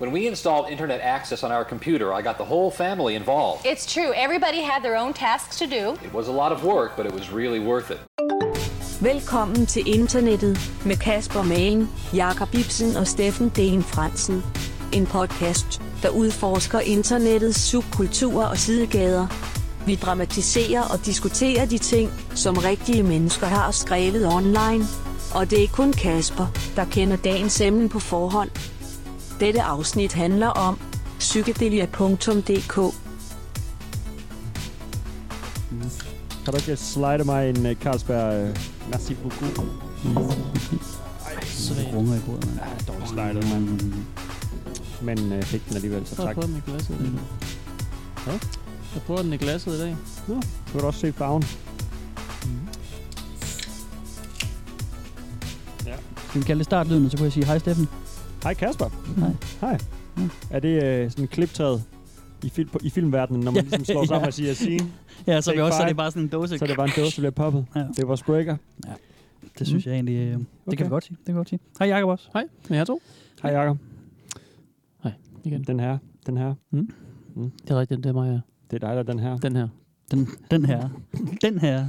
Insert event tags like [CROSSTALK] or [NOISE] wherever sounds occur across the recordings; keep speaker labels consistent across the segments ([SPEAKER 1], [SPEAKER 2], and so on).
[SPEAKER 1] When we installed internet access on our computer, I got the whole family involved.
[SPEAKER 2] It's true. Everybody had their own tasks to do.
[SPEAKER 1] It was a lot of work, but it was really worth it.
[SPEAKER 3] Velkommen til internettet med Kasper Magen, Jakob Ibsen og Steffen Den Fransen. En podcast, der udforsker internettets subkulturer og sidegader. Vi dramatiserer og diskuterer de ting, som rigtige mennesker har skrevet online. Og det er kun Kasper, der kender dagens emne på forhånd. Dette afsnit handler om psykedelia.dk.
[SPEAKER 4] Kan du ikke slide mig en uh, Carlsberg? Uh, merci beaucoup.
[SPEAKER 5] Svagt.
[SPEAKER 6] runger i bordet, mand.
[SPEAKER 4] Ja, dårligt slidet, mand. Men uh, fik den alligevel, så
[SPEAKER 5] Jeg har
[SPEAKER 4] tak.
[SPEAKER 5] prøvet den i glasset i dag.
[SPEAKER 4] Hvad?
[SPEAKER 5] Jeg prøver den i glasset i dag.
[SPEAKER 4] Nå, du kan da også se farven.
[SPEAKER 6] Skal vi kalde det startlyden, og så kunne jeg sige, hej Steffen.
[SPEAKER 4] Hej Kasper.
[SPEAKER 6] Hej.
[SPEAKER 4] Hej.
[SPEAKER 6] Mm.
[SPEAKER 4] Er det uh, sådan kliptræet i, fil- på, i filmverdenen, når man ligesom slår
[SPEAKER 6] [LAUGHS] Ja.
[SPEAKER 4] sammen og siger scene,
[SPEAKER 6] Ja, så er, vi
[SPEAKER 4] Take
[SPEAKER 6] også, så er
[SPEAKER 4] five.
[SPEAKER 6] det bare sådan en dåse.
[SPEAKER 4] så er det bare en dåse, der bliver poppet.
[SPEAKER 6] Ja.
[SPEAKER 4] Det er vores breaker.
[SPEAKER 6] Det synes jeg egentlig, øh, det
[SPEAKER 4] Okay.
[SPEAKER 6] kan vi godt sige. Det kan vi godt sige. Hej Jacob også.
[SPEAKER 5] Hej, med jer to.
[SPEAKER 4] Hej Jacob.
[SPEAKER 5] Igen.
[SPEAKER 4] Den her. Den her.
[SPEAKER 5] Det er rigtigt, det er mig, ja.
[SPEAKER 4] Det er dig, der er den her.
[SPEAKER 5] Den her.
[SPEAKER 6] Den, den her. Den her.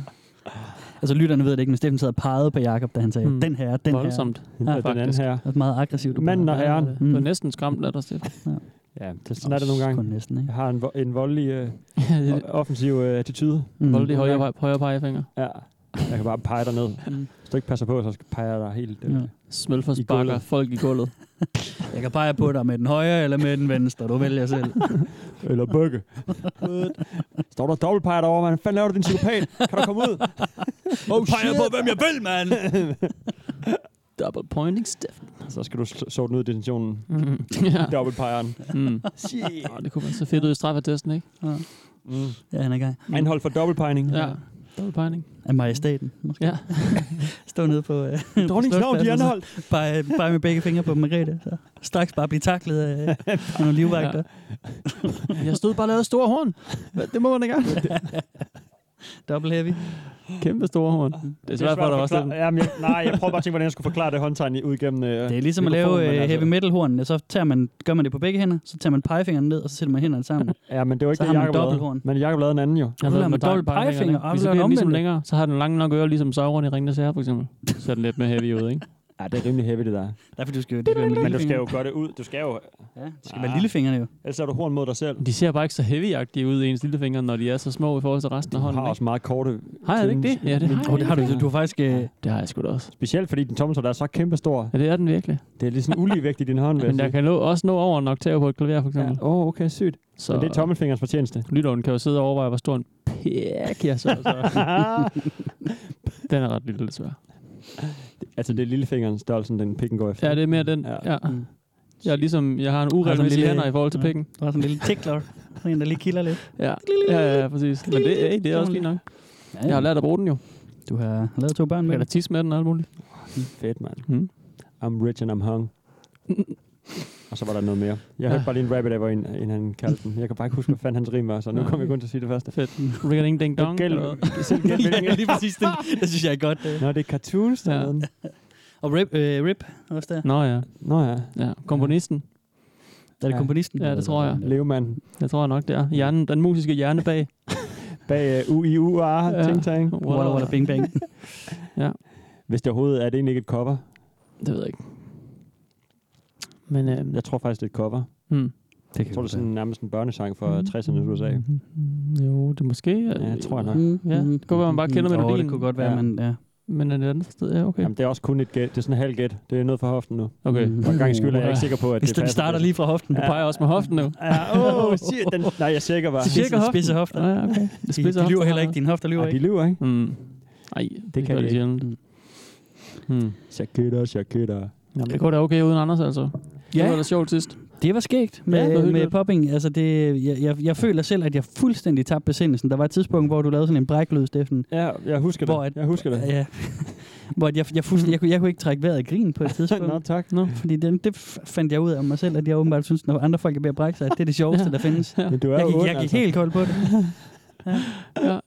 [SPEAKER 6] Altså lytterne ved det ikke, men Steffen sad og pegede på Jacob, da han sagde,
[SPEAKER 5] Mm.
[SPEAKER 6] mm. den her, den her.
[SPEAKER 5] Voldsomt.
[SPEAKER 4] Den,
[SPEAKER 6] Ja,
[SPEAKER 4] her, den anden
[SPEAKER 5] faktisk.
[SPEAKER 4] her.
[SPEAKER 6] Det er meget aggressivt. du
[SPEAKER 4] Manden
[SPEAKER 6] bruger.
[SPEAKER 4] og herren.
[SPEAKER 5] Det var næsten skræmt af dig, [LAUGHS] Steff.
[SPEAKER 4] Ja, det er sådan er det nogle
[SPEAKER 6] Kun
[SPEAKER 4] gange.
[SPEAKER 6] næsten, ikke?
[SPEAKER 4] Jeg har en, vo- en voldelig, øh,
[SPEAKER 5] Ja, det
[SPEAKER 4] o- offensiv øh, attitude.
[SPEAKER 6] Mm.
[SPEAKER 5] Voldelig højre, højre pegefinger.
[SPEAKER 4] Ja. Jeg kan bare pege dig ned.
[SPEAKER 6] Mm.
[SPEAKER 4] Hvis du ikke passer på, så peger jeg dig helt... Øh,
[SPEAKER 6] Ja.
[SPEAKER 5] Smøl for
[SPEAKER 4] I
[SPEAKER 5] sparker
[SPEAKER 4] gulvet.
[SPEAKER 5] folk i gulvet. [LAUGHS]
[SPEAKER 6] Jeg kan pege på dig med den højre eller med den venstre. Du vælger selv.
[SPEAKER 4] Eller bøkke. [LAUGHS] Står der og dobbeltpeger derovre, mand? Hvad fanden laver du, din psykopat? Kan du komme ud?
[SPEAKER 6] Oh, peger på, hvem jeg vil, mand!
[SPEAKER 5] Double pointing, Steff.
[SPEAKER 4] Så skal du sl- så den ud i detentionen.
[SPEAKER 5] Mm. [LAUGHS] ja.
[SPEAKER 4] Dobbeltpegeren.
[SPEAKER 5] Mm.
[SPEAKER 4] Shit.
[SPEAKER 5] Oh, det kunne være så fedt ud i straffetesten, ikke?
[SPEAKER 4] Mm.
[SPEAKER 6] [LAUGHS] Ja, han er i gang.
[SPEAKER 4] Anhold for dobbeltpegning.
[SPEAKER 5] Ja. Double pointing.
[SPEAKER 6] Af majestaten, måske.
[SPEAKER 5] Ja.
[SPEAKER 6] Stå nede på... Øh, [LAUGHS]
[SPEAKER 4] Dronningens navn, de er
[SPEAKER 6] slotspladsen, så-
[SPEAKER 4] anholdt.
[SPEAKER 6] Bare, bare med begge fingre på Margrethe. Så. Straks bare blive taklet af af nogle livvagter. Ja.
[SPEAKER 5] [LAUGHS] Jeg stod bare og lavede store horn. Hvad- Det må man da gerne.
[SPEAKER 6] Double heavy.
[SPEAKER 5] Kæmpe store horn. Det er svært for dig også,
[SPEAKER 4] forklare-
[SPEAKER 5] Steffen.
[SPEAKER 4] Jamen, jeg, nej, jeg prøver bare at tænke, hvordan jeg skulle forklare det håndtegn i- ud gennem... Øh,
[SPEAKER 6] Det er ligesom at
[SPEAKER 4] mikrofonen,
[SPEAKER 6] lave
[SPEAKER 4] men
[SPEAKER 6] øh,
[SPEAKER 4] altså-
[SPEAKER 6] heavy metal horn. Så tager man, gør man det på begge hænder, så tager man pegefingeren ned, og så sætter man hænderne [LAUGHS] sammen.
[SPEAKER 4] Ja, men det var ikke
[SPEAKER 6] Så
[SPEAKER 4] det,
[SPEAKER 6] har man
[SPEAKER 4] Jacob lavede.
[SPEAKER 6] dobbelthorn.
[SPEAKER 4] Men Jacob lavede en anden jo.
[SPEAKER 5] Jeg har lavet
[SPEAKER 6] Hvorfor lader
[SPEAKER 5] med
[SPEAKER 6] man dobbelt
[SPEAKER 5] dobbelt pegefinger.
[SPEAKER 6] pegefinger? Hvorfor
[SPEAKER 5] Hvis det
[SPEAKER 6] lader
[SPEAKER 5] bliver
[SPEAKER 6] man
[SPEAKER 5] ligesom
[SPEAKER 6] omvendt?
[SPEAKER 5] længere, så har den lange nok øre, ligesom Sauron i Ringenes Herre, for eksempel. Så er den lidt mere heavy [LAUGHS] ud, ikke?
[SPEAKER 4] Ja, det er rimelig heavy, det der.
[SPEAKER 6] Derfor du skal Ah. jo det med
[SPEAKER 4] Men du skal jo
[SPEAKER 6] lillefingeren.
[SPEAKER 4] gøre det ud. Du skal jo...
[SPEAKER 6] Ja, det skal være lillefingrene jo.
[SPEAKER 4] Ellers er du horn mod dig selv.
[SPEAKER 5] De ser bare ikke så heavy-agtige ud i ens lillefinger, når de er så små i forhold til resten
[SPEAKER 4] Du
[SPEAKER 5] af hånden.
[SPEAKER 4] har
[SPEAKER 5] Har,
[SPEAKER 4] også meget korte...
[SPEAKER 5] har jeg ikke det? Ja, det har, jeg
[SPEAKER 6] Åh, oh, det har
[SPEAKER 5] ikke.
[SPEAKER 6] du, du har faktisk... Øh,
[SPEAKER 5] Det har jeg sgu da også.
[SPEAKER 4] Specielt fordi din tommeltår der er så kæmpestor.
[SPEAKER 5] Ja, det er den virkelig.
[SPEAKER 4] Det er
[SPEAKER 5] [LAUGHS]
[SPEAKER 4] ligesom uligevægt i din hånd, vil
[SPEAKER 5] Men der
[SPEAKER 4] jeg sige.
[SPEAKER 5] kan nå, også nå over en oktav på et klaver, for
[SPEAKER 4] Ja.
[SPEAKER 5] eksempel. Ja.
[SPEAKER 4] Åh, oh, okay, sygt.
[SPEAKER 5] Så
[SPEAKER 4] Men det er tommelfingerens fortjeneste.
[SPEAKER 5] lytteren kan jo sidde og overveje, hvor stor en pæk jeg så. så. [LAUGHS] den er ret lille, desværre.
[SPEAKER 4] altså, det er lillefingerens størrelsen, den pikken går efter.
[SPEAKER 5] Ja, det er mere den.
[SPEAKER 4] Ja.
[SPEAKER 5] Ja. ja. Jeg, er ligesom, jeg har en uregelmæssig
[SPEAKER 6] lille-
[SPEAKER 5] lille... hænder i forhold til
[SPEAKER 6] Ja.
[SPEAKER 5] pikken.
[SPEAKER 6] du har sådan en lille tickler. Sådan en, der lige kilder lidt.
[SPEAKER 5] Ja. ja, ja, præcis. Men det, hey, det er også fint nok.
[SPEAKER 6] Ja,
[SPEAKER 5] Jeg har lært at bruge den jo.
[SPEAKER 6] Du har lavet to børn
[SPEAKER 5] Jeg
[SPEAKER 6] med
[SPEAKER 5] kan da
[SPEAKER 6] det.
[SPEAKER 5] tisse med den og alt muligt.
[SPEAKER 4] Fedt, mand.
[SPEAKER 5] Mm.
[SPEAKER 4] I'm rich and I'm
[SPEAKER 5] [LAUGHS]
[SPEAKER 4] hung. Og så var der noget mere. Jeg hørte
[SPEAKER 5] Ja.
[SPEAKER 4] bare lige en rabbit af, hvor en, en han kaldte den. Jeg kan bare ikke huske, hvad fanden hans rim var, så nu
[SPEAKER 5] Nej.
[SPEAKER 4] kommer jeg kun til at sige det første.
[SPEAKER 5] Fedt. Ring ding ding dong.
[SPEAKER 4] Gæld,
[SPEAKER 5] eller- [LAUGHS]
[SPEAKER 4] selv gæld,
[SPEAKER 6] Ja,
[SPEAKER 4] hvilken-
[SPEAKER 6] lige præcis. Det, det synes jeg er godt. øh.
[SPEAKER 4] Nå, det er cartoons, der
[SPEAKER 5] Ja.
[SPEAKER 4] ja.
[SPEAKER 6] Og Rip, øh, Rip også der.
[SPEAKER 5] Nå ja.
[SPEAKER 4] Nå ja,
[SPEAKER 5] ja. Komponisten.
[SPEAKER 6] Er det
[SPEAKER 4] Ja.
[SPEAKER 6] komponisten?
[SPEAKER 5] Ja, det tror jeg.
[SPEAKER 4] Levemand.
[SPEAKER 5] Jeg tror nok, det er. Hjernen, den musiske hjerne bag.
[SPEAKER 4] Bag uh, UIUR, ja.
[SPEAKER 5] Ja.
[SPEAKER 4] ting tang.
[SPEAKER 6] Walla Walla Bing [LAUGHS] Bang.
[SPEAKER 4] Hvis det overhovedet er det egentlig ikke et cover.
[SPEAKER 5] Det ved jeg ikke. Men øh,
[SPEAKER 4] Jeg tror faktisk, det er et cover.
[SPEAKER 5] hmm.
[SPEAKER 6] Det
[SPEAKER 4] Jeg tror, det er sådan, nærmest en børnesang fra
[SPEAKER 5] Mm.
[SPEAKER 4] 60'ernes USA.
[SPEAKER 5] Mm-hmm. Jo, det er måske. øh,
[SPEAKER 4] Ja, jeg tror jeg nok.
[SPEAKER 6] Mm, Mm-hmm.
[SPEAKER 5] Ja, det kunne være, man bare kender
[SPEAKER 6] Åh,
[SPEAKER 5] melodien.
[SPEAKER 6] det kunne godt være,
[SPEAKER 4] Ja.
[SPEAKER 6] ja. men ja.
[SPEAKER 5] Men er det andet sted? Ja, okay.
[SPEAKER 4] Jamen, det er også kun et gæt. Det er sådan en halv gæt. Det er noget for hoften nu.
[SPEAKER 5] Okay.
[SPEAKER 6] Mm.
[SPEAKER 4] For en gang skyld er jeg ikke
[SPEAKER 5] Ja.
[SPEAKER 4] sikker på, at
[SPEAKER 6] Hvis
[SPEAKER 4] det
[SPEAKER 6] den
[SPEAKER 4] passer.
[SPEAKER 6] starter lige fra hoften.
[SPEAKER 5] Du peger også med hoften nu.
[SPEAKER 4] Ja, åh, oh, shit. Den, nej, jeg er sikker bare.
[SPEAKER 5] Shit. Cirka
[SPEAKER 6] Cirka
[SPEAKER 5] hoften.
[SPEAKER 6] spidse hofter.
[SPEAKER 5] Ja, ja, okay.
[SPEAKER 6] Det
[SPEAKER 5] spidse
[SPEAKER 6] de lyver
[SPEAKER 5] hofter.
[SPEAKER 6] heller ikke. Dine hofter lyver
[SPEAKER 4] Ej, de
[SPEAKER 6] ikke.
[SPEAKER 4] lyver, ikke?
[SPEAKER 5] Mm. Ej, det,
[SPEAKER 4] kan de
[SPEAKER 5] kan det
[SPEAKER 4] ikke.
[SPEAKER 5] sjældent.
[SPEAKER 6] Mm.
[SPEAKER 5] Hmm.
[SPEAKER 4] Shakira, Shakira.
[SPEAKER 5] Jamen, det går da okay uden Anders, altså. Det var da sjovt sidst.
[SPEAKER 6] det var skægt med,
[SPEAKER 5] Ja, det var
[SPEAKER 6] ja, med
[SPEAKER 5] hyggeligt.
[SPEAKER 6] popping. Altså, det, jeg, jeg, jeg føler selv, at jeg fuldstændig tabte besindelsen. Der var et tidspunkt, hvor du lavede sådan en bræklyd, Steffen.
[SPEAKER 4] Ja, jeg husker
[SPEAKER 6] Hvor
[SPEAKER 4] det.
[SPEAKER 6] at-
[SPEAKER 4] Jeg husker det.
[SPEAKER 6] Ja. [LAUGHS] hvor at jeg, jeg, fuldstændig, jeg, kunne, jeg kunne ikke trække vejret af
[SPEAKER 5] [LAUGHS]
[SPEAKER 6] grin på et tidspunkt.
[SPEAKER 4] Nå, tak.
[SPEAKER 5] Nå.
[SPEAKER 6] Fordi det, det f- fandt jeg ud af mig selv, at jeg åbenbart synes, når andre folk er ved at brække sig, at det er det sjoveste,
[SPEAKER 5] Ja.
[SPEAKER 6] der findes.
[SPEAKER 4] Men du er
[SPEAKER 6] Jeg
[SPEAKER 5] [LAUGHS]
[SPEAKER 4] jo
[SPEAKER 6] gik,
[SPEAKER 4] ond,
[SPEAKER 6] jeg gik
[SPEAKER 4] altså.
[SPEAKER 6] helt kold på det.
[SPEAKER 5] altså? Ja.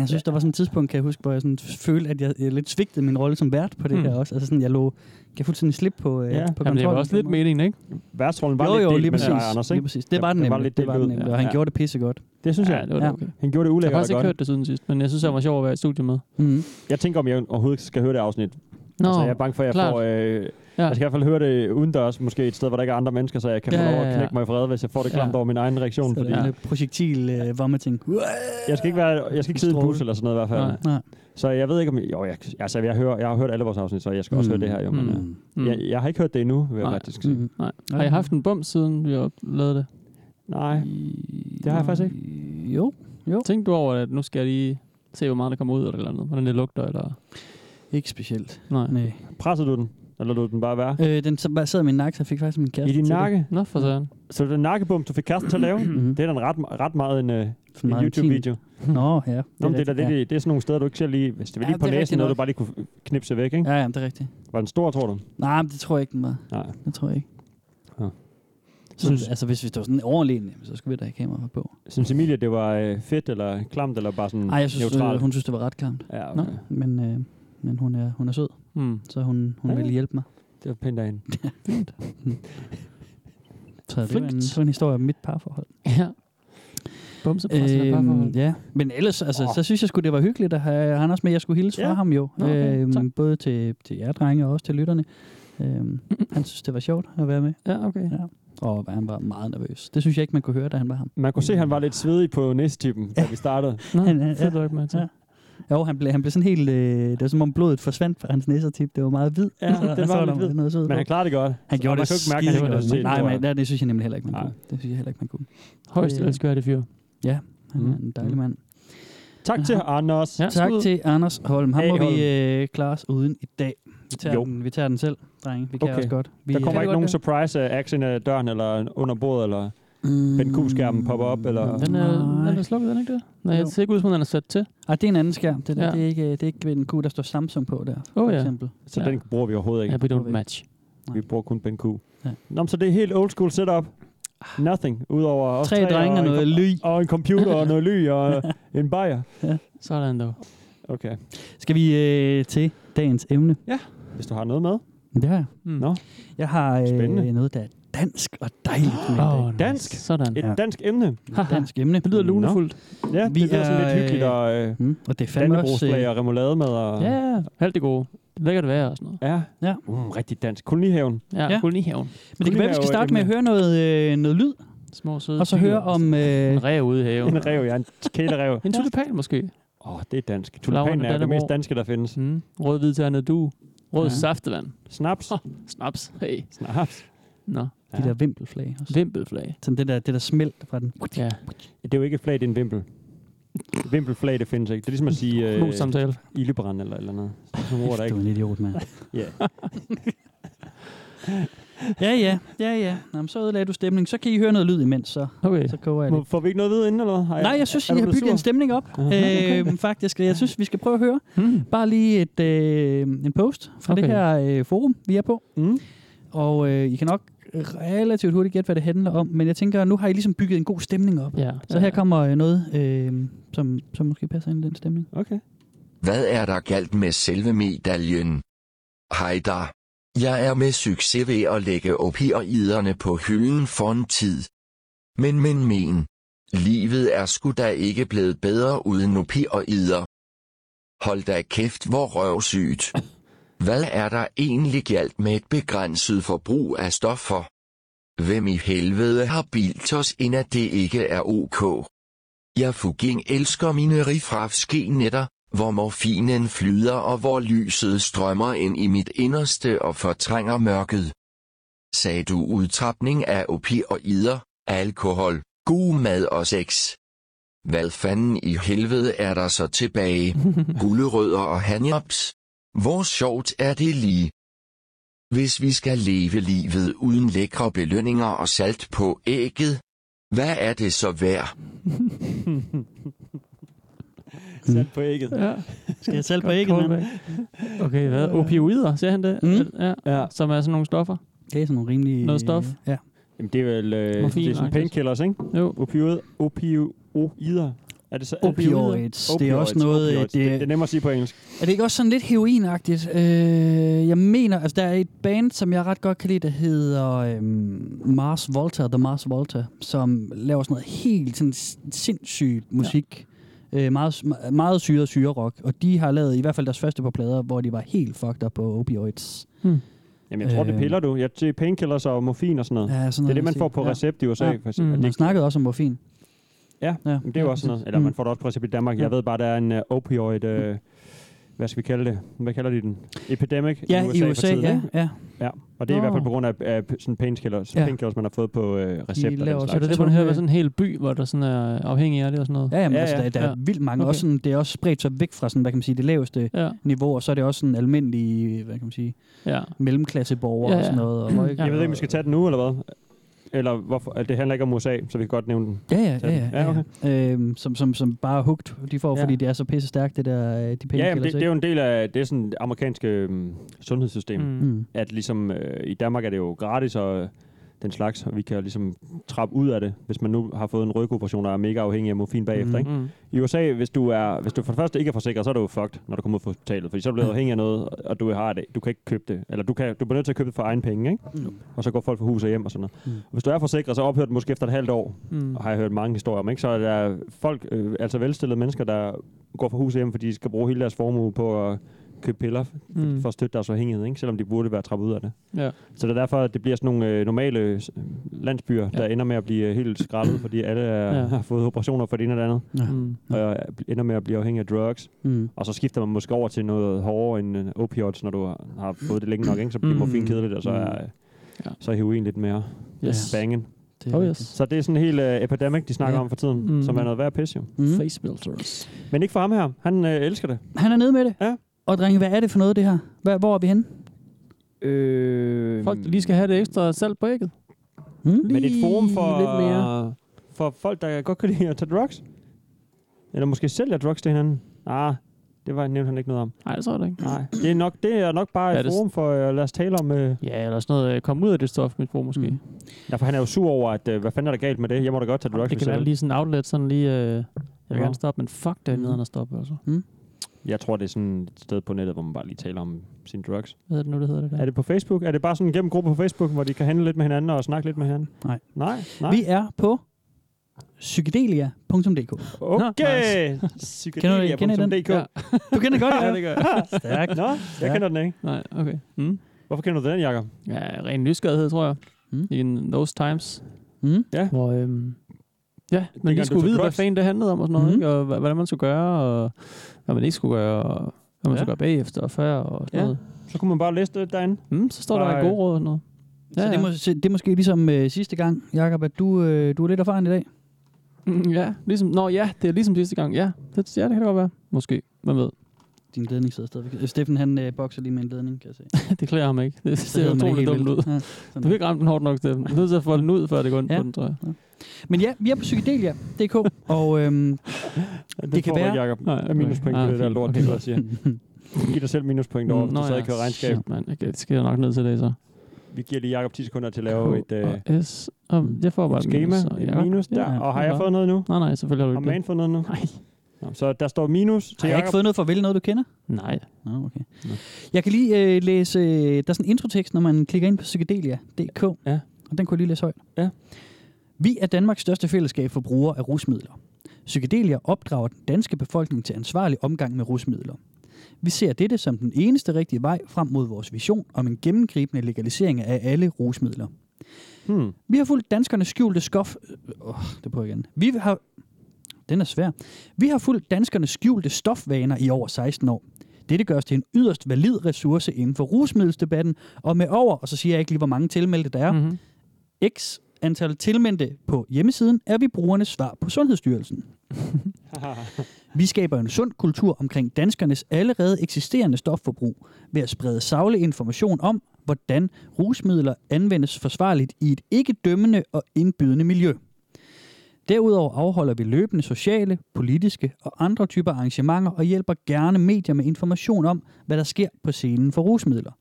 [SPEAKER 6] Jeg synes, der var sådan et tidspunkt, kan jeg huske, hvor jeg sådan følte, at jeg, jeg lidt svigtede min rolle som vært på det
[SPEAKER 5] Mm.
[SPEAKER 6] mm. her også. Altså sådan, jeg lå, kan fuldstændig slip på, øh,
[SPEAKER 4] Ja,
[SPEAKER 6] ja, på
[SPEAKER 5] Jamen, det var
[SPEAKER 6] kontrollen.
[SPEAKER 5] også lidt meningen, ikke?
[SPEAKER 4] Værtsrollen var
[SPEAKER 6] jo,
[SPEAKER 4] lidt
[SPEAKER 6] jo,
[SPEAKER 4] delt
[SPEAKER 6] lige
[SPEAKER 4] mellem
[SPEAKER 6] præcis.
[SPEAKER 4] dig og Anders,
[SPEAKER 6] lige
[SPEAKER 4] ikke?
[SPEAKER 6] præcis. Det var den
[SPEAKER 4] Den var
[SPEAKER 6] nemlig.
[SPEAKER 4] lidt
[SPEAKER 6] Det var
[SPEAKER 4] delt
[SPEAKER 6] den
[SPEAKER 4] ud.
[SPEAKER 6] nemlig, og han
[SPEAKER 5] Ja.
[SPEAKER 6] gjorde det pissegodt.
[SPEAKER 4] Det synes jeg.
[SPEAKER 5] det var
[SPEAKER 6] Ja.
[SPEAKER 5] da okay.
[SPEAKER 4] Han gjorde det
[SPEAKER 5] Jeg har
[SPEAKER 4] ulækkert
[SPEAKER 5] faktisk
[SPEAKER 4] og
[SPEAKER 5] ikke
[SPEAKER 4] godt.
[SPEAKER 5] hørt det siden sidst, men jeg synes, det var sjovt at være i studiet med.
[SPEAKER 6] Mm.
[SPEAKER 4] Jeg tænker, om jeg overhovedet ikke skal høre det afsnit.
[SPEAKER 5] Nå,
[SPEAKER 4] altså, jeg er bange for, at jeg
[SPEAKER 5] klart.
[SPEAKER 4] får... Øh,
[SPEAKER 5] ja.
[SPEAKER 4] Jeg skal i hvert fald høre det udendørs, måske et sted, hvor der ikke er andre mennesker, så jeg kan
[SPEAKER 5] Ja,
[SPEAKER 4] få lov
[SPEAKER 5] ja,
[SPEAKER 4] at
[SPEAKER 5] ja.
[SPEAKER 4] knække mig i fred, hvis jeg får det
[SPEAKER 5] Ja.
[SPEAKER 4] klamt over min egen reaktion.
[SPEAKER 6] Så
[SPEAKER 4] Fordi
[SPEAKER 6] det er projektil øh, vomiting.
[SPEAKER 4] jeg skal ikke, være, jeg skal ikke sidde i en bus
[SPEAKER 6] Stråle.
[SPEAKER 4] eller sådan noget i hvert fald.
[SPEAKER 5] Nej.
[SPEAKER 6] Nej.
[SPEAKER 4] Så jeg ved ikke, om... Jo, jeg, altså, jeg, hører, jeg har hørt alle vores afsnit, så jeg skal også
[SPEAKER 6] Mm.
[SPEAKER 4] høre det her. Jo, men,
[SPEAKER 5] Mm.
[SPEAKER 4] øh,
[SPEAKER 5] Mm.
[SPEAKER 4] jeg, jeg, har ikke hørt det endnu, vil jeg
[SPEAKER 5] Nej.
[SPEAKER 4] faktisk
[SPEAKER 6] Mhm.
[SPEAKER 4] sige.
[SPEAKER 5] Nej. Har I haft en bum, siden vi har lavet det?
[SPEAKER 4] Nej, det har jeg faktisk ikke.
[SPEAKER 6] Jo,
[SPEAKER 5] Tænkte du over, at nu skal jeg lige se, hvor meget der kommer ud, eller, et eller andet, hvordan det lugter, eller...
[SPEAKER 6] ikke specielt.
[SPEAKER 5] Nej.
[SPEAKER 6] Nej.
[SPEAKER 4] Pressede du den? Eller lod du den bare være?
[SPEAKER 6] Øh, den så- bare sad i min nakke, så jeg fik faktisk min kæreste
[SPEAKER 4] I din
[SPEAKER 6] til det.
[SPEAKER 4] nakke?
[SPEAKER 5] Nå, for søren. [LAUGHS]
[SPEAKER 4] Så den nakkebum, du fik kæresten til at lave?
[SPEAKER 6] Mhm.
[SPEAKER 4] det er da en ret, ret meget en, øh,
[SPEAKER 6] For
[SPEAKER 4] en
[SPEAKER 6] meget
[SPEAKER 4] YouTube-video.
[SPEAKER 6] intimt. Nå, ja.
[SPEAKER 4] Nå, men det, er
[SPEAKER 6] rigtigt,
[SPEAKER 4] da det, det, det er sådan nogle steder, du ikke ser lige... Hvis det var
[SPEAKER 6] Ja,
[SPEAKER 4] lige på
[SPEAKER 6] det er
[SPEAKER 4] næsen,
[SPEAKER 6] rigtigt
[SPEAKER 4] noget,
[SPEAKER 6] nok.
[SPEAKER 4] du bare lige kunne knipse væk, ikke?
[SPEAKER 6] ja. ja, ja, det er rigtigt.
[SPEAKER 4] Var den stor, tror du?
[SPEAKER 6] Nej, men det tror jeg ikke, den var.
[SPEAKER 4] Nej.
[SPEAKER 6] Det tror jeg ikke.
[SPEAKER 4] Ja.
[SPEAKER 6] Så,
[SPEAKER 4] Synes- Mm.
[SPEAKER 6] altså, hvis vi står sådan overlegen, jamen, så skulle vi da have kamera på.
[SPEAKER 4] Synes Emilie, det var øh, fedt eller klamt, eller bare sådan
[SPEAKER 6] Nej, jeg synes,
[SPEAKER 4] neutralt?
[SPEAKER 6] øh, hun synes, det var ret klamt.
[SPEAKER 4] Ja,
[SPEAKER 6] Nå,
[SPEAKER 4] okay.
[SPEAKER 6] men, øh, men hun, er, hun er sød,
[SPEAKER 5] Mm.
[SPEAKER 6] så hun, hun
[SPEAKER 4] Ja.
[SPEAKER 6] ja. ville hjælpe mig.
[SPEAKER 4] Det var pænt af hende.
[SPEAKER 6] Så det var en,
[SPEAKER 5] Flot.
[SPEAKER 6] det var en historie om mit parforhold.
[SPEAKER 5] Ja. Bumse presser øhm,
[SPEAKER 6] Øhm,
[SPEAKER 5] parforhold.
[SPEAKER 6] ja, men ellers, altså, oh. så synes jeg sgu, det var hyggeligt at have Anders med. Jeg skulle hilse fra
[SPEAKER 4] Ja.
[SPEAKER 6] ham jo,
[SPEAKER 5] Nå, okay. Tak.
[SPEAKER 6] øhm, både til, til jer drenge og også til lytterne. Øhm, han synes, det var sjovt at være med,
[SPEAKER 5] Ja, okay.
[SPEAKER 6] Ja. og han var meget nervøs. Det synes jeg ikke, man kunne høre, da han var ham.
[SPEAKER 4] Man kunne se, at han var lidt svedig på næstippen, da vi startede.
[SPEAKER 5] Nå,
[SPEAKER 6] Han er-
[SPEAKER 5] fedt nok, Martin.
[SPEAKER 6] Ja. Jo, han blev, han blev sådan helt... Øh, det var som om blodet forsvandt fra hans næsertip. Det var meget hvid.
[SPEAKER 4] Ja, den var
[SPEAKER 6] så
[SPEAKER 4] lidt hvid.
[SPEAKER 6] Noget sød.
[SPEAKER 4] Men han klarede det godt.
[SPEAKER 6] han
[SPEAKER 4] Så-
[SPEAKER 6] gjorde
[SPEAKER 4] og man
[SPEAKER 6] det
[SPEAKER 4] kunne ikke mærke, at han
[SPEAKER 6] skide
[SPEAKER 4] ikke
[SPEAKER 6] godt.
[SPEAKER 4] var til
[SPEAKER 6] Nej,
[SPEAKER 4] det, tror
[SPEAKER 6] men
[SPEAKER 4] jeg.
[SPEAKER 6] nej, det synes jeg nemlig heller ikke, man
[SPEAKER 4] Nej.
[SPEAKER 6] kunne. Det synes jeg heller ikke, man kunne.
[SPEAKER 5] Højst
[SPEAKER 6] Øh,
[SPEAKER 5] elsker jeg det fyr.
[SPEAKER 6] Han
[SPEAKER 4] Mm.
[SPEAKER 6] er en dejlig mand.
[SPEAKER 4] Tak til Anders.
[SPEAKER 5] Ja,
[SPEAKER 6] Tak
[SPEAKER 5] skud.
[SPEAKER 6] til Anders Holm. Ham
[SPEAKER 4] Hey,
[SPEAKER 6] må
[SPEAKER 4] Holm.
[SPEAKER 6] vi øh, klare os uden i dag. Vi tager,
[SPEAKER 4] Jo.
[SPEAKER 6] den, vi tager den selv, drenge. Vi kan
[SPEAKER 4] Okay.
[SPEAKER 6] også godt. Vi, øh,
[SPEAKER 4] Der kommer
[SPEAKER 5] Kan
[SPEAKER 4] ikke
[SPEAKER 5] vi
[SPEAKER 4] nogen
[SPEAKER 5] godt
[SPEAKER 4] surprise af action af døren, eller under bordet, eller...
[SPEAKER 6] Mm.
[SPEAKER 4] Ben Q-skærmen popper op, eller-
[SPEAKER 5] Den er, den er
[SPEAKER 6] Nej.
[SPEAKER 5] da slukket, er den ikke det? Nej, jeg
[SPEAKER 6] Jo.
[SPEAKER 5] ser ikke ud, som om den er sat til.
[SPEAKER 6] Ej, det er en anden skærm. Det, der,
[SPEAKER 5] Ja.
[SPEAKER 6] det, er ikke, øh, det er ikke Ben Q, der står Samsung på der, for
[SPEAKER 5] Åh, ja.
[SPEAKER 6] eksempel.
[SPEAKER 4] Så
[SPEAKER 5] Ja.
[SPEAKER 4] den bruger vi overhovedet ikke.
[SPEAKER 5] Ja, we don't match.
[SPEAKER 4] Vi bruger kun Ben Q.
[SPEAKER 6] Ja.
[SPEAKER 4] Nå, men så det er helt old school setup. Nothing, udover os
[SPEAKER 6] Tre drenge og
[SPEAKER 4] en
[SPEAKER 6] noget
[SPEAKER 4] kom-
[SPEAKER 6] ly.
[SPEAKER 4] Og en computer og noget ly
[SPEAKER 6] [LAUGHS]
[SPEAKER 4] og en bajer.
[SPEAKER 5] Sådan dog.
[SPEAKER 4] Okay,
[SPEAKER 6] Skal vi øh, til dagens emne?
[SPEAKER 4] hvis du har noget med.
[SPEAKER 6] Det har jeg.
[SPEAKER 5] Mm.
[SPEAKER 4] Nå.
[SPEAKER 6] Jeg har
[SPEAKER 4] Spændende.
[SPEAKER 6] øh, noget, der er dansk og dejligt med
[SPEAKER 5] Åh,
[SPEAKER 6] oh,
[SPEAKER 5] nice.
[SPEAKER 4] Dansk?
[SPEAKER 5] Sådan.
[SPEAKER 4] Et
[SPEAKER 6] Ja.
[SPEAKER 4] dansk emne.
[SPEAKER 5] Haha.
[SPEAKER 6] dansk emne.
[SPEAKER 5] Det lyder
[SPEAKER 4] Nå.
[SPEAKER 5] lunefuldt.
[SPEAKER 4] Ja,
[SPEAKER 6] Vi
[SPEAKER 4] vi det er, sådan
[SPEAKER 6] er,
[SPEAKER 4] lidt hyggeligt
[SPEAKER 6] øh,
[SPEAKER 4] og øh,
[SPEAKER 6] Mm. Og det er fandme også...
[SPEAKER 4] dannebrugsflag
[SPEAKER 6] Øh,
[SPEAKER 4] og remoulade med. Og,
[SPEAKER 5] Ja, ja. Alt det gode. Det lækkert vejr og sådan noget.
[SPEAKER 4] ja.
[SPEAKER 6] Ja.
[SPEAKER 4] Mm, rigtig dansk. Kolonihaven.
[SPEAKER 5] Ja,
[SPEAKER 6] Ja.
[SPEAKER 5] ja. kolonihaven.
[SPEAKER 6] men det kan være, vi skal starte med at høre noget, øh, noget lyd,
[SPEAKER 5] Små søde
[SPEAKER 6] og så
[SPEAKER 5] dyr.
[SPEAKER 6] høre om... Øh,
[SPEAKER 5] En rev ude i haven.
[SPEAKER 4] En rev, ja. En kælerev.
[SPEAKER 5] En tulipan måske.
[SPEAKER 4] Åh, oh, det er dansk. Tulipanen
[SPEAKER 5] Laurene
[SPEAKER 4] er jo det mest
[SPEAKER 5] Dannebrog.
[SPEAKER 4] danske, der findes.
[SPEAKER 5] Mm. Rød-hvid ternet du. Rød
[SPEAKER 6] Ja.
[SPEAKER 5] ja. saftevand.
[SPEAKER 4] Snaps.
[SPEAKER 5] Snaps. Hey.
[SPEAKER 4] Snaps.
[SPEAKER 5] Nå.
[SPEAKER 6] de der vimpelflag. Også.
[SPEAKER 5] Vimpelflag.
[SPEAKER 6] Sådan det der, det der smelt fra den.
[SPEAKER 5] Ja.
[SPEAKER 4] Det er jo ikke et flag, det er en vimpel. Vimpelflag, det findes ikke. Det er ligesom at sige
[SPEAKER 5] God
[SPEAKER 4] øh,
[SPEAKER 5] samtale.
[SPEAKER 4] ildebrand eller et eller andet. Sådan nogle ord, der
[SPEAKER 6] Du
[SPEAKER 4] ikke...
[SPEAKER 6] er en idiot, mand.
[SPEAKER 4] Ja.
[SPEAKER 6] [LAUGHS] ja, ja, ja, ja. Nå, men så ødelagde du stemningen. Så kan I høre noget lyd imens, så,
[SPEAKER 5] Okay.
[SPEAKER 6] så koger jeg
[SPEAKER 4] Må,
[SPEAKER 6] det.
[SPEAKER 4] får vi ikke noget at vide inden, eller hvad? Har
[SPEAKER 6] Nej, jeg synes,
[SPEAKER 4] er
[SPEAKER 6] I
[SPEAKER 4] du
[SPEAKER 6] har
[SPEAKER 4] blevet
[SPEAKER 6] bygget en
[SPEAKER 4] sur?
[SPEAKER 6] stemning op, øh, faktisk. Jeg synes, vi skal prøve at høre
[SPEAKER 5] Hmm.
[SPEAKER 6] bare lige et, øh, en post fra okay. det
[SPEAKER 5] Okay.
[SPEAKER 6] her øh, forum, vi er på.
[SPEAKER 4] Mm.
[SPEAKER 6] Og øh, I kan nok relativt hurtigt gætte, hvad det handler om, men jeg tænker, nu har I ligesom bygget en god stemning op.
[SPEAKER 5] Ja.
[SPEAKER 6] Så her kommer øh, noget, øh, som, som måske passer ind i den stemning.
[SPEAKER 4] Okay.
[SPEAKER 7] Hvad er der galt med selve medaljen? Hej da. Jeg er med succes ved at lægge opioiderne på hylden for en tid. Men men men. Livet er sgu da ikke blevet bedre uden opioider. Hold da kæft hvor røvsygt. Hvad er der egentlig galt med et begrænset forbrug af stoffer? Hvem i helvede har bildt os ind at det ikke er ok? Jeg fucking elsker mine rifrafske netter, hvor morfinen flyder og hvor lyset strømmer ind i mit inderste og fortrænger mørket. Sagde du udtrapning af opi og ider, alkohol, god mad og sex. Hvad fanden i helvede er der så tilbage? Gullerødder og handjaps? Hvor sjovt er det lige? Hvis vi skal leve livet uden lækre belønninger og salt på ægget, hvad er det så værd?
[SPEAKER 6] Mm.
[SPEAKER 4] Sat på ægget.
[SPEAKER 5] [LAUGHS] Ja.
[SPEAKER 6] Skal jeg selv på ægget, mand? Øh.
[SPEAKER 5] Okay, hvad? Opioider, siger han det?
[SPEAKER 6] Mm.
[SPEAKER 5] Ja.
[SPEAKER 4] Ja.
[SPEAKER 5] Som er sådan nogle stoffer.
[SPEAKER 6] Det er sådan nogle rimelige...
[SPEAKER 5] Noget stof?
[SPEAKER 6] Ja.
[SPEAKER 4] Jamen, det er vel øh, det er sådan
[SPEAKER 5] Morfin-agtigt.
[SPEAKER 4] painkillers, ikke?
[SPEAKER 5] Jo.
[SPEAKER 4] Opioid, opioider. Er det så
[SPEAKER 6] Opioids.
[SPEAKER 4] opioids?
[SPEAKER 6] Det er også noget, øh,
[SPEAKER 4] opioids.
[SPEAKER 6] det-
[SPEAKER 4] Det, det, er nemmere at sige på engelsk.
[SPEAKER 6] Er det ikke også sådan lidt heroinagtigt? Øh, jeg mener, altså der er et band, som jeg ret godt kan lide, der hedder øh, Mars Volta, The Mars Volta, som laver sådan noget helt sådan sindssyg musik. Ja. Øh, meget, meget syret syrerock. Og de har lavet i hvert fald deres første på plader, hvor de var helt fucked up på opioids.
[SPEAKER 4] Jamen, jeg tror, det
[SPEAKER 6] Øh.
[SPEAKER 4] piller du. Jeg til painkillers og morfin og sådan noget. Ja,
[SPEAKER 6] Ja, sådan
[SPEAKER 4] det er det, man
[SPEAKER 6] noget
[SPEAKER 4] får på
[SPEAKER 6] musik.
[SPEAKER 4] recept i USA,
[SPEAKER 6] Ja.
[SPEAKER 4] for eksempel.
[SPEAKER 5] Mm.
[SPEAKER 4] Mm.
[SPEAKER 6] Ja. Man snakkede også om morfin.
[SPEAKER 4] Ja,
[SPEAKER 6] ja.
[SPEAKER 4] Det er jo også sådan noget. Eller man får det også på recept i Danmark. Jeg
[SPEAKER 6] Mm.
[SPEAKER 4] ved bare, der er en uh, opioid... Uh, hvad skal vi kalde det? Hvad kalder de den? Epidemic
[SPEAKER 6] Ja,
[SPEAKER 4] i USA,
[SPEAKER 6] i
[SPEAKER 4] for
[SPEAKER 6] USA,
[SPEAKER 4] tiden,
[SPEAKER 6] ja,
[SPEAKER 4] ikke?
[SPEAKER 6] ja.
[SPEAKER 4] ja. Og det er i
[SPEAKER 6] Nå.
[SPEAKER 4] hvert fald på grund af, af sådan painkillers,
[SPEAKER 6] Ja.
[SPEAKER 4] ja. painkillers, man har fået på uh, recepter.
[SPEAKER 6] laver
[SPEAKER 4] den
[SPEAKER 5] Så er
[SPEAKER 4] slags.
[SPEAKER 5] det det,
[SPEAKER 6] Tunge-
[SPEAKER 5] man hører ved sådan en hel by, hvor der sådan er afhængig af det og sådan noget?
[SPEAKER 6] Ja, jamen,
[SPEAKER 4] Ja,
[SPEAKER 6] ja, altså,
[SPEAKER 4] ja.
[SPEAKER 6] der, der ja. er
[SPEAKER 5] Ja.
[SPEAKER 6] vildt mange. Okay.
[SPEAKER 5] Okay.
[SPEAKER 6] Også sådan, det er også spredt sig væk fra sådan, hvad kan man sige, det laveste
[SPEAKER 5] Ja,
[SPEAKER 6] niveau, og så er det også sådan almindelige, hvad kan man sige,
[SPEAKER 5] ja.
[SPEAKER 6] mellemklasseborgere ja,
[SPEAKER 5] Ja, ja.
[SPEAKER 6] ja. og sådan noget. Og høje-
[SPEAKER 4] Jeg ved ikke, om vi skal tage den nu, eller hvad? Eller hvorfor? altså, Det handler ikke om USA, så vi kan godt nævne den.
[SPEAKER 6] Ja, ja,
[SPEAKER 4] Tag
[SPEAKER 6] ja.
[SPEAKER 4] den.
[SPEAKER 6] ja,
[SPEAKER 4] Ja,
[SPEAKER 6] ja, ja. Øhm, som, som, som bare er hugt, de får, ja.
[SPEAKER 4] Ja.
[SPEAKER 6] fordi det er så pisse stærkt, det der, øh, de penge
[SPEAKER 4] Ja, jamen, det, det er jo en del af det er sådan, det amerikanske øhm, sundhedssystem. Mm.
[SPEAKER 5] Mm.
[SPEAKER 6] Mm.
[SPEAKER 4] At ligesom, øh, i Danmark er det jo gratis og øh, den slags, og vi kan jo ligesom trappe ud af det, hvis man nu har fået en rygoperation og er mega afhængig af morfin bagefter. Mm. Ikke?
[SPEAKER 5] Mm.
[SPEAKER 4] I USA, hvis du, er, hvis du for det første ikke er forsikret, så er du jo fucked, når du kommer ud fra hospitalet. Fordi så bliver du afhængig af noget, og du har det. Du kan ikke købe det. Eller du, kan, du bliver nødt til at købe det for egen penge, ikke?
[SPEAKER 6] Mm.
[SPEAKER 4] Og så går folk fra hus og hjem og sådan noget.
[SPEAKER 6] Mm.
[SPEAKER 4] Mm. Hvis du er forsikret, så ophører det måske efter et halvt år.
[SPEAKER 5] Mm.
[SPEAKER 4] har jeg hørt mange historier om, ikke? Så er der folk, øh, altså velstillede mennesker, der går fra hus og hjem, fordi de skal bruge hele deres formue på at købe piller f-
[SPEAKER 5] Mm.
[SPEAKER 4] for at støtte deres afhængighed, ikke? selvom de burde være trappet ud af det.
[SPEAKER 5] Ja.
[SPEAKER 4] Så det er derfor, at det bliver sådan nogle øh, normale øh, landsbyer, ja. der ender med at blive øh, helt skrællet, fordi alle er, ja.
[SPEAKER 5] Ja.
[SPEAKER 4] [LAUGHS] har fået operationer for det ene eller det andet,
[SPEAKER 5] Mm.
[SPEAKER 4] og øh, ender med at blive afhængig af drugs.
[SPEAKER 6] Mm.
[SPEAKER 4] Og så skifter man måske over til noget hårdere end øh, opioids, når du har- har fået det længe nok, ikke? så bliver
[SPEAKER 5] Mm.
[SPEAKER 4] morfin kedeligt, og så er, øh,
[SPEAKER 5] Ja.
[SPEAKER 4] så er heroin lidt mere
[SPEAKER 5] Yes.
[SPEAKER 4] bangen.
[SPEAKER 6] Det
[SPEAKER 5] Oh,
[SPEAKER 6] er
[SPEAKER 5] yes.
[SPEAKER 4] Så det er sådan en helt øh, epidemic, de snakker
[SPEAKER 6] Ja.
[SPEAKER 4] ja. om for tiden,
[SPEAKER 5] Mm.
[SPEAKER 4] mm. som er noget værd pis, jo.
[SPEAKER 6] rigtigt. Mm.
[SPEAKER 5] Face filters.
[SPEAKER 4] Men ikke for ham her. Han øh, elsker det.
[SPEAKER 6] Han er nede med det.
[SPEAKER 4] Ja.
[SPEAKER 6] Og drenge, hvad er det for noget, det her? Hvad, hvor er vi henne?
[SPEAKER 4] Øh,
[SPEAKER 5] Folk, der lige skal have det ekstra salt på ægget.
[SPEAKER 6] Mm?
[SPEAKER 4] Men det er et forum for,
[SPEAKER 5] Lige lidt mere.
[SPEAKER 4] for folk, der godt kan lide at tage drugs. Eller måske sælger drugs til hinanden. Ah, det var, nævnte han ikke noget om.
[SPEAKER 5] Nej, det tror jeg da ikke.
[SPEAKER 4] Nej, det er nok, det er nok bare
[SPEAKER 5] Ja,
[SPEAKER 4] et
[SPEAKER 5] det-
[SPEAKER 4] forum for, øh, lad os tale om... Øh,
[SPEAKER 5] Ja, eller sådan noget. øh, Kom ud af det stofmisbrug måske.
[SPEAKER 6] Mm.
[SPEAKER 5] Mm.
[SPEAKER 4] ja, for han er jo sur over, at øh, hvad fanden er der galt med det? Jeg må da godt tage drugs.
[SPEAKER 5] Det kan
[SPEAKER 4] hvis jeg
[SPEAKER 5] være
[SPEAKER 4] vil.
[SPEAKER 5] lige sådan en outlet, sådan lige... Øh, jeg vil
[SPEAKER 4] Ja.
[SPEAKER 5] gerne stoppe, men fuck, det er
[SPEAKER 6] Mm.
[SPEAKER 5] nederen at stoppe, altså.
[SPEAKER 4] Jeg tror, det er sådan et sted på nettet, hvor man bare lige taler om sine drugs.
[SPEAKER 5] Hvad er det nu, det hedder det der?
[SPEAKER 4] Er det på Facebook? Er det bare sådan en gennem gruppe på Facebook, hvor de kan handle lidt med hinanden og snakke lidt med hinanden?
[SPEAKER 6] Nej.
[SPEAKER 4] Nej? Nej?
[SPEAKER 6] Vi er på psykedelia.dk.
[SPEAKER 4] Okay.
[SPEAKER 6] Kender du- kender I den?
[SPEAKER 4] Psykedelia.dk.
[SPEAKER 5] Ja.
[SPEAKER 6] [LAUGHS] Du kender godt,
[SPEAKER 4] Ja,
[SPEAKER 6] ja.
[SPEAKER 4] det gør jeg.
[SPEAKER 6] [LAUGHS] Stærkt.
[SPEAKER 4] Nå, jeg
[SPEAKER 6] Ja.
[SPEAKER 4] kender den ikke.
[SPEAKER 5] Nej, okay. Mm.
[SPEAKER 4] Hvorfor kender du den, Jacob?
[SPEAKER 5] Ja, ren nysgerrighed, tror jeg.
[SPEAKER 6] Mm.
[SPEAKER 5] Mm. In those times.
[SPEAKER 6] Mm.
[SPEAKER 5] Hvor, øhm, ja, man
[SPEAKER 4] Dengang
[SPEAKER 5] lige
[SPEAKER 4] du
[SPEAKER 5] skulle
[SPEAKER 4] tog
[SPEAKER 5] vide, hvad
[SPEAKER 4] drugs.
[SPEAKER 5] fanden det handlede om og sådan noget,
[SPEAKER 6] Mhm.
[SPEAKER 5] mm. ikke? og hva- hvordan man skulle gøre, og hvad man ikke skulle gøre, og hvad man
[SPEAKER 6] Ja.
[SPEAKER 5] ja. skulle gøre bagefter og før og sådan
[SPEAKER 4] Ja.
[SPEAKER 5] ja. noget.
[SPEAKER 4] Så kunne man bare læse det derinde.
[SPEAKER 5] Mm, så står der
[SPEAKER 4] Ej.
[SPEAKER 5] en god råd og sådan noget.
[SPEAKER 6] Ja, så det, må, så det er måske ligesom øh, sidste gang, Jakob, at du, øh, du er lidt erfaren i dag.
[SPEAKER 5] Mm, ja, ligesom, nå ja, det er ligesom sidste gang. Ja, det, ja, det kan det godt være. Måske. Hvem ved? [LAUGHS]
[SPEAKER 6] Din ledning sidder stadigvæk. Øh, Steffen, han øh, bokser lige med en ledning, kan [LAUGHS] jeg se.
[SPEAKER 5] det klæder ham ikke. Det
[SPEAKER 6] Så
[SPEAKER 5] ser
[SPEAKER 6] hedder man
[SPEAKER 5] utroligt
[SPEAKER 6] ikke helt
[SPEAKER 5] dumt ud.
[SPEAKER 6] vildt. Ja,
[SPEAKER 5] Du kan
[SPEAKER 6] sådan.
[SPEAKER 5] ikke ramme den hårdt nok, Steffen. Du er nødt til at få den ud, før det går ondt
[SPEAKER 6] Ja.
[SPEAKER 5] på den, tror jeg.
[SPEAKER 6] Men ja, vi er på [LAUGHS] psykedelia.dk, og øhm,
[SPEAKER 4] Den
[SPEAKER 6] Det kan
[SPEAKER 4] får du,
[SPEAKER 6] være-
[SPEAKER 4] Jacob.
[SPEAKER 5] Nej,
[SPEAKER 4] Der er minuspoint på
[SPEAKER 5] Ah,
[SPEAKER 4] det der
[SPEAKER 5] fint.
[SPEAKER 4] lort,
[SPEAKER 5] Okay.
[SPEAKER 4] det der siger. Giv dig selv minuspoint over, hvis
[SPEAKER 5] Nå
[SPEAKER 4] du
[SPEAKER 5] ja,
[SPEAKER 4] sidder ikke og regnskab.
[SPEAKER 5] Shit, mand. Okay, det skal jeg nok ned til det, så.
[SPEAKER 4] Vi giver lige Jacob 10 sekunder til at lave et øh,
[SPEAKER 5] Og S. Og jeg får bare et
[SPEAKER 4] skema.
[SPEAKER 5] minus, og jeg
[SPEAKER 4] Et
[SPEAKER 5] godt-
[SPEAKER 4] minus
[SPEAKER 5] Ja,
[SPEAKER 4] der. Og har
[SPEAKER 5] det er
[SPEAKER 4] jeg
[SPEAKER 5] godt.
[SPEAKER 4] fået noget nu?
[SPEAKER 5] Nej, nej, selvfølgelig har du
[SPEAKER 4] Har
[SPEAKER 5] ikke det.
[SPEAKER 4] man fået noget nu?
[SPEAKER 5] Nej,
[SPEAKER 4] Nå, Så der står minus
[SPEAKER 6] [LAUGHS] har
[SPEAKER 4] til
[SPEAKER 6] jeg ikke
[SPEAKER 4] Jacob.
[SPEAKER 6] fået noget farvel, noget du kender?
[SPEAKER 5] nej.
[SPEAKER 6] Nå, okay.
[SPEAKER 4] Nå.
[SPEAKER 6] Jeg kan lige øh, læse, øh, der er sådan en introtekst, når man klikker ind på psykedelia.dk,
[SPEAKER 4] Ja.
[SPEAKER 6] og den kunne jeg lige læse højt.
[SPEAKER 4] Ja.
[SPEAKER 6] Vi er Danmarks største fællesskab for brugere af rusmidler. Psykedelia opdrager den danske befolkning til ansvarlig omgang med rusmidler. Vi ser dette som den eneste rigtige vej frem mod vores vision om en gennemgribende legalisering af alle rusmidler.
[SPEAKER 4] Hmm.
[SPEAKER 6] Vi har fulgt danskernes skjulte skof... Øh, Åh, det prøver jeg igen. Vi har... Den er svær. Vi har fulgt danskernes skjulte stofvaner i over 16 år. Dette gørs til en yderst valid ressource inden for rusmiddelsdebatten, og med over, og så siger jeg ikke lige, hvor mange tilmeldte der er,
[SPEAKER 5] Mm-hmm.
[SPEAKER 6] x antal tilmeldte på hjemmesiden, er vi brugernes svar på Sundhedsstyrelsen. vi skaber en sund kultur omkring danskernes allerede eksisterende stofforbrug ved at sprede savlig information om, hvordan rusmidler anvendes forsvarligt i et ikke dømmende og indbydende miljø. Derudover afholder vi løbende sociale, politiske og andre typer arrangementer og hjælper gerne medier med information om, hvad der sker på scenen for rusmidler.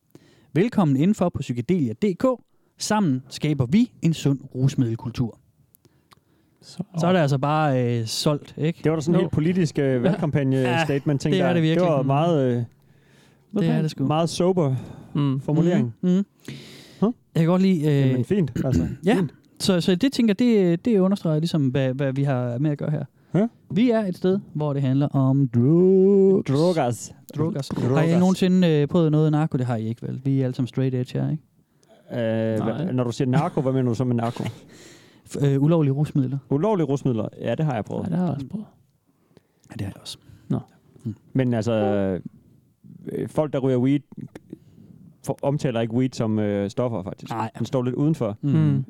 [SPEAKER 6] Velkommen indenfor på psykedelia.dk. Sammen skaber vi en sund rusmiddelkultur.
[SPEAKER 5] Så,
[SPEAKER 6] Så er det altså bare øh, solgt, ikke?
[SPEAKER 4] Det var da sådan en
[SPEAKER 5] Jo.
[SPEAKER 4] helt politisk øh, valgkampagne-statement-ting
[SPEAKER 6] det er
[SPEAKER 4] der.
[SPEAKER 6] det virkelig. Mm.
[SPEAKER 4] Det var meget, øh,
[SPEAKER 6] Det er det sgu.
[SPEAKER 4] meget sober
[SPEAKER 5] Mm.
[SPEAKER 4] formulering. Mm.
[SPEAKER 6] Mm-hmm.
[SPEAKER 4] Huh?
[SPEAKER 6] Jeg kan godt lide... Øh,
[SPEAKER 4] Jamen fint, altså.
[SPEAKER 6] ja, så, så det tænker det, det understreger ligesom, hvad, hvad vi har med at gøre her.
[SPEAKER 4] Ja.
[SPEAKER 6] Vi er et sted, hvor det handler om drugs.
[SPEAKER 4] Drogas.
[SPEAKER 6] Druggers. Har I nogensinde øh, prøvet noget narko? Det har I ikke, vel? Vi er alle sammen straight edge her, ikke?
[SPEAKER 4] Øh, hva- når du siger narko, hvad mener du så med narko?
[SPEAKER 6] F- øh, ulovlige rusmidler.
[SPEAKER 4] Ulovlige rusmidler, ja, det har jeg prøvet.
[SPEAKER 5] Nej, det har jeg også prøvet.
[SPEAKER 6] Ja, det har jeg også.
[SPEAKER 4] Men altså, øh, folk, der ryger weed, for, omtaler ikke weed som øh, stoffer, faktisk.
[SPEAKER 6] Nej.
[SPEAKER 4] Den står lidt udenfor.
[SPEAKER 5] Mm.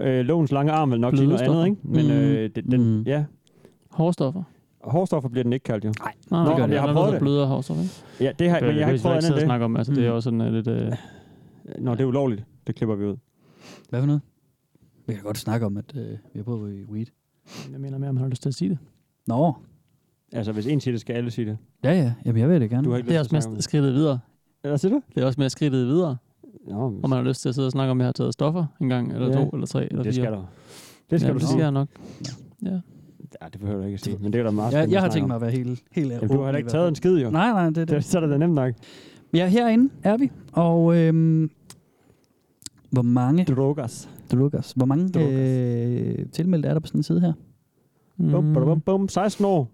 [SPEAKER 4] Øh, lovens lange arm vil nok
[SPEAKER 5] Bløde
[SPEAKER 4] sige noget
[SPEAKER 5] stoffer.
[SPEAKER 4] andet, ikke? Men øh, den, den,
[SPEAKER 6] Mm.
[SPEAKER 4] ja,
[SPEAKER 5] Hårstoffer.
[SPEAKER 4] hårdstoffer bliver den ikke kaldt, jo.
[SPEAKER 5] Nej,
[SPEAKER 4] Nå,
[SPEAKER 5] nej,
[SPEAKER 4] men jeg har
[SPEAKER 5] der
[SPEAKER 4] prøvet
[SPEAKER 5] er noget, der
[SPEAKER 4] det.
[SPEAKER 5] bløder hårstoffer, ikke?
[SPEAKER 4] Ja, det har, men jeg har ikke prøvet andet end det.
[SPEAKER 5] snakke om, altså det er
[SPEAKER 6] Mm.
[SPEAKER 5] også sådan øh, lidt... Øh,
[SPEAKER 4] Nå, det er ulovligt. Det klipper vi ud.
[SPEAKER 6] Hvad for noget? Vi kan godt snakke om, at øh, vi har prøvet weed.
[SPEAKER 5] jeg mener mere, om han har lyst til at sige det.
[SPEAKER 6] Nå,
[SPEAKER 4] Altså, hvis en siger det, skal alle sige det.
[SPEAKER 6] ja ja, Jamen, jeg vil det gerne.
[SPEAKER 4] Du har ikke
[SPEAKER 5] Det er
[SPEAKER 4] lyst
[SPEAKER 5] også
[SPEAKER 4] til at snakke om
[SPEAKER 5] mere skridtet videre.
[SPEAKER 4] det. Hvad siger du?
[SPEAKER 5] Det er også mere skridtet videre,
[SPEAKER 4] Nå, men,
[SPEAKER 5] om man har lyst til at sidde og snakke om, at jeg har taget stoffer en gang, eller
[SPEAKER 4] Ja.
[SPEAKER 5] to, eller tre, eller
[SPEAKER 4] det
[SPEAKER 5] fire.
[SPEAKER 4] skal du. Det skal
[SPEAKER 5] Jamen,
[SPEAKER 4] du
[SPEAKER 5] det
[SPEAKER 4] sige.
[SPEAKER 5] skal jeg nok.
[SPEAKER 4] Ja, det behøver du ikke at sige, men det er da meget
[SPEAKER 6] jeg,
[SPEAKER 4] spændende
[SPEAKER 6] jeg har
[SPEAKER 4] at snakke
[SPEAKER 6] tænkt
[SPEAKER 4] om.
[SPEAKER 6] mig at være helt, helt
[SPEAKER 4] Jamen, du har heller ikke taget en skid, jo.
[SPEAKER 6] Nej, nej, det er det.
[SPEAKER 4] Det, så er det da nemt nok.
[SPEAKER 6] Ja, herinde er vi, og øhm, hvor mange
[SPEAKER 4] Drogas.
[SPEAKER 6] drukkers, hvor mange
[SPEAKER 4] Drukkers.
[SPEAKER 6] øh, tilmeldte er der på sådan en side her?
[SPEAKER 4] Bum, bada, bum,
[SPEAKER 5] Mm.
[SPEAKER 4] bum. 16 år.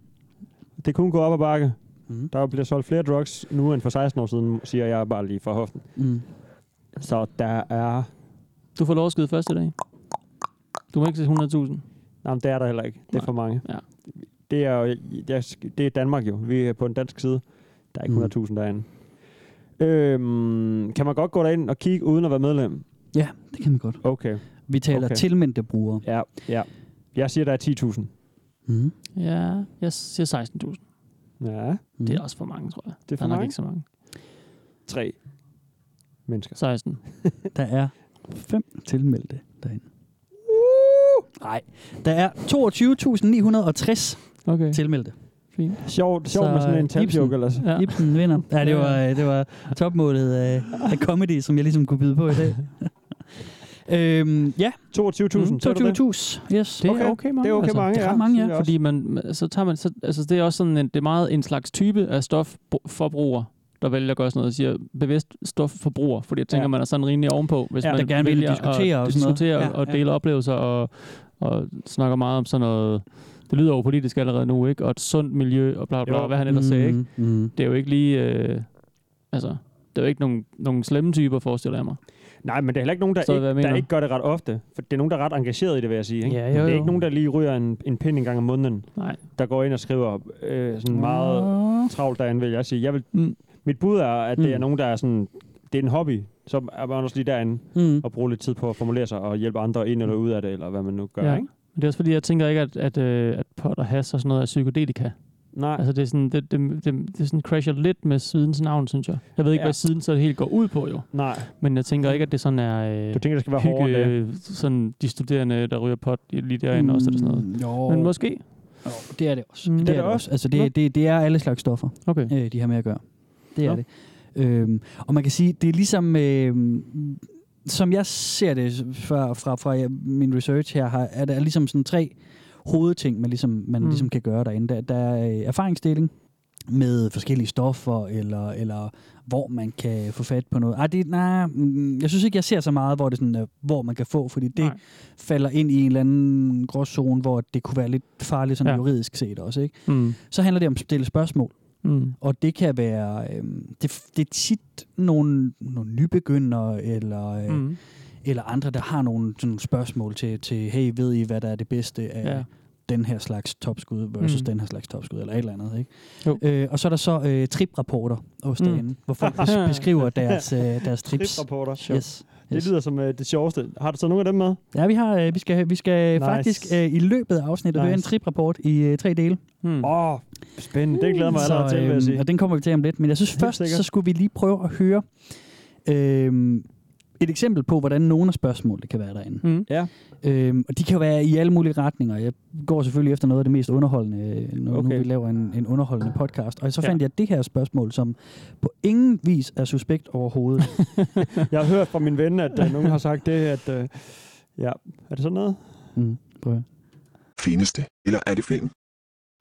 [SPEAKER 4] Det kunne gå op ad bakke.
[SPEAKER 6] Mm.
[SPEAKER 4] Der bliver solgt flere drugs nu end for 16 år siden, siger jeg bare lige fra hoften.
[SPEAKER 6] Mm.
[SPEAKER 4] Så der er...
[SPEAKER 5] Du får lov at skyde først i dag. Du må ikke se 100.000.
[SPEAKER 4] Nej, det er der heller ikke. Det er
[SPEAKER 5] Nej.
[SPEAKER 4] for mange.
[SPEAKER 5] Ja.
[SPEAKER 4] Det er, jo, jeg, det er Danmark jo. Vi er på den danske side. Der er
[SPEAKER 6] Mm.
[SPEAKER 4] ikke 100.000 derinde. Øhm, kan man godt gå derind og kigge uden at være medlem?
[SPEAKER 6] Ja, det kan man godt.
[SPEAKER 4] Okay.
[SPEAKER 6] Vi taler okay.
[SPEAKER 4] Okay.
[SPEAKER 6] tilmeldte brugere.
[SPEAKER 4] Ja, ja. Jeg siger, der er 10.000.
[SPEAKER 6] Mm.
[SPEAKER 5] Ja, jeg siger 16.000.
[SPEAKER 4] Ja,
[SPEAKER 6] Mm.
[SPEAKER 5] Det er også for mange, tror jeg.
[SPEAKER 4] det er
[SPEAKER 5] Der
[SPEAKER 4] for
[SPEAKER 5] er nok
[SPEAKER 4] mange.
[SPEAKER 5] ikke så mange.
[SPEAKER 4] Tre mennesker.
[SPEAKER 5] 16.
[SPEAKER 6] Der er fem tilmeldte derinde. Uh, Nej, der er 22.960
[SPEAKER 5] Okay,
[SPEAKER 6] tilmeldte.
[SPEAKER 5] fint.
[SPEAKER 4] Sjovt, sjovt
[SPEAKER 6] Så,
[SPEAKER 4] med sådan en
[SPEAKER 6] Ibsen.
[SPEAKER 4] taljoke ellers.
[SPEAKER 5] Ja.
[SPEAKER 6] Ibsen vinder. Ja, det var, det var topmålet af, af comedy, som jeg ligesom kunne byde på i dag. [LAUGHS] øhm, ja,
[SPEAKER 4] 22.000. Mm,
[SPEAKER 6] 22.000. Yes.
[SPEAKER 5] Det
[SPEAKER 4] Okay,
[SPEAKER 5] er okay mange.
[SPEAKER 4] Det er okay
[SPEAKER 5] altså.
[SPEAKER 4] mange,
[SPEAKER 6] det er
[SPEAKER 4] ja.
[SPEAKER 6] ret mange, ja,
[SPEAKER 4] Synes jeg også.
[SPEAKER 5] Fordi man, så tager man, så, altså det er også sådan, en, det er meget en slags type af stofforbruger, der vælger at gøre sådan noget, og siger bevidst stofforbruger, fordi jeg tænker,
[SPEAKER 4] Ja.
[SPEAKER 5] ja. man er sådan rimelig ovenpå, hvis
[SPEAKER 6] Ja,
[SPEAKER 5] man
[SPEAKER 6] der gerne vil
[SPEAKER 5] vælger
[SPEAKER 6] diskutere
[SPEAKER 5] at,
[SPEAKER 6] og sådan noget.
[SPEAKER 5] diskutere
[SPEAKER 6] Ja,
[SPEAKER 5] og
[SPEAKER 6] ja.
[SPEAKER 5] dele oplevelser og, og snakker meget om sådan noget, det lyder jo politisk allerede nu, ikke? Og et sundt miljø og bla bla,
[SPEAKER 4] Jo.
[SPEAKER 5] bla hvad han ellers sagde, ikke?
[SPEAKER 6] Mm.
[SPEAKER 5] Det er jo ikke lige, øh, altså, det er jo ikke nogen, nogen slemme typer, forestiller jeg mig.
[SPEAKER 4] Nej, men det er heller ikke nogen, der,
[SPEAKER 5] Forstår du,
[SPEAKER 4] ikke,
[SPEAKER 5] hvad jeg
[SPEAKER 4] der
[SPEAKER 5] mener?
[SPEAKER 4] ikke gør det ret ofte. For det er nogen, der er ret engageret i det, vil jeg sige. Ikke?
[SPEAKER 5] Ja, jo,
[SPEAKER 4] det er
[SPEAKER 5] jo.
[SPEAKER 4] ikke nogen, der lige ryger en, en pind en gang om måneden,
[SPEAKER 5] Nej.
[SPEAKER 4] der går ind og skriver øh, sådan meget travlt derinde, vil jeg sige. Jeg vil,
[SPEAKER 5] Mm.
[SPEAKER 4] mit bud er, at det er
[SPEAKER 6] Mm.
[SPEAKER 4] nogen, der er sådan... Det er en hobby, så er man også lige derinde
[SPEAKER 6] Mm.
[SPEAKER 4] og bruger lidt tid på at formulere sig og hjælpe andre ind eller ud af det, eller hvad man nu gør.
[SPEAKER 5] Ja.
[SPEAKER 4] Ikke?
[SPEAKER 5] Men det er også fordi, jeg tænker ikke, at, at, øh, at pot og has og sådan noget er psykodelika.
[SPEAKER 4] Nej,
[SPEAKER 5] Altså det er sådan, det, det, det, det er sådan crasher lidt med sidens navn, synes jeg. Jeg ved ikke,
[SPEAKER 4] Ja.
[SPEAKER 5] ja. hvad siden så det helt går ud på jo.
[SPEAKER 4] nej.
[SPEAKER 5] Men jeg tænker ikke, at det sådan er øh,
[SPEAKER 4] Du tænker, det skal være hårdere end
[SPEAKER 5] hygge,
[SPEAKER 4] det.
[SPEAKER 5] øh, sådan de studerende, der ryger pot lige derinde mm. også, eller sådan noget.
[SPEAKER 6] Jo,
[SPEAKER 5] Men måske.
[SPEAKER 6] jo, det er det også.
[SPEAKER 5] Mm.
[SPEAKER 6] Det,
[SPEAKER 5] Det er
[SPEAKER 6] det er det
[SPEAKER 4] det
[SPEAKER 6] også. Altså,
[SPEAKER 4] Nå.
[SPEAKER 6] det, det, det er alle slags stoffer.
[SPEAKER 5] Okay.
[SPEAKER 6] øh, de har med at gøre. Det er
[SPEAKER 4] Nå.
[SPEAKER 6] det. Øhm, og man kan sige, det er ligesom, øh, som jeg ser det fra, fra, fra ja, min research her, har, er der ligesom sådan tre hovedting, man ligesom, man
[SPEAKER 5] Mm.
[SPEAKER 6] ligesom kan gøre derinde. Der, der er øh, erfaringsdeling med forskellige stoffer, eller, eller hvor man kan få fat på noget. Ej, det, nej, mm, jeg synes ikke, jeg ser så meget, hvor, det sådan, er, hvor man kan få, fordi det nej.
[SPEAKER 5] Nej.
[SPEAKER 6] falder ind i en eller anden gråzone, hvor det kunne være lidt farligt sådan ja.
[SPEAKER 5] Ja.
[SPEAKER 6] juridisk set også. Ikke?
[SPEAKER 5] Mm.
[SPEAKER 6] Så handler det om at stille spørgsmål.
[SPEAKER 5] Mm.
[SPEAKER 6] Og det kan være, øh, det, det er tit nogle, nogle nybegyndere eller, øh, mm.
[SPEAKER 5] Mm.
[SPEAKER 6] eller andre, der har nogle sådan nogle spørgsmål til, til, hey, ved I, hvad der er det bedste af ja.
[SPEAKER 5] Ja.
[SPEAKER 6] den her slags topskud versus mm.
[SPEAKER 5] Mm.
[SPEAKER 6] den her slags topskud, eller et eller andet, ikke?
[SPEAKER 5] Jo.
[SPEAKER 6] Øh, og så er der så øh, triprapporter hos mm.
[SPEAKER 5] Mm.
[SPEAKER 6] derinde, hvor folk bes- beskriver deres, øh, deres trips.
[SPEAKER 4] Trip-rapporter.
[SPEAKER 6] Yes.
[SPEAKER 4] Det
[SPEAKER 6] Yes.
[SPEAKER 4] lyder som øh, det sjoveste. Har du så nogle af dem med?
[SPEAKER 5] Mm.
[SPEAKER 6] Ja, vi har, øh, vi skal, vi skal nice.
[SPEAKER 4] Nice.
[SPEAKER 6] faktisk øh, i løbet af afsnittet
[SPEAKER 4] Nice.
[SPEAKER 6] nice. høre en triprapport i øh, tre dele.
[SPEAKER 5] Mm.
[SPEAKER 4] Åh, oh, spændende. Det glæder mig allerede til, vil jeg
[SPEAKER 6] øhm,
[SPEAKER 4] sige.
[SPEAKER 6] og den kommer vi til om lidt. Men jeg synes
[SPEAKER 4] Helt
[SPEAKER 6] først,
[SPEAKER 4] sikkert.
[SPEAKER 6] så skulle vi lige prøve at høre øhm, et eksempel på, hvordan nogle af spørgsmålene kan være derinde.
[SPEAKER 5] Mm.
[SPEAKER 4] Ja.
[SPEAKER 6] Øhm, og de kan jo være i alle mulige retninger. Jeg går selvfølgelig efter noget af det mest underholdende, øh, når okay. nu
[SPEAKER 4] Okay.
[SPEAKER 6] vi laver en, en underholdende podcast. Og så
[SPEAKER 4] Ja.
[SPEAKER 6] fandt ja. jeg det her spørgsmål, som på ingen vis er suspekt
[SPEAKER 4] [LAUGHS]
[SPEAKER 6] overhovedet.
[SPEAKER 4] Jeg har hørt fra min ven, at øh, nogen har sagt det, at... Øh, ja, er det sådan noget?
[SPEAKER 6] mm, prøv at høre.
[SPEAKER 8] Findes det, eller er det film?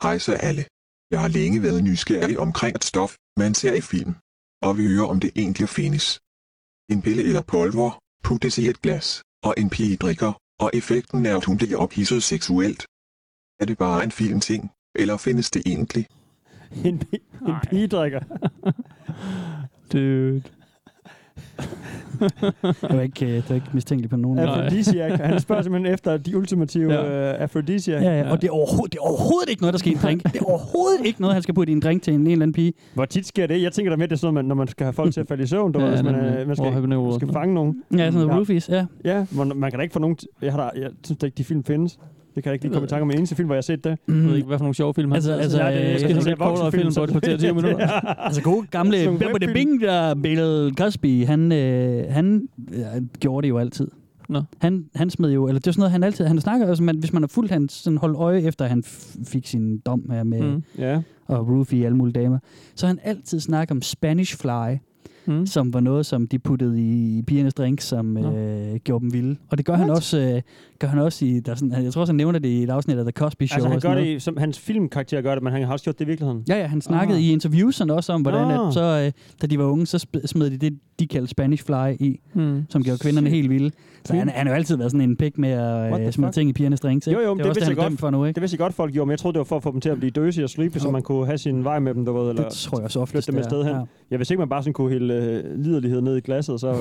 [SPEAKER 8] Hej så alle. Jeg har længe været nysgerrig omkring et stof, man ser i film. Og vi hører om det egentlig findes. En pille eller pulver, puttes i et glas, og en pige drikker, og effekten er, at hun bliver ophidset seksuelt. Er det bare en filmting, eller findes det egentlig?
[SPEAKER 4] en, pi- en
[SPEAKER 5] Nej.
[SPEAKER 4] pige drikker.
[SPEAKER 5] [LAUGHS] Dude.
[SPEAKER 6] Det var ikke, øh, det var ikke mistænkeligt på nogen måde.
[SPEAKER 5] Nej.
[SPEAKER 4] Aphrodisiak. Han spørger simpelthen efter de ultimative ja. øh, aphrodisiak.
[SPEAKER 6] Ja, ja, og det er, overhovedet, det er overhovedet ikke noget, der skal i en
[SPEAKER 4] [LAUGHS]
[SPEAKER 6] drink. Det er overhovedet ikke noget, han skal putte i en drink til en, en eller anden pige.
[SPEAKER 4] Hvor tit sker det? Jeg tænker da med, det er sådan noget, man, når man skal have folk til at falde i søvn. Der, ja, hvis man, øh, man skal, man skal fange nogen.
[SPEAKER 6] Ja, sådan noget
[SPEAKER 4] Ja.
[SPEAKER 6] ja. roofies, ja.
[SPEAKER 4] Ja, man, man kan da ikke få nogen... T- jeg, har da, jeg synes da ikke, de film findes. Det kan jeg ikke lige komme i tanke om en eneste film, hvor jeg har set det.
[SPEAKER 6] Mm.
[SPEAKER 5] Jeg ved ikke, hvad for nogle sjove film han
[SPEAKER 6] Altså-
[SPEAKER 5] ser.
[SPEAKER 6] altså,
[SPEAKER 5] Ja,
[SPEAKER 6] øh,
[SPEAKER 5] det,
[SPEAKER 6] altså,
[SPEAKER 5] Øh. er
[SPEAKER 4] det
[SPEAKER 5] sådan
[SPEAKER 4] er
[SPEAKER 5] en kortere
[SPEAKER 4] voksenfilm,
[SPEAKER 5] film på
[SPEAKER 4] så-
[SPEAKER 5] et kvarter 20
[SPEAKER 4] [LAUGHS]
[SPEAKER 6] [LAUGHS]
[SPEAKER 5] minutter.
[SPEAKER 6] Altså gode gamle
[SPEAKER 4] Sådan nogle
[SPEAKER 6] Bimbo de
[SPEAKER 4] webfilm.
[SPEAKER 6] Bing, der Bill Cosby, han, øh, han ja, gjorde det jo altid.
[SPEAKER 5] Nå.
[SPEAKER 6] Han, han smed jo, eller det er sådan noget, han altid, han snakker også, man, hvis man har fulgt hans sådan holdt øje efter, han f- fik sin dom her med, mm.
[SPEAKER 5] Mm.
[SPEAKER 4] Ja.
[SPEAKER 6] og roofie i alle mulige damer, så har han altid snakker om Spanish Fly,
[SPEAKER 5] Mm.
[SPEAKER 6] som var noget, som de puttede i pigernes drink, som
[SPEAKER 5] Nå.
[SPEAKER 6] øh, gjorde dem vilde. Og det gør han også, øh, gør han også i, der er sådan, jeg tror også, han nævner det i et afsnit af The Cosby Show.
[SPEAKER 4] Altså, han
[SPEAKER 6] og
[SPEAKER 4] gør
[SPEAKER 6] sådan
[SPEAKER 4] det,
[SPEAKER 6] noget.
[SPEAKER 4] i- som, hans filmkarakter gør det, men han har også gjort det i virkeligheden.
[SPEAKER 6] Ja, ja, han snakkede
[SPEAKER 4] Ah.
[SPEAKER 6] i interviews sådan også om, hvordan
[SPEAKER 4] Ah.
[SPEAKER 6] at så, øh, da de var unge, så sp- smed de det, de kaldte Spanish Fly i,
[SPEAKER 5] Mm.
[SPEAKER 6] som gjorde kvinderne
[SPEAKER 4] Shit.
[SPEAKER 6] helt vilde. Så han, han har jo altid været sådan en pik med
[SPEAKER 4] What
[SPEAKER 6] at
[SPEAKER 4] the
[SPEAKER 6] øh, smide
[SPEAKER 4] fuck?
[SPEAKER 6] ting i pigernes drink til.
[SPEAKER 4] Jo, jo, men
[SPEAKER 6] det,
[SPEAKER 4] det
[SPEAKER 6] er også
[SPEAKER 4] vidste
[SPEAKER 6] han
[SPEAKER 4] jeg
[SPEAKER 6] er
[SPEAKER 4] godt.
[SPEAKER 6] dømt for nu, ikke?
[SPEAKER 4] Det vidste jeg godt, folk gjorde, men jeg troede, det var for at få dem til at blive døse og sleepy, så
[SPEAKER 6] Jo.
[SPEAKER 4] man kunne have sin vej med dem, du ved.
[SPEAKER 6] Det, det
[SPEAKER 4] Eller...
[SPEAKER 6] tror jeg også ofte.
[SPEAKER 4] flytte dem afsted hen.
[SPEAKER 6] Ja.
[SPEAKER 4] Ja, hvis ikke man bare sådan kunne hælde øh, liderlighed ned i glasset, så øh,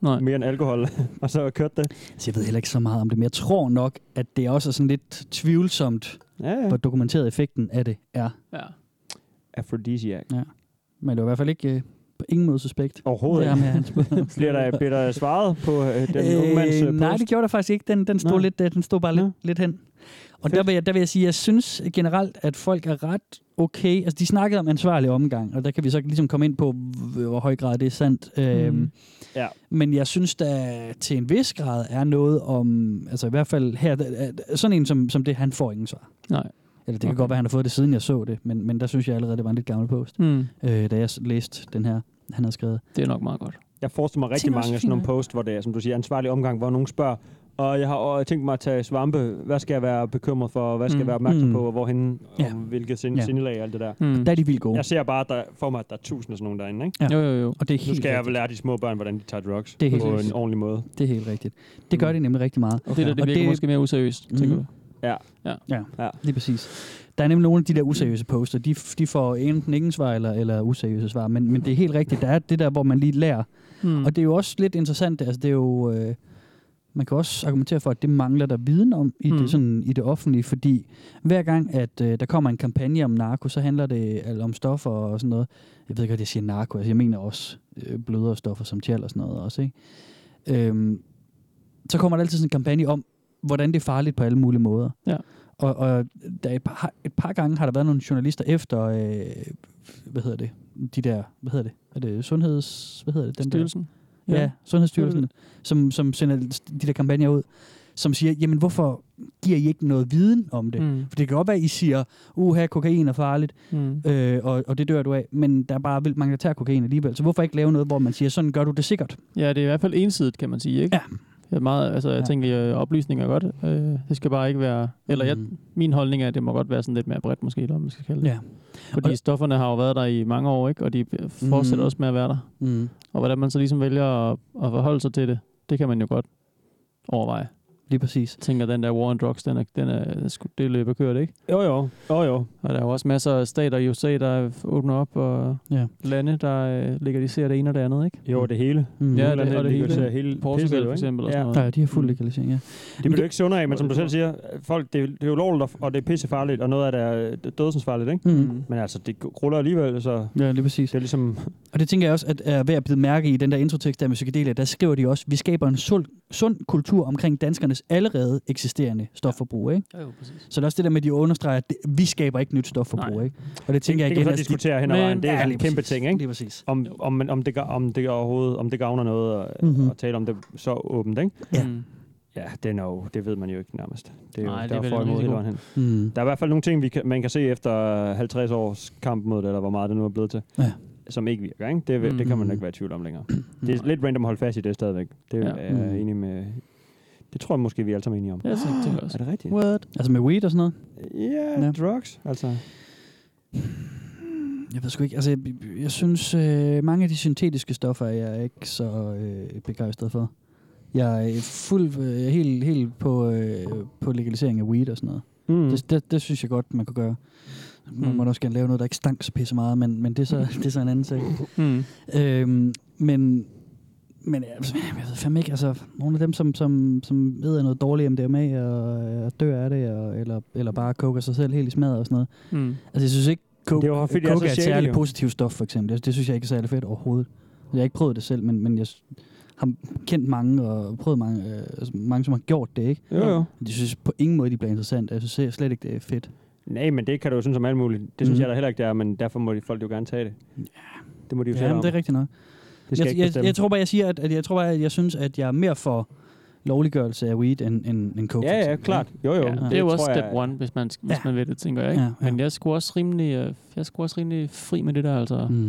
[SPEAKER 5] Nej.
[SPEAKER 4] mere end alkohol, [LAUGHS] og så kørte det.
[SPEAKER 6] Så jeg ved heller ikke så meget om det, men jeg tror nok, at det også er sådan lidt tvivlsomt,
[SPEAKER 4] Ja, ja.
[SPEAKER 6] hvor dokumenteret effekten af det er.
[SPEAKER 5] Ja.
[SPEAKER 4] Aphrodisiak.
[SPEAKER 6] Men det var i hvert fald ikke øh, på ingen måde suspekt.
[SPEAKER 4] Overhovedet
[SPEAKER 6] Det er ham
[SPEAKER 4] ikke.
[SPEAKER 6] her, hans
[SPEAKER 4] [LAUGHS] Bliver der, bliver der svaret på øh, den øh, unge mands øh, post?
[SPEAKER 6] Nej, det gjorde der faktisk ikke. Den, den stod,
[SPEAKER 4] Nå.
[SPEAKER 6] lidt, øh, den stod bare
[SPEAKER 4] Nå.
[SPEAKER 6] lidt, lidt hen. Og
[SPEAKER 4] Fedt.
[SPEAKER 6] der vil, jeg, der vil jeg sige, at jeg synes generelt, at folk er ret okay. Altså, de snakkede om ansvarlig omgang, og der kan vi så ligesom komme ind på, hvor- hvor høj grad det er sandt. Mm. Øhm,
[SPEAKER 4] Ja.
[SPEAKER 6] Men jeg synes, der til en vis grad er noget om, altså i hvert fald her, der- der- sådan en som, som det, han får ingen svar.
[SPEAKER 5] Nej.
[SPEAKER 6] Eller det kan
[SPEAKER 5] Okay.
[SPEAKER 6] okay. godt være, han har fået det, siden jeg så det, men, men der synes jeg allerede, det var en lidt gammel post,
[SPEAKER 5] Mm.
[SPEAKER 6] øh, da jeg s- læste den her, han havde skrevet.
[SPEAKER 4] Mm.
[SPEAKER 5] Det er nok meget godt.
[SPEAKER 4] Jeg forestiller mig rigtig
[SPEAKER 6] Tænker
[SPEAKER 4] mange
[SPEAKER 6] også
[SPEAKER 4] af sådan nogle
[SPEAKER 6] fint,
[SPEAKER 4] post, hvor det er, som du siger, ansvarlig omgang, hvor nogen spørger, og jeg har og jeg tænkt mig at tage svampe. Hvad skal jeg være bekymret for? Hvad skal jeg
[SPEAKER 5] Mm.
[SPEAKER 4] være opmærksom
[SPEAKER 6] Mm.
[SPEAKER 4] på? Og hvorhenne?
[SPEAKER 6] Ja.
[SPEAKER 4] Og hvilket sind,
[SPEAKER 6] Ja.
[SPEAKER 4] sindelag og alt det der.
[SPEAKER 5] Mm.
[SPEAKER 6] Der er de vildt gode.
[SPEAKER 4] Jeg ser bare der, for mig, at der er tusinder af sådan nogen derinde. Ikke?
[SPEAKER 6] Ja.
[SPEAKER 5] Jo, jo, jo.
[SPEAKER 6] Og det er helt
[SPEAKER 4] Nu skal jeg
[SPEAKER 6] rigtigt.
[SPEAKER 4] vel lære de små børn, hvordan de tager drugs
[SPEAKER 6] Det er helt
[SPEAKER 4] på
[SPEAKER 6] rigtigt.
[SPEAKER 4] en ordentlig måde.
[SPEAKER 6] Det er helt rigtigt. Det gør
[SPEAKER 4] Mm.
[SPEAKER 6] mm. det nemlig rigtig meget.
[SPEAKER 5] Okay. Det der, det
[SPEAKER 6] Og
[SPEAKER 5] virker
[SPEAKER 6] det-
[SPEAKER 5] måske mere useriøst, tænker
[SPEAKER 6] Mhm.
[SPEAKER 5] du?
[SPEAKER 6] Lige præcis. Der er nemlig nogle af de der useriøse poster, de, de får enten ingen svar eller, eller useriøse svar, men, men det er helt rigtigt. Der er det der, hvor man lige lærer.
[SPEAKER 5] Mm.
[SPEAKER 6] Og det er jo også lidt interessant, altså det er jo... Øh, man kan også argumentere for, at det mangler der viden om i, mm.
[SPEAKER 5] Mm.
[SPEAKER 6] det, sådan, i det offentlige, fordi hver gang, at øh, der kommer en kampagne om narko, så handler det altså, om stoffer og sådan noget. Jeg ved ikke, at jeg siger narko, altså jeg mener også øh, blødere stoffer som tjæl og sådan noget også, ikke? Øhm, så kommer der altid sådan en kampagne om, hvordan det er farligt på alle mulige måder.
[SPEAKER 5] Ja.
[SPEAKER 6] Og, og der er et, par, et par gange har der været nogle journalister efter, øh, hvad hedder det, de der, hvad hedder det, er det sundheds, hvad hedder det? der-
[SPEAKER 5] Styrelsen?
[SPEAKER 6] Ja,
[SPEAKER 5] Ja.
[SPEAKER 6] ja Sundhedsstyrelsen, som, som sender de der kampagner ud, som siger, jamen hvorfor giver I ikke noget viden om det? Mm.
[SPEAKER 5] Mm.
[SPEAKER 6] For det kan godt være, at I siger, uha, kokain er farligt,
[SPEAKER 5] Mm.
[SPEAKER 6] øh, og, og det dør du af, men der er bare vildt mange, der tager kokain alligevel. Så hvorfor ikke lave noget, hvor man siger, sådan gør du det sikkert?
[SPEAKER 5] Ja, det er i hvert fald ensidigt, kan man sige, ikke?
[SPEAKER 6] Ja.
[SPEAKER 5] Det er meget, altså, jeg
[SPEAKER 6] Ja.
[SPEAKER 5] tænker, øh, oplysning er godt. Øh, det skal bare ikke være... Eller jeg,
[SPEAKER 6] Mm.
[SPEAKER 5] min holdning er, at det må godt være sådan lidt mere bredt, måske, eller hvad man skal kalde det.
[SPEAKER 6] Ja.
[SPEAKER 5] Fordi
[SPEAKER 6] Og-
[SPEAKER 5] stofferne har jo været der i mange år, ikke? Og de fortsætter
[SPEAKER 6] Mhm.
[SPEAKER 5] også med at være der.
[SPEAKER 6] Mm.
[SPEAKER 5] Og hvordan man så ligesom vælger at, at forholde sig til det, det kan man jo godt overveje.
[SPEAKER 6] Lige præcis.
[SPEAKER 5] Jeg tænker, den der war on drugs, den er, den er, den er sgu- det er løbet kørt, ikke?
[SPEAKER 4] Jo, jo. jo, jo.
[SPEAKER 5] Og der er jo også masser af stater i USA, der åbner op, og
[SPEAKER 6] Ja.
[SPEAKER 5] lande, der øh, legaliserer det ene og det andet, ikke?
[SPEAKER 4] Jo, det hele.
[SPEAKER 6] Mm.
[SPEAKER 5] Ja,
[SPEAKER 4] Nogle
[SPEAKER 5] det-
[SPEAKER 4] lande
[SPEAKER 5] og det
[SPEAKER 4] legaliserer
[SPEAKER 5] hele.
[SPEAKER 4] hele
[SPEAKER 5] Portugal
[SPEAKER 4] pisset,
[SPEAKER 5] for
[SPEAKER 4] ikke?
[SPEAKER 5] eksempel og sådan noget.
[SPEAKER 6] Nej, de har fuld legalisering, ja.
[SPEAKER 4] Det
[SPEAKER 6] Men
[SPEAKER 4] bliver
[SPEAKER 6] det-
[SPEAKER 4] du ikke sundere af, men som du selv siger, folk, det, er- det er jo lovligt, og det er pissefarligt, og noget af det er øh, dødsensfarligt, ikke?
[SPEAKER 6] Mm.
[SPEAKER 4] Men altså, det ruller alligevel, så
[SPEAKER 6] Ja, lige præcis.
[SPEAKER 4] det er ligesom...
[SPEAKER 6] Og det tænker jeg også, at er ved at blive mærke i den der introtekst der med psykedelia, der skriver de også, vi skaber en sund, sund kultur omkring danskernes allerede eksisterende stofforbrug, ikke?
[SPEAKER 5] Jo, præcis.
[SPEAKER 6] Så det er også det der med, at de understreger, at det, vi skaber ikke nyt stofforbrug,
[SPEAKER 5] Nej.
[SPEAKER 6] ikke? Og det
[SPEAKER 4] Det,
[SPEAKER 6] tænker
[SPEAKER 4] det kan
[SPEAKER 6] jeg igen,
[SPEAKER 4] vi så
[SPEAKER 6] altså, de-
[SPEAKER 4] diskutere hen ad
[SPEAKER 5] Men-
[SPEAKER 4] vejen. Det er
[SPEAKER 6] Ja,
[SPEAKER 4] en
[SPEAKER 6] lige
[SPEAKER 4] kæmpe
[SPEAKER 6] præcis.
[SPEAKER 4] ting, ikke?
[SPEAKER 6] Lige præcis.
[SPEAKER 4] Om, om, om, det, gør- om det overhovedet om det gavner noget at,
[SPEAKER 6] Mhm.
[SPEAKER 4] mm-hmm. at tale om det så åbent, ikke?
[SPEAKER 6] Ja.
[SPEAKER 5] Mm.
[SPEAKER 4] Ja, det, er no, det ved man jo ikke nærmest. Det er jo,
[SPEAKER 5] Nej,
[SPEAKER 4] Nej,
[SPEAKER 5] det
[SPEAKER 4] der
[SPEAKER 5] er
[SPEAKER 4] er
[SPEAKER 5] vel
[SPEAKER 4] for og
[SPEAKER 5] en
[SPEAKER 4] imod hele
[SPEAKER 5] risiko.
[SPEAKER 4] vejen hen.
[SPEAKER 6] Mm.
[SPEAKER 4] Der er i hvert fald nogle ting, vi kan, man kan se efter 50 års kamp mod det, eller hvor meget det nu er blevet til,
[SPEAKER 6] Ja.
[SPEAKER 4] som ikke virker, ikke? Det,
[SPEAKER 5] Mm-hmm.
[SPEAKER 4] mm. det kan man ikke være i tvivl om længere. Det er lidt random at holde fast i det stadigvæk. Det
[SPEAKER 5] Ja.
[SPEAKER 4] er jeg
[SPEAKER 6] Mm.
[SPEAKER 4] enig med Det tror jeg måske, vi er alle sammen enige om.
[SPEAKER 5] Jeg tænkte det
[SPEAKER 4] Er
[SPEAKER 5] også.
[SPEAKER 4] det rigtigt?
[SPEAKER 6] What? Altså med weed og sådan noget?
[SPEAKER 4] Ja,
[SPEAKER 6] Ja.
[SPEAKER 4] yeah, drugs. Altså,
[SPEAKER 6] Jeg ved sgu ikke. Altså, jeg, jeg synes, øh, mange af de syntetiske stoffer er jeg ikke så øh, begejstret for. Jeg er fuld, øh, jeg er helt, helt på, øh, på legalisering af weed og sådan noget.
[SPEAKER 4] mm.
[SPEAKER 6] Mm. Det, det, det synes jeg godt, man kunne gøre. Man
[SPEAKER 5] Mm.
[SPEAKER 6] må også gerne lave noget, der ikke stank så pisse meget, men, men det, er så,
[SPEAKER 4] [LAUGHS]
[SPEAKER 6] det er så en anden sag.
[SPEAKER 5] Mm.
[SPEAKER 6] Øhm, men men altså, jeg ved fandme ikke, altså nogle af dem, som, som, som ved noget dårligt MDMA og, øh, dør af det, og, eller, eller bare koker sig selv helt i smadret og sådan noget.
[SPEAKER 5] Mm.
[SPEAKER 6] Altså jeg synes ikke, coke,
[SPEAKER 4] Det er jo fordi, det er
[SPEAKER 6] coke
[SPEAKER 4] så
[SPEAKER 6] er et
[SPEAKER 4] sjældent,
[SPEAKER 6] særligt
[SPEAKER 4] jo.
[SPEAKER 6] positivt stof for eksempel. Altså, det synes jeg ikke er særlig fedt overhovedet. Jeg har ikke prøvet det selv, men, men jeg s- har kendt mange og prøvet mange, øh, altså, mange som har gjort det, ikke?
[SPEAKER 4] Jo, jo.
[SPEAKER 6] Men De synes på ingen måde, de bliver interessant. Jeg synes slet ikke, det er fedt.
[SPEAKER 4] Nej, men det kan du jo synes om alt muligt. Det synes
[SPEAKER 6] Mhm.
[SPEAKER 4] mm. jeg da heller ikke, det er, men derfor må de, folk jo gerne tage det. Det må de jo selv
[SPEAKER 6] Ja, men
[SPEAKER 4] om.
[SPEAKER 6] det er rigtigt nok.
[SPEAKER 4] det skal jeg,
[SPEAKER 6] Jeg,
[SPEAKER 4] ikke
[SPEAKER 6] jeg,
[SPEAKER 4] bestemme.
[SPEAKER 6] jeg, tror bare, jeg siger, at, at jeg tror bare, at jeg synes, at jeg er mere for lovliggørelse af weed end, end, end coke. for
[SPEAKER 4] ja, ja,
[SPEAKER 6] eksempel,
[SPEAKER 4] klart.
[SPEAKER 6] ikke?
[SPEAKER 4] Jo, jo.
[SPEAKER 5] Ja, det, det er jo også
[SPEAKER 4] tror
[SPEAKER 5] step one, hvis man, hvis
[SPEAKER 6] Ja.
[SPEAKER 5] man vil det, tænker jeg. Ikke?
[SPEAKER 6] Ja,
[SPEAKER 5] Ja,
[SPEAKER 6] ja.
[SPEAKER 5] ja. Men jeg skulle også rimelig, øh, jeg skulle også rimelig fri med det der. Altså. Mm.
[SPEAKER 6] Mm.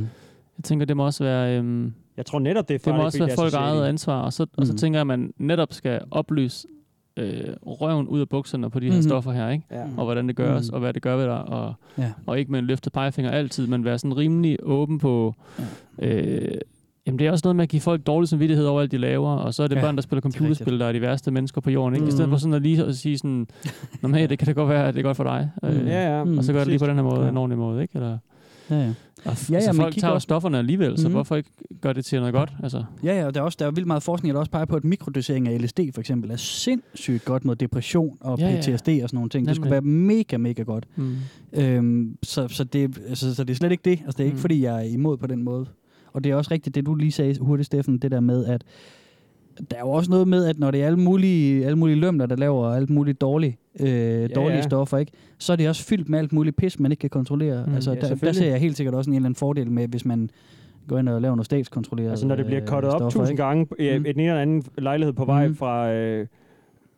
[SPEAKER 5] Jeg tænker, det må også være, øhm,
[SPEAKER 4] Jeg tror netop, det er
[SPEAKER 5] det
[SPEAKER 4] farligt,
[SPEAKER 5] må også
[SPEAKER 4] fordi
[SPEAKER 5] være
[SPEAKER 4] er
[SPEAKER 5] folk
[SPEAKER 4] så Mhm.
[SPEAKER 5] eget
[SPEAKER 4] shady.
[SPEAKER 5] ansvar. Og så, mm. og så
[SPEAKER 6] Mm.
[SPEAKER 5] tænker jeg, at man netop skal oplyse øh, røven ud af bukserne på de her
[SPEAKER 6] Mhm.
[SPEAKER 5] mm. stoffer her. Ikke?
[SPEAKER 4] Ja.
[SPEAKER 5] og hvordan det gøres, mm.
[SPEAKER 6] Mm.
[SPEAKER 5] og hvad det gør ved dig, og,
[SPEAKER 6] Ja.
[SPEAKER 5] ja. og ikke med en løftet pegefinger altid, men være sådan rimelig åben på... Øh, jamen, det er også noget med at give folk dårlig samvittighed over alt, de laver, og så er det
[SPEAKER 6] Ja,
[SPEAKER 5] ja, børn, der spiller
[SPEAKER 6] er rigtigt.
[SPEAKER 5] computerspil, der er de værste mennesker på jorden, ikke? I stedet
[SPEAKER 4] Mhm.
[SPEAKER 5] for sådan at lige at sige sådan, Nå, men hey, det kan da godt være, at det er godt for dig. Øh,
[SPEAKER 4] Ja, ja.
[SPEAKER 6] Mm.
[SPEAKER 5] Og så gør det lige på den her måde,
[SPEAKER 4] Ja.
[SPEAKER 5] ja. en ordentlig måde, ikke? Eller, og
[SPEAKER 6] Ja, ja. ja,
[SPEAKER 5] ja, altså,
[SPEAKER 6] men
[SPEAKER 5] folk
[SPEAKER 6] kig
[SPEAKER 5] tager jo
[SPEAKER 6] også-
[SPEAKER 5] stofferne alligevel, så
[SPEAKER 6] Mhm.
[SPEAKER 5] hvorfor ikke gøre det til noget godt? Altså,
[SPEAKER 6] Ja, ja, og der er, også, der er vildt meget forskning, der også peger på, at mikrodosering af LSD for eksempel er sindssygt godt mod depression og
[SPEAKER 5] Ja, ja.
[SPEAKER 6] PTSD og sådan nogle ting. Det skulle være
[SPEAKER 5] Nemlig.
[SPEAKER 6] mega, mega godt.
[SPEAKER 5] mm.
[SPEAKER 6] Øhm, så, så, det, altså, så det er slet ikke det. Altså, det er ikke,
[SPEAKER 5] Mm.
[SPEAKER 6] fordi jeg er imod på den måde. Og det er også rigtigt, det du lige sagde hurtigt, Steffen, det der med, at der er jo også noget med, at når det er alle mulige, alle mulige lømler, der laver alt muligt dårlige, øh, ja, dårlige ja.
[SPEAKER 4] ja.
[SPEAKER 6] stoffer, ikke? så er det også fyldt med alt muligt pis, man ikke kan kontrollere. Mm,
[SPEAKER 5] Mm,
[SPEAKER 6] altså,
[SPEAKER 4] ja,
[SPEAKER 6] ja, der, der
[SPEAKER 4] selvfølgelig.
[SPEAKER 6] ser jeg helt sikkert også en eller anden fordel med, hvis man går ind og laver noget statskontrolleret
[SPEAKER 4] Altså, når det bliver
[SPEAKER 6] øh,
[SPEAKER 4] kottet op
[SPEAKER 6] stoffer,
[SPEAKER 4] tusind
[SPEAKER 6] ikke?
[SPEAKER 4] gange i
[SPEAKER 6] Mm.
[SPEAKER 4] mm. en eller anden lejlighed på vej
[SPEAKER 6] Mm.
[SPEAKER 4] mm. fra... Øh,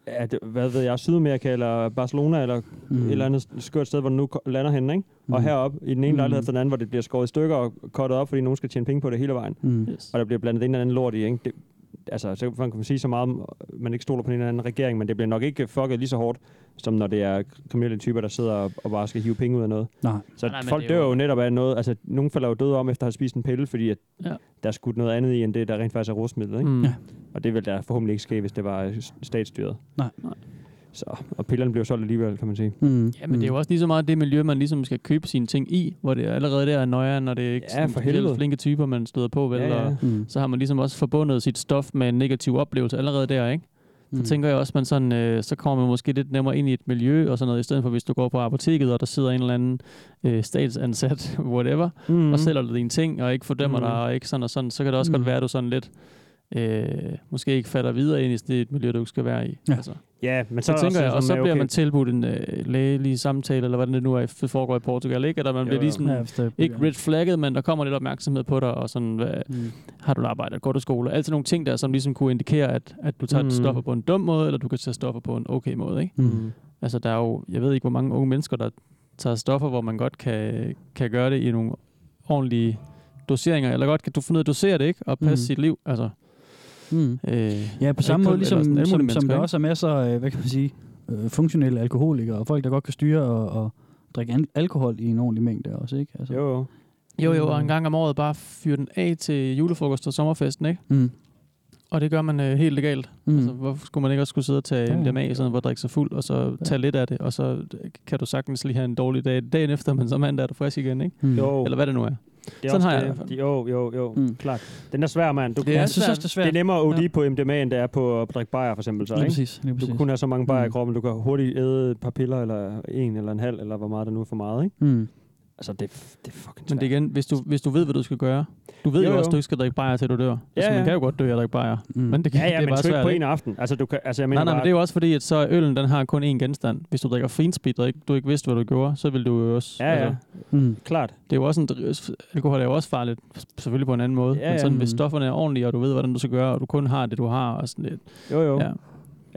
[SPEAKER 4] at, hvad ved jeg, Sydamerika eller Barcelona eller mm. et eller andet skørt sted, hvor den nu ko- lander henne, ikke? Og
[SPEAKER 6] Mm.
[SPEAKER 4] heroppe i den ene
[SPEAKER 6] Mm.
[SPEAKER 4] lejlighed efter den anden, hvor det bliver skåret i stykker og kottet op, fordi nogen skal tjene penge på det hele vejen.
[SPEAKER 6] Mm.
[SPEAKER 5] yes.
[SPEAKER 4] og der bliver blandet en eller anden lort i, ikke? Det, altså, så kan man sige så meget om, at man ikke stoler på en eller anden regering, men det bliver nok ikke fucket lige så hårdt, som når det er kriminelle typer, der sidder og, og bare skal hive penge ud af noget.
[SPEAKER 6] Nej.
[SPEAKER 4] Så nej,
[SPEAKER 5] Nej, nej, men
[SPEAKER 4] folk
[SPEAKER 5] det er
[SPEAKER 4] dør
[SPEAKER 5] jo-
[SPEAKER 4] jo netop af noget. Altså, nogen falder jo døde om, efter at have spist en pille, fordi at
[SPEAKER 5] Ja.
[SPEAKER 4] ja. der er skudt noget andet i, end det, der rent faktisk er rusmiddel, ikke? Mm.
[SPEAKER 5] Mm.
[SPEAKER 6] Ja.
[SPEAKER 5] Ja.
[SPEAKER 4] Og det ville der forhåbentlig ikke ske, hvis det var øh, s- statsstyret.
[SPEAKER 6] Nej.
[SPEAKER 5] Nej.
[SPEAKER 4] Så, og pillerne blev solgt alligevel, kan man sige.
[SPEAKER 6] Mm.
[SPEAKER 5] Ja, men det er jo også lige så meget det miljø, man ligesom skal købe sine ting i, hvor det allerede der er nøjere, når det er ikke
[SPEAKER 4] Ja,
[SPEAKER 5] sådan
[SPEAKER 4] for
[SPEAKER 5] specielt
[SPEAKER 4] helvede.
[SPEAKER 5] flinke typer, man støder på. Vel,
[SPEAKER 4] Ja, ja.
[SPEAKER 5] Og
[SPEAKER 6] Mm.
[SPEAKER 5] så har man ligesom også forbundet sit stof med en negativ oplevelse allerede der, ikke? Så
[SPEAKER 6] Mm.
[SPEAKER 5] tænker jeg også, man sådan, øh, så kommer man måske lidt nemmere ind i et miljø og sådan noget, i stedet for hvis du går på apoteket, og der sidder en eller anden øh, statsansat, [LAUGHS] whatever,
[SPEAKER 4] Mm.
[SPEAKER 5] og sælger dig dine ting, og ikke fordømmer
[SPEAKER 4] Mhm.
[SPEAKER 5] dig, og ikke sådan og sådan, så kan det også
[SPEAKER 6] Mhm.
[SPEAKER 5] godt være, at du sådan lidt, øh, måske ikke fatter videre ind i det miljø, du ikke skal være i.
[SPEAKER 6] Ja.
[SPEAKER 5] Altså.
[SPEAKER 4] Ja, men så,
[SPEAKER 5] Så
[SPEAKER 4] er der
[SPEAKER 5] tænker
[SPEAKER 4] også
[SPEAKER 5] jeg, og
[SPEAKER 4] sådan,
[SPEAKER 5] så
[SPEAKER 4] ja,
[SPEAKER 5] bliver
[SPEAKER 4] okay.
[SPEAKER 5] man tilbudt en øh, lægelig samtale, eller hvordan det nu er, det foregår i Portugal, ikke? Eller man
[SPEAKER 4] Jo,
[SPEAKER 5] bliver
[SPEAKER 4] jo.
[SPEAKER 5] ligesom,
[SPEAKER 6] Ja, hvis det-
[SPEAKER 5] ikke red flagget, men der kommer lidt opmærksomhed på dig, og sådan, hvad,
[SPEAKER 6] Mm.
[SPEAKER 5] har du et arbejde, går du i skole? Alt sådan nogle ting der, som ligesom kunne indikere, at, at du tager
[SPEAKER 4] Mm.
[SPEAKER 5] mm. stoffer på en dum måde, eller du kan tage stoffer på en okay måde, ikke?
[SPEAKER 6] Mm.
[SPEAKER 5] Altså, der er jo, jeg ved ikke, hvor mange unge mennesker, der tager stoffer, hvor man godt kan, kan gøre det i nogle ordentlige doseringer, eller godt kan du finde ud af at dosere det, ikke? Og passe
[SPEAKER 6] Mm.
[SPEAKER 5] mm. sit liv, altså.
[SPEAKER 6] Mm.
[SPEAKER 5] Øh,
[SPEAKER 6] Ja, på samme
[SPEAKER 5] kun-
[SPEAKER 6] måde,
[SPEAKER 5] eller sådan alle
[SPEAKER 6] ligesom,
[SPEAKER 5] mulige
[SPEAKER 6] som, som
[SPEAKER 5] mennesker,
[SPEAKER 6] der
[SPEAKER 5] ikke?
[SPEAKER 6] også er masser af, hvad kan man sige, øh, funktionelle alkoholikere, og folk, der godt kan styre og, og drikke an- alkohol i en ordentlig mængde også, ikke? Altså,
[SPEAKER 4] Jo, jo.
[SPEAKER 5] jo, jo, og
[SPEAKER 6] Mm.
[SPEAKER 5] en gang om året bare fyre den af til julefrokost og sommerfesten, ikke?
[SPEAKER 6] Mm.
[SPEAKER 5] Og det gør man øh, helt legalt.
[SPEAKER 6] Mm.
[SPEAKER 5] Mm. Altså, hvorfor skulle man ikke også skulle sidde og tage
[SPEAKER 6] Ja,
[SPEAKER 5] ja,
[SPEAKER 6] ja.
[SPEAKER 5] MDMA, sådan, hvor drikke sig fuld, og så tage lidt af det, og så øh, kan du sagtens lige have en dårlig dag dagen efter, men så mandag er du frisk igen, ikke?
[SPEAKER 6] mm.
[SPEAKER 4] jo.
[SPEAKER 5] Eller hvad det nu er.
[SPEAKER 4] Det er
[SPEAKER 5] Sådan
[SPEAKER 4] også
[SPEAKER 5] har jeg det i
[SPEAKER 4] det.
[SPEAKER 5] hvert
[SPEAKER 4] det. Jo, jo, jo.
[SPEAKER 6] Mm.
[SPEAKER 4] Mm. Klart. Den er svær, mand. Du,
[SPEAKER 5] Det
[SPEAKER 6] Ja,
[SPEAKER 5] er
[SPEAKER 6] jeg synes
[SPEAKER 5] svært.
[SPEAKER 6] også, det er
[SPEAKER 4] Det
[SPEAKER 6] svært.
[SPEAKER 4] er nemmere at OD
[SPEAKER 6] Ja.
[SPEAKER 4] ja. på MDMA, end det er på at drikke bajer, for eksempel. Så,
[SPEAKER 6] Lige
[SPEAKER 4] ikke?
[SPEAKER 6] præcis, lige
[SPEAKER 4] Du
[SPEAKER 6] præcis.
[SPEAKER 4] kan kun have så mange bajer
[SPEAKER 6] Mm.
[SPEAKER 4] i kroppen, du kan hurtigt æde et par piller, eller en, eller en halv, eller hvor meget der nu er for meget. Ikke?
[SPEAKER 6] Mm.
[SPEAKER 4] Altså, det, er- det er fucking
[SPEAKER 5] Men
[SPEAKER 4] svært.
[SPEAKER 5] det er igen, hvis du, hvis du ved, hvad du skal gøre. Du ved
[SPEAKER 4] Jo,
[SPEAKER 5] jo, jo
[SPEAKER 4] jo.
[SPEAKER 5] også, at du ikke skal drikke bajer, til du dør. Ja, altså,
[SPEAKER 4] Ja,
[SPEAKER 5] man
[SPEAKER 4] ja.
[SPEAKER 5] kan jo godt dø af at drikke bajer.
[SPEAKER 6] Mm.
[SPEAKER 5] Men det, kan,
[SPEAKER 4] ja, ja,
[SPEAKER 5] det er
[SPEAKER 4] men
[SPEAKER 5] bare
[SPEAKER 4] sgu ikke
[SPEAKER 5] svært,
[SPEAKER 4] på en
[SPEAKER 5] ikke?
[SPEAKER 4] aften. Altså, du kan, altså jeg mener
[SPEAKER 5] Nej, nej, men det er
[SPEAKER 4] bare,
[SPEAKER 5] jo også fordi, at så øllen, den har kun én genstand. Hvis du drikker finspeed, og ikke, du ikke vidste, hvad du gjorde, så vil du jo også... altså,
[SPEAKER 4] Ja, ja,
[SPEAKER 6] Mm.
[SPEAKER 4] klart.
[SPEAKER 5] det er jo også en, dri- alkohol er jo også farligt, selvfølgelig på en anden måde.
[SPEAKER 4] Ja,
[SPEAKER 5] Ja, men
[SPEAKER 4] ja.
[SPEAKER 5] sådan, hvis
[SPEAKER 6] Mm.
[SPEAKER 5] stofferne er ordentlige, og du ved, hvordan du skal gøre, og du kun har det, du har, og sådan lidt.
[SPEAKER 4] Jo, jo.
[SPEAKER 5] Ja.
[SPEAKER 4] Ja.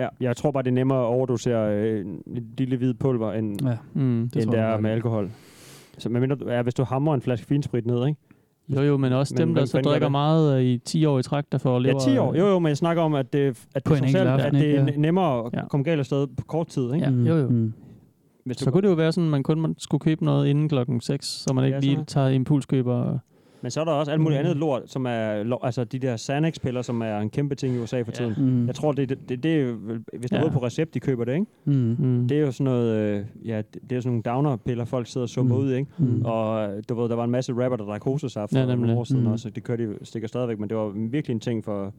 [SPEAKER 4] ja. Jeg tror bare, det er nemmere at overdosere øh, en lille hvid pulver, end,
[SPEAKER 6] Ja,
[SPEAKER 5] Mm.
[SPEAKER 6] det
[SPEAKER 4] end
[SPEAKER 6] tror
[SPEAKER 4] det
[SPEAKER 6] jeg,
[SPEAKER 4] er
[SPEAKER 6] du har
[SPEAKER 4] med
[SPEAKER 6] ret i.
[SPEAKER 4] alkohol. Så men mindre, du- ja, hvis du hammer en flaske finsprit ned, ikke?
[SPEAKER 5] Jo, jo, men også
[SPEAKER 4] Men
[SPEAKER 5] dem, der
[SPEAKER 4] hvem
[SPEAKER 5] så
[SPEAKER 4] fanden gør
[SPEAKER 5] drikker
[SPEAKER 4] det?
[SPEAKER 5] meget øh, i 10 år i træk, der får
[SPEAKER 4] Ja,
[SPEAKER 5] lever... øh,
[SPEAKER 4] 10 år. Jo, jo, men jeg snakker om, at det, at det,
[SPEAKER 6] På
[SPEAKER 4] som
[SPEAKER 6] en enkelt
[SPEAKER 4] selv, at
[SPEAKER 6] aften,
[SPEAKER 4] det
[SPEAKER 6] ikke?
[SPEAKER 4] er
[SPEAKER 6] Ja.
[SPEAKER 4] ne- nemmere at
[SPEAKER 5] Ja.
[SPEAKER 4] komme galt afsted på kort tid. Ikke?
[SPEAKER 5] Ja, jo, jo.
[SPEAKER 6] Mm.
[SPEAKER 4] Hvis
[SPEAKER 5] Så kunne det jo være sådan, at man kun må- skulle købe noget inden klokken 6, så man ikke
[SPEAKER 4] Ja,
[SPEAKER 5] lige
[SPEAKER 4] sådan.
[SPEAKER 5] tager impulskøber. og-
[SPEAKER 4] Men så er der også alt muligt
[SPEAKER 5] Mm.
[SPEAKER 4] andet lort, som er lo- altså de der Xanax-piller, som er en kæmpe ting i USA for
[SPEAKER 5] Ja.
[SPEAKER 4] tiden.
[SPEAKER 6] Mm.
[SPEAKER 4] Jeg tror, det, det, det, det er vel- hvis det
[SPEAKER 5] Ja.
[SPEAKER 4] er ja. på recept, de køber det, ikke?
[SPEAKER 6] Mm.
[SPEAKER 5] Mm.
[SPEAKER 4] Det er jo sådan noget, øh, ja, det det er sådan nogle downer-piller, folk sidder og summer
[SPEAKER 6] Mm.
[SPEAKER 4] mm. ud, ikke?
[SPEAKER 6] Mm.
[SPEAKER 4] Og øh, du ved, der var en masse rapper, der drak hosesaft
[SPEAKER 5] Ja,
[SPEAKER 4] for nogle
[SPEAKER 5] nemlig.
[SPEAKER 4] år siden
[SPEAKER 6] Mm.
[SPEAKER 4] mm. også. Det kører de stikker stadigvæk, men det var virkelig en ting for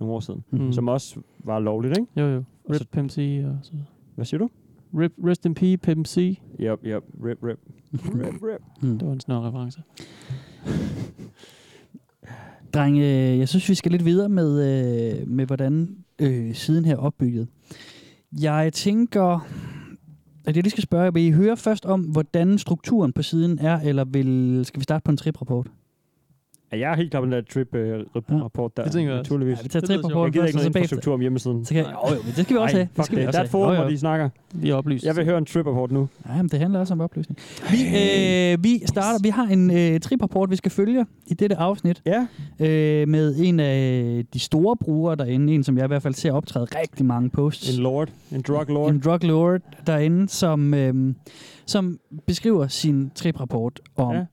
[SPEAKER 4] nogle år siden,
[SPEAKER 5] Mm.
[SPEAKER 4] mm. som også var lovligt, ikke?
[SPEAKER 5] Jo, jo.
[SPEAKER 4] Og så-
[SPEAKER 5] Rip Pimp C og så...
[SPEAKER 4] Hvad siger du?
[SPEAKER 5] Rip, rest in peace, Pimp C.
[SPEAKER 4] Yep, yep, rip,
[SPEAKER 6] [LAUGHS]
[SPEAKER 4] rip, rip, rip.
[SPEAKER 6] mm.
[SPEAKER 5] Det var en snør reference.
[SPEAKER 6] Drenge, øh, jeg synes, vi skal lidt videre med, øh, med hvordan øh, siden her er opbygget. Jeg tænker, at jeg lige skal spørge, vil I høre først om, hvordan strukturen på siden er, eller vil, skal vi starte på en triprapport?
[SPEAKER 4] Ja, jeg er helt klar på den der
[SPEAKER 6] Ja.
[SPEAKER 4] trip-rapport der,
[SPEAKER 5] Det tænker jeg også.
[SPEAKER 4] naturligvis.
[SPEAKER 6] Ja, vi tager
[SPEAKER 5] Det lyder
[SPEAKER 4] Jeg
[SPEAKER 5] sjovt.
[SPEAKER 6] triprapporten
[SPEAKER 4] gider
[SPEAKER 6] først,
[SPEAKER 4] ikke
[SPEAKER 6] og så
[SPEAKER 4] noget
[SPEAKER 6] bagefter.
[SPEAKER 4] infrastruktur om hjemmesiden.
[SPEAKER 6] Så kan, jo, jo, men det skal vi også have.
[SPEAKER 4] Ej, fuck
[SPEAKER 6] skal vi
[SPEAKER 4] det. Der
[SPEAKER 6] også
[SPEAKER 4] er et forum,
[SPEAKER 6] have. Jo,
[SPEAKER 4] hvor
[SPEAKER 6] jo.
[SPEAKER 4] de snakker.
[SPEAKER 5] Vi er oplyst.
[SPEAKER 4] Jeg vil høre en trip-rapport nu.
[SPEAKER 6] Ja, men det handler også om opløsning. Vi, øh, vi starter. Vi har en øh, triprapport, vi skal følge i dette afsnit
[SPEAKER 4] Ja,
[SPEAKER 6] øh, med en af øh, de store brugere derinde. En, som jeg i hvert fald ser optræde rigtig mange posts.
[SPEAKER 4] en lord, en drug lord.
[SPEAKER 6] en drug lord derinde, som, øhm, som beskriver sin triprapport om
[SPEAKER 4] Ja.
[SPEAKER 6] ja.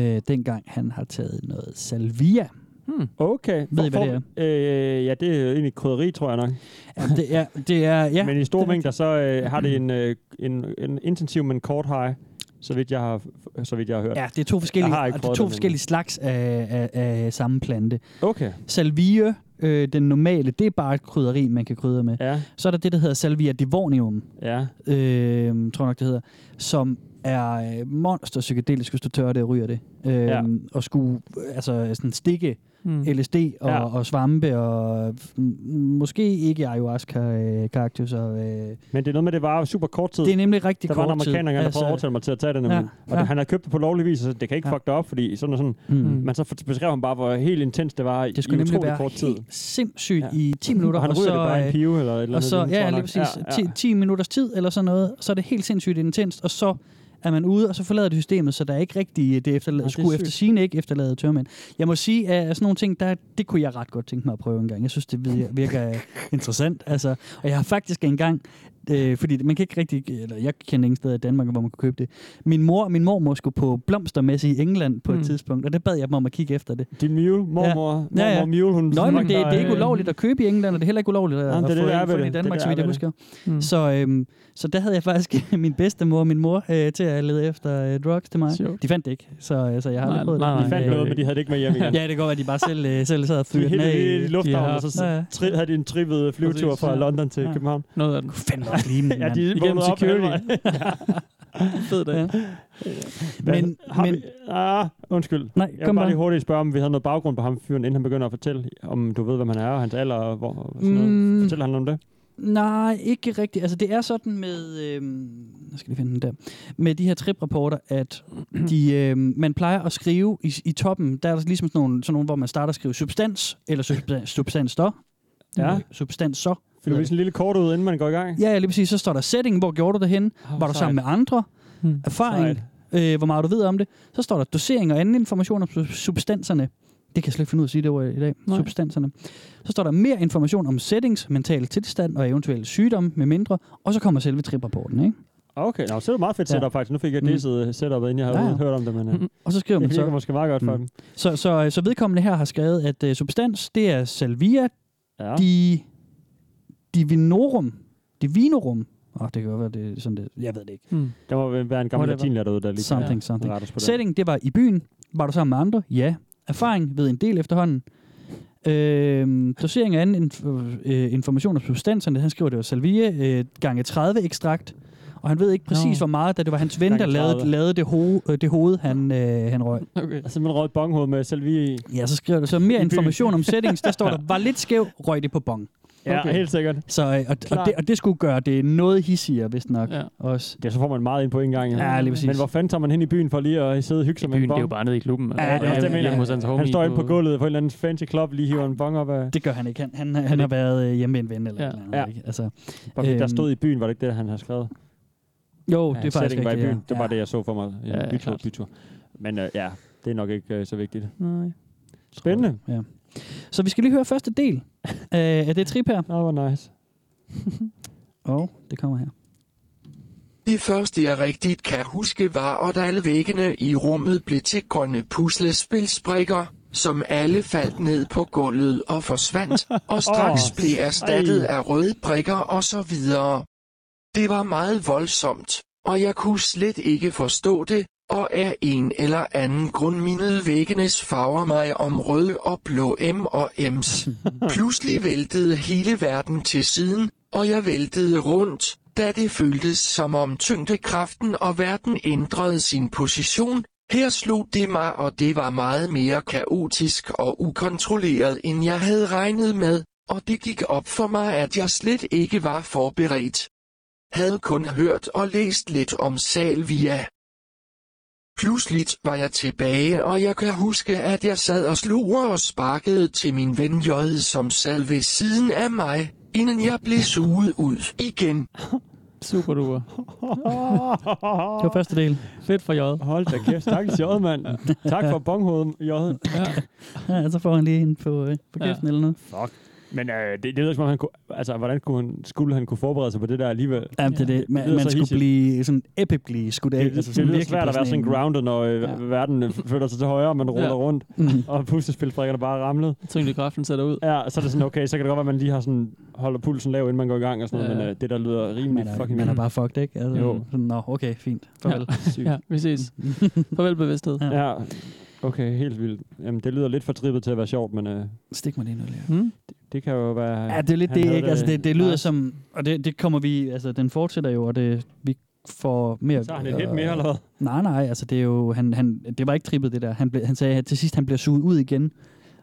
[SPEAKER 6] øh, dengang han har taget noget salvia.
[SPEAKER 5] Hmm.
[SPEAKER 4] Okay.
[SPEAKER 6] Ved I, hvad det
[SPEAKER 4] er? Øh, ja, det er egentlig krydderi, tror jeg nok.
[SPEAKER 6] Ja, det er, det er Mm-hmm. ja,
[SPEAKER 4] Ja, men i store
[SPEAKER 6] det er
[SPEAKER 4] mængder, så øh, har det en, øh, en, en intensiv, men kort high, så vidt jeg har, så vidt jeg har hørt.
[SPEAKER 6] ja, det er to forskellige,
[SPEAKER 4] Jeg har ikke
[SPEAKER 6] det er
[SPEAKER 4] prøvet
[SPEAKER 6] to
[SPEAKER 4] det, men-
[SPEAKER 6] forskellige slags af, af, af samme plante.
[SPEAKER 4] Okay.
[SPEAKER 6] Salvia, øh, den normale, det er bare et krydderi, man kan krydre med.
[SPEAKER 4] Ja,
[SPEAKER 6] Så er der det, der hedder salvia divornium,
[SPEAKER 4] ja.
[SPEAKER 6] øh, tror jeg nok det hedder, som er øh, monster psykedelisk, hvis du tør det og ryger det. Øh,
[SPEAKER 4] Ja.
[SPEAKER 6] Og skulle øh, altså, sådan stikke
[SPEAKER 5] Hmm.
[SPEAKER 6] LSD og, ja.
[SPEAKER 4] Ja.
[SPEAKER 6] og svampe og mm, måske ikke ayahuasca, øh, kaktus. Og, øh.
[SPEAKER 4] Men det er noget med, det var super kort tid.
[SPEAKER 6] Det er nemlig rigtig
[SPEAKER 4] der var
[SPEAKER 6] kort Altså,
[SPEAKER 4] en amerikaner, der prøvede at overtale mig til at tage det, nemlig.
[SPEAKER 6] Ja,
[SPEAKER 4] Ja,
[SPEAKER 6] ja.
[SPEAKER 4] Og det, han havde købt det på lovlig vis, så det kan ikke
[SPEAKER 6] Ja.
[SPEAKER 4] ja. fuck det op, fordi sådan og sådan.
[SPEAKER 6] Mm.
[SPEAKER 5] Mm.
[SPEAKER 4] Men så for- beskrev han bare, hvor helt intens det var
[SPEAKER 6] Det
[SPEAKER 4] i
[SPEAKER 6] skulle nemlig
[SPEAKER 4] utrolig
[SPEAKER 6] være
[SPEAKER 4] kort tid.
[SPEAKER 6] helt sindssygt ja.
[SPEAKER 4] Ja.
[SPEAKER 6] i 10 minutter.
[SPEAKER 4] og han
[SPEAKER 6] og
[SPEAKER 4] ryger
[SPEAKER 6] så,
[SPEAKER 4] det bare i
[SPEAKER 6] øh,
[SPEAKER 4] en pive eller et eller andet.
[SPEAKER 6] og så,
[SPEAKER 4] lignende,
[SPEAKER 6] ja,
[SPEAKER 4] tror
[SPEAKER 6] ja,
[SPEAKER 4] jeg
[SPEAKER 6] lige
[SPEAKER 4] nok.
[SPEAKER 6] præcis. 10, 10 minutters tid eller sådan noget, så er det helt sindssygt intenst, og så er man ude, og så forlader det systemet, så der er ikke rigtig øh, det efterlade,
[SPEAKER 4] Nå, det er
[SPEAKER 6] skulle
[SPEAKER 4] sygt.
[SPEAKER 6] efter sine ikke efterlade tørmænd. Jeg må sige, at sådan nogle ting, der, det kunne jeg ret godt tænke mig at prøve en gang. Jeg synes, det vir-
[SPEAKER 4] [LAUGHS]
[SPEAKER 6] virker øh, interessant. Altså, og jeg har faktisk engang, øh, fordi man kan ikke rigtig, eller jeg kender ingen steder i Danmark, hvor man kunne købe det. Min mor og min mormor skulle på blomstermesse i England på mm. et
[SPEAKER 5] Mm.
[SPEAKER 6] tidspunkt, og der bad jeg dem om at kigge efter det.
[SPEAKER 4] Din mule, mormor,
[SPEAKER 6] Ja, ja.
[SPEAKER 4] mormor mule, hun...
[SPEAKER 6] Nå, men det, det er ikke
[SPEAKER 5] øh,
[SPEAKER 6] ulovligt at købe i England, og det er heller ikke ulovligt at,
[SPEAKER 4] Nej, men det
[SPEAKER 6] at
[SPEAKER 4] er
[SPEAKER 6] få
[SPEAKER 4] det, der
[SPEAKER 6] det,
[SPEAKER 4] er ved
[SPEAKER 6] få det i
[SPEAKER 4] det. Det er
[SPEAKER 6] Danmark,
[SPEAKER 4] det,
[SPEAKER 6] så
[SPEAKER 4] der
[SPEAKER 6] vidt jeg
[SPEAKER 4] er ved
[SPEAKER 6] husker.
[SPEAKER 5] Mm.
[SPEAKER 6] Så, øhm, så der havde jeg faktisk [LAUGHS] min bedstemor og min mor øh, til at lede efter øh, drugs til mig.
[SPEAKER 5] Sjovt.
[SPEAKER 6] De fandt det ikke, så, øh, så jeg har
[SPEAKER 5] Nej,
[SPEAKER 6] aldrig prøvet
[SPEAKER 5] nej,
[SPEAKER 6] det.
[SPEAKER 4] De fandt
[SPEAKER 5] Nej,
[SPEAKER 4] noget, men de havde det ikke med hjem igen.
[SPEAKER 6] Ja, det kan godt være, at de bare selv, øh, selv sad og
[SPEAKER 4] De var
[SPEAKER 6] fyrede den
[SPEAKER 4] helt
[SPEAKER 6] af.
[SPEAKER 4] i- i
[SPEAKER 6] i-
[SPEAKER 4] lufthavnen,
[SPEAKER 5] har-
[SPEAKER 4] og så [LAUGHS]
[SPEAKER 6] Ja, ja.
[SPEAKER 4] tri- havde de en trivet flyvetur
[SPEAKER 5] Præcis,
[SPEAKER 4] fra
[SPEAKER 5] ja.
[SPEAKER 4] London til
[SPEAKER 6] Ja.
[SPEAKER 4] København.
[SPEAKER 5] Noget af den.
[SPEAKER 6] Kunne fandme også lige, mand.
[SPEAKER 4] Ja, de
[SPEAKER 5] Igennem
[SPEAKER 4] vågnede op [LAUGHS]
[SPEAKER 5] security.
[SPEAKER 4] halvvejs.
[SPEAKER 5] Fed dag.
[SPEAKER 6] Ja.
[SPEAKER 4] Hvad-
[SPEAKER 6] Men-
[SPEAKER 4] har
[SPEAKER 6] men-
[SPEAKER 4] vi, ah, undskyld.
[SPEAKER 6] Nej,
[SPEAKER 4] Jeg vil
[SPEAKER 6] kom
[SPEAKER 4] bare
[SPEAKER 6] bare.
[SPEAKER 4] lige hurtigt spørge, om vi havde noget baggrund på ham fyren, inden han begynder at fortælle, om du ved, hvem han er, og hans alder, og hvor, og sådan
[SPEAKER 6] Mm.
[SPEAKER 4] noget. Fortæller han om det?
[SPEAKER 6] Nej, ikke rigtigt. Altså, det er sådan med... Øhm, jeg skal lige finde den der. Med de her triprapporter,
[SPEAKER 4] [CLEARS THROAT]
[SPEAKER 6] at de, øhm, man plejer at skrive i, i toppen, der er der ligesom sådan nogle, sådan nogle, hvor man starter at skrive substans, eller substans, substans der,
[SPEAKER 4] Ja.
[SPEAKER 6] substans så.
[SPEAKER 4] Fylder vi sådan en lille kort ud, inden man går i gang?
[SPEAKER 6] Ja, ja, lige præcis. Så står der setting, hvor gjorde du det henne?
[SPEAKER 4] Oh,
[SPEAKER 6] Var du sammen med andre?
[SPEAKER 5] Hmm.
[SPEAKER 6] Erfaring? Øh, hvor meget du ved om det? Så står der dosering og anden information om su- substanserne. Det kan jeg slet ikke finde ud af at sige det ord i dag. Nej.
[SPEAKER 5] Nej.
[SPEAKER 6] Substanserne. Så står der mere information om settings, mental tilstand og eventuelle sygdomme med mindre. Og så kommer selve triprapporten, ikke?
[SPEAKER 4] Okay, nå, så er det meget fedt
[SPEAKER 6] Ja.
[SPEAKER 4] setup, faktisk. Nu fik jeg
[SPEAKER 6] Mm.
[SPEAKER 4] disset mm. setupet, inden jeg havde
[SPEAKER 6] Ja, Mm-hmm. ja.
[SPEAKER 4] hørt om det, men uh,
[SPEAKER 5] Mm.
[SPEAKER 6] Og så skriver man
[SPEAKER 4] det virker [LAUGHS]
[SPEAKER 6] så.
[SPEAKER 4] måske meget godt for
[SPEAKER 6] Mm.
[SPEAKER 4] dem.
[SPEAKER 6] Så, så, så vedkommende her har skrevet, at uh, substans, det er salvia
[SPEAKER 4] Ja.
[SPEAKER 6] di, divinorum. Divinorum. Åh, oh, det kan godt være, det er sådan det. Jeg ved det ikke.
[SPEAKER 5] Hmm.
[SPEAKER 4] Der må vel være en gammel
[SPEAKER 5] Whatever.
[SPEAKER 4] latinlærer derude, der lige kan
[SPEAKER 6] Something, something.
[SPEAKER 4] rette os på det.
[SPEAKER 6] Setting, det var i byen. Var du sammen med andre? Ja. Erfaring ved en del efterhånden. Øh, dosering af anden inf- øh, information om substanserne. Han skriver, det var salvie øh, gange 30 ekstrakt. Og han ved ikke præcis,
[SPEAKER 5] Nå.
[SPEAKER 6] hvor meget, da det var hans ven,
[SPEAKER 4] Gange
[SPEAKER 6] der lavede,
[SPEAKER 4] 30.
[SPEAKER 6] lavede det, hoved, øh, det hoved, han, øh, han røg.
[SPEAKER 5] Okay.
[SPEAKER 4] Jeg har simpelthen røget bonghoved med Selvi i.
[SPEAKER 6] Ja, så skriver du så mere
[SPEAKER 4] byen.
[SPEAKER 6] information om settings. Der
[SPEAKER 4] [LAUGHS]
[SPEAKER 6] står der, var lidt skæv, røg det på bong.
[SPEAKER 4] Ja,
[SPEAKER 5] Okay.
[SPEAKER 4] helt sikkert.
[SPEAKER 6] Så, øh, og, og,
[SPEAKER 4] Klart.
[SPEAKER 6] det, og det skulle gøre det noget hissigere, hvis nok.
[SPEAKER 5] Ja.
[SPEAKER 6] Også.
[SPEAKER 4] Ja, så får man meget ind på en gang.
[SPEAKER 6] Ja, lige præcis.
[SPEAKER 4] Men hvor fanden tager man hen i byen for lige at sidde og hygge sig med en
[SPEAKER 5] Byen, det er
[SPEAKER 4] bong?
[SPEAKER 5] jo bare nede i klubben.
[SPEAKER 6] Ja, det er også det, jeg mener.
[SPEAKER 4] Han står inde på gulvet på en eller anden fancy club, lige hiver en bong op af...
[SPEAKER 6] Det gør han ikke. Han, han, han har været øh, hjemme ved en ven eller
[SPEAKER 5] Ja.
[SPEAKER 6] et eller andet.
[SPEAKER 4] Ja.
[SPEAKER 6] Ikke? Altså,
[SPEAKER 4] Bare fordi der
[SPEAKER 6] Øhm.
[SPEAKER 4] stod i byen, var det ikke det, han har skrevet?
[SPEAKER 6] jo,
[SPEAKER 4] Ja,
[SPEAKER 6] det er faktisk
[SPEAKER 4] setting var i
[SPEAKER 6] rigtigt.
[SPEAKER 4] byen.
[SPEAKER 6] ja.
[SPEAKER 4] Det var det, jeg så for mig. Ja,
[SPEAKER 5] Ja, ja,
[SPEAKER 4] bytur,
[SPEAKER 5] klart.
[SPEAKER 4] bytur. Men øh, ja, det Det er nok ikke øh, så vigtigt.
[SPEAKER 5] Nej.
[SPEAKER 4] Spændende.
[SPEAKER 6] Ja. Så vi skal lige høre første del [LAUGHS] af af det trip her.
[SPEAKER 4] Nå, hvor nice.
[SPEAKER 6] Og det kommer her.
[SPEAKER 7] Det første jeg rigtigt kan huske var, at alle væggene i rummet blev til grønne puslespilsbrikker, som alle faldt ned på gulvet og forsvandt,
[SPEAKER 4] [LAUGHS]
[SPEAKER 7] og straks
[SPEAKER 4] Åh,
[SPEAKER 7] oh, blev erstattet
[SPEAKER 4] ej.
[SPEAKER 7] af røde prikker og så videre. Det var meget voldsomt, og jeg kunne slet ikke forstå det, og af en eller anden grund mindede væggenes farver mig om røde og blå M og M's. Pludselig væltede hele verden til siden, og jeg væltede rundt, da det føltes som om tyngdekraften og verden ændrede sin position. Her slog det mig, og det var meget mere kaotisk og ukontrolleret, end jeg havde regnet med, og det gik op for mig, at jeg slet ikke var forberedt. Havde kun hørt og læst lidt om salvia. Pludseligt var jeg tilbage, og jeg kan huske, at jeg sad og slog og sparkede til min ven J, som sad ved siden af mig, inden jeg blev suget ud igen.
[SPEAKER 5] Super duper.
[SPEAKER 6] Det var første del. [LAUGHS]
[SPEAKER 5] Fedt for J.
[SPEAKER 4] Hold da kæft. Stakkels jod, mand. Tak for bonghovedet, jod.
[SPEAKER 6] Ja, så Altså får han lige en på, øh, på kæften ja. eller noget.
[SPEAKER 4] Fuck. Men øh, det, det lyder som om, han kunne, altså, hvordan kunne han, skulle han kunne forberede sig på det der alligevel? Det,
[SPEAKER 6] Ja, det, er det. Man,
[SPEAKER 4] lyder
[SPEAKER 6] man
[SPEAKER 4] så
[SPEAKER 6] skulle
[SPEAKER 4] hidsigt.
[SPEAKER 6] blive sådan epically skudt af. Altså,
[SPEAKER 4] det, det, det lyder svært at være sådan grounded, når øh,
[SPEAKER 6] ligesom Ja.
[SPEAKER 4] ja. verden [LAUGHS] øh, flytter sig til højre, man ruller
[SPEAKER 5] Ja.
[SPEAKER 4] ja. rundt,
[SPEAKER 6] Mm.
[SPEAKER 4] og puslespilsbrikkerne bare ramlet.
[SPEAKER 5] Tyngdekraften sætter ud.
[SPEAKER 4] Ja, og så er det sådan, okay, så kan det godt være, at man lige har sådan, holder pulsen lav, inden man går i gang og sådan noget,
[SPEAKER 5] Ja.
[SPEAKER 4] men øh, det der lyder rimelig
[SPEAKER 6] Man er,
[SPEAKER 4] fucking... [LAUGHS]
[SPEAKER 6] man er bare fucked, ikke? Altså,
[SPEAKER 4] Jo.
[SPEAKER 6] Sådan, Nå, okay, fint.
[SPEAKER 5] Ja.
[SPEAKER 6] Farvel.
[SPEAKER 5] ja, vi ses. Farvel bevidsthed.
[SPEAKER 6] Ja.
[SPEAKER 4] Ja, okay, helt vildt. Jamen, det lyder lidt for trippet til at være sjovt, men øh,
[SPEAKER 6] Stik mig lige noget lærer.
[SPEAKER 5] Hmm?
[SPEAKER 4] det kan jo være...
[SPEAKER 6] Ja, det er lidt
[SPEAKER 4] han
[SPEAKER 6] det,
[SPEAKER 4] havde
[SPEAKER 6] ikke? Altså, det, det lyder
[SPEAKER 4] nice.
[SPEAKER 6] som... Og det, det kommer vi... Altså, den fortsætter jo, og det, vi får mere... Øh,
[SPEAKER 4] Så har han et hit mere, eller hvad?
[SPEAKER 6] Nej, nej, altså det er jo, han, han, det var ikke trippet det der. Han, ble, han sagde, at til sidst han bliver suget ud igen.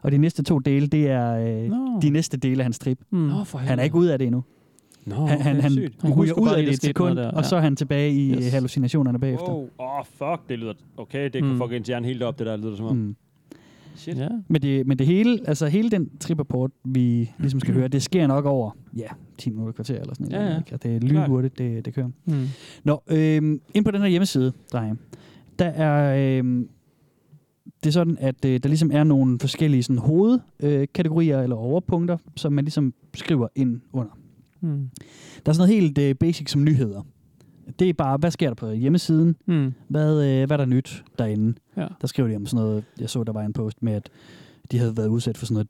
[SPEAKER 6] Og de næste to dele, det er øh,
[SPEAKER 5] Nå.
[SPEAKER 6] de næste dele af hans trip.
[SPEAKER 5] Mm.
[SPEAKER 4] for
[SPEAKER 6] Han er ikke ude af det endnu.
[SPEAKER 4] Nå,
[SPEAKER 6] Han, han, han
[SPEAKER 4] sygt.
[SPEAKER 5] Han
[SPEAKER 6] ryger
[SPEAKER 5] husker
[SPEAKER 6] ud
[SPEAKER 5] bare lige,
[SPEAKER 6] af det
[SPEAKER 5] der
[SPEAKER 6] et
[SPEAKER 5] skete
[SPEAKER 6] sekund,
[SPEAKER 5] noget der,
[SPEAKER 6] og
[SPEAKER 5] ja.
[SPEAKER 6] så er han tilbage i
[SPEAKER 5] Yes.
[SPEAKER 6] yes. hallucinationerne bagefter.
[SPEAKER 4] Wow. Åh, oh, fuck, det lyder... Okay, det kan
[SPEAKER 5] Mm.
[SPEAKER 4] mm. fucking tjerne helt op, det der lyder som om.
[SPEAKER 6] Mm.
[SPEAKER 4] Shit.
[SPEAKER 5] Ja.
[SPEAKER 6] Men, det, men det hele, altså hele den tripport, vi
[SPEAKER 5] [CLEARS THROAT]
[SPEAKER 6] ligesom skal høre, det sker nok over ja, 10 minutter kvarter eller sådan
[SPEAKER 5] Ja,
[SPEAKER 6] noget.
[SPEAKER 5] ja.
[SPEAKER 6] ikke? Og Det er lynhurtigt, det, det kører.
[SPEAKER 5] Mm.
[SPEAKER 6] Nå, øhm, ind på den her hjemmeside, drenge, der er... Øhm, det er sådan, at øh, der ligesom er nogle forskellige sådan, hovedkategorier øh, kategorier eller overpunkter, som man ligesom skriver ind under.
[SPEAKER 5] Mm.
[SPEAKER 6] Der er sådan noget helt øh, basic som nyheder. Det er bare, hvad sker der på hjemmesiden?
[SPEAKER 5] Mm.
[SPEAKER 6] Hvad, øh, hvad er der nyt derinde?
[SPEAKER 5] Ja.
[SPEAKER 6] Der skriver de om sådan noget, jeg så, der var en post med, at de havde været udsat for sådan noget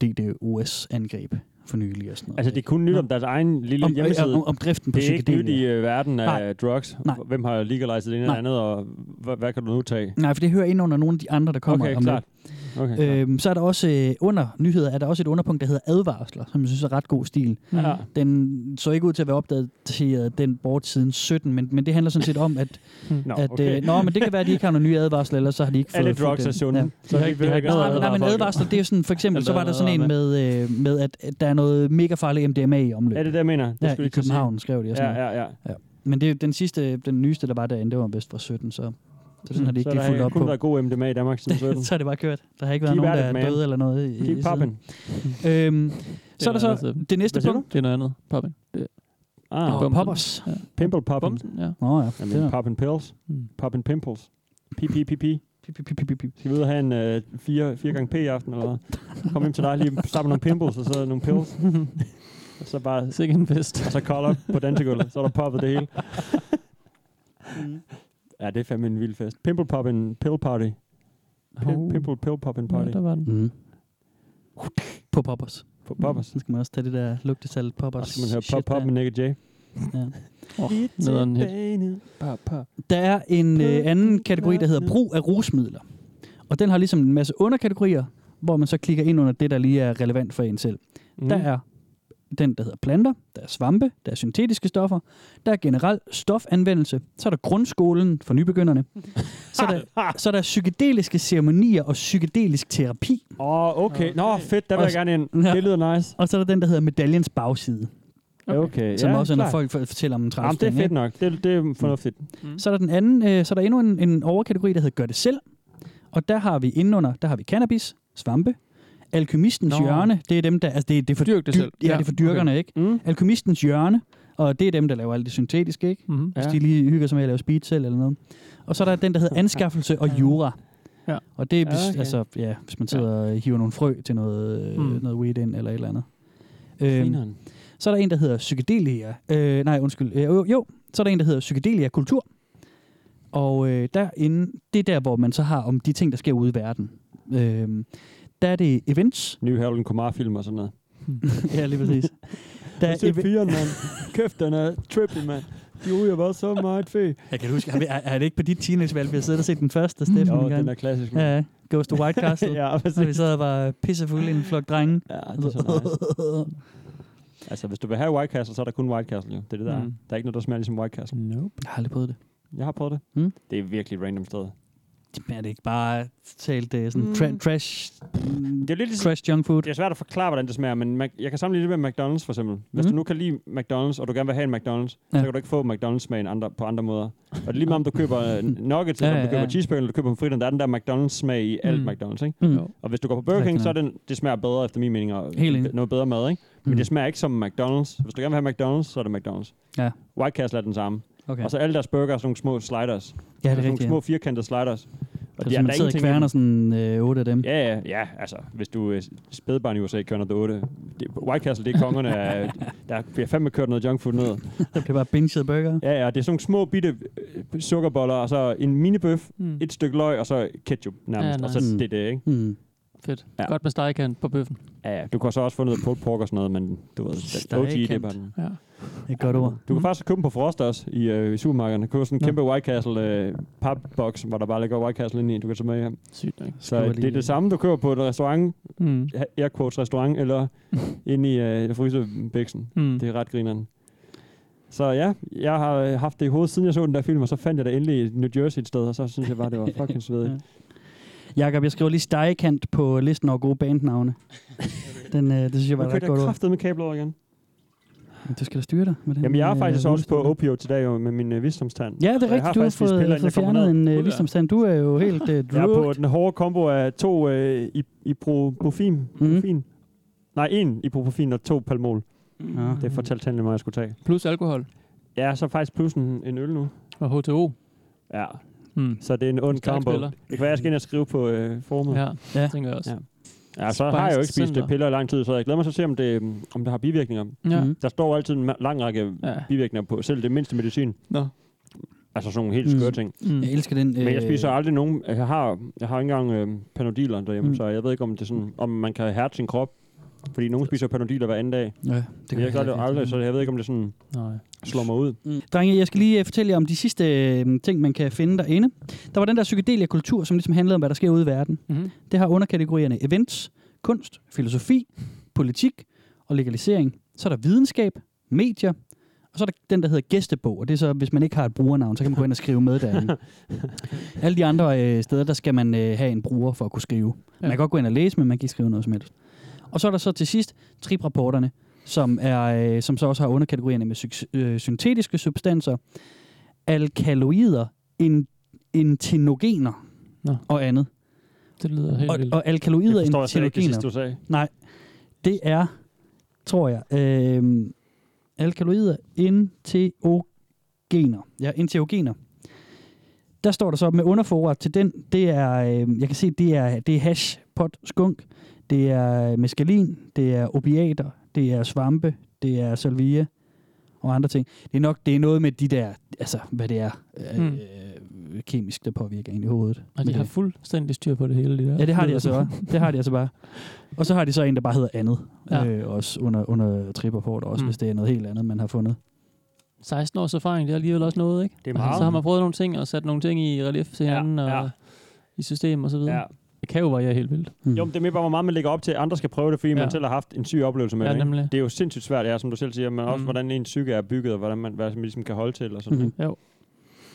[SPEAKER 6] DDoS-angreb for nylig og sådan noget.
[SPEAKER 4] Altså, det er kun nyt om deres egen lille
[SPEAKER 6] om,
[SPEAKER 4] hjemmeside.
[SPEAKER 6] om, om driften på
[SPEAKER 4] det er ikke nyt
[SPEAKER 6] psykedelia.
[SPEAKER 4] i øh, verden af
[SPEAKER 6] Nej.
[SPEAKER 4] drugs.
[SPEAKER 6] Nej.
[SPEAKER 4] Hvem har legalized det ene eller
[SPEAKER 6] Nej.
[SPEAKER 4] andet, og hvad, hvad kan du nu tage?
[SPEAKER 6] Nej, for det hører ind under nogle af de andre, der kommer
[SPEAKER 4] Okay,
[SPEAKER 6] om lidt.
[SPEAKER 4] klart. Okay, klart.
[SPEAKER 6] Øhm, så er der også øh, under nyheder, er der også et underpunkt, der hedder advarsler, som jeg synes er ret god stil.
[SPEAKER 4] ja.
[SPEAKER 6] Den så ikke ud til at være opdateret den bort siden 17, men, men det handler sådan set om, at,
[SPEAKER 4] [LAUGHS] Nå,
[SPEAKER 6] at
[SPEAKER 4] okay.
[SPEAKER 6] øh, nå, men det kan være, at de ikke har nogen nye advarsler, eller så har de ikke fået...
[SPEAKER 4] Alle
[SPEAKER 6] fulgt
[SPEAKER 4] drugs
[SPEAKER 6] den.
[SPEAKER 4] er sunde.
[SPEAKER 6] Ja.
[SPEAKER 4] Så
[SPEAKER 5] De har
[SPEAKER 4] vi
[SPEAKER 5] ikke- de
[SPEAKER 4] behøver
[SPEAKER 5] har
[SPEAKER 4] ikke
[SPEAKER 5] ikke
[SPEAKER 4] at
[SPEAKER 5] noget
[SPEAKER 6] Nej,
[SPEAKER 5] advarsler.
[SPEAKER 6] men- nej,
[SPEAKER 4] advare
[SPEAKER 6] men
[SPEAKER 4] folk.
[SPEAKER 6] advarsler, det er sådan, for eksempel, så var der sådan en med, øh, med at at der er noget mega farlig MDMA i omløb.
[SPEAKER 4] Er det det, jeg mener? Det
[SPEAKER 6] Ja,
[SPEAKER 4] skulle
[SPEAKER 6] i
[SPEAKER 4] jeg til at sige.
[SPEAKER 6] København skrev de. og
[SPEAKER 4] Ja,
[SPEAKER 6] Sådan ja, ja.
[SPEAKER 4] ja, ja.
[SPEAKER 6] Men det, er den sidste, den nyeste, der var derinde, det var vist fra 17, så, så det sådan, har det
[SPEAKER 4] Mm, Så
[SPEAKER 6] ikke lige
[SPEAKER 4] der
[SPEAKER 6] fulgt
[SPEAKER 4] har
[SPEAKER 6] op
[SPEAKER 4] kun
[SPEAKER 6] på.
[SPEAKER 4] været god MDMA i Danmark
[SPEAKER 6] [LAUGHS]
[SPEAKER 4] siden 17.
[SPEAKER 6] så er det bare kørt. Der har ikke været
[SPEAKER 4] Keep at
[SPEAKER 6] nogen, der
[SPEAKER 4] it,
[SPEAKER 6] er
[SPEAKER 4] man.
[SPEAKER 6] døde eller noget. I, i
[SPEAKER 4] Keep poppin'.
[SPEAKER 6] siden. Øhm, så er der
[SPEAKER 5] noget
[SPEAKER 6] så
[SPEAKER 5] andet.
[SPEAKER 6] det næste
[SPEAKER 4] Hvad siger
[SPEAKER 6] punkt.
[SPEAKER 5] Det er noget andet. Poppen. Det er
[SPEAKER 4] Ah,
[SPEAKER 6] Åh,
[SPEAKER 5] Bumsen.
[SPEAKER 6] poppers.
[SPEAKER 5] Ja.
[SPEAKER 4] pimple poppin'.
[SPEAKER 5] Bumsen, ja.
[SPEAKER 6] Nå ja, det
[SPEAKER 4] Jamen,
[SPEAKER 6] er
[SPEAKER 4] poppin' pills.
[SPEAKER 5] Mm.
[SPEAKER 4] Poppin' pimples. PPPP.
[SPEAKER 6] pip, pip, pip, pip, pip.
[SPEAKER 4] Skal vi ud og have en øh, 4, 4 gange P i aften, eller hvad? Kom hjem til dig, lige stappe nogle pimples, og så nogle
[SPEAKER 6] [LAUGHS]
[SPEAKER 4] pills. og så bare
[SPEAKER 5] Sikke en fest.
[SPEAKER 4] og så kold op på dansegulvet, så er der poppet det hele. ja, det er fandme en vild fest. Pimple poppin' pill party. Pim-
[SPEAKER 5] Hov.
[SPEAKER 4] Pimple pill poppin'
[SPEAKER 5] Ja,
[SPEAKER 4] party.
[SPEAKER 5] der var den.
[SPEAKER 6] Mm. På poppers.
[SPEAKER 4] På poppers.
[SPEAKER 6] Så skal man også tage det der lugtesalt
[SPEAKER 4] Og
[SPEAKER 6] poppers.
[SPEAKER 4] så skal man høre
[SPEAKER 6] shit
[SPEAKER 4] pop pop
[SPEAKER 6] der.
[SPEAKER 4] med Nick J.
[SPEAKER 5] Oh, nederen hit.
[SPEAKER 4] Pop, pop.
[SPEAKER 6] Der er en øh, anden kategori, der hedder brug af rusmidler. Og den har ligesom en masse underkategorier, hvor man så klikker ind under det, der lige er relevant for en selv.
[SPEAKER 5] Hmm.
[SPEAKER 6] Mm. Der er den, der hedder planter, der er svampe, der er syntetiske stoffer, der er generel stofanvendelse, så er der grundskolen
[SPEAKER 4] [LAUGHS]
[SPEAKER 6] for nybegynderne, så er der, så er der psykedeliske ceremonier og psykedelisk terapi,
[SPEAKER 4] Åh, okay. Nå, fedt, der vil jeg
[SPEAKER 6] Også-
[SPEAKER 4] gerne ind.
[SPEAKER 6] Ja.
[SPEAKER 4] Det lyder nice.
[SPEAKER 6] og så er der den, der hedder medaljens bagside,
[SPEAKER 4] Okay, okay.
[SPEAKER 6] som
[SPEAKER 4] ja,
[SPEAKER 6] også er, når
[SPEAKER 4] klart.
[SPEAKER 6] folk Mm. for- fortæller om en
[SPEAKER 4] Jamen, det er
[SPEAKER 6] transting,
[SPEAKER 4] fedt nok. Det, det er fornuftigt.
[SPEAKER 6] Så er der den anden, øh, så er der endnu en, en overkategori, der hedder Gør det selv. Og der har vi indenunder, der har vi cannabis, svampe, alkymistens
[SPEAKER 5] Nå.
[SPEAKER 6] Nå. hjørne, det er dem, der, altså det, er- det er for,
[SPEAKER 5] Dyrk det
[SPEAKER 6] dy-
[SPEAKER 5] selv.
[SPEAKER 6] Ja,
[SPEAKER 5] Ja,
[SPEAKER 6] det er for dyrkerne, okay. ikke?
[SPEAKER 4] Mm.
[SPEAKER 6] Alkymistens hjørne, og det er dem, der laver alt det syntetiske, ikke?
[SPEAKER 5] Mm-hmm.
[SPEAKER 6] Hvis
[SPEAKER 4] Ja.
[SPEAKER 6] de lige hygger sig med at lave speed selv eller noget. Og så er der den, der hedder anskaffelse og jura.
[SPEAKER 5] Ja.
[SPEAKER 6] Og det er, hvis,
[SPEAKER 4] Ja,
[SPEAKER 6] okay.
[SPEAKER 4] okay.
[SPEAKER 6] altså, ja, hvis man sidder og hiver nogle frø til noget, mm.
[SPEAKER 5] Mm.
[SPEAKER 6] noget weed ind eller et eller andet. Øhm,
[SPEAKER 4] Øhm,
[SPEAKER 6] så er der en, der hedder psykedelia. Øh, nej, undskyld. Øh, jo, jo, så er der en, der hedder psykedelia kultur. Og øh, derinde, det er der, hvor man så har om de ting, der sker ude i verden. Øh, der er det events. [LAUGHS]
[SPEAKER 4] Ny Harold Kumar-film og sådan noget.
[SPEAKER 6] ja, lige præcis. Der er ev-
[SPEAKER 4] firen, mand. Kæft, den er trippy, mand. De uger var så meget fed.
[SPEAKER 6] jeg kan huske, er, er, er det ikke på dit teenagevalg, vi har siddet og set den første, Steffen?
[SPEAKER 4] Jo,
[SPEAKER 6] en gang?
[SPEAKER 4] den er klassisk. mand.
[SPEAKER 6] Ja, ja. Ghost of White Castle.
[SPEAKER 4] [LAUGHS]
[SPEAKER 6] ja.
[SPEAKER 4] ja,
[SPEAKER 6] Så vi
[SPEAKER 4] præcis.
[SPEAKER 6] sad og var pissefulde i en flok drenge.
[SPEAKER 4] Ja, det er så nice. Altså, hvis du vil have White Castle, så er der kun White Castle, jo. Det er det, der mm.
[SPEAKER 5] Mm.
[SPEAKER 4] Der er ikke noget, der smager ligesom White Castle.
[SPEAKER 5] Nope.
[SPEAKER 6] Jeg har aldrig prøvet det.
[SPEAKER 4] Jeg har prøvet det.
[SPEAKER 6] Mm.
[SPEAKER 4] Det er virkelig et random sted. Det
[SPEAKER 6] Men er det ikke bare talt uh, sådan tra- trash,
[SPEAKER 4] er jo lidt ligesom,
[SPEAKER 6] trash junk food?
[SPEAKER 4] det er svært at forklare, hvordan det smager, men Mac- jeg kan sammenligne det med McDonald's for eksempel. Hvis
[SPEAKER 6] Mhm.
[SPEAKER 4] du nu kan lide McDonald's, og du gerne vil have en McDonald's,
[SPEAKER 6] Ja.
[SPEAKER 4] så kan du ikke få McDonald's-smagen andre, på andre måder. Og det er lige meget, om du
[SPEAKER 6] [LAUGHS]
[SPEAKER 4] køber øh, nuggets, eller
[SPEAKER 6] Ja,
[SPEAKER 4] om du
[SPEAKER 6] ja,
[SPEAKER 4] køber
[SPEAKER 6] ja.
[SPEAKER 4] cheeseburger, eller du køber fritter, der er den der McDonald's-smag i alt
[SPEAKER 5] Mm.
[SPEAKER 4] McDonald's, ikke?
[SPEAKER 6] Mm.
[SPEAKER 5] Jo.
[SPEAKER 4] Og hvis du går på Burger
[SPEAKER 6] Rigtig
[SPEAKER 4] King, så er den, det smager bedre, efter min mening, og
[SPEAKER 6] Helt enig.
[SPEAKER 4] noget bedre mad, ikke? Men
[SPEAKER 6] Mm.
[SPEAKER 4] det smager ikke som McDonald's. Hvis du gerne vil have McDonald's, så er det McDonald's.
[SPEAKER 6] Ja.
[SPEAKER 4] White Castle er den samme.
[SPEAKER 6] Okay.
[SPEAKER 4] Ja. Og så alle deres burger er sådan nogle små sliders.
[SPEAKER 6] ja, det
[SPEAKER 4] sådan
[SPEAKER 6] er
[SPEAKER 4] nogle
[SPEAKER 6] rigtigt.
[SPEAKER 4] små firkantede sliders.
[SPEAKER 6] Og
[SPEAKER 4] Og
[SPEAKER 6] det er, sådan, man sidder i
[SPEAKER 4] ingenting i
[SPEAKER 6] kværner
[SPEAKER 4] dem.
[SPEAKER 6] sådan øh, otte af dem. Ja.
[SPEAKER 4] Ja, ja, ja, altså, hvis du er spædbarn i USA, kører noget 8. Det, White Castle, det er kongerne
[SPEAKER 6] [LAUGHS]
[SPEAKER 4] af, der bliver fandme kørt noget junk food ned.
[SPEAKER 6] Der bliver bare binged burger.
[SPEAKER 4] Ja, ja, det er sådan nogle små bitte øh, sukkerboller, og så en minibøf,
[SPEAKER 5] Mm.
[SPEAKER 4] et stykke løg, og så ketchup nærmest,
[SPEAKER 5] Ja,
[SPEAKER 4] og så
[SPEAKER 6] nice.
[SPEAKER 4] det er det, ikke?
[SPEAKER 6] Mm.
[SPEAKER 5] Fedt.
[SPEAKER 4] Ja.
[SPEAKER 5] Ja. Godt med stegekant på bøffen.
[SPEAKER 4] Ja, ja, du kan så også få noget pulled pork og sådan noget, men du ved, den OG, det er
[SPEAKER 6] Stegekant.
[SPEAKER 4] bare den.
[SPEAKER 5] Ja.
[SPEAKER 6] Et godt ord.
[SPEAKER 4] Du kan faktisk købe dem på Frost også i, øh, i supermarkederne. Købe sådan en
[SPEAKER 6] Mm. Nå.
[SPEAKER 4] kæmpe White Castle øh, papboks, hvor der bare ligger White Castle ind i, du kan tage med hjem.
[SPEAKER 5] Sygt nok.
[SPEAKER 4] Så
[SPEAKER 6] Skriver
[SPEAKER 4] øh, det er
[SPEAKER 6] lige-
[SPEAKER 4] det samme, du køber på en restaurant,
[SPEAKER 5] Mm.
[SPEAKER 4] ha- air quotes restaurant,
[SPEAKER 6] [LAUGHS]
[SPEAKER 4] eller inde i øh, frysebæksen.
[SPEAKER 5] Mm.
[SPEAKER 4] Det er ret grineren. Så ja, jeg har øh, haft det i hovedet, siden jeg så den der film, og så fandt jeg det endelig i New Jersey et sted, og så synes jeg bare, det var fucking svedigt.
[SPEAKER 6] Jakob, jeg skriver lige stegekant på listen over gode
[SPEAKER 4] [LAUGHS]
[SPEAKER 6] bandnavne. Den, øh, det synes jeg var
[SPEAKER 4] Nu
[SPEAKER 6] et
[SPEAKER 4] kører
[SPEAKER 6] ret
[SPEAKER 4] jeg
[SPEAKER 6] godt ord.
[SPEAKER 4] kraftet med kabler over igen.
[SPEAKER 6] Men Du skal da styre dig. Med den,
[SPEAKER 4] Jamen, jeg er
[SPEAKER 6] øh,
[SPEAKER 4] faktisk også på
[SPEAKER 6] rullestol.
[SPEAKER 4] opio til dag jo, med min øh, visdomstand.
[SPEAKER 6] Ja, det
[SPEAKER 4] Jeg
[SPEAKER 6] er
[SPEAKER 4] har
[SPEAKER 6] rigtigt. Du har
[SPEAKER 4] faktisk vist
[SPEAKER 6] fået,
[SPEAKER 4] piller, inden
[SPEAKER 6] fået
[SPEAKER 4] jeg kommer
[SPEAKER 6] fjernet
[SPEAKER 4] herned.
[SPEAKER 6] en
[SPEAKER 5] Ud,
[SPEAKER 6] øh,
[SPEAKER 5] ja.
[SPEAKER 6] visdomstand. Du er jo helt øh,
[SPEAKER 4] Jeg er på
[SPEAKER 6] druked.
[SPEAKER 4] den hårde kombo af to øh, i, ibuprofen. Mm. Nej, en ibuprofen og to palmol.
[SPEAKER 6] Ja.
[SPEAKER 5] Mm.
[SPEAKER 4] Det fortalte tandlægen mig, jeg skulle tage.
[SPEAKER 5] Plus alkohol
[SPEAKER 4] Ja, så faktisk plus en, en øl nu.
[SPEAKER 5] og HTO.
[SPEAKER 4] Ja,
[SPEAKER 5] Mm.
[SPEAKER 4] så det er en ond
[SPEAKER 5] Stærk
[SPEAKER 4] kombo.
[SPEAKER 5] spiller.
[SPEAKER 4] Det kan være, jeg skal ind og skrive på øh, forumet. Ja.
[SPEAKER 5] Ja,
[SPEAKER 6] Ja.
[SPEAKER 5] ja, tænker jeg også.
[SPEAKER 4] Ja. ja, så har jeg jo ikke spist
[SPEAKER 5] Spiced
[SPEAKER 4] øh, piller i lang tid, så jeg glæder mig så til at se, om det, øh, om det har bivirkninger.
[SPEAKER 5] Ja.
[SPEAKER 6] Mhm.
[SPEAKER 4] Der står altid en ma- lang række
[SPEAKER 5] ja.
[SPEAKER 4] bivirkninger på, selv det mindste medicin.
[SPEAKER 5] Nå.
[SPEAKER 4] Altså sådan nogle helt
[SPEAKER 6] Mm. Øh.
[SPEAKER 4] skøre ting.
[SPEAKER 5] Mm.
[SPEAKER 6] Jeg elsker den.
[SPEAKER 4] Men jeg spiser aldrig nogen... Jeg har, jeg har ikke engang øh, panodiler derhjemme,
[SPEAKER 6] Mm.
[SPEAKER 4] mm. så jeg ved ikke, om, det er sådan, om man kan hærde sin krop. Fordi nogen spiser panodiler hver anden dag.
[SPEAKER 6] Ja, det
[SPEAKER 4] Det jeg gør det jo aldrig, så jeg ved ikke, om det sådan
[SPEAKER 5] Nej.
[SPEAKER 4] slår mig ud.
[SPEAKER 6] Mm. Drenge, jeg skal lige øh, fortælle jer om de sidste øh, ting, man kan finde derinde. Der var den der psykedelia kultur, som ligesom handlede om, hvad der sker ude i verden.
[SPEAKER 5] Mm-hmm.
[SPEAKER 6] Det har underkategorierne events, kunst, filosofi, politik og legalisering. Så er der videnskab, medier, og så er der den, der hedder gæstebog, og det er så, hvis man ikke har et brugernavn, så kan man gå ind og skrive med
[SPEAKER 5] [LAUGHS]
[SPEAKER 6] derinde. Alle de andre øh, steder, der skal man øh, have en bruger for at kunne skrive.
[SPEAKER 5] Ja.
[SPEAKER 6] Man kan godt gå ind og læse, men man kan ikke skrive noget som helst. Og så er der så til sidst triprapporterne, som, er, øh, som så også har underkategorierne med syk- øh, syntetiske substanser, alkaloider, en, entenogener
[SPEAKER 5] Nå.
[SPEAKER 6] og andet.
[SPEAKER 5] Det lyder helt
[SPEAKER 6] Og,
[SPEAKER 5] vildt.
[SPEAKER 6] og
[SPEAKER 4] Det
[SPEAKER 6] alkaloider,
[SPEAKER 4] forstår jeg slet ikke, det sidste,
[SPEAKER 6] entenogener,
[SPEAKER 4] du sagde.
[SPEAKER 6] det er, tror jeg, øh, alkaloider, enteogener. Ja, enteogener. Der står der så med underforret til den, det er, øh, jeg kan se, det er, det er hash, pot, skunk, det er øh, meskalin, det er opiater, det er svampe, det er salvia og andre ting. Det er nok det er noget med de der, altså hvad det er øh,
[SPEAKER 5] Mm.
[SPEAKER 6] øh, kemisk, der påvirker en i hovedet.
[SPEAKER 5] og de
[SPEAKER 6] Men
[SPEAKER 5] har
[SPEAKER 6] det-
[SPEAKER 5] fuldstændig styr på det hele. De der.
[SPEAKER 6] Ja, det har de altså bare. Det
[SPEAKER 5] [LAUGHS]
[SPEAKER 6] har de altså bare. Og så har de så en, der bare hedder andet. Ja.
[SPEAKER 5] Ja.
[SPEAKER 6] Øh, også under, under tripperport, også mm.
[SPEAKER 5] Mm.
[SPEAKER 6] hvis det er noget helt andet, man har fundet.
[SPEAKER 5] 16 års erfaring, det er alligevel også noget, ikke?
[SPEAKER 4] Det er
[SPEAKER 5] Altså,
[SPEAKER 4] meget.
[SPEAKER 5] så har man prøvet nogle ting og sat nogle ting i relief til
[SPEAKER 4] Ja,
[SPEAKER 5] hinanden og
[SPEAKER 4] ja.
[SPEAKER 5] i system og så videre.
[SPEAKER 4] Ja.
[SPEAKER 5] Ja. Det kan jo variere helt vildt.
[SPEAKER 6] Mm.
[SPEAKER 4] Jo, men det er mere bare, hvor meget man lægger op til, at andre skal prøve det, fordi ja. man
[SPEAKER 5] Ja.
[SPEAKER 4] selv har haft en syg oplevelse med
[SPEAKER 5] Ja,
[SPEAKER 4] det. Ikke?
[SPEAKER 5] nemlig.
[SPEAKER 4] Det er jo sindssygt svært, ja, som du selv siger, men også,
[SPEAKER 5] Mm. Mm-hmm.
[SPEAKER 4] hvordan en psyke er bygget, og hvordan man, hvad man ligesom kan holde til, og sådan
[SPEAKER 6] Mhm.
[SPEAKER 4] mm. ikke?
[SPEAKER 5] Jo.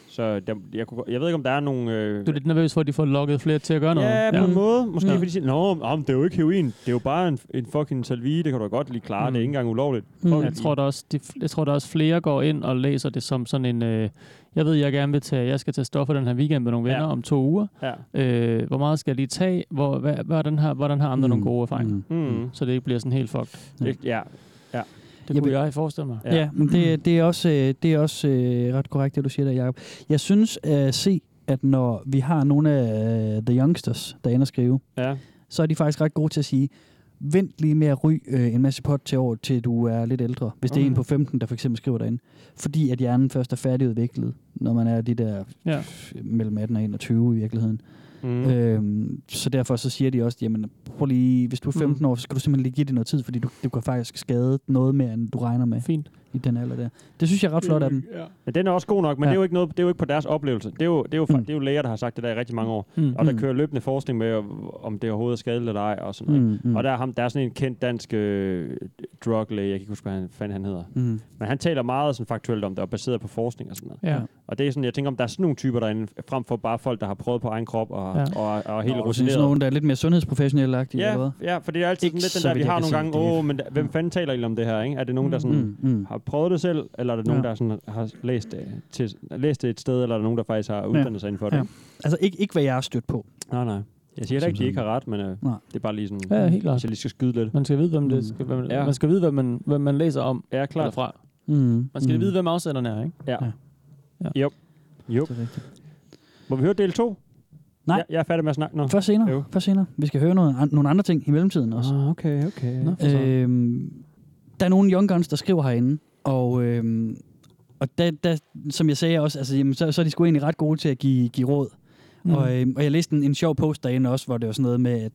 [SPEAKER 4] Så der, jeg, kunne, jeg ved ikke, om der er nogle... Øh,
[SPEAKER 5] Du er lidt nervøs for, at de får lukket flere til at gøre noget.
[SPEAKER 4] Ja, på en
[SPEAKER 6] Mm.
[SPEAKER 4] måde. Måske
[SPEAKER 6] Ja.
[SPEAKER 4] fordi de siger, Nå, men, ah, men det er jo ikke heroin. Det er jo bare en, en fucking salvie. Det kan du da godt lige klare.
[SPEAKER 5] Mm.
[SPEAKER 4] Det er ikke engang ulovligt.
[SPEAKER 6] Mm.
[SPEAKER 5] Jeg tror, der også, de, jeg tror, der også flere går ind og læser det som sådan en... Øh, jeg ved, jeg gerne vil tage... Jeg skal tage stoffer den her weekend med nogle venner
[SPEAKER 4] Ja.
[SPEAKER 5] om to uger.
[SPEAKER 4] Ja.
[SPEAKER 5] Øh, hvor meget skal jeg lige tage? Hvor, hvad, hvordan, har, hvordan har andre mm. nogle gode erfaringer?
[SPEAKER 6] Mm.
[SPEAKER 4] Mm.
[SPEAKER 5] Så det ikke bliver sådan helt fucked.
[SPEAKER 4] Det, ja.
[SPEAKER 5] Det
[SPEAKER 6] Jeg
[SPEAKER 5] jeg kunne
[SPEAKER 6] vil-
[SPEAKER 5] jeg forestille mig.
[SPEAKER 6] Ja. ja, men det, det er også, øh, det er også øh, ret korrekt, det du siger der, Jacob. Jeg synes at se, at når vi har nogle af øh, The Youngsters, der ender at skrive,
[SPEAKER 4] Ja.
[SPEAKER 6] så er de faktisk ret gode til at sige, vent lige med at ryge øh, en masse pot til år, til du er lidt ældre. Hvis det er en
[SPEAKER 4] Okay.
[SPEAKER 6] på 15, der for eksempel skriver derinde. Fordi at hjernen først er færdigudviklet, når man er de der
[SPEAKER 5] Ja.
[SPEAKER 6] f- mellem 18 og 21 i virkeligheden.
[SPEAKER 4] Mm.
[SPEAKER 6] Mm. Øhm, så derfor så siger de også, jamen prøv lige, hvis du er 15
[SPEAKER 5] Mm.
[SPEAKER 6] år, så skal du simpelthen lige give det noget tid, fordi du, du kan faktisk skade noget mere, end du regner med
[SPEAKER 5] Fint.
[SPEAKER 6] i den alder der. Det synes jeg er ret flot af dem.
[SPEAKER 5] Ja.
[SPEAKER 4] Men den er også god nok, men ja.
[SPEAKER 6] Ja.
[SPEAKER 4] det, er jo ikke noget, det er jo ikke på deres oplevelse. Det er jo, det er jo, fra,
[SPEAKER 6] Mm.
[SPEAKER 4] det er jo læger, der har sagt det der i rigtig mange år.
[SPEAKER 5] Mm.
[SPEAKER 4] Og der
[SPEAKER 6] Mm.
[SPEAKER 4] kører løbende forskning med, om- om det overhovedet er skadeligt eller ej. Og, sådan noget.
[SPEAKER 6] Mm, mm,
[SPEAKER 4] og der, er ham, der er sådan en kendt dansk øh, druglæge, jeg kan ikke huske, hvad han, fanden han hedder.
[SPEAKER 6] mm.
[SPEAKER 4] Men han taler meget sådan faktuelt om det, og baseret på forskning og sådan noget.
[SPEAKER 5] Ja.
[SPEAKER 4] Og det er sådan, jeg tænker, om der er sådan nogle typer derinde, frem for bare folk, der har prøvet på egen krop og, ja.
[SPEAKER 5] Ja.
[SPEAKER 4] og, og, og helt
[SPEAKER 6] Nå,
[SPEAKER 4] rutineret.
[SPEAKER 6] Sådan nogen, der er lidt mere sundhedsprofessionelle-agtige,
[SPEAKER 4] Ja,
[SPEAKER 6] eller hvad?
[SPEAKER 4] ja, for det er altid
[SPEAKER 6] Ikke
[SPEAKER 4] sådan lidt den
[SPEAKER 6] så
[SPEAKER 4] der, vi
[SPEAKER 6] vidt jeg
[SPEAKER 4] har
[SPEAKER 6] kan
[SPEAKER 4] nogle
[SPEAKER 6] se,
[SPEAKER 4] gange,
[SPEAKER 6] det er-
[SPEAKER 4] åh, oh, men da- hvem fanden taler I om det her, ikke? Er det nogen, der sådan
[SPEAKER 6] Mm, mm.
[SPEAKER 4] har prøvet det selv, eller er det nogen,
[SPEAKER 5] Ja.
[SPEAKER 4] der sådan har læst det, til, læst det et sted, eller er der nogen, der faktisk har uddannet ja. sig inden for det?
[SPEAKER 6] Ja. Altså ikke, ikke hvad jeg har stødt på.
[SPEAKER 4] Nej, nej. Jeg siger heller ikke, de ikke har ret, men øh,
[SPEAKER 6] Nej.
[SPEAKER 4] det er bare lige sådan,
[SPEAKER 5] Ja, helt klart.
[SPEAKER 4] hvis jeg lige skal skyde lidt.
[SPEAKER 5] Man skal vide, hvem
[SPEAKER 6] Mm.
[SPEAKER 5] det skal, hvem,
[SPEAKER 4] Ja.
[SPEAKER 5] ja. man skal vide, hvem man, hvem man læser om.
[SPEAKER 4] Ja,
[SPEAKER 5] Klar.
[SPEAKER 4] klart.
[SPEAKER 5] Fra.
[SPEAKER 6] Mm.
[SPEAKER 5] Man skal mm. vide, hvem afsenderen er, ikke?
[SPEAKER 4] Jo.
[SPEAKER 6] Det er rigtigt.
[SPEAKER 4] Må vi høre del 2?
[SPEAKER 6] Nej.
[SPEAKER 4] Jeg, jeg er færdig med at snakke nu.
[SPEAKER 6] Først senere.
[SPEAKER 4] Jo.
[SPEAKER 6] Først senere. Vi skal høre noget, an, nogle andre ting i mellemtiden også.
[SPEAKER 4] Ah, okay, okay. Nå.
[SPEAKER 6] Øhm, der er nogle young guns, der skriver herinde, og, øhm, og der, der, som jeg sagde også, altså, jamen, så, så er de sgu egentlig ret gode til at give, give råd. Mm. Og, øhm, og jeg læste en, en sjov post derinde også, hvor det var sådan noget med, at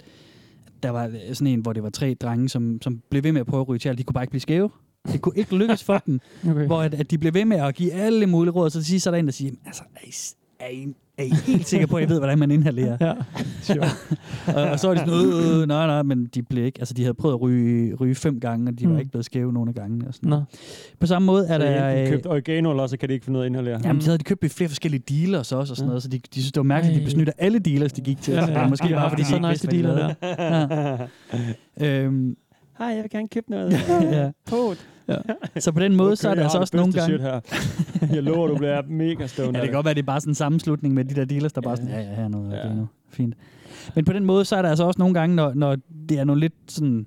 [SPEAKER 6] der var øh, sådan en, hvor det var tre drenge, som, som blev ved med at prøve at ryge til, de kunne bare ikke blive skæve. Det kunne ikke lykkes [LAUGHS] for dem.
[SPEAKER 5] okay.
[SPEAKER 6] øh, hvor at, at de blev ved med at give alle mulige råd, og så til sidst så er der en, der siger, "Jamen, altså, er I, s- er I, er I helt sikre på, at I ved, hvordan man inhalerer?
[SPEAKER 5] [LAUGHS] Ja.
[SPEAKER 6] [LAUGHS] og, og, så er de sådan, øh, øh, nej, nej, men de blev ikke, altså de havde prøvet at ryge, ryge fem gange, og de var
[SPEAKER 5] Mm.
[SPEAKER 6] ikke blevet skæve nogen af gangene. Og sådan.
[SPEAKER 5] Nå.
[SPEAKER 6] På samme måde er
[SPEAKER 4] Er
[SPEAKER 6] der...
[SPEAKER 4] der, de
[SPEAKER 6] øh,
[SPEAKER 4] købt oregano, eller så kan de ikke finde noget indhold her.
[SPEAKER 6] Jamen, de havde de købt ved flere forskellige dealers også, og sådan
[SPEAKER 5] Ja.
[SPEAKER 6] noget, så de, de synes, det var mærkeligt, at de
[SPEAKER 5] Ej.
[SPEAKER 6] besnytter alle dealers, de gik til.
[SPEAKER 5] Ja,
[SPEAKER 6] Ja,
[SPEAKER 5] ja.
[SPEAKER 6] Måske bare, fordi de
[SPEAKER 5] Så
[SPEAKER 6] ikke
[SPEAKER 5] nice
[SPEAKER 6] vidste, hvad de
[SPEAKER 5] dealer [LAUGHS]
[SPEAKER 6] lavede. Øhm,
[SPEAKER 4] Hej, jeg vil gerne købe [LAUGHS] noget.
[SPEAKER 6] ja.
[SPEAKER 4] Pot.
[SPEAKER 6] Så på den måde, så er der altså også nogle gange...
[SPEAKER 4] Her. Jeg lover, du
[SPEAKER 6] [LAUGHS]
[SPEAKER 4] bliver mega stående.
[SPEAKER 6] Ja, det kan godt være, det er bare sådan en sammenslutning med de der dealers, der bare sådan, ja, ja, her er noget
[SPEAKER 4] Ja.
[SPEAKER 6] ja. nu. Fint. Men på den måde, så er der altså også nogle gange, når, når det er nogle lidt sådan,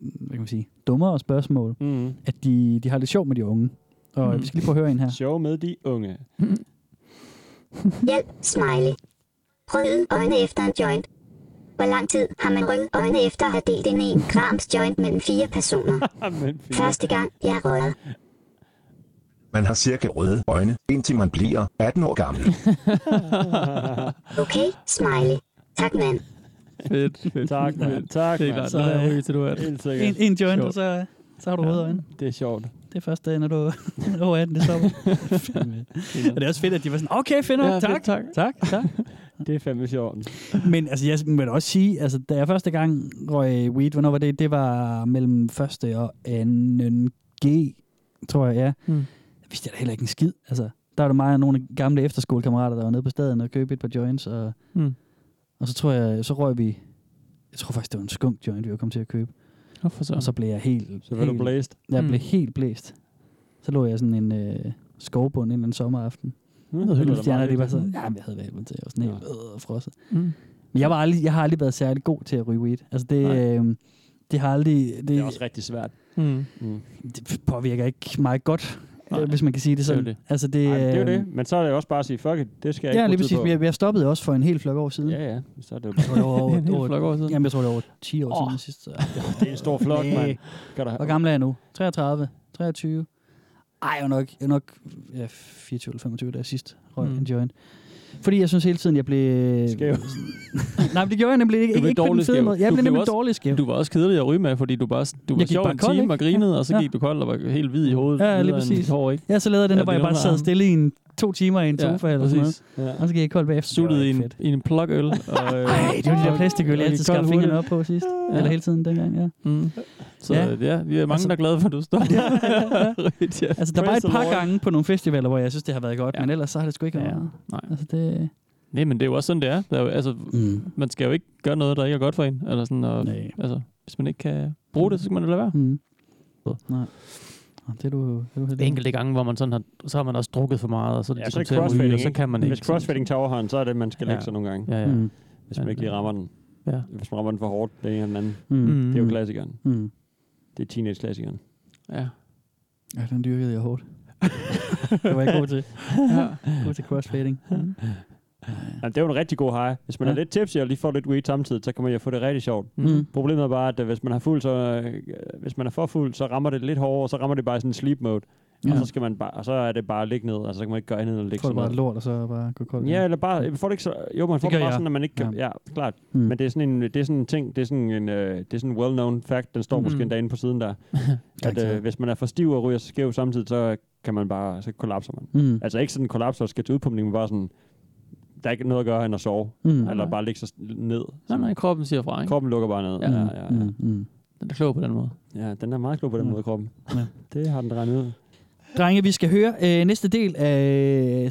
[SPEAKER 6] hvad kan man sige, dummere spørgsmål,
[SPEAKER 4] Mm.
[SPEAKER 6] at de, de har lidt sjov med de unge. Og
[SPEAKER 5] Mm.
[SPEAKER 6] mm. vi skal lige prøve at høre en her.
[SPEAKER 4] Sjov med de unge.
[SPEAKER 9] Hjælp, smiley. Røde øjne efter en joint. Hvor lang tid har man røde øjne efter at have delt en 1 grams joint mellem fire personer?
[SPEAKER 4] Men fint.
[SPEAKER 9] Første gang, jeg rører.
[SPEAKER 7] Man har cirka røde øjne, indtil man bliver 18 år gammel.
[SPEAKER 9] [LAUGHS] Okay, smiley. Tak, mand.
[SPEAKER 5] Fedt, fedt.
[SPEAKER 4] Tak, mand. Tak,
[SPEAKER 5] Det er
[SPEAKER 4] mand.
[SPEAKER 5] klart.
[SPEAKER 6] Så,
[SPEAKER 5] Så er jeg
[SPEAKER 6] øh,
[SPEAKER 5] ryge til, du er det.
[SPEAKER 4] Helt sikkert.
[SPEAKER 6] En, en joint,
[SPEAKER 5] Sjovt.
[SPEAKER 6] og så, så har du røde øjne.
[SPEAKER 4] Det er sjovt.
[SPEAKER 6] Det er første dag, når du [LAUGHS] er over 18, det
[SPEAKER 5] [LAUGHS]
[SPEAKER 6] stopper. Fandme. og det er også fedt, at de var sådan, okay, fedt nok,
[SPEAKER 5] Ja,
[SPEAKER 6] tak.
[SPEAKER 5] fedt, tak.
[SPEAKER 6] tak, tak.
[SPEAKER 4] Det er fandme sjovt.
[SPEAKER 6] Men altså, jeg må da også sige, altså, da jeg første gang røg weed, hvornår var det? Det var mellem første og anden G, tror jeg, ja.
[SPEAKER 5] Mm.
[SPEAKER 6] Mm. Jeg vidste jeg da heller ikke en skid. Altså, der var det mig og nogle gamle efterskolekammerater, der var nede på staden og købte et par joints. Og,
[SPEAKER 5] Mm.
[SPEAKER 6] og så tror jeg, så røg vi... Jeg tror faktisk, det var en skunk joint, vi var kommet til at købe.
[SPEAKER 5] Hvorfor så?
[SPEAKER 6] Og så blev jeg helt...
[SPEAKER 4] Så vil du
[SPEAKER 6] helt,
[SPEAKER 4] blæst.
[SPEAKER 6] jeg
[SPEAKER 5] Mm.
[SPEAKER 6] blev helt blæst. Så lå jeg sådan en øh, skovbund en eller anden sommeraften.
[SPEAKER 4] Mm.
[SPEAKER 6] Og
[SPEAKER 5] lyder da
[SPEAKER 6] de stjerner, de var sådan, ja, jeg havde været til. Jeg var sådan helt øh, frosset.
[SPEAKER 5] [LAUGHS] Mm.
[SPEAKER 6] Men jeg, var aldrig, jeg har aldrig været særlig god til at ryge weed. Altså det, øh, det har aldrig... Det,
[SPEAKER 4] Det er også rigtig svært.
[SPEAKER 5] Mm.
[SPEAKER 4] Mm.
[SPEAKER 6] det påvirker ikke mig godt,
[SPEAKER 5] Nej.
[SPEAKER 6] Nej. hvis man kan sige det
[SPEAKER 5] Det er jo
[SPEAKER 6] sådan.
[SPEAKER 5] det.
[SPEAKER 6] Altså det,
[SPEAKER 4] Ej, men det er jo
[SPEAKER 6] øh,
[SPEAKER 4] det. Men så er det jo også bare at sige, fuck it, det skal jeg
[SPEAKER 6] Ja, lige
[SPEAKER 4] ikke
[SPEAKER 6] præcis.
[SPEAKER 4] bruge tid
[SPEAKER 6] Jeg, jeg stoppede også for en hel flok år siden.
[SPEAKER 4] på.
[SPEAKER 6] Ja.
[SPEAKER 4] Ja, ja. Så er det jo
[SPEAKER 6] Jeg tror, det var
[SPEAKER 5] Det er [LAUGHS] en
[SPEAKER 6] over,
[SPEAKER 5] hel
[SPEAKER 6] over,
[SPEAKER 5] flok år siden.
[SPEAKER 6] jamen, jeg tror, det var over 10 år
[SPEAKER 5] Åh.
[SPEAKER 6] siden sidst. Så.
[SPEAKER 4] det er en stor flok,
[SPEAKER 6] Næh.
[SPEAKER 4] mand. Kan du
[SPEAKER 6] Hvor
[SPEAKER 4] have?
[SPEAKER 6] gammel er jeg nu? 33? 23? Ej, jeg var nok, jeg var nok ja, 24 eller 25, da jeg sidst røg
[SPEAKER 5] Mm.
[SPEAKER 6] mm. en joint. Fordi jeg synes hele tiden, jeg blev...
[SPEAKER 4] Skæv.
[SPEAKER 6] Nej, men det gjorde jeg nemlig ikke.
[SPEAKER 5] Du blev
[SPEAKER 6] Ikke, ikke på den
[SPEAKER 5] dårlig
[SPEAKER 6] fede
[SPEAKER 5] skæv.
[SPEAKER 6] måde. Jeg
[SPEAKER 5] Du
[SPEAKER 6] blev
[SPEAKER 5] blev
[SPEAKER 6] nemlig
[SPEAKER 5] også-
[SPEAKER 6] dårlig skæv.
[SPEAKER 5] Du var også kedelig at ryge med, fordi du bare du var
[SPEAKER 6] Jeg gik
[SPEAKER 5] sjov
[SPEAKER 6] bare
[SPEAKER 5] en
[SPEAKER 6] kold,
[SPEAKER 5] time
[SPEAKER 6] ikke?
[SPEAKER 5] og grinede, og så
[SPEAKER 6] Ja. Mm.
[SPEAKER 5] gik du kold og var helt hvid i hovedet.
[SPEAKER 6] Ja, lige
[SPEAKER 5] videre end
[SPEAKER 6] præcis.
[SPEAKER 5] dit Hår, ikke?
[SPEAKER 6] Ja, så lavede jeg den,
[SPEAKER 5] Ja,
[SPEAKER 6] der, hvor
[SPEAKER 5] det
[SPEAKER 6] jeg bare
[SPEAKER 5] undrer
[SPEAKER 6] sad
[SPEAKER 5] ham.
[SPEAKER 6] stille i en, to timer i en sofa
[SPEAKER 5] Ja,
[SPEAKER 6] ja, eller sådan
[SPEAKER 5] præcis.
[SPEAKER 6] noget.
[SPEAKER 4] Ja.
[SPEAKER 6] Og så gik jeg kold bagefter.
[SPEAKER 5] Suttet i
[SPEAKER 6] Det var
[SPEAKER 5] en,
[SPEAKER 6] ikke fedt.
[SPEAKER 5] i en [LAUGHS] plukøl. og, øh,
[SPEAKER 6] Ej, det var de der
[SPEAKER 5] og-
[SPEAKER 6] plastikøl, jeg
[SPEAKER 5] og
[SPEAKER 6] altid
[SPEAKER 5] gik kold
[SPEAKER 6] skar fingrene
[SPEAKER 5] hurtigt.
[SPEAKER 6] op på sidst.
[SPEAKER 5] Ja.
[SPEAKER 6] Eller hele tiden dengang, ja.
[SPEAKER 5] Mm. Så
[SPEAKER 6] Ja.
[SPEAKER 5] ja. ja, vi er mange,
[SPEAKER 6] Altså-
[SPEAKER 5] der er glade for, at du [LAUGHS] står [LAUGHS] der.
[SPEAKER 6] Altså, der var
[SPEAKER 5] Praise
[SPEAKER 6] et
[SPEAKER 5] the
[SPEAKER 6] par
[SPEAKER 5] Lord.
[SPEAKER 6] gange på nogle festivaler, hvor jeg synes, det har været godt,
[SPEAKER 5] Ja.
[SPEAKER 6] men ellers så har det sgu ikke været
[SPEAKER 5] Ja.
[SPEAKER 6] meget.
[SPEAKER 5] Nej.
[SPEAKER 6] Altså, det...
[SPEAKER 5] Nej, men det er jo også sådan, det er. Der er jo, altså,
[SPEAKER 6] Mm.
[SPEAKER 5] man skal jo ikke gøre noget, der ikke er godt for en. Eller sådan, og,
[SPEAKER 6] Nej.
[SPEAKER 5] altså, hvis man ikke kan bruge det, så skal man jo lade være.
[SPEAKER 6] Mm. Nej. Nå, Det er du, det er du heldig.
[SPEAKER 5] Enkelte gange, hvor man sådan har, så har man også drukket for meget, og så, ligesom
[SPEAKER 4] Ja, så er det
[SPEAKER 5] til at ryge,
[SPEAKER 4] crossfading,
[SPEAKER 5] og så
[SPEAKER 4] ikke?
[SPEAKER 5] kan man ikke.
[SPEAKER 4] Hvis crossfading tager overhånd, så er det, man skal
[SPEAKER 5] Ja.
[SPEAKER 4] lægge sig nogle gange.
[SPEAKER 5] Ja, ja.
[SPEAKER 6] Mm.
[SPEAKER 4] Hvis man ikke lige rammer den.
[SPEAKER 5] Ja.
[SPEAKER 4] Hvis man rammer den for hårdt, det er en eller anden.
[SPEAKER 6] Mm. Mm.
[SPEAKER 4] Det er jo klassikeren.
[SPEAKER 6] Mm.
[SPEAKER 4] Det er teenage-klassikeren. [LAUGHS]
[SPEAKER 5] Ja.
[SPEAKER 6] Ja, den dyrkede jeg hårdt. det var jeg god til.
[SPEAKER 5] ja.
[SPEAKER 6] God til crossfading. Mm.
[SPEAKER 4] Jamen, det er jo en rigtig god hej. Hvis man
[SPEAKER 5] Ja.
[SPEAKER 4] er lidt tipsy og lige får lidt weed samtidig, så kan man jo få det rigtig sjovt.
[SPEAKER 5] Mm.
[SPEAKER 4] Problemet er bare, at øh, hvis man, har fuld, så, øh, hvis man er for fuld, så rammer det lidt hårdere, og så rammer det bare i sådan en sleep mode. Ja. Og,
[SPEAKER 6] Ja.
[SPEAKER 4] så skal man bare, og så er det bare at ligge ned, altså så kan man ikke gøre andet end at ligge
[SPEAKER 6] Får
[SPEAKER 4] sådan
[SPEAKER 6] du bare
[SPEAKER 4] noget.
[SPEAKER 6] lort, og så bare gå koldt.
[SPEAKER 4] Ja, eller bare, man får det ikke så, jo, man får
[SPEAKER 6] gør
[SPEAKER 4] det bare
[SPEAKER 6] jeg.
[SPEAKER 4] sådan, at man ikke kan, ja, ja klart.
[SPEAKER 6] Mm.
[SPEAKER 4] Mm. Men det er sådan en, det er sådan en ting, det er sådan en, øh, det er sådan en well-known fact, den står måske
[SPEAKER 6] Mm.
[SPEAKER 4] mm. endda inde på siden der,
[SPEAKER 6] Tak
[SPEAKER 4] at
[SPEAKER 6] til jer.
[SPEAKER 4] øh, hvis man er for stiv og ryger så skæv samtidig, så kan man bare, så kollapser man.
[SPEAKER 6] Mm.
[SPEAKER 4] Altså ikke sådan kollapser og skal til udpumpning, men bare sådan, der er ikke noget at gøre end at sove,
[SPEAKER 6] Mm.
[SPEAKER 4] mm. eller bare ligge sig ned.
[SPEAKER 5] Nej, nej, kroppen siger fra, ikke?
[SPEAKER 4] Kroppen lukker bare ned.
[SPEAKER 5] Ja.
[SPEAKER 4] Ja, ja, ja.
[SPEAKER 6] Mm. Mm.
[SPEAKER 5] Den er klog på den måde.
[SPEAKER 4] ja den er meget klog på den
[SPEAKER 6] Mm.
[SPEAKER 4] måde, kroppen.
[SPEAKER 6] Ja.
[SPEAKER 4] Ja. [LAUGHS] Det har den regnet ud.
[SPEAKER 6] Drenge, vi skal høre øh, næste del af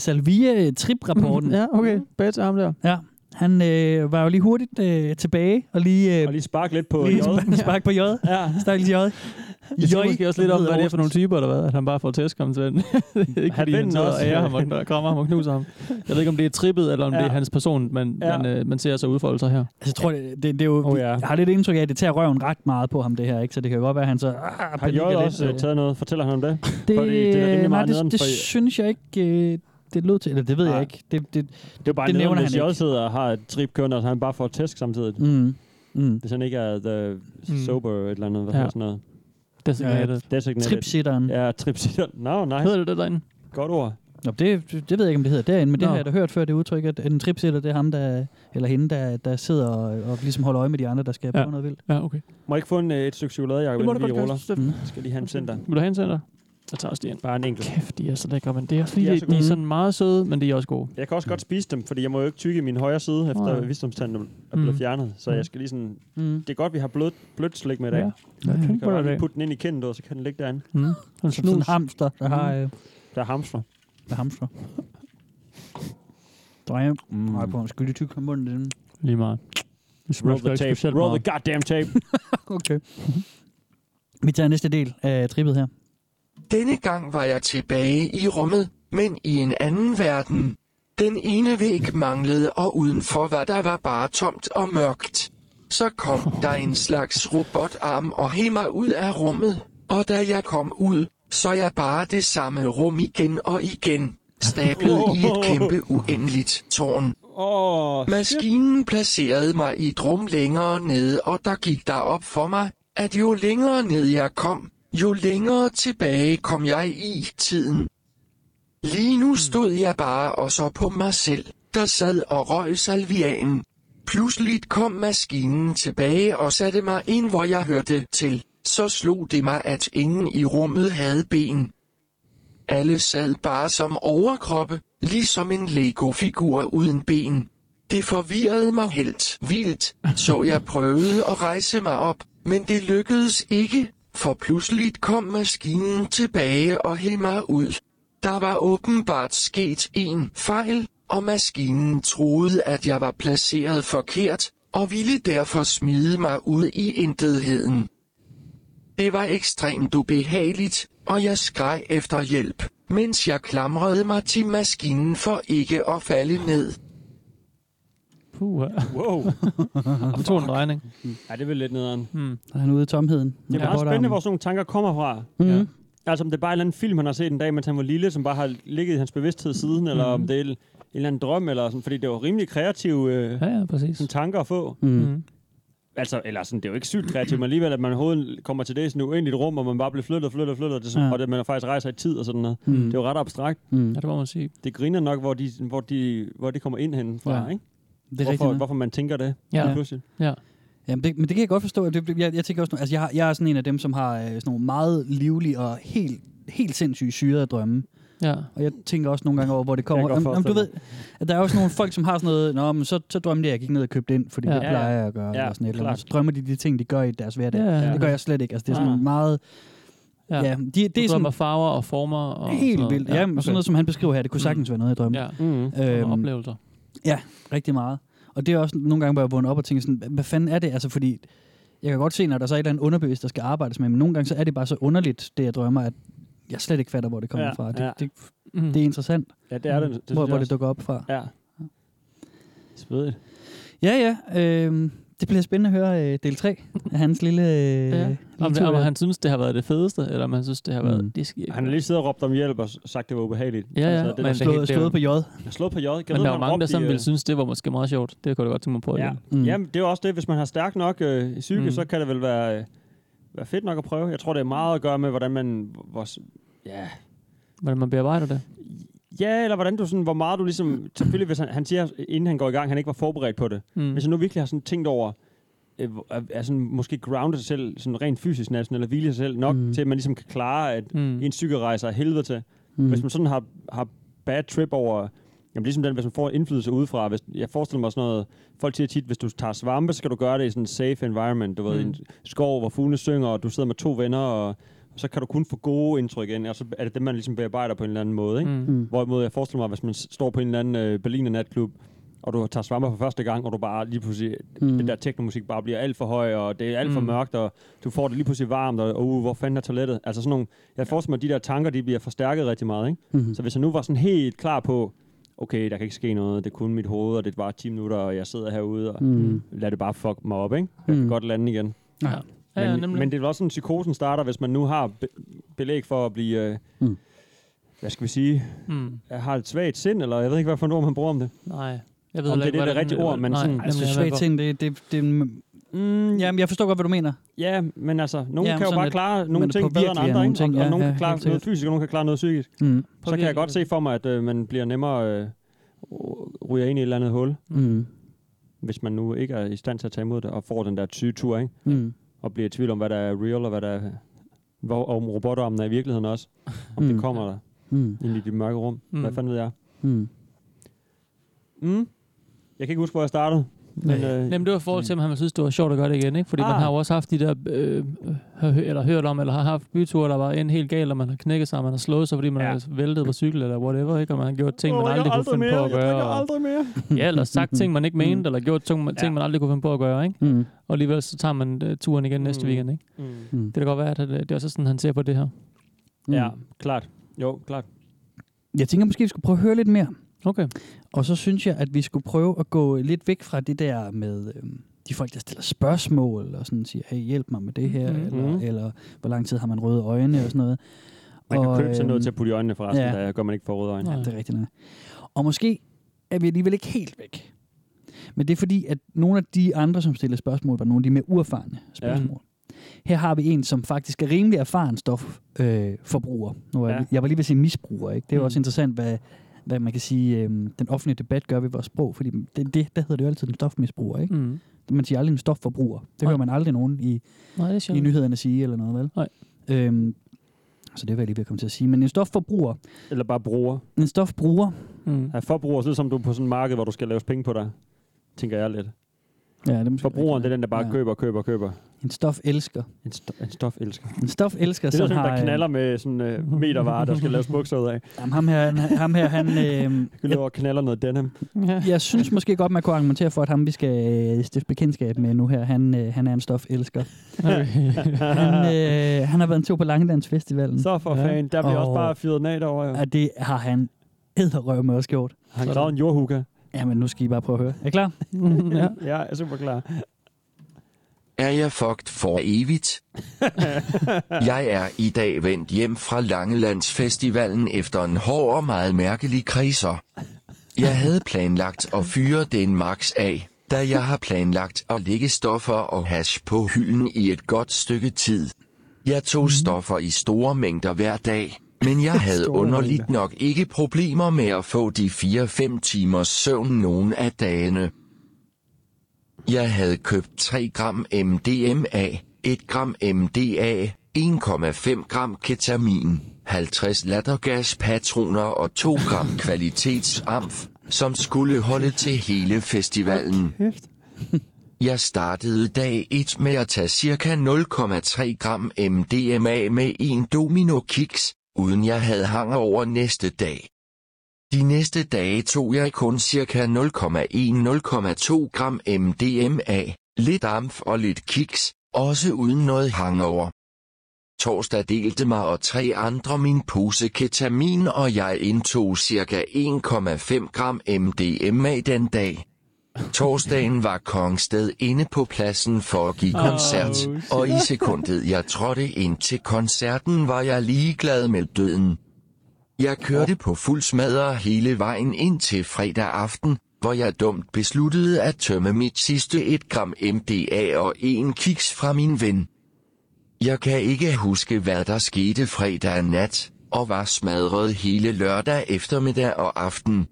[SPEAKER 5] [LAUGHS]
[SPEAKER 6] Salvia-trip-rapporten.
[SPEAKER 5] Mhm. ja, okay. Bag til ham der.
[SPEAKER 6] Ja, han øh, var jo lige hurtigt øh, tilbage og lige, øh,
[SPEAKER 4] Og lige sparke lidt på
[SPEAKER 6] lige
[SPEAKER 4] J.
[SPEAKER 6] sp- spark på J.
[SPEAKER 4] Ja.
[SPEAKER 6] Stakkels J.
[SPEAKER 5] Jeg tænker måske også lidt om, hvad det er for nogle
[SPEAKER 6] typer.
[SPEAKER 5] typer, der hvad, at han bare får tæsk ham til den. [LAUGHS] Det er ikke
[SPEAKER 4] Han
[SPEAKER 5] fordi, han
[SPEAKER 4] vinder
[SPEAKER 5] sidder og
[SPEAKER 4] også.
[SPEAKER 5] ærer ham og krammer ham og knuser ham. Jeg ved ikke, om det er trippet, eller om ja. det
[SPEAKER 4] Ja.
[SPEAKER 5] er hans person, man, ja.
[SPEAKER 4] Ja.
[SPEAKER 5] man, øh, man ser så udfolde sig her.
[SPEAKER 6] Altså, jeg tror, det, det, det er jo,
[SPEAKER 4] Oh,
[SPEAKER 6] oh,
[SPEAKER 4] ja.
[SPEAKER 6] ja. Jeg har lidt indtryk af, at det tager røven ret meget på ham, det her. ikke? Så det kan jo godt være, at han så... Ah,
[SPEAKER 4] Har J
[SPEAKER 6] panikker lidt,
[SPEAKER 4] også
[SPEAKER 6] så-
[SPEAKER 4] øh, taget noget? Fortæller han om det?
[SPEAKER 6] det,
[SPEAKER 4] fordi det er da rimelig
[SPEAKER 6] nej,
[SPEAKER 4] meget
[SPEAKER 6] det,
[SPEAKER 4] nederen
[SPEAKER 6] det
[SPEAKER 4] for-
[SPEAKER 6] synes jeg ikke... Øh, det lød til, eller det ved
[SPEAKER 4] Nej.
[SPEAKER 6] jeg ikke. Det, det,
[SPEAKER 4] Det er jo bare
[SPEAKER 6] Det
[SPEAKER 4] det
[SPEAKER 6] nævner
[SPEAKER 4] nævner
[SPEAKER 6] han
[SPEAKER 4] hvis J
[SPEAKER 6] ikke.
[SPEAKER 4] sidder og har et trip kørende, og så han bare får tæsk samtidig.
[SPEAKER 6] mm, mm.
[SPEAKER 4] Hvis han ikke er the sober et eller andet, hvad
[SPEAKER 5] Ja.
[SPEAKER 4] ja. sådan noget.
[SPEAKER 5] Designated. Ja.
[SPEAKER 4] Designated.
[SPEAKER 6] Tripsitteren. Ja.
[SPEAKER 4] Ja, [LAUGHS] tripsitter. No, nice.
[SPEAKER 5] Hedder det det derinde?
[SPEAKER 4] Godt ord.
[SPEAKER 6] Nå, det, det ved jeg ikke, om det hedder derinde, men det
[SPEAKER 5] Nå.
[SPEAKER 6] har jeg da hørt før, det udtryk, at en tripsitter, det er ham, der, eller hende, der, der sidder og, og ligesom holder øje med de andre, der skal
[SPEAKER 5] Ja.
[SPEAKER 6] ja. på noget vildt.
[SPEAKER 5] Ja, okay.
[SPEAKER 4] Må jeg ikke få en, øh, et stykke chokolade, Jacob,
[SPEAKER 5] Det må du
[SPEAKER 4] inden vi
[SPEAKER 5] godt
[SPEAKER 4] ruller?
[SPEAKER 5] gøre, Steffen.
[SPEAKER 6] Mm.
[SPEAKER 4] Jeg skal lige have en center.
[SPEAKER 5] Vil du have en center? Jeg tager også lige en.
[SPEAKER 4] Bare en enkelt.
[SPEAKER 5] Kæft, de er så lækre, men det er også fordi,
[SPEAKER 4] De
[SPEAKER 5] de
[SPEAKER 4] er
[SPEAKER 5] er,
[SPEAKER 4] så
[SPEAKER 5] de er
[SPEAKER 6] gode.
[SPEAKER 5] sådan meget søde, men de er også gode.
[SPEAKER 4] Jeg kan også godt spise dem, fordi jeg må jo ikke tykke i min højre side, efter
[SPEAKER 5] Nej.
[SPEAKER 4] visdomstanden er blevet
[SPEAKER 5] Mm.
[SPEAKER 4] fjernet. Så
[SPEAKER 5] Mm.
[SPEAKER 4] jeg skal lige sådan...
[SPEAKER 6] Mm.
[SPEAKER 4] Det er godt, vi har blødt, blødt slik med i dag.
[SPEAKER 5] Ja.
[SPEAKER 4] Ja.
[SPEAKER 5] Ja,
[SPEAKER 4] Jeg kan jo bare
[SPEAKER 5] det.
[SPEAKER 4] lige putte den ind i kinden, du, og så kan den ligge derinde.
[SPEAKER 5] Mm. En
[SPEAKER 6] Som sådan en
[SPEAKER 5] snus.
[SPEAKER 6] hamster, der har øh,
[SPEAKER 4] Der er hamster.
[SPEAKER 6] der hamster. Drenge, mm. på en skyldig tyk om munden. den.
[SPEAKER 5] Lige meget. Det
[SPEAKER 4] Roll
[SPEAKER 5] smager
[SPEAKER 4] the
[SPEAKER 5] ikke
[SPEAKER 4] tape.
[SPEAKER 5] specielt
[SPEAKER 4] Roll
[SPEAKER 5] meget.
[SPEAKER 4] the goddamn tape.
[SPEAKER 6] Okay. Vi tager næste del af trippet her.
[SPEAKER 7] Denne gang var jeg tilbage i rummet, men i en anden verden. Den ene væg manglede, og udenfor var der var bare tomt og mørkt. Så kom der en slags robotarm og hæv mig ud af rummet, og da jeg kom ud, så jeg bare det samme rum igen og igen, stablet i et kæmpe uendeligt tårn.
[SPEAKER 4] Åh, oh,
[SPEAKER 7] Maskinen placerede mig i et rum længere nede, og der gik der op for mig, at jo længere ned jeg kom, jo længere tilbage kom jeg i tiden. Lige nu stod jeg bare og så på mig selv, der sad og røg salvianen. Pludselig kom maskinen tilbage og satte mig ind, hvor jeg hørte til. Så slog det mig, at ingen i rummet havde ben. Alle sad bare som overkroppe, ligesom en Lego-figur uden ben. Det forvirrede mig helt vildt, så jeg prøvede at rejse mig op, men det lykkedes ikke, for pludselig kom maskinen tilbage og hældte mig ud. Der var åbenbart sket en fejl, og maskinen troede, at jeg var placeret forkert, og ville derfor smide mig ud i intetheden. Det var ekstremt ubehageligt, og jeg skreg efter hjælp, mens jeg klamrede mig til maskinen for ikke at falde ned.
[SPEAKER 5] Puh, ja.
[SPEAKER 4] wow.
[SPEAKER 5] Det tog en drejning.
[SPEAKER 4] Ja, det er vel lidt nederen.
[SPEAKER 6] Så er han ude i tomheden.
[SPEAKER 4] Det er
[SPEAKER 6] Ja.
[SPEAKER 4] meget spændende, hvor sådan nogle tanker kommer fra.
[SPEAKER 6] Mhm.
[SPEAKER 4] Ja. Altså, om det er bare en eller anden film, han har set en dag, mens han var lille, som bare har ligget i hans bevidsthed siden, eller om det er en en eller anden drøm, eller sådan, fordi det var rimelig kreative øh,
[SPEAKER 5] Ja, ja, præcis.
[SPEAKER 4] sådan tanker at få.
[SPEAKER 5] Mm.
[SPEAKER 4] Altså, eller sådan, det er jo ikke sygt kreativt, men alligevel, at man overhovedet kommer til det i sådan et uendeligt rum, og man bare bliver flyttet og flyttet og flyttet, og, det,
[SPEAKER 6] Ja.
[SPEAKER 4] ja. og det, man faktisk rejser i tid og sådan noget.
[SPEAKER 6] Mm.
[SPEAKER 4] Det er jo ret abstrakt.
[SPEAKER 6] Mm.
[SPEAKER 5] Ja, det må man sige.
[SPEAKER 4] Det griner nok, hvor de, hvor de, hvor de kommer ind henne fra,
[SPEAKER 6] Ja.
[SPEAKER 4] ja. ikke?
[SPEAKER 6] Det er
[SPEAKER 4] Hvorfor,
[SPEAKER 6] rigtigt. nok.
[SPEAKER 4] hvorfor man tænker det
[SPEAKER 5] Ja.
[SPEAKER 4] ja. pludselig.
[SPEAKER 5] Ja.
[SPEAKER 6] Jamen, det, men det kan jeg godt forstå. Det, det- jeg, jeg tænker også, nu- altså, jeg, har- jeg er sådan en af dem, som har øh, sådan nogle meget livlige og helt, helt sindssyge syrede drømme.
[SPEAKER 5] Ja.
[SPEAKER 6] Og jeg tænker også nogle gange over, hvor det
[SPEAKER 4] Jeg
[SPEAKER 6] kommer.
[SPEAKER 4] kan godt
[SPEAKER 6] Jamen, du ved,
[SPEAKER 4] forestille
[SPEAKER 6] at der er også nogle folk, som har sådan noget, Nå, men så, så drømte jeg, at jeg gik ned og købte ind, fordi
[SPEAKER 5] Ja.
[SPEAKER 6] ja. det
[SPEAKER 4] ja.
[SPEAKER 5] Ja,
[SPEAKER 6] plejer jeg at gøre. Ja, eller sådan et eller andet.
[SPEAKER 4] klart.
[SPEAKER 6] Så drømmer de de ting, de gør i deres hverdag.
[SPEAKER 5] Ja, ja,
[SPEAKER 6] Det gør
[SPEAKER 5] ja.
[SPEAKER 6] jeg slet ikke. Altså, det er sådan
[SPEAKER 4] Ah.
[SPEAKER 6] meget...
[SPEAKER 5] Ja.
[SPEAKER 6] Ja, ja de, det
[SPEAKER 5] Det
[SPEAKER 6] er
[SPEAKER 5] er
[SPEAKER 6] sådan
[SPEAKER 5] sådan... farver og former. Og
[SPEAKER 6] helt vildt. Ja, okay. sådan noget, som han beskriver her, det kunne sagtens være noget, jeg drømte.
[SPEAKER 5] Ja,
[SPEAKER 4] Mm.
[SPEAKER 5] øhm,
[SPEAKER 6] Øhm,
[SPEAKER 5] oplevelser.
[SPEAKER 6] rigtig meget. Og det er også nogle gange, hvor jeg vågner op og tænker sådan, "Hva- hvad fanden er det? Altså fordi, jeg kan godt se, når der så er et eller andet underbevidst, der skal arbejdes med, men nogle gange så er det bare så underligt, det jeg drømmer, at jeg slet ikke fatter, hvor det kommer
[SPEAKER 4] Ja,
[SPEAKER 6] fra. Det,
[SPEAKER 4] ja.
[SPEAKER 6] det,
[SPEAKER 5] Mm.
[SPEAKER 6] det, øh, er interessant,
[SPEAKER 4] Ja, det er det. det synes
[SPEAKER 6] hvor,
[SPEAKER 4] jeg
[SPEAKER 6] hvor det
[SPEAKER 4] også.
[SPEAKER 6] dukker op fra.
[SPEAKER 4] Ja. Svedigt.
[SPEAKER 6] Ja, ja. Øh, Det bliver spændende at høre øh, del 3 af hans lille... Øh,
[SPEAKER 5] Ja.
[SPEAKER 6] lille
[SPEAKER 5] Om, det,
[SPEAKER 6] tur
[SPEAKER 5] om
[SPEAKER 6] der.
[SPEAKER 5] han synes, det har været det fedeste, eller om han synes, det har været...
[SPEAKER 6] Mm.
[SPEAKER 5] Mm. Det sker ikke.
[SPEAKER 4] Han har lige siddet og råbt om hjælp og s- sagt, det var ubehageligt. Altså,
[SPEAKER 5] Ja, ja,
[SPEAKER 4] det,
[SPEAKER 5] men
[SPEAKER 4] der,
[SPEAKER 5] det er
[SPEAKER 4] slået,
[SPEAKER 6] slået,
[SPEAKER 5] helt-
[SPEAKER 6] slået på J.
[SPEAKER 4] slået på jøjet. Kan
[SPEAKER 5] Men
[SPEAKER 4] vide,
[SPEAKER 5] der er
[SPEAKER 4] om
[SPEAKER 5] jo
[SPEAKER 4] han
[SPEAKER 5] mange, der
[SPEAKER 4] råbte i,
[SPEAKER 5] sådan
[SPEAKER 4] øh,
[SPEAKER 5] ville synes, det var måske meget sjovt. Det kunne jeg da godt tænke mig på.
[SPEAKER 4] Ja.
[SPEAKER 5] Ja.
[SPEAKER 4] Mm.
[SPEAKER 6] Mm.
[SPEAKER 4] Jamen, det er jo også det, hvis man har stærk nok øh, psyke, mm.
[SPEAKER 5] Mm.
[SPEAKER 4] så kan det vel være, øh, være fedt nok at prøve. Jeg tror, det er meget at gøre med, hvordan man... Hvor, s- ja.
[SPEAKER 5] Hvordan man bearbejder det.
[SPEAKER 4] ja, eller hvordan du sådan, hvor meget du ligesom... Selvfølgelig, hvis han, han siger, inden han går i gang, han ikke var forberedt på det. Mm.
[SPEAKER 5] Mm.
[SPEAKER 4] Hvis han nu virkelig har sådan tænkt over, øh, hvor- er, er sådan, måske groundet sig selv sådan rent fysisk næsten, eller hvile sig selv nok, mm.
[SPEAKER 6] Mm.
[SPEAKER 4] til at man ligesom kan klare, at
[SPEAKER 5] Mm.
[SPEAKER 4] en psykerejse er helvede til. Mm. Hvis man sådan har, har bad trip over... Jamen ligesom den, hvis man får indflydelse udefra. Hvis, jeg forestiller mig sådan noget... Folk siger tit, hvis du tager svampe, så skal du gøre det i sådan en safe environment. Du ved, mm. en skov, hvor fuglene synger, og du sidder med to venner, og så kan du kun få gode indtryk ind, og så er det dem, man ligesom bearbejder på en eller anden måde. Ikke?
[SPEAKER 5] Mm.
[SPEAKER 4] Mm. Hvorimod jeg forestiller mig, hvis man s- står på en eller anden øh, Berliner natklub, og du tager svamper for første gang, og du bare lige pludselig, mm. den der teknomusik bare bliver alt for høj, og det er alt for
[SPEAKER 5] Mm.
[SPEAKER 4] mørkt, og du får det lige pludselig varmt, og uh, hvor fanden er toilettet? Altså sådan nogle, jeg forestiller mig, at de der tanker, de bliver forstærket rigtig meget, ikke? Mm. Så hvis jeg nu var sådan helt klar på, okay, der kan ikke ske noget, det er kun mit hoved, og det er bare 10 minutter, og jeg sidder herude, og mm. lad det bare fuck mig op, ikke? Jeg kan
[SPEAKER 6] Mm.
[SPEAKER 4] godt lande igen.
[SPEAKER 5] Ja. Ja, ja,
[SPEAKER 4] Men,
[SPEAKER 5] nemlig.
[SPEAKER 4] men det er vel også sådan, psykosen starter, hvis man nu har be- belæg for at blive, øh,
[SPEAKER 6] Mm.
[SPEAKER 4] hvad skal vi sige,
[SPEAKER 5] Mm.
[SPEAKER 4] jeg har et svagt sind, eller jeg ved ikke, hvad for et ord man bruger om det.
[SPEAKER 5] Nej.
[SPEAKER 4] Om
[SPEAKER 5] Jeg ved heller
[SPEAKER 4] det er
[SPEAKER 5] ikke,
[SPEAKER 4] det, der
[SPEAKER 5] hvordan-
[SPEAKER 4] rigtige ord, men
[SPEAKER 5] Nej,
[SPEAKER 4] sådan-
[SPEAKER 5] nemlig,
[SPEAKER 6] Altså,
[SPEAKER 5] jeg ved
[SPEAKER 6] svage
[SPEAKER 5] godt.
[SPEAKER 6] ting, det, det, det,
[SPEAKER 4] Mm,
[SPEAKER 6] Jamen, jeg forstår godt, hvad du mener.
[SPEAKER 4] Ja, men altså, nogen
[SPEAKER 6] Ja,
[SPEAKER 4] kan jo
[SPEAKER 6] sådan
[SPEAKER 4] bare
[SPEAKER 6] lidt-
[SPEAKER 4] klare
[SPEAKER 6] men
[SPEAKER 4] nogle
[SPEAKER 6] på
[SPEAKER 4] ting bedre end
[SPEAKER 6] virkelig er
[SPEAKER 4] andre,
[SPEAKER 6] nogle
[SPEAKER 4] ikke?
[SPEAKER 6] ting,
[SPEAKER 4] og, og
[SPEAKER 6] ja,
[SPEAKER 4] nogen
[SPEAKER 6] ja,
[SPEAKER 4] kan klare
[SPEAKER 6] helt
[SPEAKER 4] noget
[SPEAKER 6] sikkert.
[SPEAKER 4] fysisk, og nogen kan klare noget psykisk.
[SPEAKER 6] Mm.
[SPEAKER 4] Så kan jeg
[SPEAKER 5] virkelig-
[SPEAKER 4] godt se for mig, at øh, man bliver nemmere øh, ryger ind i et eller andet hul,
[SPEAKER 6] Mm.
[SPEAKER 4] hvis man nu ikke er i stand til at tage imod det, og får den der syge tur, ikke?
[SPEAKER 6] Mm.
[SPEAKER 4] Og bliver i tvivl om, hvad der er real, og hvad der er, hvor, om robotarmen er i virkeligheden også. Om mm. det
[SPEAKER 6] Mm.
[SPEAKER 4] kommer der
[SPEAKER 6] Mm.
[SPEAKER 4] ind i de mørke rum. Mm.
[SPEAKER 5] Mm.
[SPEAKER 4] Hvad fanden ved jeg?
[SPEAKER 6] Mm.
[SPEAKER 4] Mm. Jeg kan ikke huske, hvor jeg startede. Men,
[SPEAKER 6] Mm.
[SPEAKER 4] øh,
[SPEAKER 5] Jamen, det var i forhold til, om han synes, det var sjovt at gøre det igen, ikke? Fordi ah.
[SPEAKER 4] Ah.
[SPEAKER 5] man har jo også haft de der, øh, har hø- eller hørt om, eller har haft byture, der var en helt galt, og man har knækket sig, og man har slået sig, fordi man
[SPEAKER 4] Ja.
[SPEAKER 5] ja. har væltet på cykel, eller whatever, ikke? Og man har gjort ting, man
[SPEAKER 4] Åh, jeg
[SPEAKER 5] aldrig kunne
[SPEAKER 4] aldrig
[SPEAKER 5] finde
[SPEAKER 4] mere,
[SPEAKER 5] på
[SPEAKER 4] Jeg
[SPEAKER 5] at gøre.
[SPEAKER 4] drikker
[SPEAKER 5] og-
[SPEAKER 4] aldrig Mm. mere.
[SPEAKER 5] Ja, eller sagt ting, man ikke mente, eller gjort ting, man, ting, man aldrig kunne finde på at gøre, ikke?
[SPEAKER 6] Mm.
[SPEAKER 5] Og alligevel så tager man øh, turen igen næste
[SPEAKER 4] Mm.
[SPEAKER 5] weekend, ikke?
[SPEAKER 4] Mm.
[SPEAKER 6] Mm.
[SPEAKER 5] Det kan godt være, at øh, det er også sådan, han ser på det her.
[SPEAKER 6] Mm.
[SPEAKER 4] Ja, klart. Jo, klart.
[SPEAKER 6] Jeg tænker måske, vi skulle prøve at høre lidt mere.
[SPEAKER 5] Okay.
[SPEAKER 6] Og så synes jeg, at vi skulle prøve at gå lidt væk fra det der med øhm, de folk, der stiller spørgsmål og sådan siger, hey, hjælp mig med det her,
[SPEAKER 5] Mhm.
[SPEAKER 6] mm-hmm. eller, eller hvor lang tid har man røde øjne og sådan noget.
[SPEAKER 4] Man kan
[SPEAKER 6] og,
[SPEAKER 4] købe sådan noget
[SPEAKER 6] øhm,
[SPEAKER 4] til at putte i øjnene forresten,
[SPEAKER 6] ja.
[SPEAKER 4] der gør man ikke for røde øjne.
[SPEAKER 6] Ja, det er rigtigt. Nok. Og måske er vi alligevel ikke helt væk. Men det er fordi, at nogle af de andre, som stillede spørgsmål, var nogle af de mere uerfarne spørgsmål. Ja. Her har vi en, som faktisk er rimelig erfaren stofforbruger. Øh, forbruger. nu er
[SPEAKER 4] Ja.
[SPEAKER 6] ja. Jeg var lige ved at sige misbruger. Ikke? Det er jo
[SPEAKER 5] Mm.
[SPEAKER 6] også interessant, hvad, hvad man kan sige, øh, den offentlige debat gør ved vores sprog. Fordi det, det, der hedder det jo altid en stofmisbruger. Ikke?
[SPEAKER 5] Mm.
[SPEAKER 6] Man siger aldrig en stofforbruger. Det
[SPEAKER 5] Nej.
[SPEAKER 6] hører man aldrig nogen i,
[SPEAKER 5] Nej, det er
[SPEAKER 6] i
[SPEAKER 5] sjovt.
[SPEAKER 6] nyhederne sige eller noget, vel?
[SPEAKER 5] Nej.
[SPEAKER 6] Øhm, så det var jeg lige ved at komme til at sige. Men en stofforbruger,
[SPEAKER 4] Eller bare bruger.
[SPEAKER 6] en stofbruger,
[SPEAKER 5] Mm.
[SPEAKER 4] Ja, forbruger, så som du er på sådan et marked, hvor du skal laves penge på dig, tænker jeg lidt.
[SPEAKER 6] ja, det er måske
[SPEAKER 4] Forbrugeren, det
[SPEAKER 6] rigtigt.
[SPEAKER 4] er den, der bare
[SPEAKER 6] Ja.
[SPEAKER 4] køber, køber, køber.
[SPEAKER 6] En stofelsker.
[SPEAKER 4] En, st- en stofelsker.
[SPEAKER 6] En stofelsker,
[SPEAKER 4] Det er
[SPEAKER 6] som
[SPEAKER 4] sådan,
[SPEAKER 6] har...
[SPEAKER 4] der knaller med sådan øh, metervarer, der skal laves bukser ud af.
[SPEAKER 6] øh, Jamen, ham her, han, ham her
[SPEAKER 4] [LAUGHS]
[SPEAKER 6] han, øh,
[SPEAKER 4] Vi løber og knaller noget denim.
[SPEAKER 5] [LAUGHS] Ja.
[SPEAKER 6] jeg synes måske godt, man kunne argumentere for, at ham, vi skal øh, stifte bekendtskab med nu her, han, øh, han er en stofelsker.
[SPEAKER 5] [LAUGHS]
[SPEAKER 4] [LAUGHS]
[SPEAKER 6] Han, øh, han har været en tur på Langelandsfestivalen.
[SPEAKER 4] Så for
[SPEAKER 5] Ja.
[SPEAKER 4] fanden, der bliver
[SPEAKER 6] Og-
[SPEAKER 4] også bare fyret nat over. Jo.
[SPEAKER 6] Og det har han edderrøv med også gjort.
[SPEAKER 4] Han gravede en jordhugger.
[SPEAKER 6] Jamen, nu skal I bare prøve at høre. Er I klar?
[SPEAKER 5] ja.
[SPEAKER 4] Ja, jeg er super klar.
[SPEAKER 7] Er jeg fucked for evigt? jeg er i dag vendt hjem fra Langelandsfestivalen efter en hård og meget mærkelig kriser. Jeg havde planlagt at fyre den max af, da jeg har planlagt at lægge stoffer og hash på hylden i et godt stykke tid. Jeg tog stoffer i store mængder hver dag, men jeg havde underligt nok ikke problemer med at få de 4-5 timers søvn nogen af dagene. Jeg havde købt 3 gram MDMA, 1 gram MDA, 1,5 gram ketamin, 50 lattergaspatroner og 2 gram kvalitetsamf, som skulle holde til hele festivalen. [LAUGHS] Jeg startede dag 1 med at tage ca. 0,3 gram MDMA med en domino kiks, uden jeg havde hang over næste dag. De næste dage tog jeg kun ca. 0,1-0,2 gram MDMA, lidt amf og lidt kiks, også uden noget hangover. Torsdag delte mig og tre andre min pose ketamin, og jeg indtog ca. 1,5 gram MDMA den dag. Torsdagen var Kongsted inde på pladsen for at give koncert,
[SPEAKER 5] Oh, shit.
[SPEAKER 7] og i sekundet jeg trådte ind til koncerten var jeg ligeglad med døden. Jeg kørte på fuld smadre hele vejen ind til fredag aften, hvor jeg dumt besluttede at tømme mit sidste 1 gram MDA og en kiks fra min ven. Jeg kan ikke huske, hvad der skete fredag nat, og var smadret hele lørdag eftermiddag og aften.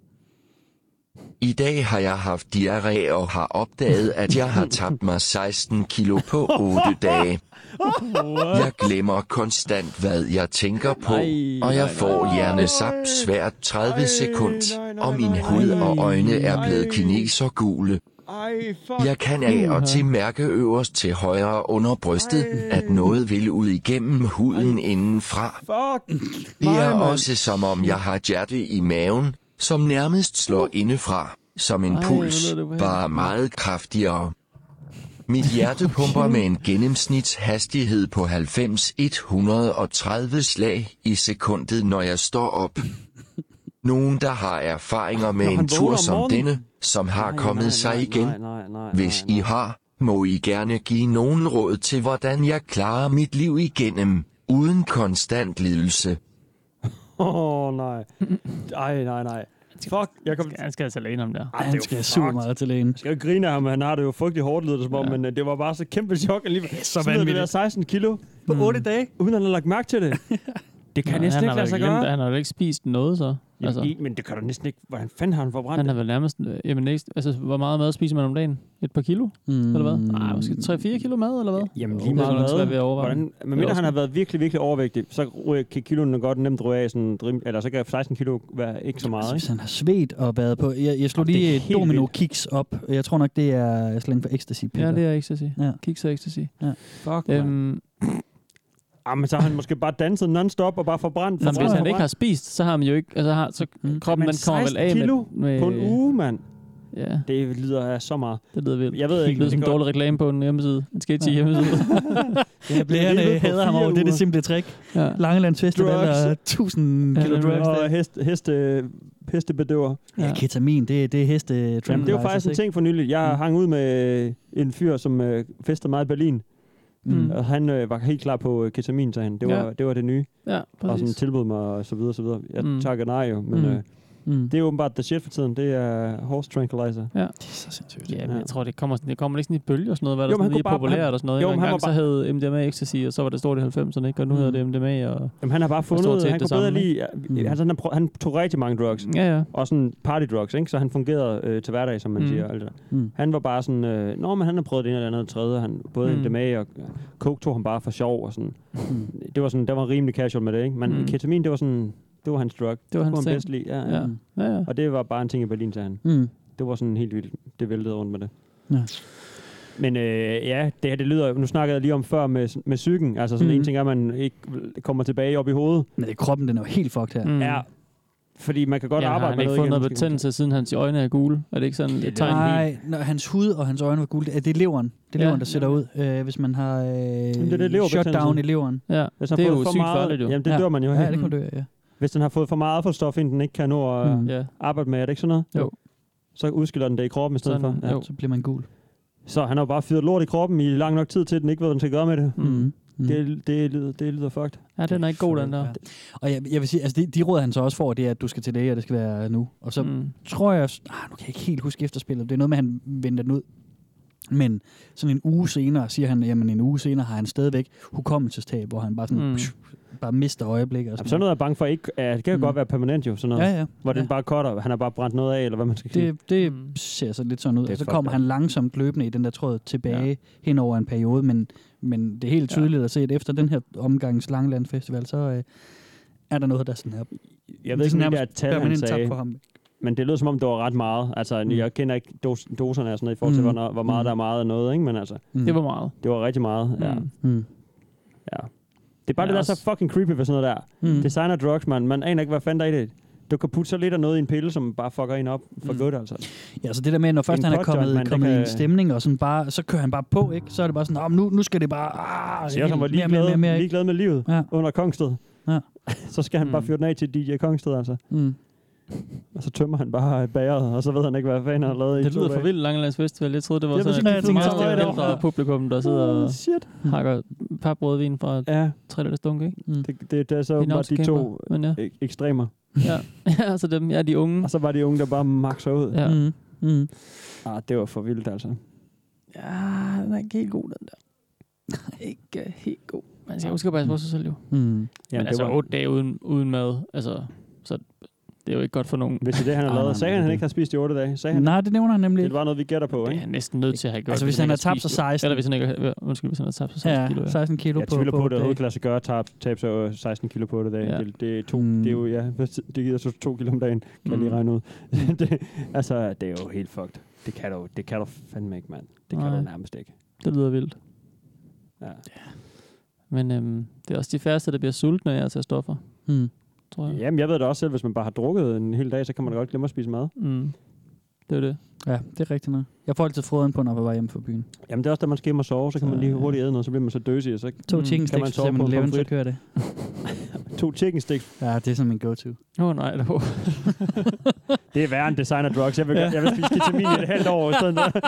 [SPEAKER 7] I dag har jeg haft diarré og har opdaget, at jeg har tabt mig 16 kilo på 8 dage. Jeg glemmer konstant, hvad jeg tænker på, og jeg får hjernesap svært 30 sekund, og min hud og øjne er blevet kinesergule.
[SPEAKER 4] Ej, fuck.
[SPEAKER 7] Jeg kan af og til mærke øverst til højre under brystet, at noget vil ud igennem huden indenfra.
[SPEAKER 4] Fuck.
[SPEAKER 7] Det er
[SPEAKER 4] Nej, mand.
[SPEAKER 7] også som om jeg har hjerte i maven, som nærmest slår indefra, som en
[SPEAKER 5] Ej, hvor
[SPEAKER 7] puls,
[SPEAKER 5] lyder det ubehageligt.
[SPEAKER 7] bare meget kraftigere. Mit hjerte pumper med en gennemsnitshastighed på 90-130 slag i sekundet, når jeg står op. Nogen, der har erfaringer med
[SPEAKER 4] Når han
[SPEAKER 7] en tur
[SPEAKER 4] vågner om
[SPEAKER 7] som
[SPEAKER 4] morgenen?
[SPEAKER 7] denne, som har
[SPEAKER 4] Nej, nej,
[SPEAKER 7] kommet sig
[SPEAKER 4] nej,
[SPEAKER 7] igen,
[SPEAKER 4] nej, nej, nej,
[SPEAKER 7] hvis
[SPEAKER 4] nej,
[SPEAKER 7] I har, må I gerne give nogen råd til, hvordan jeg klarer mit liv igennem, uden konstant lidelse.
[SPEAKER 4] Åh, oh, nej. Ej, nej, nej. Fuck, jeg kom...
[SPEAKER 5] Han skal altså læne om der.
[SPEAKER 4] Ej, det er
[SPEAKER 6] Han
[SPEAKER 4] jo
[SPEAKER 6] skal
[SPEAKER 4] fucked.
[SPEAKER 6] super meget til lægen.
[SPEAKER 4] Jeg griner ham, han har det jo frygtelig hårdt, lyder det som om, men øh, det var bare så kæmpe chok alligevel.
[SPEAKER 6] så
[SPEAKER 4] Smider det
[SPEAKER 6] vanvittigt.
[SPEAKER 4] der 16 kilo på 8 dage, uden han har lagt mærke
[SPEAKER 5] [LAUGHS]
[SPEAKER 4] til det. Det kan ja, næsten
[SPEAKER 5] Mm.
[SPEAKER 4] ikke
[SPEAKER 5] han, har
[SPEAKER 4] lade sig
[SPEAKER 5] vel glemt-
[SPEAKER 4] gøre.
[SPEAKER 5] han har jo ikke spist noget, så.
[SPEAKER 4] Jamen,
[SPEAKER 5] Altså,
[SPEAKER 4] i- men det kan du næsten ikke. Hvordan fanden har han forbrændt
[SPEAKER 5] han
[SPEAKER 4] det?
[SPEAKER 5] har vel nærmest... øh, Jamen, ikke, altså, hvor meget mad spiser man om dagen? Et par kilo? Mm. Eller hvad? Nej, måske 3-4 kilo mad, eller hvad?
[SPEAKER 4] Jamen
[SPEAKER 5] Jo,
[SPEAKER 4] lige
[SPEAKER 5] det er
[SPEAKER 4] meget
[SPEAKER 5] nok
[SPEAKER 4] hvad.
[SPEAKER 5] svært ved at overveje.
[SPEAKER 4] Hvordan, men
[SPEAKER 5] Eller
[SPEAKER 4] mindre han
[SPEAKER 5] også-
[SPEAKER 4] har været virkelig, virkelig overvægtig, så ryger- kan kiloen godt nemt ryge af sådan, rim- eller så kan 16 kilo være ikke så meget,
[SPEAKER 6] Hvis
[SPEAKER 4] ikke?
[SPEAKER 6] han har svedt og været på... Jeg, jeg slog
[SPEAKER 4] Det er
[SPEAKER 6] lige et
[SPEAKER 4] helt
[SPEAKER 6] domino
[SPEAKER 4] vildt.
[SPEAKER 6] kiks op. Jeg tror nok, det er slang for ecstasy, Peter.
[SPEAKER 5] Ja, det er ecstasy.
[SPEAKER 6] Ja.
[SPEAKER 5] Ja. Kiks og ecstasy.
[SPEAKER 4] Fuck, øhm,
[SPEAKER 5] Øhm,
[SPEAKER 4] ah, men så har han måske bare danset non-stop og bare forbrændt.
[SPEAKER 5] Nå, men
[SPEAKER 4] forbrændt,
[SPEAKER 5] hvis han ikke har
[SPEAKER 4] forbrændt.
[SPEAKER 5] spist, så har man jo ikke... Altså, har, så
[SPEAKER 6] Mm.
[SPEAKER 5] kroppen,
[SPEAKER 4] Men
[SPEAKER 5] den kommer vel
[SPEAKER 4] 16
[SPEAKER 5] af
[SPEAKER 4] kilo
[SPEAKER 5] med... med
[SPEAKER 4] På en uge, mand.
[SPEAKER 5] Ja,
[SPEAKER 4] Det lyder af så meget.
[SPEAKER 5] det lyder vildt.
[SPEAKER 4] Jeg ved ikke,
[SPEAKER 5] Det lyder
[SPEAKER 4] det
[SPEAKER 5] som en
[SPEAKER 4] kan godt-
[SPEAKER 5] dårlig reklame på en hjemmeside. En sketchy
[SPEAKER 6] Ja.
[SPEAKER 5] hjemmeside.
[SPEAKER 4] Det
[SPEAKER 6] Lægerne hader ham over det, det simple trick.
[SPEAKER 5] ja.
[SPEAKER 6] Langelands Festival
[SPEAKER 4] Drugs.
[SPEAKER 6] og 1000
[SPEAKER 5] Ja,
[SPEAKER 6] kilo
[SPEAKER 5] det er
[SPEAKER 6] drugs.
[SPEAKER 4] Og hest, heste, hestebedøver.
[SPEAKER 6] Ja, ketamin, det, det er heste
[SPEAKER 4] Jamen, det var faktisk en ting for nylig. Jeg
[SPEAKER 6] Mm.
[SPEAKER 4] hang ud med en fyr, som øh, fester meget i Berlin,
[SPEAKER 5] Mm.
[SPEAKER 4] og han øh, var helt klar på øh, ketamin, sagde han. Det var,
[SPEAKER 5] Ja.
[SPEAKER 4] det var det nye,
[SPEAKER 5] Ja,
[SPEAKER 4] og sådan
[SPEAKER 5] præcis.
[SPEAKER 4] tilbød mig, og så videre, så videre. Jeg
[SPEAKER 5] Mm.
[SPEAKER 4] mm. takker nej jo, men
[SPEAKER 5] Mm.
[SPEAKER 4] mm. øh,
[SPEAKER 6] Mm.
[SPEAKER 4] det er åbenbart the shit for tiden. Det er horse tranquilizer.
[SPEAKER 6] Det er så sindssygt.
[SPEAKER 5] Ja, men
[SPEAKER 4] Ja.
[SPEAKER 5] jeg tror, det kommer, sådan- det kommer lidt sådan i bølger og sådan noget, hvad der
[SPEAKER 4] Jo, men
[SPEAKER 5] sådan
[SPEAKER 4] han
[SPEAKER 5] lige
[SPEAKER 4] kunne bare-
[SPEAKER 5] populært og sådan noget.
[SPEAKER 4] jo,
[SPEAKER 5] Jo,
[SPEAKER 4] men
[SPEAKER 5] en
[SPEAKER 4] han
[SPEAKER 5] gang
[SPEAKER 4] var
[SPEAKER 5] så hed MDMA ecstasy, og så var det stort i 90'erne, ikke? Og nu
[SPEAKER 6] Mm.
[SPEAKER 5] hedder det MDMA, og...
[SPEAKER 4] Jamen, han har bare
[SPEAKER 5] stort
[SPEAKER 4] fundet,
[SPEAKER 5] set
[SPEAKER 4] han
[SPEAKER 5] det
[SPEAKER 4] kunne bedre
[SPEAKER 5] samme, Mm.
[SPEAKER 4] lide,
[SPEAKER 6] Mm.
[SPEAKER 4] mm. altså, han, har prø- han tog rigtig mange drugs,
[SPEAKER 5] Ja, ja.
[SPEAKER 4] og sådan party drugs, ikke? så han fungerede øh, til hverdag, som man
[SPEAKER 5] Mm.
[SPEAKER 4] mm. siger. og Alt det der.
[SPEAKER 6] Mm.
[SPEAKER 4] Han var bare sådan, øh, nå, men han har prøvet det ene eller andet og det tredje, han, både
[SPEAKER 5] Mm.
[SPEAKER 4] mm. MDMA og coke tog han bare for sjov, og sådan.
[SPEAKER 6] Mm.
[SPEAKER 4] det var sådan, der var rimelig casual med det, ikke? Men
[SPEAKER 5] Mm.
[SPEAKER 4] mm. ketamin, det var sådan, det var hans drug.
[SPEAKER 5] Det var
[SPEAKER 4] Det
[SPEAKER 5] hans
[SPEAKER 4] kunne han
[SPEAKER 5] ting.
[SPEAKER 4] bedst lide, ja, ja.
[SPEAKER 5] Ja, ja, ja.
[SPEAKER 4] Og det var bare en ting i Berlin, sagde han.
[SPEAKER 6] Mm.
[SPEAKER 4] Det var sådan helt vildt, det væltede rundt med det.
[SPEAKER 6] Ja.
[SPEAKER 4] Men øh, ja, det her, det lyder, nu snakkede jeg lige om før med, med psyken, altså sådan
[SPEAKER 6] Mhm.
[SPEAKER 4] mm. en ting er, at man ikke kommer tilbage op i hovedet,
[SPEAKER 6] Men det, kroppen, den er jo helt fucked her. Mm.
[SPEAKER 5] Mm.
[SPEAKER 4] mm. er, fordi man kan godt
[SPEAKER 5] ja,
[SPEAKER 4] arbejde
[SPEAKER 5] har han
[SPEAKER 4] med
[SPEAKER 5] ikke fået
[SPEAKER 4] igen,
[SPEAKER 5] noget
[SPEAKER 4] måske.
[SPEAKER 5] betændelse, siden hans øjne er gule? Er det ikke sådan et tegn?
[SPEAKER 6] Nej, når hans hud og hans øjne var gule. Det er leveren, det er
[SPEAKER 5] Ja.
[SPEAKER 6] leveren der sætter ud, øh, hvis man har øh,
[SPEAKER 4] det er det, leverbetændelse.
[SPEAKER 6] shutdown i leveren.
[SPEAKER 5] Ja,
[SPEAKER 4] Hvis han
[SPEAKER 5] det er
[SPEAKER 4] har
[SPEAKER 5] jo
[SPEAKER 4] fået for
[SPEAKER 5] sygt
[SPEAKER 4] meget,
[SPEAKER 5] farligt, jo.
[SPEAKER 4] Jamen, det
[SPEAKER 6] Ja.
[SPEAKER 4] dør man jo
[SPEAKER 6] Ja,
[SPEAKER 4] ja.
[SPEAKER 6] det kan man dø af, ja.
[SPEAKER 4] Hvis den har fået for meget affaldsstof, inden den ikke kan nå at
[SPEAKER 6] Mm.
[SPEAKER 4] mm.
[SPEAKER 5] ja.
[SPEAKER 4] arbejde med, er det ikke sådan noget?
[SPEAKER 5] Jo.
[SPEAKER 4] Så udskiller den det i kroppen i stedet
[SPEAKER 5] Sådan,
[SPEAKER 4] for. Ja.
[SPEAKER 5] jo.
[SPEAKER 6] Så bliver man gul.
[SPEAKER 4] Så han har jo bare fyret lort i kroppen i lang nok tid til, at den ikke ved, hvad den skal gøre med det.
[SPEAKER 5] Mm.
[SPEAKER 6] Mm.
[SPEAKER 4] Det, det, lyder, det lyder fucked.
[SPEAKER 5] Ja, den er ikke god, den der.
[SPEAKER 6] Ja. Og jeg, jeg vil sige, altså de, de råd, han så også får, det er, at du skal til læge, og det skal være nu. Og så mm.
[SPEAKER 5] Mm.
[SPEAKER 6] tror jeg, ah, nu kan jeg ikke helt huske efterspillet, det er noget med, at han venter den ud. Men sådan en uge senere, siger han, jamen en uge senere har han stadigvæk hukommelsestab, hvor han bare sådan,
[SPEAKER 5] Mm.
[SPEAKER 6] mm. psh, bare mister øjeblikker. Og
[SPEAKER 4] Jamen, sådan noget er jeg bange for ikke. Ja, det kan jo
[SPEAKER 6] Mm.
[SPEAKER 4] godt være permanent jo, sådan noget.
[SPEAKER 6] Ja,
[SPEAKER 4] Ja, ja.
[SPEAKER 6] ja.
[SPEAKER 4] Hvor
[SPEAKER 6] ja.
[SPEAKER 4] den bare cutter, han har bare brændt noget af, eller hvad man skal sige.
[SPEAKER 6] Det, det
[SPEAKER 5] Mm.
[SPEAKER 6] ser så lidt sådan ud.
[SPEAKER 4] Det er
[SPEAKER 6] Og så
[SPEAKER 4] fucked
[SPEAKER 6] kommer
[SPEAKER 4] up.
[SPEAKER 6] han langsomt løbende i den der tråd tilbage ja. hen over en periode, men, men det er helt tydeligt ja. at se, at efter den her omgangs Langeland Festival, så øh, er der noget, der sådan her
[SPEAKER 4] Jeg ved ikke, om det er et tal, han
[SPEAKER 6] permanent tab
[SPEAKER 4] sagde,
[SPEAKER 6] for ham.
[SPEAKER 4] men det lød som om, det var ret meget. Altså,
[SPEAKER 6] Mm.
[SPEAKER 4] mm. jeg kender ikke dos doserne og sådan noget, i forhold til,
[SPEAKER 6] Mm.
[SPEAKER 4] hvor, hvor meget
[SPEAKER 6] Mm.
[SPEAKER 4] der er meget af noget, ikke? Men altså,
[SPEAKER 6] Mm.
[SPEAKER 5] Det var meget.
[SPEAKER 4] det var rigtig meget, ja.
[SPEAKER 5] Mm.
[SPEAKER 6] Mm.
[SPEAKER 4] ja. Det er bare
[SPEAKER 5] Ja,
[SPEAKER 4] det, der er
[SPEAKER 5] også-
[SPEAKER 4] så fucking creepy ved sådan noget der.
[SPEAKER 6] Mm.
[SPEAKER 4] Designer drugs, man. Man aner ikke, hvad fanden der er i det. Du kan putte så lidt af noget i en pille, som bare fucker en op for
[SPEAKER 5] Mm.
[SPEAKER 4] mm. godt, altså.
[SPEAKER 6] Ja, så det der med, når først
[SPEAKER 4] En
[SPEAKER 6] han er
[SPEAKER 4] hotdog,
[SPEAKER 6] kommet,
[SPEAKER 4] mand, det
[SPEAKER 6] kommet i en
[SPEAKER 4] kan-
[SPEAKER 6] stemning, og sådan bare, så kører han bare på, ikke? Så er det bare sådan, "Nå, men nu, nu skal det bare... Ah,
[SPEAKER 4] Så jeg som var
[SPEAKER 6] mere, mere,
[SPEAKER 4] ligeglad,
[SPEAKER 6] mere, mere, ikke?
[SPEAKER 4] ligeglad med livet
[SPEAKER 6] Ja.
[SPEAKER 4] under Kongsted.
[SPEAKER 6] Ja.
[SPEAKER 4] så skal han bare
[SPEAKER 5] Mm.
[SPEAKER 4] fyre den af til DJ Kongsted, altså.
[SPEAKER 6] Mm.
[SPEAKER 4] Og så tømmer han bare bæret, og så ved han ikke, hvad fanden han har lavet i
[SPEAKER 5] Det
[SPEAKER 4] to
[SPEAKER 5] lyder for
[SPEAKER 4] dage.
[SPEAKER 5] vildt Langelands Festival. Jeg troede, det var
[SPEAKER 4] Jeg ved
[SPEAKER 5] sådan
[SPEAKER 4] slet
[SPEAKER 5] et
[SPEAKER 4] ikke, hvor
[SPEAKER 5] meget
[SPEAKER 4] meget det var.
[SPEAKER 5] ældre publikum, der sidder
[SPEAKER 4] Oh,
[SPEAKER 5] og
[SPEAKER 4] shit.
[SPEAKER 5] hakker paprødvin fra
[SPEAKER 4] Ja,
[SPEAKER 5] tre lille stunk, ikke?
[SPEAKER 4] det, det, det er så
[SPEAKER 5] er
[SPEAKER 4] bare de to
[SPEAKER 5] nautikamper, Men ja.
[SPEAKER 4] ek- ekstremer.
[SPEAKER 5] ja. [LAUGHS] ja, så dem, ja, de unge.
[SPEAKER 4] Og så var de unge, der bare makser ud.
[SPEAKER 5] Mm. Ja.
[SPEAKER 6] Mm. Mm.
[SPEAKER 4] Ah, det var for vildt, altså.
[SPEAKER 5] ja, den er ikke helt god, den der. ikke øh, helt god. Man skal huske at passe på sig selv, jo. Ja,
[SPEAKER 6] Mm.
[SPEAKER 5] men
[SPEAKER 4] det
[SPEAKER 5] altså,
[SPEAKER 4] var-
[SPEAKER 5] otte dage uden, uden mad, altså, så det er jo ikke godt for nogen.
[SPEAKER 4] Hvis det er det, han har
[SPEAKER 6] Ah, nej,
[SPEAKER 4] lavet. Sagde
[SPEAKER 6] nej,
[SPEAKER 4] han, han
[SPEAKER 6] det-
[SPEAKER 4] ikke har spist i otte dage? Sagde han,
[SPEAKER 6] Nej, det nævner han nemlig
[SPEAKER 4] det
[SPEAKER 6] ikke.
[SPEAKER 4] var noget, vi gætter på,
[SPEAKER 5] Det er
[SPEAKER 4] ikke?
[SPEAKER 5] han næsten nødt til at have gjort.
[SPEAKER 6] Altså, hvis han
[SPEAKER 5] ikke
[SPEAKER 6] har
[SPEAKER 5] har
[SPEAKER 6] tabt sig
[SPEAKER 5] spist jo.
[SPEAKER 6] 16.
[SPEAKER 5] Eller hvis han ikke har, undskyld, hvis han har tabt sig 16
[SPEAKER 6] Ja,
[SPEAKER 5] kilo. Ja.
[SPEAKER 6] 16 kilo
[SPEAKER 4] Jeg
[SPEAKER 6] på,
[SPEAKER 4] tvivler på,
[SPEAKER 6] på,
[SPEAKER 4] at det overhovedet
[SPEAKER 6] på
[SPEAKER 4] kan lade sig gøre at tabe, tabe sig 16 øh, kilo på det dag.
[SPEAKER 5] Ja.
[SPEAKER 4] Ja. Det, det, er to,
[SPEAKER 6] Mm.
[SPEAKER 4] mm. det er jo, ja, det giver så to kilo om dagen, kan mm. jeg lige
[SPEAKER 5] Mm.
[SPEAKER 4] regne ud. [LAUGHS] det, altså, det er jo helt fucked. Det kan du, det kan du fandme ikke, mand. Det kan
[SPEAKER 5] Nej.
[SPEAKER 4] du nærmest ikke.
[SPEAKER 5] Det lyder vildt.
[SPEAKER 4] Ja.
[SPEAKER 5] Men øhm, det er også de færreste, der bliver sultne af at tage stoffer,
[SPEAKER 6] mm.
[SPEAKER 5] tror jeg.
[SPEAKER 4] Jamen, jeg ved det også selv, hvis man bare har drukket en hel dag, så kan man da godt glemme at spise mad.
[SPEAKER 5] Mm. Det er jo det.
[SPEAKER 6] Ja, det er rigtigt nok. Jeg får altid froden på, når jeg var hjemme fra byen.
[SPEAKER 4] Jamen, det er også, da man skal hjem og sove, så kan
[SPEAKER 5] Så,
[SPEAKER 4] man lige
[SPEAKER 5] ja.
[SPEAKER 4] hurtigt æde noget, så bliver man så døsig, og så
[SPEAKER 6] To
[SPEAKER 5] Mm.
[SPEAKER 6] mm, chicken
[SPEAKER 4] Kan man
[SPEAKER 6] sticks
[SPEAKER 4] sove
[SPEAKER 6] til
[SPEAKER 4] på en
[SPEAKER 6] eleven, så
[SPEAKER 4] pomfrit?
[SPEAKER 6] kører det.
[SPEAKER 4] to chicken sticks
[SPEAKER 6] Ja, det er sådan min
[SPEAKER 4] [LAUGHS]
[SPEAKER 6] go-to.
[SPEAKER 5] Åh oh, nej, det var...
[SPEAKER 4] Det er værre end designer drugs. Jeg vil, ja. jeg vil spise ketamin i et halvt år i stedet. for-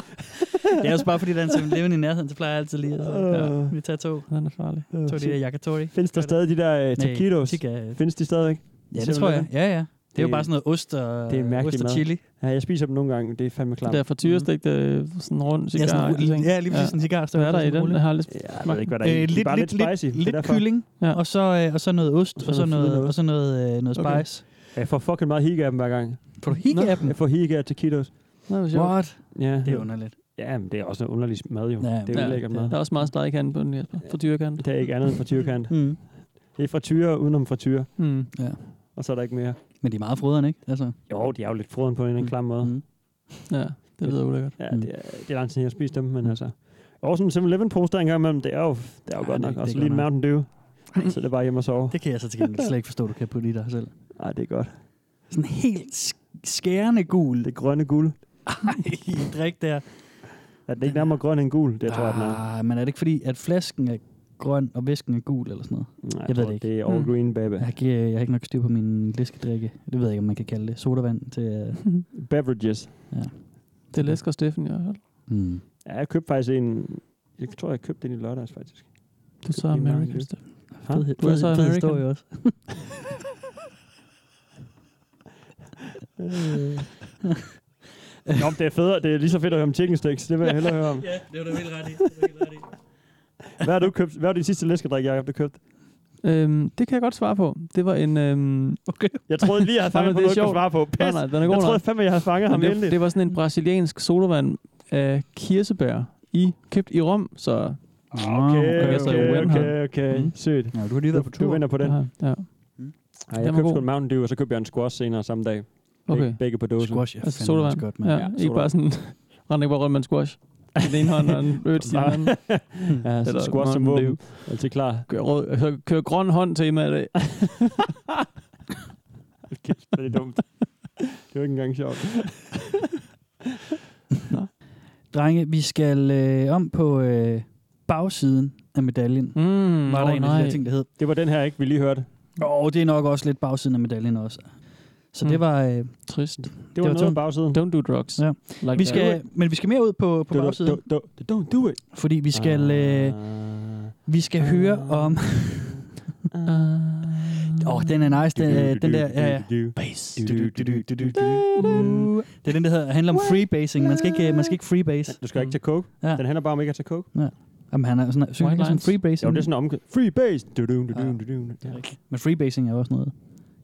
[SPEAKER 6] Det er også bare, fordi der er en 7-Eleven i nærheden, så plejer jeg altid
[SPEAKER 4] [LAUGHS]
[SPEAKER 6] lige at ja,
[SPEAKER 4] Øh.
[SPEAKER 6] vi tager to.
[SPEAKER 5] Den er farlig.
[SPEAKER 6] To af de der yakitori.
[SPEAKER 4] Findes der stadig de der uh, taquitos?
[SPEAKER 6] Nej, tikka-
[SPEAKER 4] Findes de stadig?
[SPEAKER 6] Ja, det tror jeg. Ja, ja. Det er jo
[SPEAKER 4] Det-
[SPEAKER 6] bare sådan noget ost og,
[SPEAKER 4] det er en mærkelig
[SPEAKER 6] ost og
[SPEAKER 4] mad.
[SPEAKER 6] chili.
[SPEAKER 4] Ja, jeg spiser dem nogle gange. Det er fandme Mm. klart.
[SPEAKER 5] Det er frityrestigt, øh, sådan en rund cigar.
[SPEAKER 6] ja, sådan, en rulle- ja, lige præcis ja. en cigar.
[SPEAKER 5] Hvad er der i den? Jeg har lidt...
[SPEAKER 4] Jeg ved ikke, hvad der er. i.
[SPEAKER 6] Øh,
[SPEAKER 4] de er
[SPEAKER 6] lidt,
[SPEAKER 4] bare
[SPEAKER 6] lidt,
[SPEAKER 4] lidt, spicy.
[SPEAKER 6] lidt,
[SPEAKER 4] det er
[SPEAKER 6] lidt
[SPEAKER 4] derfor.
[SPEAKER 6] kylling,
[SPEAKER 5] Ja.
[SPEAKER 6] og, så, øh, og så noget ost, og så noget,
[SPEAKER 4] flydende
[SPEAKER 6] og så noget, øh, noget
[SPEAKER 5] Okay.
[SPEAKER 6] spice.
[SPEAKER 4] Jeg får fucking meget higa af dem hver gang.
[SPEAKER 6] Får du hikke
[SPEAKER 5] Nå.
[SPEAKER 6] af dem?
[SPEAKER 4] Jeg får higa af taquitos.
[SPEAKER 5] Nå, hvor sjovt.
[SPEAKER 6] What?
[SPEAKER 4] Ja.
[SPEAKER 6] Det er underligt.
[SPEAKER 4] Ja, men det er også noget underlig mad jo.
[SPEAKER 6] Ja,
[SPEAKER 4] det er
[SPEAKER 5] ja,
[SPEAKER 4] jo lækkert
[SPEAKER 6] det-
[SPEAKER 4] mad.
[SPEAKER 5] Der er også meget stegekant på den, Jesper. Frityrekant.
[SPEAKER 4] Det er ikke andet end frityrkant.
[SPEAKER 6] Mm.
[SPEAKER 4] Det er frityre udenom frityre,
[SPEAKER 5] Mm.
[SPEAKER 4] og så er der ikke mere.
[SPEAKER 6] Men de er meget froderne, ikke? Altså.
[SPEAKER 4] Jo, de er jo lidt froden på en eller anden klam måde.
[SPEAKER 6] Mm.
[SPEAKER 5] Ja, det lyder
[SPEAKER 4] [LAUGHS]
[SPEAKER 5] ulækkert.
[SPEAKER 4] Ja,
[SPEAKER 6] Mm.
[SPEAKER 4] det er, det er lang tid, jeg har spist dem, men altså... Og sådan en 7-Eleven-poster en gang imellem, det er jo, det er jo
[SPEAKER 6] Ja,
[SPEAKER 4] godt
[SPEAKER 6] det-
[SPEAKER 4] nok.
[SPEAKER 6] det
[SPEAKER 4] Og
[SPEAKER 6] er
[SPEAKER 4] så
[SPEAKER 6] godt
[SPEAKER 4] lige en
[SPEAKER 6] nok.
[SPEAKER 4] Mountain Dew. Så det er bare hjem og sove.
[SPEAKER 6] Det kan jeg så til gengæld slet ikke forstå, du kan putte i dig selv.
[SPEAKER 4] Nej, det er godt.
[SPEAKER 6] Sådan helt sk- skærende gul.
[SPEAKER 4] Det grønne guld.
[SPEAKER 6] Ej, drik der.
[SPEAKER 4] Er det ikke nærmere grøn end gul? Det tror jeg, den er.
[SPEAKER 6] Ah, men er det ikke fordi, at flasken er grøn, og væsken er gul eller sådan noget?
[SPEAKER 4] Nej,
[SPEAKER 6] jeg ved
[SPEAKER 4] tror,
[SPEAKER 6] det ikke.
[SPEAKER 4] Det er all
[SPEAKER 5] Mm.
[SPEAKER 4] green, baby.
[SPEAKER 6] Jeg har, ikke, øh, jeg har ikke nok styr på min læskedrikke. Det ved jeg ikke, om man kan kalde det. Sodavand til... øh,
[SPEAKER 4] Beverages.
[SPEAKER 5] Det er Læsk og Steffen i hvert fald.
[SPEAKER 6] Mm.
[SPEAKER 4] Ja, jeg købte faktisk en... Jeg tror, jeg købte den i lørdags, faktisk.
[SPEAKER 5] Du er så
[SPEAKER 4] Det er meget
[SPEAKER 5] American,
[SPEAKER 4] godt.
[SPEAKER 5] Steffen.
[SPEAKER 4] Ha?
[SPEAKER 6] Fed,
[SPEAKER 5] Du er
[SPEAKER 6] fed,
[SPEAKER 5] så
[SPEAKER 6] fed
[SPEAKER 5] American.
[SPEAKER 6] historie også.
[SPEAKER 4] Nå, men det er federe. Det er lige så fedt at høre om chicken sticks. Det vil jeg hellere høre om.
[SPEAKER 6] Ja, det var du helt ret i.
[SPEAKER 4] Hvad har du købt? Hvad var din sidste læskedrik, Jacob, du købte?
[SPEAKER 5] Øhm, det kan jeg godt svare på. Det var en... Øhm,
[SPEAKER 4] Jeg troede lige, jeg havde
[SPEAKER 5] Nej,
[SPEAKER 4] fanget
[SPEAKER 5] men
[SPEAKER 4] på
[SPEAKER 5] det er
[SPEAKER 4] noget, du
[SPEAKER 5] sjovt.
[SPEAKER 4] kunne svare på.
[SPEAKER 5] nej,
[SPEAKER 4] Pis.
[SPEAKER 5] nej, den er god
[SPEAKER 4] Jeg
[SPEAKER 5] nok.
[SPEAKER 4] troede fandme, jeg havde fanget ham
[SPEAKER 5] Men det,
[SPEAKER 4] endelig.
[SPEAKER 5] var- det var sådan en brasiliansk sodavand af kirsebær, i, købt i Rom, så
[SPEAKER 6] Ah,
[SPEAKER 4] Okay,
[SPEAKER 5] Okay, så
[SPEAKER 4] okay,
[SPEAKER 5] win her.
[SPEAKER 4] Øh, okay, okay.
[SPEAKER 5] Mm.
[SPEAKER 4] Sygt.
[SPEAKER 6] Ja, du har lige været på
[SPEAKER 4] Du,
[SPEAKER 6] tur.
[SPEAKER 4] du vinder på den.
[SPEAKER 5] Ja, ja.
[SPEAKER 4] Ej,
[SPEAKER 5] Den
[SPEAKER 4] jeg
[SPEAKER 5] var
[SPEAKER 4] købte
[SPEAKER 5] god.
[SPEAKER 4] sgu en Mountain Dew, og så købte jeg en squash senere samme dag.
[SPEAKER 5] Okay.
[SPEAKER 4] Begge, begge på dåsen.
[SPEAKER 6] Squash, jeg
[SPEAKER 5] Altså
[SPEAKER 6] altså,
[SPEAKER 5] sodavand.
[SPEAKER 6] fandme godt, mand.
[SPEAKER 5] Ja,
[SPEAKER 4] Ja,
[SPEAKER 5] ja ikke bare sådan, [LAUGHS] rende ikke bare rundt med en squash. I den ene hånd og en øl i den
[SPEAKER 4] Nej.
[SPEAKER 5] anden.
[SPEAKER 4] [LAUGHS] Ja, så
[SPEAKER 5] Eller
[SPEAKER 4] squash som
[SPEAKER 5] Mountain
[SPEAKER 4] våben. Altid klar.
[SPEAKER 5] Kør, rød, altså, kør grøn hånd til mig i
[SPEAKER 4] [LAUGHS]
[SPEAKER 5] dag.
[SPEAKER 4] Kæft, det er dumt. Det var ikke engang sjovt.
[SPEAKER 6] Drenge, vi skal øh, om på øh, bagsiden af medaljen.
[SPEAKER 4] Hmm,
[SPEAKER 5] Mm,
[SPEAKER 6] Var der
[SPEAKER 5] åh,
[SPEAKER 6] en af de her ting, der hed?
[SPEAKER 4] Det var den her, ikke? Vi lige hørte. Det
[SPEAKER 6] Åh, det er nok også lidt bagsiden af medaljen også. Så
[SPEAKER 4] Hmm.
[SPEAKER 5] Mm.
[SPEAKER 6] det var... Øh,
[SPEAKER 5] Trist.
[SPEAKER 4] var,
[SPEAKER 6] var
[SPEAKER 4] noget
[SPEAKER 6] tungt.
[SPEAKER 4] af bagsiden.
[SPEAKER 5] Don't do drugs.
[SPEAKER 6] Ja.
[SPEAKER 5] Like
[SPEAKER 6] vi
[SPEAKER 5] that.
[SPEAKER 6] skal, men vi skal mere ud på, på
[SPEAKER 4] Du- du-
[SPEAKER 6] bagsiden,
[SPEAKER 4] du- du- Don't do it. Ah.
[SPEAKER 6] fordi vi skal, øh, vi skal høre om...
[SPEAKER 4] Ah.
[SPEAKER 6] Åh, oh, den er nice, den, øh, den der... Ja, ja.
[SPEAKER 4] Bass.
[SPEAKER 6] Det er den, der hedder, handler om freebasing. Man skal ikke, øh, man skal ikke freebase.
[SPEAKER 4] Du skal ikke tage coke.
[SPEAKER 6] Ja.
[SPEAKER 4] Den handler bare om ikke at tage coke.
[SPEAKER 6] Jamen, han er sådan, synes,
[SPEAKER 5] White
[SPEAKER 6] han er sådan
[SPEAKER 5] lines.
[SPEAKER 4] Jo,
[SPEAKER 6] freebasing.
[SPEAKER 4] det er sådan omkring. Free bass. Du, du, du, du,
[SPEAKER 6] Ah. Ja.
[SPEAKER 4] du, du. Ja.
[SPEAKER 6] Men freebasing er også noget.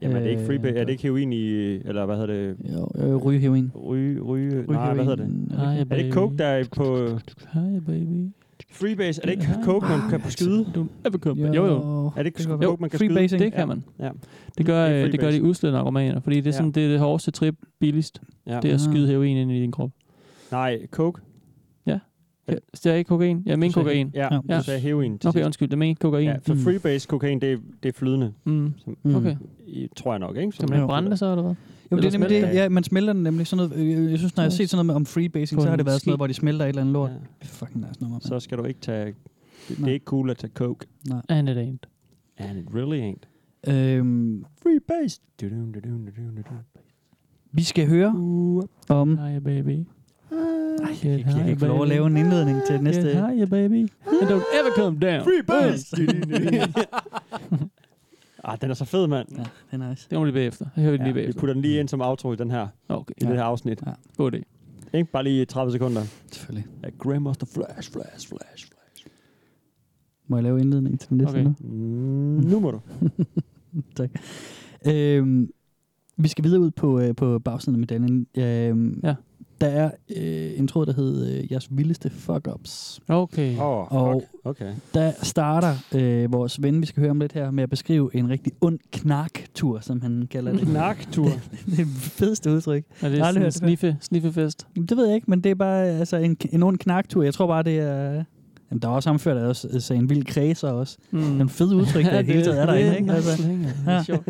[SPEAKER 4] Jamen, er det ikke free
[SPEAKER 6] Øh,
[SPEAKER 4] bass? Er det ikke heroin i... Eller hvad hedder det?
[SPEAKER 6] Jo, øh, rygeheroin.
[SPEAKER 4] Ryge, ryge... Nej, hvad hedder det?
[SPEAKER 5] Hi,
[SPEAKER 4] Er det
[SPEAKER 5] baby.
[SPEAKER 4] ikke coke, der er på...
[SPEAKER 5] Hi, baby.
[SPEAKER 4] Freebase, er det ikke coke, man kan
[SPEAKER 6] Ah,
[SPEAKER 4] skyde?
[SPEAKER 5] Du er velkommen. Jo, jo.
[SPEAKER 4] Er det ikke
[SPEAKER 6] Det kan
[SPEAKER 4] sgu-
[SPEAKER 6] godt
[SPEAKER 4] coke,
[SPEAKER 5] være.
[SPEAKER 4] man kan skyde?
[SPEAKER 6] Freebasing.
[SPEAKER 5] Det kan man.
[SPEAKER 4] Ja.
[SPEAKER 5] Det gør,
[SPEAKER 4] Det er
[SPEAKER 5] øh, det gør
[SPEAKER 4] freebase.
[SPEAKER 5] de usle narkomaner, fordi det
[SPEAKER 4] Ja.
[SPEAKER 5] er, sådan, det, er det hårdeste trip billigst.
[SPEAKER 4] Ja.
[SPEAKER 5] Det er at
[SPEAKER 6] Ah.
[SPEAKER 5] skyde heroin ind i din krop.
[SPEAKER 6] altså-
[SPEAKER 4] Nej, coke. Ja.
[SPEAKER 5] Det er ikke kokain. Jeg mener
[SPEAKER 6] Du sagde-
[SPEAKER 5] kokain.
[SPEAKER 4] Ja,
[SPEAKER 6] Ja.
[SPEAKER 4] du sagde heroin. til
[SPEAKER 5] Okay,
[SPEAKER 4] sidst.
[SPEAKER 5] undskyld. Jeg mener kokain.
[SPEAKER 4] Ja, for
[SPEAKER 6] Mm.
[SPEAKER 4] freebase kokain, det er, det er flydende,
[SPEAKER 5] Mm.
[SPEAKER 6] Mm.
[SPEAKER 5] Okay.
[SPEAKER 4] i, tror jeg nok, ikke?
[SPEAKER 5] Kan
[SPEAKER 4] Som
[SPEAKER 5] man
[SPEAKER 6] Jo.
[SPEAKER 5] ikke brænde det så, eller hvad?
[SPEAKER 6] Jo, det er
[SPEAKER 5] Eller
[SPEAKER 6] nemlig det.
[SPEAKER 5] smelter
[SPEAKER 6] Ja, man smelter den nemlig. Sådan noget, øh, jeg synes, når jeg har set sådan noget med, om freebasing,
[SPEAKER 5] På
[SPEAKER 6] så har
[SPEAKER 5] en
[SPEAKER 6] det været sådan
[SPEAKER 5] ski.
[SPEAKER 6] noget, hvor de smelter et eller andet lort.
[SPEAKER 4] Ja.
[SPEAKER 6] Ja. Fucking nice nummer, mand.
[SPEAKER 4] Så skal du ikke tage... Det, det
[SPEAKER 6] Nej.
[SPEAKER 4] er ikke cool at tage coke.
[SPEAKER 5] And it ain't.
[SPEAKER 6] Mm.
[SPEAKER 4] And it really ain't.
[SPEAKER 6] Øhm,
[SPEAKER 4] Freebase.
[SPEAKER 6] Vi skal høre om...
[SPEAKER 5] Hiya, baby. Ej,
[SPEAKER 6] Jeg kan ikke få lov at lave en indledning til næste... [LAUGHS]
[SPEAKER 5] Hiya, baby. And don't ever come down.
[SPEAKER 4] Free birds! ah, den er så fed, mand.
[SPEAKER 6] Ja, [LAUGHS] det er nice.
[SPEAKER 5] Det kommer lige bagefter. Jeg hører vi den lige
[SPEAKER 4] Ja, vi
[SPEAKER 5] bagefter.
[SPEAKER 4] putter den lige ind som outro i den her,
[SPEAKER 5] Okay,
[SPEAKER 4] i det her afsnit.
[SPEAKER 6] Ja.
[SPEAKER 5] god idé.
[SPEAKER 4] Ikke bare lige 30 sekunder.
[SPEAKER 6] Selvfølgelig.
[SPEAKER 4] Ja, Grandmaster Flash, Flash, Flash, Flash.
[SPEAKER 6] Må jeg lave indledningen til den næste
[SPEAKER 5] Okay.
[SPEAKER 6] nu?
[SPEAKER 4] Mm, nu må du.
[SPEAKER 6] Øhm, vi skal videre ud på, øh, på bagsiden af medaljen. Øhm,
[SPEAKER 5] Ja.
[SPEAKER 6] Der er øh, en tråd, der hedder øh, Jeres vildeste fuck-ups.
[SPEAKER 5] Okay.
[SPEAKER 4] Åh, oh,
[SPEAKER 6] Og
[SPEAKER 4] okay.
[SPEAKER 6] der starter øh, vores ven, vi skal høre om lidt her, med at beskrive en rigtig ond knarktur, som han kalder det.
[SPEAKER 5] [LAUGHS]
[SPEAKER 4] Knarktur.
[SPEAKER 6] [LAUGHS] det fedeste udtryk.
[SPEAKER 5] Er det
[SPEAKER 6] Jeg har aldrig
[SPEAKER 5] sådan en
[SPEAKER 6] hørt det før.
[SPEAKER 5] sniffe, sniffefest?
[SPEAKER 6] Det ved jeg ikke, men det er bare altså, en, en ond knarktur. Jeg tror bare, det er... Jamen, der er også hamført, der er også altså, en vild kredser også.
[SPEAKER 5] Mm.
[SPEAKER 6] Den
[SPEAKER 5] [LAUGHS]
[SPEAKER 6] fede udtryk, der i det hele taget er derinde, ikke?
[SPEAKER 5] Altså. [LAUGHS]
[SPEAKER 6] Altså,
[SPEAKER 5] Det er sjovt.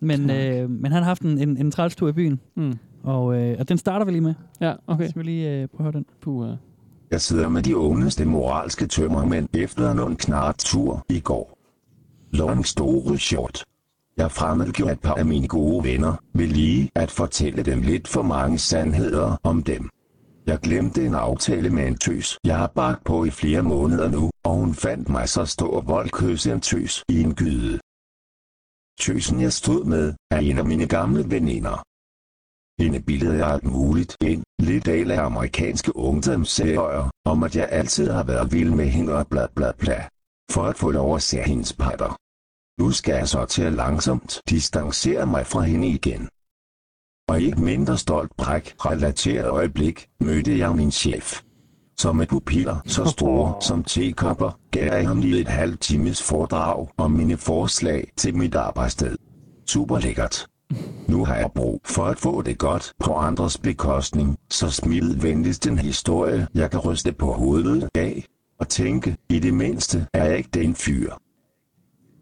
[SPEAKER 6] men, øh, men han har haft en, en, en træls tur i byen,
[SPEAKER 5] Mm.
[SPEAKER 6] og, øh, og den starter vi lige med.
[SPEAKER 5] Ja, okay.
[SPEAKER 6] Skal vi lige øh, prøve at høre den?
[SPEAKER 5] Puh, ja. [LAUGHS]
[SPEAKER 10] Jeg sidder med de ondeste moralske tømmermænd efter en ond knartur i går. Long story short. Jeg fremmedgjorde et par af mine gode venner, ved lige at fortælle dem lidt for mange sandheder om dem. Jeg glemte en aftale med en tøs, jeg har bagt på i flere måneder nu, og hun fandt mig så stå og voldkysse en tøs i en gyde. Tøsen jeg stod med, er en af mine gamle veninder. Hende billede jeg alt muligt ind, lidt af af amerikanske ungdomsserier, om at jeg altid har været vild med hende og bla bla bla. For at få lov at se hendes patter. Nu skal jeg så til at langsomt distancere mig fra hende igen. Og i et mindre stolt bræk relateret øjeblik mødte jeg min chef. Som med pupiller så store som tekopper, gav jeg ham lige et halvt times foredrag om mine forslag til mit arbejdssted. Super lækkert. Nu har jeg brug for at få det godt på andres bekostning, så smid venligst en historie, jeg kan ryste på hovedet af, og tænke, i det mindste er jeg ikke den fyr.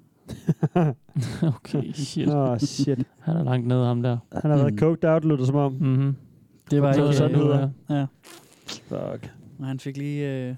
[SPEAKER 6] [LAUGHS]
[SPEAKER 5] Okay, shit.
[SPEAKER 4] Åh, oh, shit.
[SPEAKER 5] Han er langt nede, ham der.
[SPEAKER 4] Han har været coked out, lyder det som om.
[SPEAKER 5] Mm-hmm.
[SPEAKER 6] Det var
[SPEAKER 4] Så
[SPEAKER 6] ikke
[SPEAKER 4] er det sådan
[SPEAKER 6] øh,
[SPEAKER 4] noget,
[SPEAKER 5] ja.
[SPEAKER 6] Ja.
[SPEAKER 4] Fuck.
[SPEAKER 6] Og han fik lige... Øh...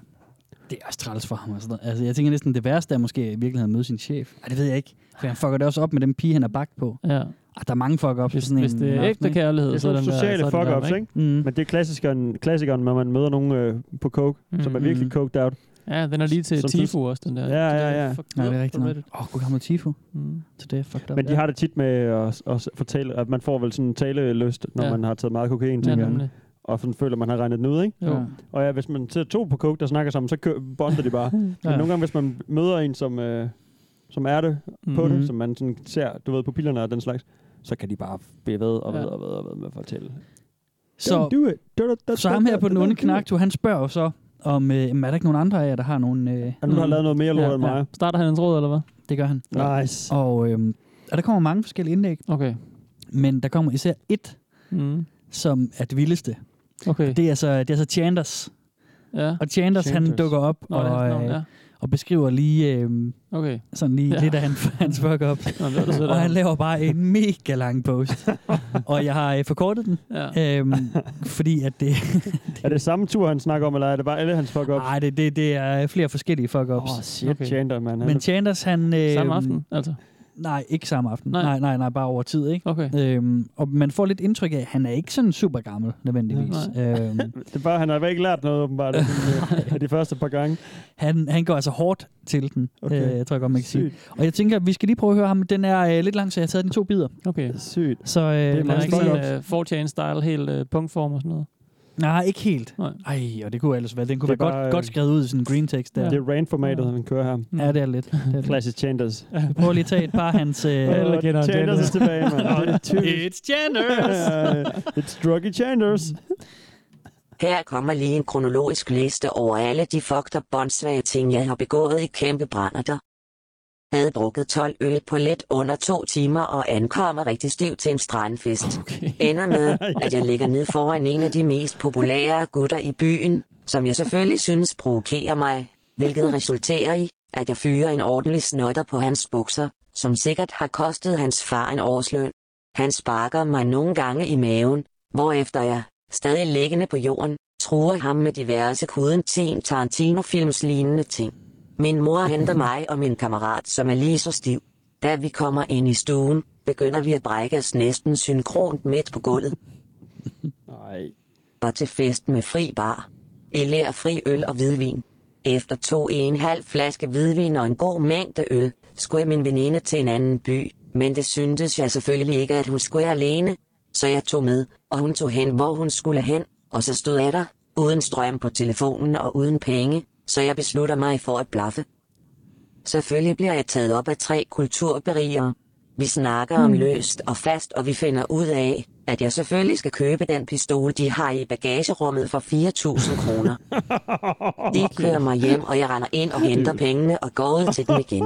[SPEAKER 6] Det er også træls for ham. Og sådan noget. Altså, jeg tænker næsten, det værste er måske i virkeligheden at møde sin chef. Ej, det ved jeg ikke. For han fucker det også op med den pige, han er bagt på.
[SPEAKER 5] ja.
[SPEAKER 6] Ej, der er mange fuck op.
[SPEAKER 5] Hvis, hvis det er ægte kærlighed,
[SPEAKER 4] Det er
[SPEAKER 5] så er den
[SPEAKER 4] sådan
[SPEAKER 5] der...
[SPEAKER 4] sociale
[SPEAKER 5] så er den der,
[SPEAKER 4] fuck-ups,
[SPEAKER 5] ikke?
[SPEAKER 4] ikke?
[SPEAKER 6] Mm.
[SPEAKER 4] Men det er klassikeren, klassikeren når man møder nogen øh, på coke, mm, som er
[SPEAKER 5] Mm.
[SPEAKER 4] virkelig coked out.
[SPEAKER 5] Ja, den er lige til
[SPEAKER 4] Som
[SPEAKER 5] Tifo også, den der.
[SPEAKER 4] Ja, ja, ja.
[SPEAKER 6] Ja, det er rigtigt nok. Åh, oh, god gammel Tifo.
[SPEAKER 5] Mm.
[SPEAKER 6] Så det er fucked up.
[SPEAKER 4] Men de har det tit med at, at fortælle, at man får vel sådan en talelyst, når
[SPEAKER 5] Ja.
[SPEAKER 4] man har taget meget kokain,
[SPEAKER 5] Ja,
[SPEAKER 4] tænker jeg.
[SPEAKER 5] nemlig.
[SPEAKER 4] Og sådan føler, man har regnet den ud, ikke?
[SPEAKER 5] Jo.
[SPEAKER 6] Ja.
[SPEAKER 4] Og ja, hvis man sidder to på coke, der snakker sammen, så kø- bonder de bare.
[SPEAKER 6] [LAUGHS]
[SPEAKER 4] Men
[SPEAKER 6] Ja.
[SPEAKER 4] nogle gange, hvis man møder en, som, øh, som er det på
[SPEAKER 5] Mhm.
[SPEAKER 4] det, som man sådan ser, du ved, pupillerne og den slags, så kan de bare blive ved og ved
[SPEAKER 5] Ja.
[SPEAKER 4] og ved og ved med at fortælle. Don't
[SPEAKER 6] Så,
[SPEAKER 4] do it. Da, da, da,
[SPEAKER 6] så
[SPEAKER 4] da,
[SPEAKER 6] ham her
[SPEAKER 4] da,
[SPEAKER 6] på den
[SPEAKER 4] da,
[SPEAKER 6] onde
[SPEAKER 4] da, da.
[SPEAKER 6] knaktur, han spørger jo så, om øh, jamen, er der ikke nogen andre af jer, der har nogen... Øh...
[SPEAKER 4] Og nu har
[SPEAKER 5] Mm.
[SPEAKER 4] lavet noget mere lort
[SPEAKER 5] Ja,
[SPEAKER 4] end
[SPEAKER 5] ja.
[SPEAKER 4] mig.
[SPEAKER 5] Starter han en tråd, eller hvad?
[SPEAKER 6] Det gør han.
[SPEAKER 4] Nice.
[SPEAKER 6] Og, øh, og der kommer mange forskellige indlæg,
[SPEAKER 5] Okay.
[SPEAKER 6] men der kommer især et,
[SPEAKER 5] Mm.
[SPEAKER 6] som er det vildeste.
[SPEAKER 5] Okay.
[SPEAKER 6] Det er så, det er så Chanders.
[SPEAKER 5] Ja.
[SPEAKER 6] Og Chanders, han
[SPEAKER 4] Chanders.
[SPEAKER 6] dukker op
[SPEAKER 5] Nå, det er
[SPEAKER 6] og,
[SPEAKER 5] hans navn,
[SPEAKER 6] øh,
[SPEAKER 5] ja.
[SPEAKER 6] og beskriver lige øh,
[SPEAKER 5] Okay.
[SPEAKER 6] sådan lige
[SPEAKER 5] Ja.
[SPEAKER 6] ja. lidt af hans, [LAUGHS] hans fuck up.
[SPEAKER 5] Nå, det var da
[SPEAKER 6] og han
[SPEAKER 5] sådan.
[SPEAKER 6] laver bare en mega
[SPEAKER 5] [LAUGHS]
[SPEAKER 6] lang post. og jeg har øh, forkortet den,
[SPEAKER 5] Ja.
[SPEAKER 6] øh, fordi at det,
[SPEAKER 4] Er det samme tur, han snakker om, eller er det bare alle hans fuck-ups?
[SPEAKER 6] ej, det, det, det er flere forskellige fuck ups.
[SPEAKER 5] Åh, shit.
[SPEAKER 4] Okay. Chandler, man.
[SPEAKER 6] Ah, Men Chanders, han... Øh,
[SPEAKER 5] Samme aften, altså.
[SPEAKER 6] Nej, ikke samme aften.
[SPEAKER 5] Nej.
[SPEAKER 6] Nej, nej, nej, nej bare over tid, ikke?
[SPEAKER 5] Okay.
[SPEAKER 6] Øhm, og man får lidt indtryk af, at han er ikke sådan super gammel, nødvendigvis. Øhm,
[SPEAKER 4] Det er bare, han har ikke lært noget, åbenbart,
[SPEAKER 6] [LAUGHS]
[SPEAKER 4] af de- af de første par gange.
[SPEAKER 6] han, han går altså hårdt til den,
[SPEAKER 4] Okay.
[SPEAKER 6] okay. øh, jeg tror jeg godt, man kan sige. Og jeg tænker, at vi skal lige prøve at høre ham. Den er øh, lidt lang, så jeg har taget den i to bidder.
[SPEAKER 5] Okay.
[SPEAKER 4] Sygt.
[SPEAKER 6] Så øh, det
[SPEAKER 5] Den
[SPEAKER 4] meget
[SPEAKER 5] er ikke
[SPEAKER 4] fuck
[SPEAKER 5] sådan uh, 4chan-style, helt uh, punktform og sådan noget.
[SPEAKER 6] Nej, ikke helt.
[SPEAKER 5] Nej.
[SPEAKER 6] Ej, og det kunne ellers være. Den kunne
[SPEAKER 4] Det
[SPEAKER 6] være
[SPEAKER 4] er bare, øh,
[SPEAKER 6] godt, godt skrevet ud i sådan en green text der.
[SPEAKER 4] Det er rant-formatet, han kører her.
[SPEAKER 6] Ja, det er lidt. Det
[SPEAKER 4] [LAUGHS]
[SPEAKER 6] er lidt.
[SPEAKER 4] Klassisk Chanders.
[SPEAKER 6] Vi prøver lige at tage et par af hans... Øh,
[SPEAKER 5] Alle
[SPEAKER 4] Og
[SPEAKER 5] kender
[SPEAKER 4] Chanders
[SPEAKER 5] Chandler.
[SPEAKER 4] er
[SPEAKER 6] [LAUGHS]
[SPEAKER 4] tilbage, mand. Det er [LAUGHS] typisk.
[SPEAKER 6] It's Chanders!
[SPEAKER 4] It's druggy Chanders.
[SPEAKER 11] Her kommer lige en kronologisk liste over alle de fucked up båndsvage ting, jeg har begået i kæmpe brænderter. Havde drukket 12 øl på lidt under to timer og ankommer rigtig stiv til en strandfest.
[SPEAKER 5] Okay.
[SPEAKER 11] Ender med, at jeg ligger ned foran en af de mest populære gutter i byen, som jeg selvfølgelig synes provokerer mig, hvilket resulterer i, at jeg fyrer en ordentlig snotter på hans bukser, [LAUGHS] som sikkert har kostet hans far en årsløn. Han sparker mig nogle gange i maven, hvorefter jeg, stadig liggende på jorden, truer ham med diverse kuden Tarantino-films lignende ting. Min mor henter mig og min kammerat, som er lige så stiv. Da vi kommer ind i stuen, begynder vi at brække os næsten synkront midt på gulvet,
[SPEAKER 4] Nej.
[SPEAKER 11] Var til fest med fri bar. Eller fri øl og hvidvin. Efter to en halv flaske hvidvin og en god mængde øl, skulle jeg min veninde til en anden by, men det syntes jeg selvfølgelig ikke, at hun skulle alene, så jeg tog med, og hun tog hen, hvor hun skulle hen, og så stod jeg der, uden strøm på telefonen og uden penge, så jeg beslutter mig for at blaffe. Selvfølgelig bliver jeg taget op af tre kulturberigere. Vi snakker om løst og fast, og vi finder ud af, at jeg selvfølgelig skal købe den pistol, de har i bagagerummet for 4.000 kroner. De kører mig hjem, og jeg render ind og henter pengene og går ud til dem igen.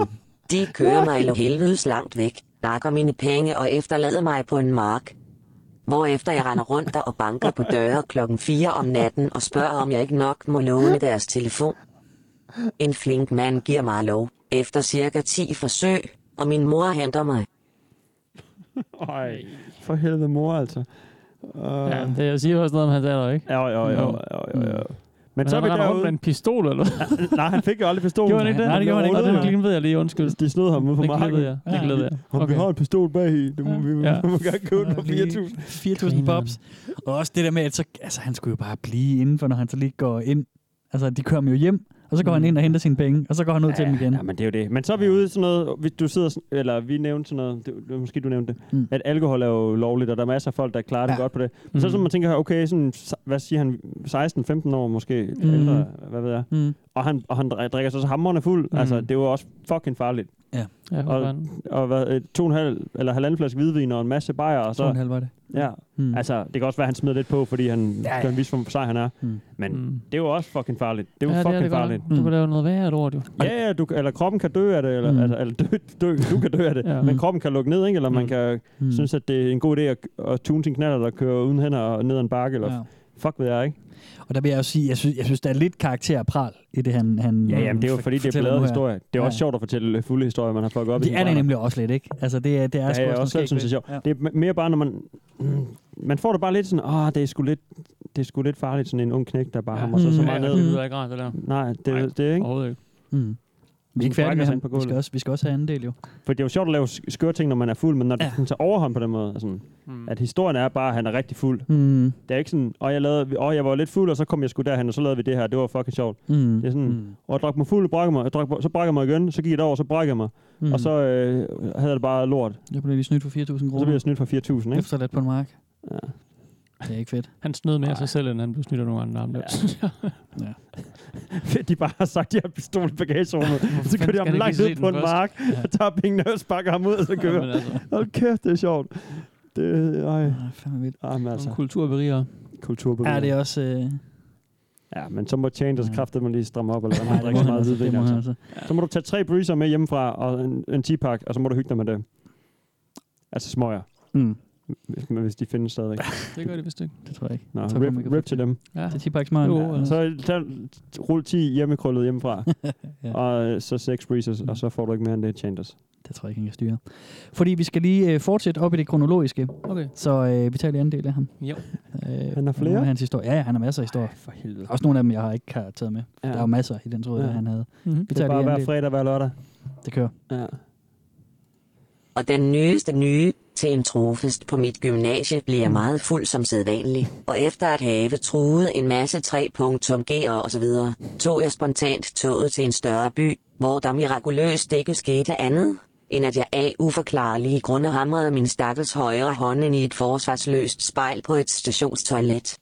[SPEAKER 11] De kører mig eller helvedes langt væk, nakker mine penge og efterlader mig på en mark. Hvorefter jeg render rundt der og banker på døre klokken 4 om natten og spørger, om jeg ikke nok må låne deres telefon. En flink mand giver mig lov, efter cirka 10 forsøg, og min mor henter mig.
[SPEAKER 4] Ej. For helvede mor, altså. Uh...
[SPEAKER 5] Ja, det, jeg siger også noget om hans alder, ikke?
[SPEAKER 4] Jo, jo, jo, jo, jo, jo. Mm. Men så er vi
[SPEAKER 5] han render rundt
[SPEAKER 4] derude.
[SPEAKER 5] med en pistol, eller
[SPEAKER 4] [LAUGHS] Nej, han fik jo aldrig pistolen.
[SPEAKER 5] Gjorde han ikke det? Nej, det gjorde han ikke. Og den glimpede jeg lige, undskyld.
[SPEAKER 4] De snød ham ude på
[SPEAKER 5] Den
[SPEAKER 4] marken.
[SPEAKER 5] glippede jeg. Den glippede jeg.
[SPEAKER 4] Om vi
[SPEAKER 5] Okay.
[SPEAKER 4] har en pistol bag i, det må vi, vi
[SPEAKER 5] Ja.
[SPEAKER 4] må gerne købe den for 4.000.
[SPEAKER 6] 4.000 pops. Og også det der med, at så, altså, han skulle jo bare blive indenfor, når han så lige går ind. Altså, de kører ham jo hjem, og så går mm. han ind og henter sine penge, og så går han ud ja, til dem igen.
[SPEAKER 4] Ja, men det er jo det. Men så er vi ude i sådan noget, hvis du sidder, sådan- eller vi nævnte sådan noget, det, det- måske du nævnte det,
[SPEAKER 6] Mm.
[SPEAKER 4] mm. at alkohol er jo lovligt, og der er masser af folk, der klarer det godt på det. Men mm. så er det sådan, man tænker, okay, sådan, hvad siger han, 16-15 år måske,
[SPEAKER 6] Mm.
[SPEAKER 4] mm. eller hvad ved jeg.
[SPEAKER 6] Mm.
[SPEAKER 4] Og han, og han drik- drikker sig så hammerne fuld. Mm. Altså, det var også fucking farligt.
[SPEAKER 6] Ja.
[SPEAKER 5] Ja, for
[SPEAKER 4] og,
[SPEAKER 5] fanden.
[SPEAKER 4] og hvad, øh, to og en halv, eller halvanden flaske hvidvin og en masse bajer. Og så,
[SPEAKER 6] Så en halv var det.
[SPEAKER 4] Ja,
[SPEAKER 6] Mm.
[SPEAKER 4] mm. altså det kan også være, at han smed lidt på, fordi han
[SPEAKER 6] Ja,
[SPEAKER 4] ja,
[SPEAKER 6] ja.
[SPEAKER 4] ja. kan vise, hvor sej han er.
[SPEAKER 6] Mm.
[SPEAKER 4] Mm. Men
[SPEAKER 5] Mm.
[SPEAKER 4] mm. det er jo også fucking farligt. Det er jo
[SPEAKER 5] Ja,
[SPEAKER 4] ja, fucking
[SPEAKER 5] det godt
[SPEAKER 4] farligt.
[SPEAKER 5] nok. Du kan lave noget værre lort, jo.
[SPEAKER 4] Ja, ja, du, eller kroppen kan dø af det, eller,
[SPEAKER 6] Mm.
[SPEAKER 4] mm. altså, eller dø, dø, du kan dø af det,
[SPEAKER 5] Ja.
[SPEAKER 4] ja. men kroppen kan lukke ned, ikke? eller man kan
[SPEAKER 6] Mm.
[SPEAKER 4] mm. synes, at det er en god idé at, at tune sin knaller, der kører uden hænder og ned ad en bakke, eller
[SPEAKER 6] Ja.
[SPEAKER 4] ja. fuck ved jeg, ikke?
[SPEAKER 6] Og der vil jeg jo sige, jeg synes, jeg synes der er lidt karakterpral i det, han, han
[SPEAKER 4] Ja, jamen, det er jo
[SPEAKER 6] for-
[SPEAKER 4] fordi, det er
[SPEAKER 6] fortæller
[SPEAKER 4] bladet
[SPEAKER 6] nu her.
[SPEAKER 4] historie. Det er
[SPEAKER 6] Ja.
[SPEAKER 4] også sjovt at fortælle fulde historier, man har fucket op i
[SPEAKER 6] Det
[SPEAKER 4] sin
[SPEAKER 6] er det
[SPEAKER 4] barndom.
[SPEAKER 6] nemlig også lidt, ikke? Altså, det, er- det er
[SPEAKER 4] Ja,
[SPEAKER 6] sgu
[SPEAKER 4] jeg
[SPEAKER 6] også
[SPEAKER 4] også selv
[SPEAKER 6] noget
[SPEAKER 4] synes, det er sjovt.
[SPEAKER 6] skægt ved.
[SPEAKER 4] Det er m- mere bare, når man... Mm, man får det bare lidt sådan, åh, det er sgu lidt, det er sgu lidt farligt, sådan en ung knæk, der bare ja. hammer sig så
[SPEAKER 6] Mm.
[SPEAKER 4] meget
[SPEAKER 5] Ja,
[SPEAKER 4] ned.
[SPEAKER 5] det lyder ikke rart, det der.
[SPEAKER 4] Nej, det,
[SPEAKER 5] Nej.
[SPEAKER 4] Nej. det er ikke.
[SPEAKER 5] Overhovedet ikke.
[SPEAKER 6] Ja. Mm. Vi er
[SPEAKER 4] Sådan
[SPEAKER 6] ikke færdige med
[SPEAKER 4] brækker sig
[SPEAKER 6] ham.
[SPEAKER 4] ind på
[SPEAKER 6] Vi skal,
[SPEAKER 4] gulvet.
[SPEAKER 6] også, vi skal også have anden del, jo.
[SPEAKER 4] For det er jo sjovt at lave sk- skøre ting, når man er fuld, men når
[SPEAKER 6] Ja.
[SPEAKER 4] ja. det tager overhånd på den måde, altså,
[SPEAKER 5] Mm.
[SPEAKER 4] at historien er bare, at han er rigtig fuld.
[SPEAKER 6] Mm.
[SPEAKER 4] Det er ikke sådan, og jeg, lavede, og jeg var lidt fuld, og så kom jeg sgu derhen, og så lavede vi det her, det var fucking sjovt.
[SPEAKER 6] Mm.
[SPEAKER 4] Det er sådan,
[SPEAKER 6] Mm.
[SPEAKER 4] mm. og jeg drak mig fuld, og brækker mig, jeg drak, så brækker jeg mig igen, så gik jeg derover, så brækker jeg mig,
[SPEAKER 6] Mm.
[SPEAKER 4] mm. og så øh, havde jeg det bare lort.
[SPEAKER 6] Jeg blev lige snydt for 4.000
[SPEAKER 4] Og så blev
[SPEAKER 6] kroner.
[SPEAKER 4] jeg snydt for 4.000, ikke?
[SPEAKER 6] Efterladt på en mark.
[SPEAKER 4] Ja.
[SPEAKER 6] Det er ikke fedt.
[SPEAKER 5] Han snød mere sig selv, end han blev snydt af nogle andre. [LAUGHS] ham der.
[SPEAKER 4] [LAUGHS] de bare har sagt, at de har pistol i
[SPEAKER 6] [LAUGHS]
[SPEAKER 4] bagagerummet. så kører de
[SPEAKER 5] skal
[SPEAKER 4] ham
[SPEAKER 5] han
[SPEAKER 4] langt
[SPEAKER 5] ikke se
[SPEAKER 4] ud
[SPEAKER 5] den
[SPEAKER 4] på en
[SPEAKER 5] først?
[SPEAKER 4] mark,
[SPEAKER 6] Ja.
[SPEAKER 4] og tager pengene og sparker ham ud, og så kører.
[SPEAKER 5] Jamen, altså,
[SPEAKER 4] Hold kæft, det er sjovt. Det, ej,
[SPEAKER 6] Ah, fandme vildt.
[SPEAKER 4] ej men altså,
[SPEAKER 5] nogle kulturberigere.
[SPEAKER 4] kulturbevægelser.
[SPEAKER 6] Ja, det er også... Øh...
[SPEAKER 4] Ja, men så må Changers
[SPEAKER 6] Ja.
[SPEAKER 4] kraftet man lige stramme op, eller hvad
[SPEAKER 6] nej,
[SPEAKER 4] man
[SPEAKER 6] [LAUGHS] det
[SPEAKER 4] drikker så
[SPEAKER 6] må han
[SPEAKER 4] meget
[SPEAKER 6] altså, det
[SPEAKER 4] hvidvin.
[SPEAKER 6] må han
[SPEAKER 4] Altså.
[SPEAKER 6] altså.
[SPEAKER 4] Så må du tage tre breezer med hjemmefra og en, en teapak, og så må du hygge dig med det. Altså smøger,
[SPEAKER 6] Mm.
[SPEAKER 4] hvis, hvis de findes
[SPEAKER 6] [LAUGHS]
[SPEAKER 4] stadigvæk.
[SPEAKER 5] Det gør de vist ikke.
[SPEAKER 6] Det tror jeg ikke.
[SPEAKER 4] Nå,
[SPEAKER 6] Så kommer vi
[SPEAKER 4] rip,
[SPEAKER 6] ikke
[SPEAKER 4] rip til dem.
[SPEAKER 5] Ja.
[SPEAKER 6] Det er T-Pax Maren.
[SPEAKER 5] Jo,
[SPEAKER 6] Ja.
[SPEAKER 5] altså.
[SPEAKER 4] Så tag- rul 10 hjemmekrøllet hjemmefra,
[SPEAKER 6] [LAUGHS] Ja.
[SPEAKER 4] ja. og øh, så seks breezers, og så får du ikke mere end det Changers.
[SPEAKER 6] Det tror jeg ikke, han kan styre. Fordi vi skal lige øh, fortsætte op i det kronologiske,
[SPEAKER 5] Okay.
[SPEAKER 6] så øh, vi tager lige anden del af ham.
[SPEAKER 5] Jo.
[SPEAKER 6] Øh,
[SPEAKER 4] Han har flere?
[SPEAKER 6] nogle af Hans historie. Ja, ja, han har masser af historier.
[SPEAKER 4] For helvede.
[SPEAKER 6] Der er også nogle af dem, jeg har ikke har taget med. Ja.
[SPEAKER 4] Ja.
[SPEAKER 6] Der er jo masser i den tråd, ja.
[SPEAKER 4] Ja.
[SPEAKER 6] han havde.
[SPEAKER 5] Mm-hmm.
[SPEAKER 6] Vi
[SPEAKER 4] Det
[SPEAKER 6] tager
[SPEAKER 4] er
[SPEAKER 6] lige
[SPEAKER 4] bare
[SPEAKER 6] anden
[SPEAKER 4] hver
[SPEAKER 6] del.
[SPEAKER 4] fredag, hver lørdag.
[SPEAKER 6] Det kører.
[SPEAKER 4] Ja.
[SPEAKER 11] Og den nyeste nye til en trofest på mit gymnasie blev jeg meget fuld som sædvanlig, og efter at have truet en masse 3.G'er og så videre, tog jeg spontant toget til en større by, hvor der mirakuløst ikke skete andet, end at jeg af uforklarlige grunde hamrede min stakkels højre hånd ind i et forsvarsløst spejl på et stationstoilet.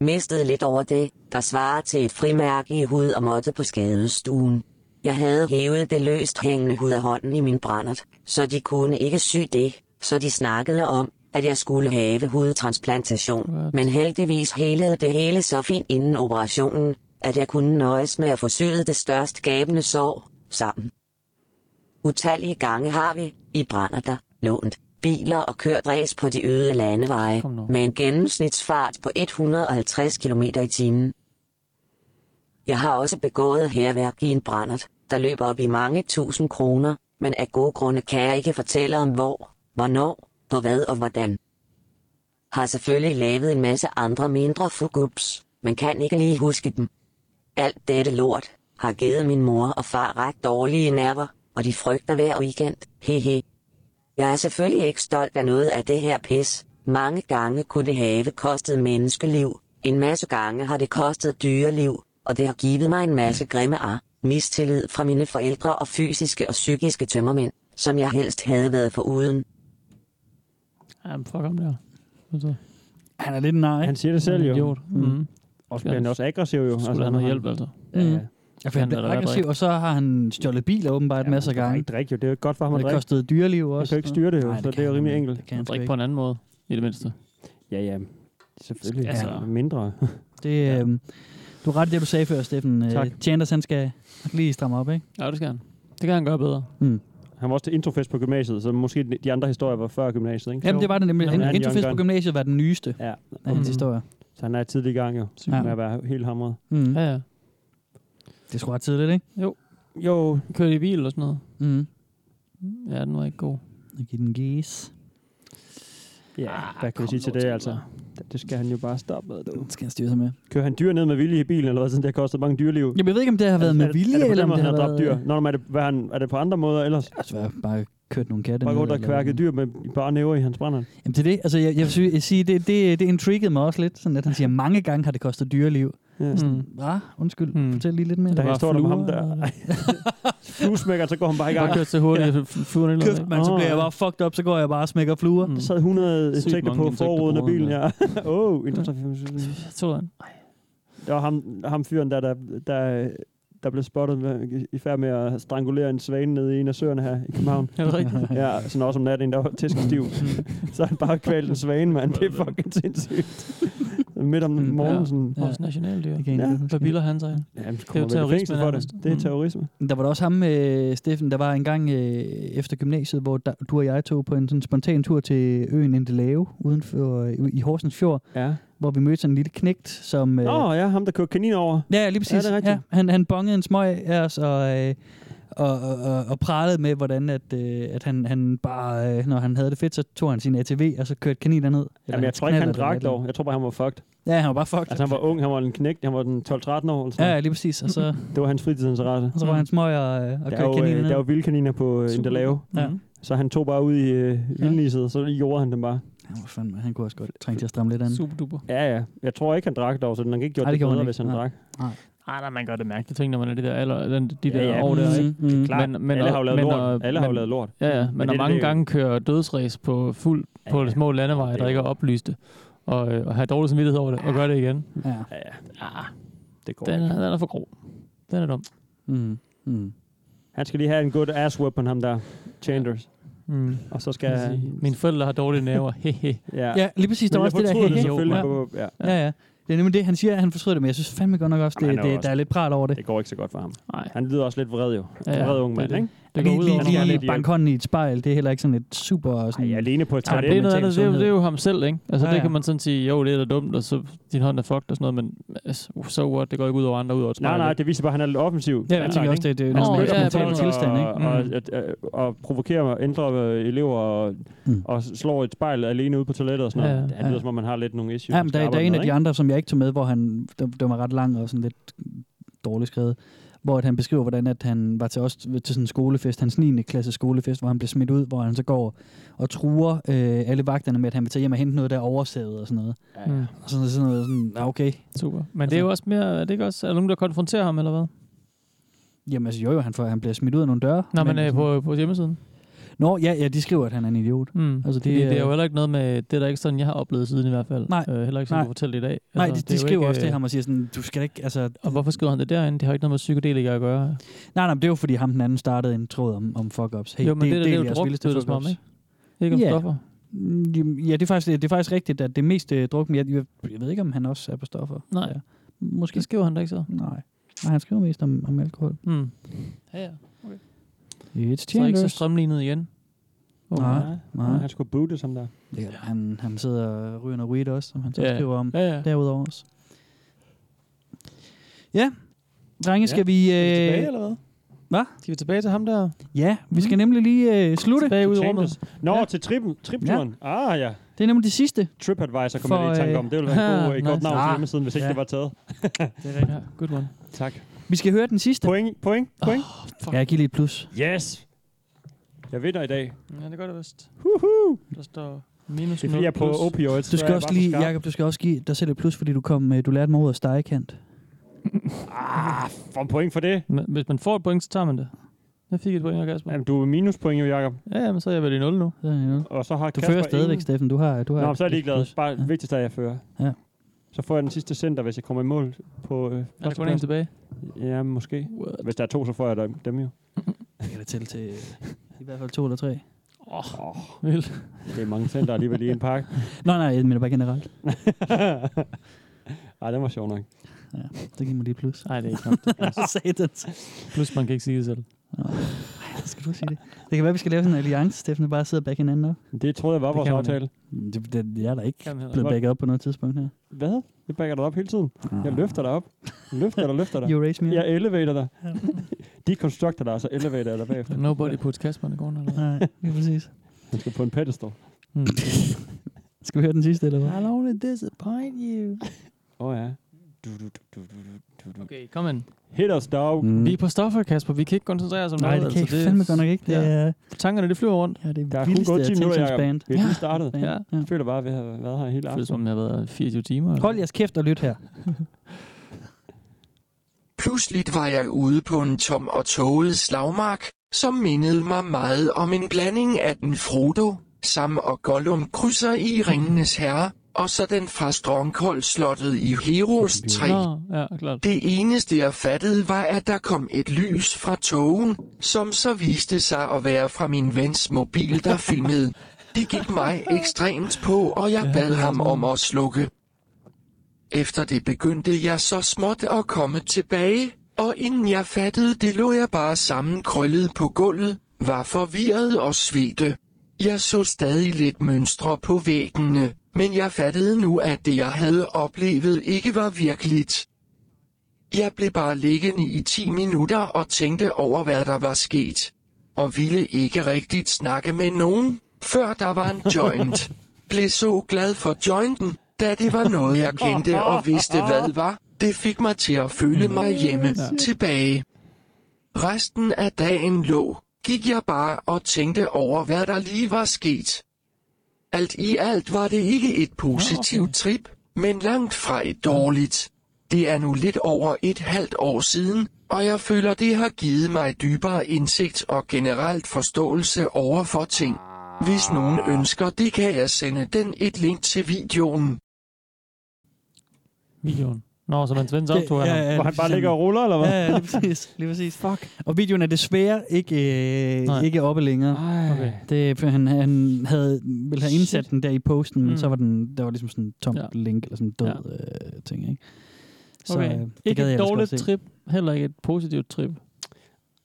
[SPEAKER 11] Mistede lidt over det, der svarer til et frimærke i hud og måtte på skadestuen. Jeg havde hævet det løst hængende hud af hånden i min brændert, så de kunne ikke sy det, så de snakkede om, at jeg skulle have hudtransplantation.
[SPEAKER 5] What?
[SPEAKER 11] Men heldigvis helede det hele så fint inden operationen, at jeg kunne nøjes med at få syet det størst gabende sår sammen. Utallige gange har vi, i Branderter, lånt biler og kørt ræs på de øde landeveje
[SPEAKER 5] Kom nu.
[SPEAKER 11] med en gennemsnitsfart på 150 km i timen. Jeg har også begået herværk i en brændert, der løber op i mange tusind kroner, men af gode grunde kan jeg ikke fortælle om hvor, hvornår, på hvad og hvordan. Har selvfølgelig lavet en masse andre mindre fugups, men kan ikke lige huske dem. Alt dette lort har givet min mor og far ret dårlige nerver, og de frygter hver weekend. Hehe. Jeg er selvfølgelig ikke stolt af noget af det her pis, Mange gange kunne det have kostet menneskeliv, en masse gange har det kostet dyreliv, og det har givet mig en masse grimme ar, mistillid fra mine forældre og fysiske og psykiske tømmermænd, som jeg helst havde været foruden.
[SPEAKER 5] Jamen, fuck ham der.
[SPEAKER 6] Han er lidt en nar,
[SPEAKER 4] Han siger det selv, jo.
[SPEAKER 5] Idiot. Mm.
[SPEAKER 6] Mm.
[SPEAKER 4] Også, ja, han er også aggressiv, jo.
[SPEAKER 5] Skulle altså, have noget hjælp, altså.
[SPEAKER 6] Mm. Ja,
[SPEAKER 5] Ja,
[SPEAKER 6] for han blev aggressiv, og så har han stjålet biler åbenbart ja, masser af gange.
[SPEAKER 4] Ikke drikke, jo. Det er jo godt for ham at
[SPEAKER 6] Og det
[SPEAKER 4] drikke.
[SPEAKER 6] kostede dyreliv
[SPEAKER 4] Han
[SPEAKER 6] også.
[SPEAKER 4] kan jo ikke styre det, jo,
[SPEAKER 6] Nej, det
[SPEAKER 4] så det er
[SPEAKER 6] kan
[SPEAKER 4] jo rimelig
[SPEAKER 6] han ikke.
[SPEAKER 4] enkelt.
[SPEAKER 6] Det kan han sgu
[SPEAKER 5] Drik
[SPEAKER 6] ikke.
[SPEAKER 5] på en anden måde, i det mindste.
[SPEAKER 4] Ja, ja. Selvfølgelig.
[SPEAKER 5] Altså-
[SPEAKER 4] Altså, mindre. [LAUGHS]
[SPEAKER 6] Det, øh, du har ret i det, du sagde før, Steffen. Øh,
[SPEAKER 4] Tak.
[SPEAKER 6] Chanders, han skal nok lige stramme op, ikke?
[SPEAKER 5] Ja, det skal han. Det kan han gøre bedre.
[SPEAKER 4] Han var også til introfest på gymnasiet, så måske de andre historier var før gymnasiet, ikke?
[SPEAKER 6] Jamen, det var det nemlig.
[SPEAKER 4] Nå, han er
[SPEAKER 6] Han,
[SPEAKER 4] en
[SPEAKER 6] Introfest
[SPEAKER 4] young
[SPEAKER 6] på
[SPEAKER 4] gun.
[SPEAKER 6] gymnasiet var den nyeste
[SPEAKER 4] Ja,
[SPEAKER 6] af hans
[SPEAKER 5] Mm.
[SPEAKER 6] historier.
[SPEAKER 4] så han er tidlig i gang jo,
[SPEAKER 6] Ja.
[SPEAKER 4] med at være helt hamret.
[SPEAKER 6] Mm.
[SPEAKER 5] Ja, ja.
[SPEAKER 6] Det er sgu ret tidligt, ikke?
[SPEAKER 4] Jo,
[SPEAKER 5] Kørte i bil og sådan noget.
[SPEAKER 6] Mm.
[SPEAKER 5] Ja, den var ikke god.
[SPEAKER 6] Jeg giver den gis.
[SPEAKER 4] ja,
[SPEAKER 5] Ah,
[SPEAKER 4] hvad kan
[SPEAKER 5] kom
[SPEAKER 4] vi sige til
[SPEAKER 5] nu
[SPEAKER 4] det,
[SPEAKER 5] til
[SPEAKER 4] altså? Det skal han jo bare stoppe med, du.
[SPEAKER 6] Den skal han styre sig med.
[SPEAKER 4] Kører han dyr ned med vilje i bilen, eller hvad? Sådan, det har kostet mange dyreliv. Altså,
[SPEAKER 6] Jamen, jeg ved ikke, om det har været
[SPEAKER 4] Er det-
[SPEAKER 6] med vilje,
[SPEAKER 4] er det, på den
[SPEAKER 6] eller om
[SPEAKER 4] måde,
[SPEAKER 6] det
[SPEAKER 4] han
[SPEAKER 6] har
[SPEAKER 4] dræbt
[SPEAKER 6] været...
[SPEAKER 4] dyr? Nå, men er det, hvad han, er det på andre måder ellers?
[SPEAKER 6] Altså, jeg har bare kørt nogle katte.
[SPEAKER 4] Bare
[SPEAKER 6] ned,
[SPEAKER 4] gå der og
[SPEAKER 6] eller-
[SPEAKER 4] kværke dyr med bare næver i hans brænder.
[SPEAKER 6] Jamen, det er det. Altså, jeg, jeg vil sige- jeg sige, det, det, det intriguede mig også lidt, sådan at han siger, mange gange har det kostet dyreliv.
[SPEAKER 4] Ja.
[SPEAKER 5] Mm.
[SPEAKER 6] Hva? Undskyld,
[SPEAKER 5] Mm.
[SPEAKER 6] mm. fortæl lige lidt mere.
[SPEAKER 4] Der
[SPEAKER 5] var
[SPEAKER 4] står der med ham
[SPEAKER 5] fluer,
[SPEAKER 4] der.
[SPEAKER 5] eller-
[SPEAKER 4] [LAUGHS] Fluesmækker, så går han bare i
[SPEAKER 5] Jeg
[SPEAKER 4] gang.
[SPEAKER 5] har kørt så hurtigt, at flyverne ikke
[SPEAKER 6] Kæft, man, så bliver jeg bare fucked up, så går jeg bare og smækker fluer.
[SPEAKER 5] Mm.
[SPEAKER 4] Der sad 100
[SPEAKER 5] Sygt
[SPEAKER 4] insekter
[SPEAKER 5] mange
[SPEAKER 4] på
[SPEAKER 5] insekter
[SPEAKER 4] forruden
[SPEAKER 5] på
[SPEAKER 4] af bilen, ja. [LAUGHS] Åh, oh,
[SPEAKER 5] Jeg tror, han.
[SPEAKER 4] Der var ham, ham fyren der, der, der, der blev spottet med, i færd med at strangulere en svane nede i en af søerne her i København.
[SPEAKER 5] Er det rigtigt?
[SPEAKER 4] Ja, sådan også om natten, en der var tæskestiv.
[SPEAKER 6] Mm.
[SPEAKER 4] [LAUGHS] så han bare kvalt en svane, mand. Det er fucking sindssygt. Midt
[SPEAKER 6] Mm,
[SPEAKER 4] om morgenen, sådan...
[SPEAKER 5] Ja. Vores nationaldyr.
[SPEAKER 6] Det kan jeg
[SPEAKER 4] Ja.
[SPEAKER 6] ikke
[SPEAKER 5] Hvad
[SPEAKER 6] huske.
[SPEAKER 5] biler han sig?
[SPEAKER 4] Ja, det
[SPEAKER 5] jo terrorisme
[SPEAKER 4] for det.
[SPEAKER 5] nærmest.
[SPEAKER 4] Det er
[SPEAKER 5] Mm.
[SPEAKER 4] terrorisme.
[SPEAKER 6] Der var der også ham, øh, Steffen, der var engang øh, efter gymnasiet, hvor der, du og jeg tog på en sådan spontan tur til øen Endelave uden for, øh, i Horsens Fjord,
[SPEAKER 4] Ja.
[SPEAKER 6] hvor vi mødte sådan en lille knægt, som... Øh,
[SPEAKER 4] Åh, oh, ja, ham der kørte kanin over.
[SPEAKER 6] Ja, lige præcis.
[SPEAKER 4] Ja, det er rigtigt.
[SPEAKER 6] han, han bongede en smøg af os og, øh, og, og, og, og pralede med, hvordan at, øh, at han, han bare, øh, når han havde det fedt, så tog han sin ATV, og så kørte kaniner ned.
[SPEAKER 4] Jamen, jeg
[SPEAKER 6] hans
[SPEAKER 4] tror ikke, han
[SPEAKER 6] knallert,
[SPEAKER 4] drak
[SPEAKER 6] eller hvad
[SPEAKER 4] dog. Jeg tror bare, han var fucked.
[SPEAKER 6] det var. Ja, han var bare fucked.
[SPEAKER 4] Altså, han var ung, han var en knægt, han var den 12-13 år. Eller sådan.
[SPEAKER 6] Ja,
[SPEAKER 4] Ja.
[SPEAKER 6] ja, lige præcis. Og så,
[SPEAKER 4] Det var hans fritidsinteresse.
[SPEAKER 6] og så var han smøg og, øh, og
[SPEAKER 4] Der er,
[SPEAKER 6] kørte
[SPEAKER 4] jo,
[SPEAKER 6] kaniner
[SPEAKER 4] øh,
[SPEAKER 6] ned.
[SPEAKER 4] der er jo vilde kaniner på øh,
[SPEAKER 5] Super.
[SPEAKER 4] Indelave,
[SPEAKER 6] Ja.
[SPEAKER 5] Mm.
[SPEAKER 4] så han tog bare ud i øh, vildniset, så jordede han dem bare.
[SPEAKER 6] Han, var fandme, han kunne også godt trænge til at stramme lidt an.
[SPEAKER 5] Super duper.
[SPEAKER 4] Ja, ja. Jeg tror ikke, han drak dog, så den har ikke gjort
[SPEAKER 6] Nej,
[SPEAKER 4] Ej,
[SPEAKER 6] det
[SPEAKER 4] det, det
[SPEAKER 6] gjorde
[SPEAKER 4] bedre,
[SPEAKER 6] han ikke.
[SPEAKER 4] hvis han
[SPEAKER 6] Nej.
[SPEAKER 4] drak.
[SPEAKER 5] Nej, nej, man gør det mærkeligt ting, når man er det der alder, den, de
[SPEAKER 4] Ja,
[SPEAKER 5] der
[SPEAKER 4] ja.
[SPEAKER 5] år der, ikke?
[SPEAKER 6] Mm, mm.
[SPEAKER 4] Klart.
[SPEAKER 5] Men,
[SPEAKER 4] Men, Alle har jo lavet
[SPEAKER 5] men,
[SPEAKER 4] lort.
[SPEAKER 5] og-
[SPEAKER 4] Alle har jo
[SPEAKER 5] men-
[SPEAKER 4] lavet lort.
[SPEAKER 5] Ja, ja,
[SPEAKER 4] Mm. Men det
[SPEAKER 5] men der
[SPEAKER 4] er
[SPEAKER 5] mange
[SPEAKER 4] det, det er jo-
[SPEAKER 5] gange kører dødsræs på fuld
[SPEAKER 4] Ja,
[SPEAKER 5] på
[SPEAKER 4] ja.
[SPEAKER 5] små landeveje, der
[SPEAKER 4] Det-
[SPEAKER 5] ikke er oplyste, og, øh, og have dårlig samvittighed over det, og gøre det igen.
[SPEAKER 6] Ja.
[SPEAKER 4] Ja, ja.
[SPEAKER 5] Ah,
[SPEAKER 4] Det går
[SPEAKER 5] den,
[SPEAKER 4] ikke.
[SPEAKER 5] er, den er for grov. Den er dum.
[SPEAKER 6] Mm. Mm.
[SPEAKER 4] Han skal lige have en good ass weapon, ham der. Chanders.
[SPEAKER 5] Mm.
[SPEAKER 4] Og så skal...
[SPEAKER 5] Kan jeg sige. Mine forældre har dårlige [LAUGHS] næver. Hehe.
[SPEAKER 4] Ja.
[SPEAKER 6] Ja, lige præcis. Der
[SPEAKER 4] Men
[SPEAKER 6] var
[SPEAKER 4] jeg
[SPEAKER 6] også det der
[SPEAKER 4] fortryder det
[SPEAKER 5] hey, hey.
[SPEAKER 4] selvfølgelig.
[SPEAKER 5] Jo,
[SPEAKER 4] på- Ja.
[SPEAKER 6] Ja, ja. Det er nemlig det, han siger, at han fortryder det, men jeg synes fandme godt nok også, det,
[SPEAKER 4] Jamen, han er jo
[SPEAKER 6] det, der er lidt pral over det.
[SPEAKER 4] Det går ikke så godt for ham.
[SPEAKER 5] Nej,
[SPEAKER 4] Han lyder også lidt vred jo.
[SPEAKER 5] Ja, ja.
[SPEAKER 4] Ja, vred ung
[SPEAKER 5] Det er
[SPEAKER 4] mand,
[SPEAKER 5] det.
[SPEAKER 4] ikke?
[SPEAKER 5] det går
[SPEAKER 6] lige,
[SPEAKER 5] ud over
[SPEAKER 4] lige-
[SPEAKER 5] nogen.
[SPEAKER 4] nogle
[SPEAKER 6] lige,
[SPEAKER 4] andre.
[SPEAKER 6] lige banke hånden i et spejl, det er heller ikke sådan et super... Sådan,
[SPEAKER 4] Ej, alene på et
[SPEAKER 5] Ej, det, er
[SPEAKER 4] toilet.
[SPEAKER 5] noget
[SPEAKER 6] mental
[SPEAKER 5] andet, det, er, jo- det er jo
[SPEAKER 6] sundhed.
[SPEAKER 5] ham selv, ikke? Altså, ja, ja.
[SPEAKER 6] Ja, ja.
[SPEAKER 5] det kan man sådan sige, jo, det er da dumt, og så din hånd er fucked og sådan noget, men altså, so what, det går ikke ud over andre, ud over et
[SPEAKER 4] Nej, nej,
[SPEAKER 5] spejl.
[SPEAKER 4] det viser bare, at han er lidt offensiv.
[SPEAKER 6] ja, jeg tænker også, det, det er
[SPEAKER 5] Nå,
[SPEAKER 6] noget
[SPEAKER 5] ja,
[SPEAKER 6] med
[SPEAKER 5] ja,
[SPEAKER 6] mental
[SPEAKER 5] det er-
[SPEAKER 6] tilstand, ikke?
[SPEAKER 4] Og, og, øh, og, og provokerer og ændrer øh, elever og,
[SPEAKER 6] Mm.
[SPEAKER 4] mm. og slår et spejl alene ud på toilettet og sådan
[SPEAKER 5] Ja,
[SPEAKER 4] noget.
[SPEAKER 5] ja.
[SPEAKER 4] Ja, det lyder
[SPEAKER 6] Ja.
[SPEAKER 4] som om, man har lidt nogle issues.
[SPEAKER 6] Ja,
[SPEAKER 4] man
[SPEAKER 6] men
[SPEAKER 4] skal
[SPEAKER 6] der, der er
[SPEAKER 4] arbejde
[SPEAKER 6] en
[SPEAKER 4] med,
[SPEAKER 6] af de
[SPEAKER 4] ikke?
[SPEAKER 6] andre, som jeg ikke tog med, hvor han, den, den var ret lang og sådan lidt dårligt skrevet, hvor at han beskriver, hvordan at han var til, os, til sådan en skolefest, hans 9. klasse skolefest, hvor han blev smidt ud, hvor han så går og truer øh, alle vagterne med, at han vil tage hjem og hente noget der er oversavet og sådan noget.
[SPEAKER 5] Mm,
[SPEAKER 6] Og sådan, sådan noget, sådan, "Nå, okay.
[SPEAKER 5] super. Altså- Men det er jo også mere, er det ikke også, er der nogen, der konfronterer ham, eller hvad?
[SPEAKER 6] Jamen altså, jo jo, han, får, han bliver smidt ud af nogle døre.
[SPEAKER 5] Nej, men, øh, på, på hjemmesiden.
[SPEAKER 6] Nå, ja, ja, de skriver, at han er en idiot.
[SPEAKER 5] Mm.
[SPEAKER 6] Altså,
[SPEAKER 5] Altså,
[SPEAKER 6] det
[SPEAKER 5] det, det er
[SPEAKER 6] er-
[SPEAKER 5] jo heller ikke noget med, det er da ikke sådan, jeg har oplevet siden i hvert fald.
[SPEAKER 6] Nej.
[SPEAKER 5] Øh, heller ikke sådan,
[SPEAKER 6] Nej.
[SPEAKER 5] du fortæller det i dag. Altså,
[SPEAKER 6] Nej, de,
[SPEAKER 5] det er
[SPEAKER 6] de
[SPEAKER 5] jo
[SPEAKER 6] skriver
[SPEAKER 5] ikke,
[SPEAKER 6] også til
[SPEAKER 5] øh,
[SPEAKER 6] ham og siger sådan, du skal ikke, altså...
[SPEAKER 5] Og hvorfor skriver han det derinde? Det har ikke noget med psykedelikere at gøre.
[SPEAKER 6] Nej, nej, men det er jo fordi ham den anden startede en tråd om, om fuck-ups. Hey,
[SPEAKER 5] jo, men det, det, det, det er
[SPEAKER 6] jeres
[SPEAKER 5] jo
[SPEAKER 6] vildeste
[SPEAKER 5] drukket, det som om,
[SPEAKER 6] fuck-ups.
[SPEAKER 5] ikke? Ikke om
[SPEAKER 6] Ja.
[SPEAKER 5] yeah. stoffer.
[SPEAKER 6] Mm, jamen, Ja, det er faktisk, det er faktisk rigtigt, at det mest øh, druk, men jeg, jeg, jeg ved ikke, om han også er på stoffer.
[SPEAKER 5] Nej.
[SPEAKER 6] Ja.
[SPEAKER 5] Måske
[SPEAKER 6] Måske.
[SPEAKER 5] skriver han det ikke så.
[SPEAKER 6] Nej. Nej, han skriver mest om, om alkohol.
[SPEAKER 5] Mm. Ja, ja. Så
[SPEAKER 6] It's
[SPEAKER 5] er ikke så
[SPEAKER 6] Chandlers.
[SPEAKER 5] strømlignet igen. Åh,
[SPEAKER 6] Nej.
[SPEAKER 4] Nej, han skulle boote som der.
[SPEAKER 6] Ja, han, han sidder og ryger noget weed også, som han så
[SPEAKER 5] Ja.
[SPEAKER 6] skriver om
[SPEAKER 5] Ja, ja.
[SPEAKER 6] derudover også. Ja, drenge,
[SPEAKER 4] Ja.
[SPEAKER 6] skal vi...
[SPEAKER 5] Skal vi tilbage,
[SPEAKER 6] Øh,
[SPEAKER 5] eller hvad?
[SPEAKER 6] Hvad?
[SPEAKER 5] Skal vi tilbage til ham der?
[SPEAKER 6] ja, vi skal nemlig lige øh, slutte.
[SPEAKER 5] Tilbage ud i rummet.
[SPEAKER 4] Chambers. Nå,
[SPEAKER 6] Ja.
[SPEAKER 4] ja. til trippen, tripturen. Ja. Ah ja,
[SPEAKER 6] Det er nemlig det sidste.
[SPEAKER 4] TripAdvisor kom
[SPEAKER 6] For,
[SPEAKER 4] jeg lige i tanke
[SPEAKER 6] øh,
[SPEAKER 4] om. Det ville være [LAUGHS] en god, nice.
[SPEAKER 5] nice.
[SPEAKER 4] godt navn
[SPEAKER 6] Ah.
[SPEAKER 4] til hjemmesiden, hvis ikke
[SPEAKER 6] Ja.
[SPEAKER 4] ja. det var taget.
[SPEAKER 5] Ja, good one.
[SPEAKER 4] Tak. Ah.
[SPEAKER 6] Vi skal høre den sidste.
[SPEAKER 4] Point, point, point.
[SPEAKER 5] Fuck.
[SPEAKER 6] Ja, giv lige et plus.
[SPEAKER 4] Yes! Jeg vinder i dag.
[SPEAKER 5] Ja, det gør det vist.
[SPEAKER 4] Huhu!
[SPEAKER 5] Der står Minus
[SPEAKER 4] Det er fordi, jeg er på opioids. så
[SPEAKER 6] Du
[SPEAKER 4] er
[SPEAKER 6] skal
[SPEAKER 4] jeg
[SPEAKER 6] også
[SPEAKER 4] bare
[SPEAKER 6] lige,
[SPEAKER 4] for skarp.
[SPEAKER 6] Jacob, du skal også give dig selv et plus, fordi du, kom, øh, du lærte mig ordet stegekant.
[SPEAKER 4] Ah, får en point for det.
[SPEAKER 5] Hvis man får et point, så tager man det. Jeg fik et point af Kasper.
[SPEAKER 4] Jamen, du er minuspoint jo, Jacob.
[SPEAKER 5] Ja, ja, men så er jeg vel i 0 nu.
[SPEAKER 6] Så er jeg i 0.
[SPEAKER 4] Og så har
[SPEAKER 6] Du
[SPEAKER 4] Kasper
[SPEAKER 6] fører stadigvæk,
[SPEAKER 4] ingen-
[SPEAKER 6] Steffen. Du har, du har
[SPEAKER 4] Nå,
[SPEAKER 6] et-
[SPEAKER 4] men så er jeg
[SPEAKER 6] et
[SPEAKER 4] ligeglad.
[SPEAKER 6] plus.
[SPEAKER 4] Bare ja. vigtigst er, at jeg fører.
[SPEAKER 6] Ja.
[SPEAKER 4] Så får jeg den sidste center, hvis jeg kommer i mål på øh,
[SPEAKER 5] Er der kun
[SPEAKER 4] førstepladsen.
[SPEAKER 5] en tilbage?
[SPEAKER 4] Ja, måske. Hvis der er to, så får jeg dem, dem jo.
[SPEAKER 6] Jeg kan da tælle til øh, i hvert fald to eller tre.
[SPEAKER 4] Åh, oh,
[SPEAKER 5] Vel.
[SPEAKER 4] det er mange center alligevel i en
[SPEAKER 6] [LAUGHS]
[SPEAKER 4] pakke.
[SPEAKER 6] Nå, nej, jeg mener bare generelt.
[SPEAKER 4] Ej, den var sjov nok.
[SPEAKER 6] Ja, det giver mig lige et plus. [LAUGHS]
[SPEAKER 5] Nej, det er ikke nok. Det er plus.
[SPEAKER 6] Satans.
[SPEAKER 5] plus, man kan ikke sige det selv.
[SPEAKER 6] Ej, skal du sige det? Det kan være, vi skal lave sådan en alliance, Steffen, og bare sidder back hinanden op.
[SPEAKER 4] Det troede jeg var
[SPEAKER 6] Det
[SPEAKER 4] vores
[SPEAKER 6] kan man
[SPEAKER 4] aftale.
[SPEAKER 6] Det, det, jeg er da ikke
[SPEAKER 5] Kan man heller
[SPEAKER 6] blevet
[SPEAKER 4] ikke.
[SPEAKER 6] backet op på noget tidspunkt her.
[SPEAKER 4] Hvad? Jeg bakker dig op hele tiden. Jeg løfter dig op. Løfter dig,
[SPEAKER 6] [LAUGHS]
[SPEAKER 4] løfter dig.
[SPEAKER 6] You raise me up.
[SPEAKER 4] Jeg elevator dig. De constructer dig, og så elevator jeg dig bagefter.
[SPEAKER 5] Nobody puts Kasper i gården. Eller?
[SPEAKER 6] Nej, lige præcis.
[SPEAKER 4] Du skal på en pedestal.
[SPEAKER 5] Hmm.
[SPEAKER 6] [LAUGHS] Skal vi høre den sidste, eller hvad?
[SPEAKER 5] I'll only disappoint you.
[SPEAKER 4] Åh oh, ja. Du, du, du, du, du, du, du.
[SPEAKER 5] Okay, kom ind.
[SPEAKER 4] Hit us, dog.
[SPEAKER 6] Mm.
[SPEAKER 5] Vi er på stoffer, Kasper. Vi kan ikke koncentrere os om
[SPEAKER 6] Nej,
[SPEAKER 5] noget.
[SPEAKER 6] det kan
[SPEAKER 5] altså,
[SPEAKER 6] jeg fandme godt nok ikke. Det
[SPEAKER 5] Ja.
[SPEAKER 6] er,
[SPEAKER 5] Tankerne, det flyver rundt.
[SPEAKER 6] ja, det er
[SPEAKER 4] Der er kun
[SPEAKER 6] vildeste
[SPEAKER 4] gået 10 minutter,
[SPEAKER 6] attentionsband.
[SPEAKER 4] Jacob. Vi er lige startet.
[SPEAKER 6] Ja.
[SPEAKER 5] Ja.
[SPEAKER 6] Ja.
[SPEAKER 4] Jeg føler bare, at vi har været her hele
[SPEAKER 5] Det føles
[SPEAKER 4] aften.
[SPEAKER 5] som, om, jeg har været 24 timer. altså.
[SPEAKER 6] Hold jeres kæft og lyt her.
[SPEAKER 7] Pludseligt var jeg ude på en tom og tåget slagmark, som mindede mig meget om en blanding af den Frodo, Sam og Gollum krydser i Ringenes Herre, og så den fra Stronghold-slottet i Heroes 3.
[SPEAKER 5] Nå, ja, klart.
[SPEAKER 7] Det eneste jeg fattede var, at der kom et lys fra togen, som så viste sig at være fra min vens mobil, der filmede. Det gik mig ekstremt på, og jeg bad ham om at slukke. Efter det begyndte jeg så småt at komme tilbage, og inden jeg fattede det, lå jeg bare sammenkrøllet på gulvet, var forvirret og svedte. Jeg så stadig lidt mønstre på væggene, men jeg fattede nu, at det jeg havde oplevet ikke var virkeligt. Jeg blev bare liggende i 10 minutter og tænkte over, hvad der var sket. Og ville ikke rigtigt snakke med nogen, før der var en joint. Blev så glad for jointen, da det var noget, jeg kendte og vidste, hvad var. Det fik mig til at føle mig hjemme tilbage. Resten af dagen lå, gik jeg bare og tænkte over, hvad der lige var sket. Alt i alt var det ikke et positivt trip, men langt fra et dårligt. Det er nu lidt over et halvt år siden, og jeg føler, det har givet mig dybere indsigt og generelt forståelse over for ting. Hvis nogen ønsker det, kan jeg sende den et link til videoen.
[SPEAKER 5] Videoen. Nå, så man Svends optog
[SPEAKER 6] Det-
[SPEAKER 5] her.
[SPEAKER 6] ja, ja.
[SPEAKER 4] Hvor han bare ligger og ruller, eller hvad?
[SPEAKER 6] Ja, [LAUGHS] lige præcis. Lige præcis. Fuck. Og videoen er desværre ikke,
[SPEAKER 5] Nej.
[SPEAKER 6] øh, ikke oppe længere.
[SPEAKER 5] Okay.
[SPEAKER 6] Det, er, for han, han havde, ville have indsat den der i posten, mm. men
[SPEAKER 5] Mm.
[SPEAKER 6] så var den, der var ligesom sådan en tom ja.
[SPEAKER 5] Ja.
[SPEAKER 6] link, eller sådan en død ja. øh, ting, ikke? Så
[SPEAKER 5] okay.
[SPEAKER 6] øh, det
[SPEAKER 5] ikke
[SPEAKER 6] gad
[SPEAKER 5] et
[SPEAKER 6] jeg ellers godt
[SPEAKER 5] dårligt
[SPEAKER 6] se.
[SPEAKER 5] trip, heller ikke et positivt trip.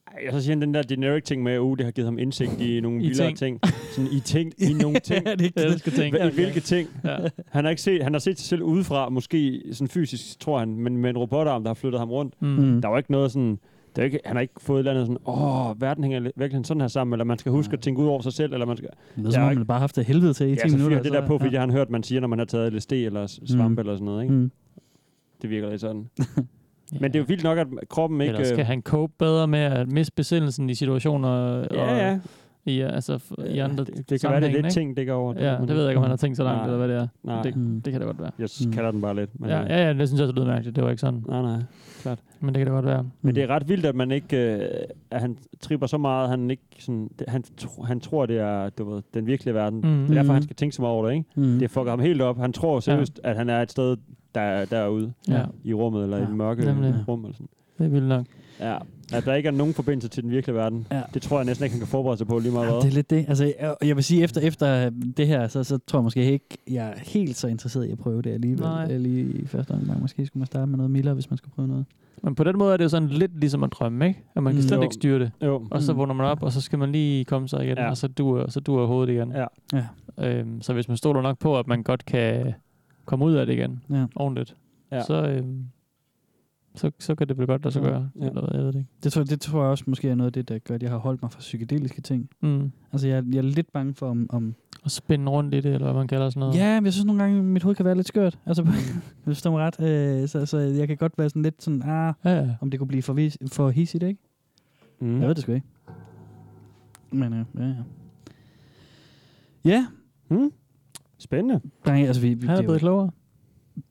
[SPEAKER 4] Ej, Og så siger han den der generic ting med, at uh, det har givet ham indsigt i nogle
[SPEAKER 5] I
[SPEAKER 4] vildere
[SPEAKER 5] ting.
[SPEAKER 4] ting. Sådan i ting,
[SPEAKER 6] [LAUGHS]
[SPEAKER 4] i nogle ting. [LAUGHS]
[SPEAKER 6] Ja, det er ikke
[SPEAKER 5] Jeg
[SPEAKER 6] det.
[SPEAKER 5] elsker ting.
[SPEAKER 4] I hvilke ting? [LAUGHS]
[SPEAKER 5] Ja.
[SPEAKER 4] Han har, ikke set, han har set sig selv udefra, måske sådan fysisk, tror han, men med en robotarm, der har flyttet ham rundt.
[SPEAKER 5] Mm.
[SPEAKER 4] Der var ikke noget sådan... Der er ikke, han har ikke fået et eller andet sådan, åh, verden hænger li- virkelig sådan her sammen, eller man skal huske at tænke ud over sig selv, eller man skal...
[SPEAKER 6] Det er som
[SPEAKER 4] Jeg er
[SPEAKER 6] om,
[SPEAKER 4] ikke-
[SPEAKER 6] man bare har haft det helvede til i
[SPEAKER 4] Ja,
[SPEAKER 6] 10
[SPEAKER 4] så
[SPEAKER 6] minutter.
[SPEAKER 4] fyrer det
[SPEAKER 6] og
[SPEAKER 4] der på, fordi jeg har hørt, man siger, når man har taget LSD eller s- svampe eller sådan noget, ikke?
[SPEAKER 6] Mm.
[SPEAKER 4] Det virker lidt sådan. Men det er jo vildt nok, at kroppen ikke...
[SPEAKER 5] Eller skal
[SPEAKER 4] øh,
[SPEAKER 5] han cope bedre med at miste besindelsen i situationer og
[SPEAKER 4] Ja, ja.
[SPEAKER 5] i, altså, f- i andre
[SPEAKER 4] Det, det kan være, det er lidt
[SPEAKER 5] sammenhænge,
[SPEAKER 4] ting, det går over.
[SPEAKER 5] ikke? Ja, det ved jeg ikke, om han har tænkt så langt,
[SPEAKER 4] Nej.
[SPEAKER 5] eller hvad det er.
[SPEAKER 4] Nej,
[SPEAKER 5] Det,
[SPEAKER 6] Mm.
[SPEAKER 5] det kan det godt være.
[SPEAKER 4] jeg
[SPEAKER 6] Mm.
[SPEAKER 4] kalder den bare lidt. Men,
[SPEAKER 5] Ja,
[SPEAKER 4] øh,
[SPEAKER 5] ja, ja, det synes jeg også lyder mærkeligt. Det var ikke sådan.
[SPEAKER 4] Nej, nej.
[SPEAKER 5] Men det kan det godt være.
[SPEAKER 6] Mm.
[SPEAKER 4] Men det er ret vildt, at man ikke, øh, at han tripper så meget, at han ikke sådan, det, han, tro, han tror, det er du ved, den virkelige verden. Mm.
[SPEAKER 5] Mm.
[SPEAKER 4] Det er derfor,
[SPEAKER 6] Mhm.
[SPEAKER 4] han skal tænke så meget over det, ikke?
[SPEAKER 6] Mm.
[SPEAKER 4] Det fucker ham helt op. Han tror seriøst, ja. at han er et sted, der, er- derude
[SPEAKER 5] Ja,
[SPEAKER 4] i rummet, eller ja. i
[SPEAKER 6] Ja,
[SPEAKER 4] den mørke
[SPEAKER 5] nemlig.
[SPEAKER 4] rum. Eller sådan.
[SPEAKER 5] det er vildt nok.
[SPEAKER 4] Ja. At der ikke er nogen forbindelse til den virkelige verden.
[SPEAKER 6] Ja.
[SPEAKER 4] Det tror jeg næsten ikke, han kan forberede sig på lige meget
[SPEAKER 6] Ja,
[SPEAKER 4] hvad.
[SPEAKER 6] det er lidt det. Altså, jeg- jeg vil sige, efter, efter det her, så, så tror jeg måske ikke, jeg er helt så interesseret i at prøve det alligevel.
[SPEAKER 5] Nej.
[SPEAKER 6] Nej. Lige i første omgang. Måske skulle man starte med noget mildere, hvis man skulle prøve noget.
[SPEAKER 5] Men på den måde er det jo sådan lidt ligesom at drømme, ikke? At man kan
[SPEAKER 6] Mm.
[SPEAKER 5] slet
[SPEAKER 4] Jo.
[SPEAKER 5] ikke styre det.
[SPEAKER 4] Jo.
[SPEAKER 5] Og så
[SPEAKER 6] Mm.
[SPEAKER 5] vågner man op, og så skal man lige komme sig igen,
[SPEAKER 4] Ja.
[SPEAKER 5] ja. og så duer, så duer hovedet igen.
[SPEAKER 4] Ja.
[SPEAKER 6] Ja.
[SPEAKER 5] Øhm, så hvis man stoler nok på, at man godt kan komme ud af det igen,
[SPEAKER 6] Ja.
[SPEAKER 5] ordentligt,
[SPEAKER 4] Ja.
[SPEAKER 5] ja. så, øhm, så, så kan det blive godt lade sig
[SPEAKER 6] Ja.
[SPEAKER 5] gøre.
[SPEAKER 4] Ja.
[SPEAKER 5] Ja. Eller hvad, jeg ved det ikke.
[SPEAKER 6] Det tror, det tror jeg også måske er noget af det, der gør, at jeg har holdt mig fra psykedeliske ting.
[SPEAKER 5] Mm.
[SPEAKER 6] Altså, jeg, jeg er lidt bange for, om... om
[SPEAKER 5] Og spænde rundt i det, eller hvad man kalder sådan noget.
[SPEAKER 6] Ja, men jeg synes nogle gange, mit hoved kan være lidt skørt. Altså,
[SPEAKER 4] Mm.
[SPEAKER 6] [LAUGHS] hvis du forstår mig ret. Øh, så, så jeg kan godt være sådan lidt sådan, ah,
[SPEAKER 5] Ja, ja.
[SPEAKER 6] om det kunne blive for, vis, for hissigt, ikke?
[SPEAKER 4] Mm.
[SPEAKER 6] Jeg ved det sgu ikke. Men øh, ja, ja. Ja,
[SPEAKER 4] Mm. Spændende.
[SPEAKER 6] Drenge, altså, vi, vi,
[SPEAKER 5] Han er
[SPEAKER 6] det
[SPEAKER 5] blevet klogere.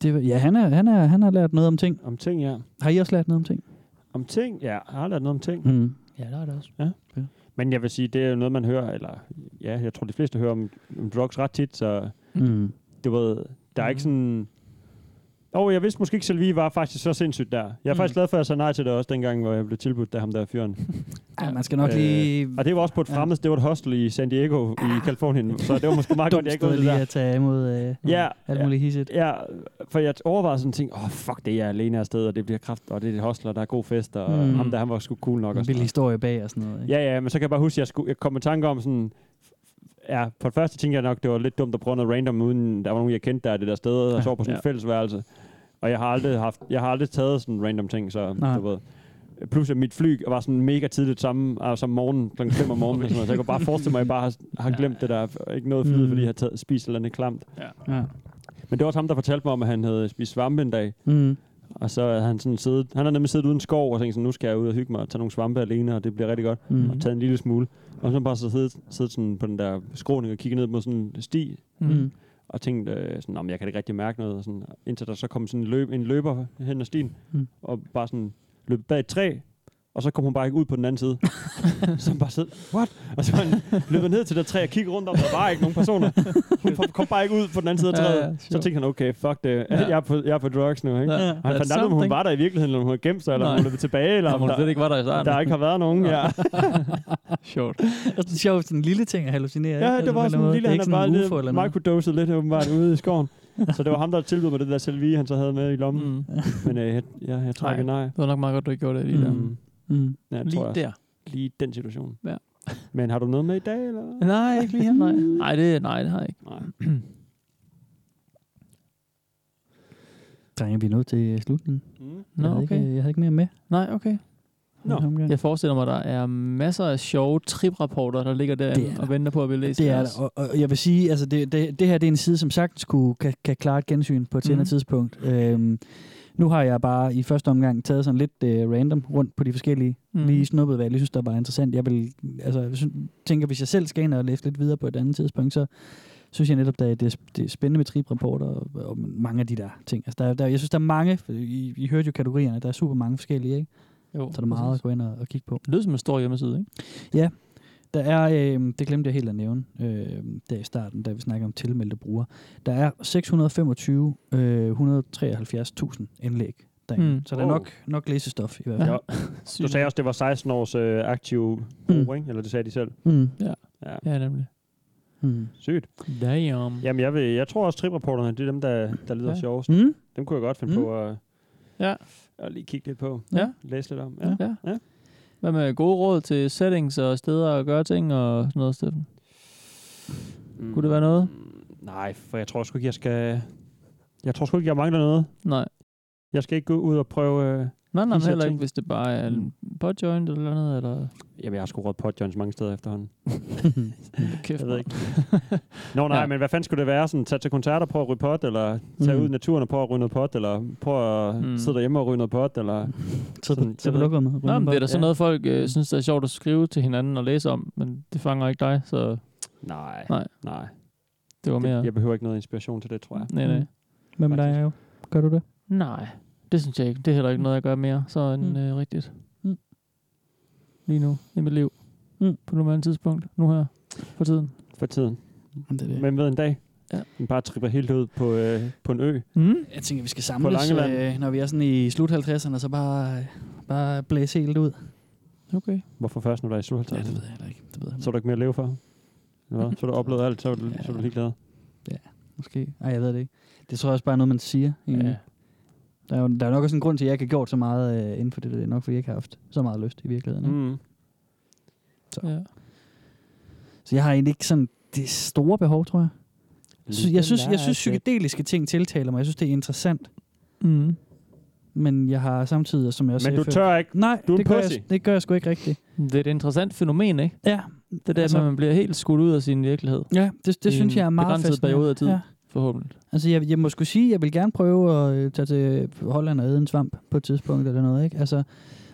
[SPEAKER 6] Det, er- ja, han, er, han, er, han har lært noget om ting.
[SPEAKER 4] Om ting, ja.
[SPEAKER 6] Har I også lært noget om ting?
[SPEAKER 4] Om ting? Ja, jeg har lært noget om ting.
[SPEAKER 6] Mm.
[SPEAKER 5] Ja, der er det også.
[SPEAKER 4] Ja. Men jeg vil sige, det er jo noget, man hører, eller ja, jeg tror, de fleste hører om, om drugs ret tit, så
[SPEAKER 6] Mm.
[SPEAKER 4] du ved, der er ikke sådan... Åh, oh, jeg vidste måske ikke, Sylvie var faktisk så sindssygt der. Jeg er
[SPEAKER 6] Mm.
[SPEAKER 4] faktisk glad for, at jeg sagde nej til det også dengang, hvor jeg blev tilbudt af ham der fyren.
[SPEAKER 6] Ja, man skal nok lige...
[SPEAKER 4] Øh, og det var også på et fremmed, det var et hostel i San Diego i Kalifornien, så det var måske
[SPEAKER 6] [LAUGHS]
[SPEAKER 4] meget godt,
[SPEAKER 6] Ah. Dumt
[SPEAKER 4] jeg ikke
[SPEAKER 6] sted
[SPEAKER 4] var det
[SPEAKER 6] lige
[SPEAKER 4] der.
[SPEAKER 6] at tage imod øh,
[SPEAKER 4] Ja,
[SPEAKER 6] alt muligt hisset.
[SPEAKER 4] Ja, for jeg overvejede sådan ting, åh oh, fuck det, er jeg er alene afsted, og det bliver kraft, og det er et hostel, og der er god fest, og
[SPEAKER 6] Mm.
[SPEAKER 4] mm. ham der, han var sgu cool nok.
[SPEAKER 6] En
[SPEAKER 4] og sådan
[SPEAKER 6] vild
[SPEAKER 4] noget.
[SPEAKER 6] historie bag og sådan noget. Ikke?
[SPEAKER 4] Ja, ja, men så kan jeg bare huske, at jeg, skulle, jeg kom med tanke om sådan... Ja, på det første tænkte jeg nok, det var lidt dumt at prøve noget random, uden der var nogen, jeg kendte der i det der sted, og sov på sådan
[SPEAKER 5] ja.
[SPEAKER 4] et fællesværelse. Og jeg har aldrig haft, jeg har aldrig taget sådan random ting, så
[SPEAKER 6] Nej.
[SPEAKER 4] du ved. Plus at mit fly var sådan mega tidligt samme, altså om morgenen, kl. 5 om morgenen, eller sådan noget. så jeg kunne bare forestille mig, at jeg bare har, har glemt det der, og ikke noget flyet,
[SPEAKER 6] Mm.
[SPEAKER 4] fordi jeg har taget, spist eller andet klamt.
[SPEAKER 6] Ja.
[SPEAKER 4] Men det var også ham, der fortalte mig om, at han havde spist svampe en dag,
[SPEAKER 6] Mm.
[SPEAKER 4] og så havde han sådan siddet, han har nemlig siddet uden skov, og tænkt sådan, nu skal jeg ud og hygge mig og tage nogle svampe alene, og det bliver rigtig godt
[SPEAKER 5] Mhm.
[SPEAKER 6] Mm.
[SPEAKER 4] og taget en lille smule. Og så bare så siddet, siddet sådan på den der skråning og kigget ned mod sådan en sti,
[SPEAKER 6] Mm.
[SPEAKER 4] og tænkte, øh, sådan, "Nå, men jeg kan da ikke rigtig mærke noget. Og sådan, indtil der så kom sådan en, løb, en løber hen ad stien,
[SPEAKER 6] Mm.
[SPEAKER 5] Mhm.
[SPEAKER 4] mm. og bare sådan løb bag et træ, og så kom hun bare ikke ud på den anden side.
[SPEAKER 5] [LAUGHS]
[SPEAKER 4] så hun bare sad, what? Og så han løb ned til det træ og kiggede rundt om, der var ikke nogen personer. Hun kom bare ikke ud på den anden side af
[SPEAKER 5] Ja,
[SPEAKER 4] træet.
[SPEAKER 5] ja,
[SPEAKER 4] så
[SPEAKER 5] sure.
[SPEAKER 4] tænkte han, okay, fuck det. Jeg, er på, jeg er på drugs nu, ikke? og
[SPEAKER 5] Ja,
[SPEAKER 4] han
[SPEAKER 5] that's
[SPEAKER 4] fandt aldrig, om hun
[SPEAKER 5] something.
[SPEAKER 4] var der i virkeligheden, eller om hun havde gemt sig, eller om
[SPEAKER 5] Nej.
[SPEAKER 4] hun løb tilbage, eller
[SPEAKER 5] Jamen,
[SPEAKER 4] om
[SPEAKER 5] hun ved
[SPEAKER 4] der,
[SPEAKER 5] ikke, hvad der er i starten.
[SPEAKER 4] der ikke har været nogen. Ja.
[SPEAKER 6] [LAUGHS]
[SPEAKER 5] Sjovt.
[SPEAKER 6] Altså, det er sjovt, sådan en lille ting at hallucinere. ikke?
[SPEAKER 4] Ja,
[SPEAKER 6] Altså,
[SPEAKER 4] det var
[SPEAKER 6] på en
[SPEAKER 4] sådan en
[SPEAKER 6] måde.
[SPEAKER 4] lille,
[SPEAKER 6] Det
[SPEAKER 4] han
[SPEAKER 6] er
[SPEAKER 4] er
[SPEAKER 6] ikke
[SPEAKER 4] bare
[SPEAKER 6] sådan en UFO eller
[SPEAKER 4] lidt
[SPEAKER 6] noget.
[SPEAKER 4] microdoset lidt åbenbart ude i [LAUGHS] skoven. Så det var ham, der tilbød mig det der selvi, han så havde med i lommen.
[SPEAKER 5] Mm.
[SPEAKER 4] Men øh, jeg, jeg, jeg trækker nej.
[SPEAKER 5] Det var nok meget godt, du ikke gjorde det lige der.
[SPEAKER 6] Mm. Mm.
[SPEAKER 4] Ja, jeg tror
[SPEAKER 5] Lige
[SPEAKER 4] jeg,
[SPEAKER 5] der.
[SPEAKER 4] lige den situation.
[SPEAKER 5] Ja.
[SPEAKER 4] Men har du noget med i dag, eller?
[SPEAKER 5] Nej, ikke lige her, [LAUGHS] nej. Nej, det, nej, det har jeg ikke.
[SPEAKER 4] Nej.
[SPEAKER 6] Drenge, vi er nået til slutningen.
[SPEAKER 4] Mm.
[SPEAKER 5] Nå,
[SPEAKER 6] jeg, havde
[SPEAKER 5] okay.
[SPEAKER 6] ikke, øh, jeg havde ikke mere med.
[SPEAKER 5] Nej, okay.
[SPEAKER 4] Nå.
[SPEAKER 6] Omgang.
[SPEAKER 5] Jeg forestiller mig, der er masser af sjove triprapporter, der ligger
[SPEAKER 6] Det er
[SPEAKER 5] der og
[SPEAKER 6] der.
[SPEAKER 5] venter på at blive læst.
[SPEAKER 6] Det
[SPEAKER 5] af
[SPEAKER 6] er
[SPEAKER 5] os.
[SPEAKER 6] der. Og, og jeg vil sige, altså det, det, det her det er en side, som sagtens kunne, kan, kan klare et gensyn på et senere
[SPEAKER 5] Mhm.
[SPEAKER 6] tidspunkt. Øhm, nu har jeg bare i første omgang taget sådan lidt øh, random rundt på de forskellige,
[SPEAKER 5] Mhm.
[SPEAKER 6] mm. lige snuppet, hvad jeg lige synes, der var interessant. Jeg vil, altså, jeg synes, tænker, hvis jeg selv skal ind og læse lidt videre på et andet tidspunkt, så synes jeg netop, at det, er- det er spændende med tribrapporter og, og mange af de der ting. Altså, der, er- der, jeg synes, der er mange, I, I hørte jo kategorierne, der er super mange forskellige, ikke?
[SPEAKER 5] Mm. Jo,
[SPEAKER 6] Så der er meget at gå ind og, og kigge på.
[SPEAKER 5] Det lyder som en stor hjemmeside, ikke?
[SPEAKER 6] Der er, øh, det glemte jeg helt at nævne, øh, der i starten, da vi snakker om tilmeldte brugere. Der er 625, øh, 173.000 indlæg derinde.
[SPEAKER 5] Mm.
[SPEAKER 6] Mm. Så der er
[SPEAKER 4] Wow.
[SPEAKER 6] nok, nok læsestof i hvert fald.
[SPEAKER 5] Ja.
[SPEAKER 4] Du sagde også, det var 16 års øh, aktiv
[SPEAKER 6] Mm.
[SPEAKER 4] brug, ikke? Eller det sagde de selv.
[SPEAKER 6] Mm.
[SPEAKER 4] Ja,
[SPEAKER 5] Ja, nemlig.
[SPEAKER 6] Mm.
[SPEAKER 4] sygt.
[SPEAKER 5] Damn.
[SPEAKER 4] Jamen, jeg, vil, jeg tror også, triprapporterne, det er dem, der, der lyder
[SPEAKER 5] Ja.
[SPEAKER 4] ja. sjovest.
[SPEAKER 6] Mm.
[SPEAKER 4] Dem kunne jeg godt finde
[SPEAKER 6] Mm.
[SPEAKER 4] mm. på at,
[SPEAKER 5] Ja.
[SPEAKER 4] at lige kigge lidt på.
[SPEAKER 5] Ja.
[SPEAKER 4] Læse lidt om. Ja.
[SPEAKER 5] Ja. ja.
[SPEAKER 4] Ja.
[SPEAKER 5] Hvad med gode råd til settings og steder at gøre ting og sådan noget, Steffen?
[SPEAKER 4] Mm.
[SPEAKER 5] Kunne det være noget?
[SPEAKER 4] Nej, for jeg tror sgu ikke, jeg skal... Jeg tror sgu ikke, jeg mangler noget.
[SPEAKER 5] Nej.
[SPEAKER 4] Jeg skal ikke gå ud og prøve... Øh...
[SPEAKER 5] Nej, nej,
[SPEAKER 4] Disse
[SPEAKER 5] men heller
[SPEAKER 4] ting. Mm.
[SPEAKER 5] ikke, hvis det bare er en podjoint eller noget, eller
[SPEAKER 4] Jamen, jeg har sgu råd podjoints mange steder efterhånden.
[SPEAKER 5] kæft.
[SPEAKER 4] Jeg ved
[SPEAKER 5] mand.
[SPEAKER 4] ikke. [LAUGHS] Nå nej,
[SPEAKER 5] Ja.
[SPEAKER 4] ja. men hvad fanden skulle det være? Sådan, tage til koncerter på at ryge pot, eller tage
[SPEAKER 6] Mm.
[SPEAKER 4] mm. ud i naturen og prøve at ryge noget pot, eller prøve at
[SPEAKER 5] Mm.
[SPEAKER 4] mm. sidde derhjemme og ryge noget pot, eller...
[SPEAKER 6] Så
[SPEAKER 4] Sådan,
[SPEAKER 6] den, så
[SPEAKER 4] jeg ved
[SPEAKER 6] lukker med.
[SPEAKER 5] Nå, men det er da sådan
[SPEAKER 4] Ja.
[SPEAKER 5] noget, folk øh, synes, det er sjovt at skrive til hinanden og læse om, men det fanger ikke dig, så
[SPEAKER 4] Nej.
[SPEAKER 5] Nej.
[SPEAKER 4] Nej.
[SPEAKER 5] det var mere...
[SPEAKER 4] Det, jeg behøver ikke noget inspiration til det, tror jeg.
[SPEAKER 5] Nej, nej.
[SPEAKER 6] Hvem der er jo? Gør du det?
[SPEAKER 5] Mm. Nej, det synes jeg ikke. Det er heller ikke noget, jeg gør mere så end
[SPEAKER 6] Mm.
[SPEAKER 5] øh, rigtigt.
[SPEAKER 6] Mm.
[SPEAKER 5] Lige nu, i mit liv.
[SPEAKER 6] Mm.
[SPEAKER 5] På nuværende tidspunkt. Nu her. For tiden.
[SPEAKER 4] For tiden.
[SPEAKER 6] Jamen, det, er det.
[SPEAKER 4] Hvem ved en dag?
[SPEAKER 5] Ja.
[SPEAKER 4] Den bare tripper helt ud på, øh, på en ø.
[SPEAKER 5] Mm.
[SPEAKER 6] Jeg tænker, vi skal samles,
[SPEAKER 4] Langeland.
[SPEAKER 6] øh, når vi er sådan i slut 50'erne, så bare, øh, bare blæse helt ud.
[SPEAKER 5] Okay.
[SPEAKER 4] Hvorfor først, når du er i 57?
[SPEAKER 6] jeg heller ikke. Det ved jeg
[SPEAKER 4] Så er du ikke mere at leve for? Eller hvad? Så har du oplevet alt, så er du, så er du ligeglad.
[SPEAKER 6] Måske. Ej, jeg ved det ikke. Det tror jeg også bare er noget, man siger. egentlig.
[SPEAKER 5] Ja.
[SPEAKER 6] Der er, jo, der er nok også en grund til, at jeg ikke har gjort så meget øh, inden for det. Det er nok, fordi jeg ikke har haft så meget lyst i virkeligheden. Ikke?
[SPEAKER 4] Mm.
[SPEAKER 5] ja.
[SPEAKER 6] Så jeg har egentlig ikke sådan det store behov, tror jeg. Så jeg synes, jeg synes psykedeliske ting tiltaler mig. Jeg synes, det er interessant.
[SPEAKER 5] Mm.
[SPEAKER 6] Men jeg har samtidig, som jeg også
[SPEAKER 4] Men
[SPEAKER 6] sagde
[SPEAKER 4] du
[SPEAKER 6] før-
[SPEAKER 4] tør ikke.
[SPEAKER 6] Nej,
[SPEAKER 4] du er en
[SPEAKER 6] det, gør jeg,
[SPEAKER 4] pussy.
[SPEAKER 6] det gør jeg sgu ikke rigtigt.
[SPEAKER 5] Det er et interessant fænomen, ikke?
[SPEAKER 6] Ja,
[SPEAKER 5] Det der, altså,
[SPEAKER 6] Altså-
[SPEAKER 5] man bliver helt skudt ud af sin virkelighed.
[SPEAKER 6] ja det, det
[SPEAKER 5] I
[SPEAKER 6] synes
[SPEAKER 5] en
[SPEAKER 6] jeg er meget
[SPEAKER 5] begrænset
[SPEAKER 6] fascinerende.
[SPEAKER 5] periode af tid.
[SPEAKER 6] Ja.
[SPEAKER 5] Forhåbentlig.
[SPEAKER 6] Altså, jeg, jeg må skulle sige, jeg vil gerne prøve at øh, tage til Holland og æde en svamp på et tidspunkt eller noget, ikke? Altså,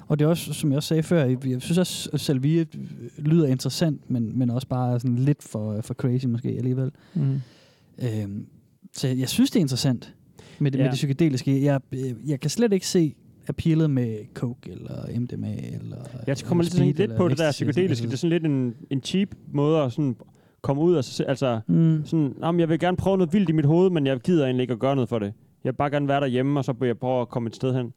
[SPEAKER 6] og det er også, som jeg også sagde før, jeg, jeg synes også, at øh, Salvie øh, lyder interessant, men, men også bare er sådan lidt for, for crazy måske alligevel.
[SPEAKER 5] Mm.
[SPEAKER 6] Øhm, så jeg synes, det er interessant med det, ja.
[SPEAKER 5] Ja.
[SPEAKER 6] med det psykedeliske. Jeg, øh, jeg kan slet ikke se appealet med coke eller MDMA eller...
[SPEAKER 4] Jeg kommer lidt,
[SPEAKER 6] speed altså.
[SPEAKER 4] sådan, lidt
[SPEAKER 6] eller
[SPEAKER 4] på det der
[SPEAKER 6] ecstasy, eller
[SPEAKER 4] psykedeliske. Det er sådan lidt en, en cheap måde at sådan komme ud af sig selv. Altså,
[SPEAKER 6] Mm.
[SPEAKER 4] mm. sådan, "Nå, men jeg vil gerne prøve noget vildt i mit hoved, men jeg gider egentlig ikke at gøre noget for det. Jeg vil bare gerne være derhjemme, og så vil jeg prøve at komme et sted
[SPEAKER 6] [LAUGHS]
[SPEAKER 4] hen.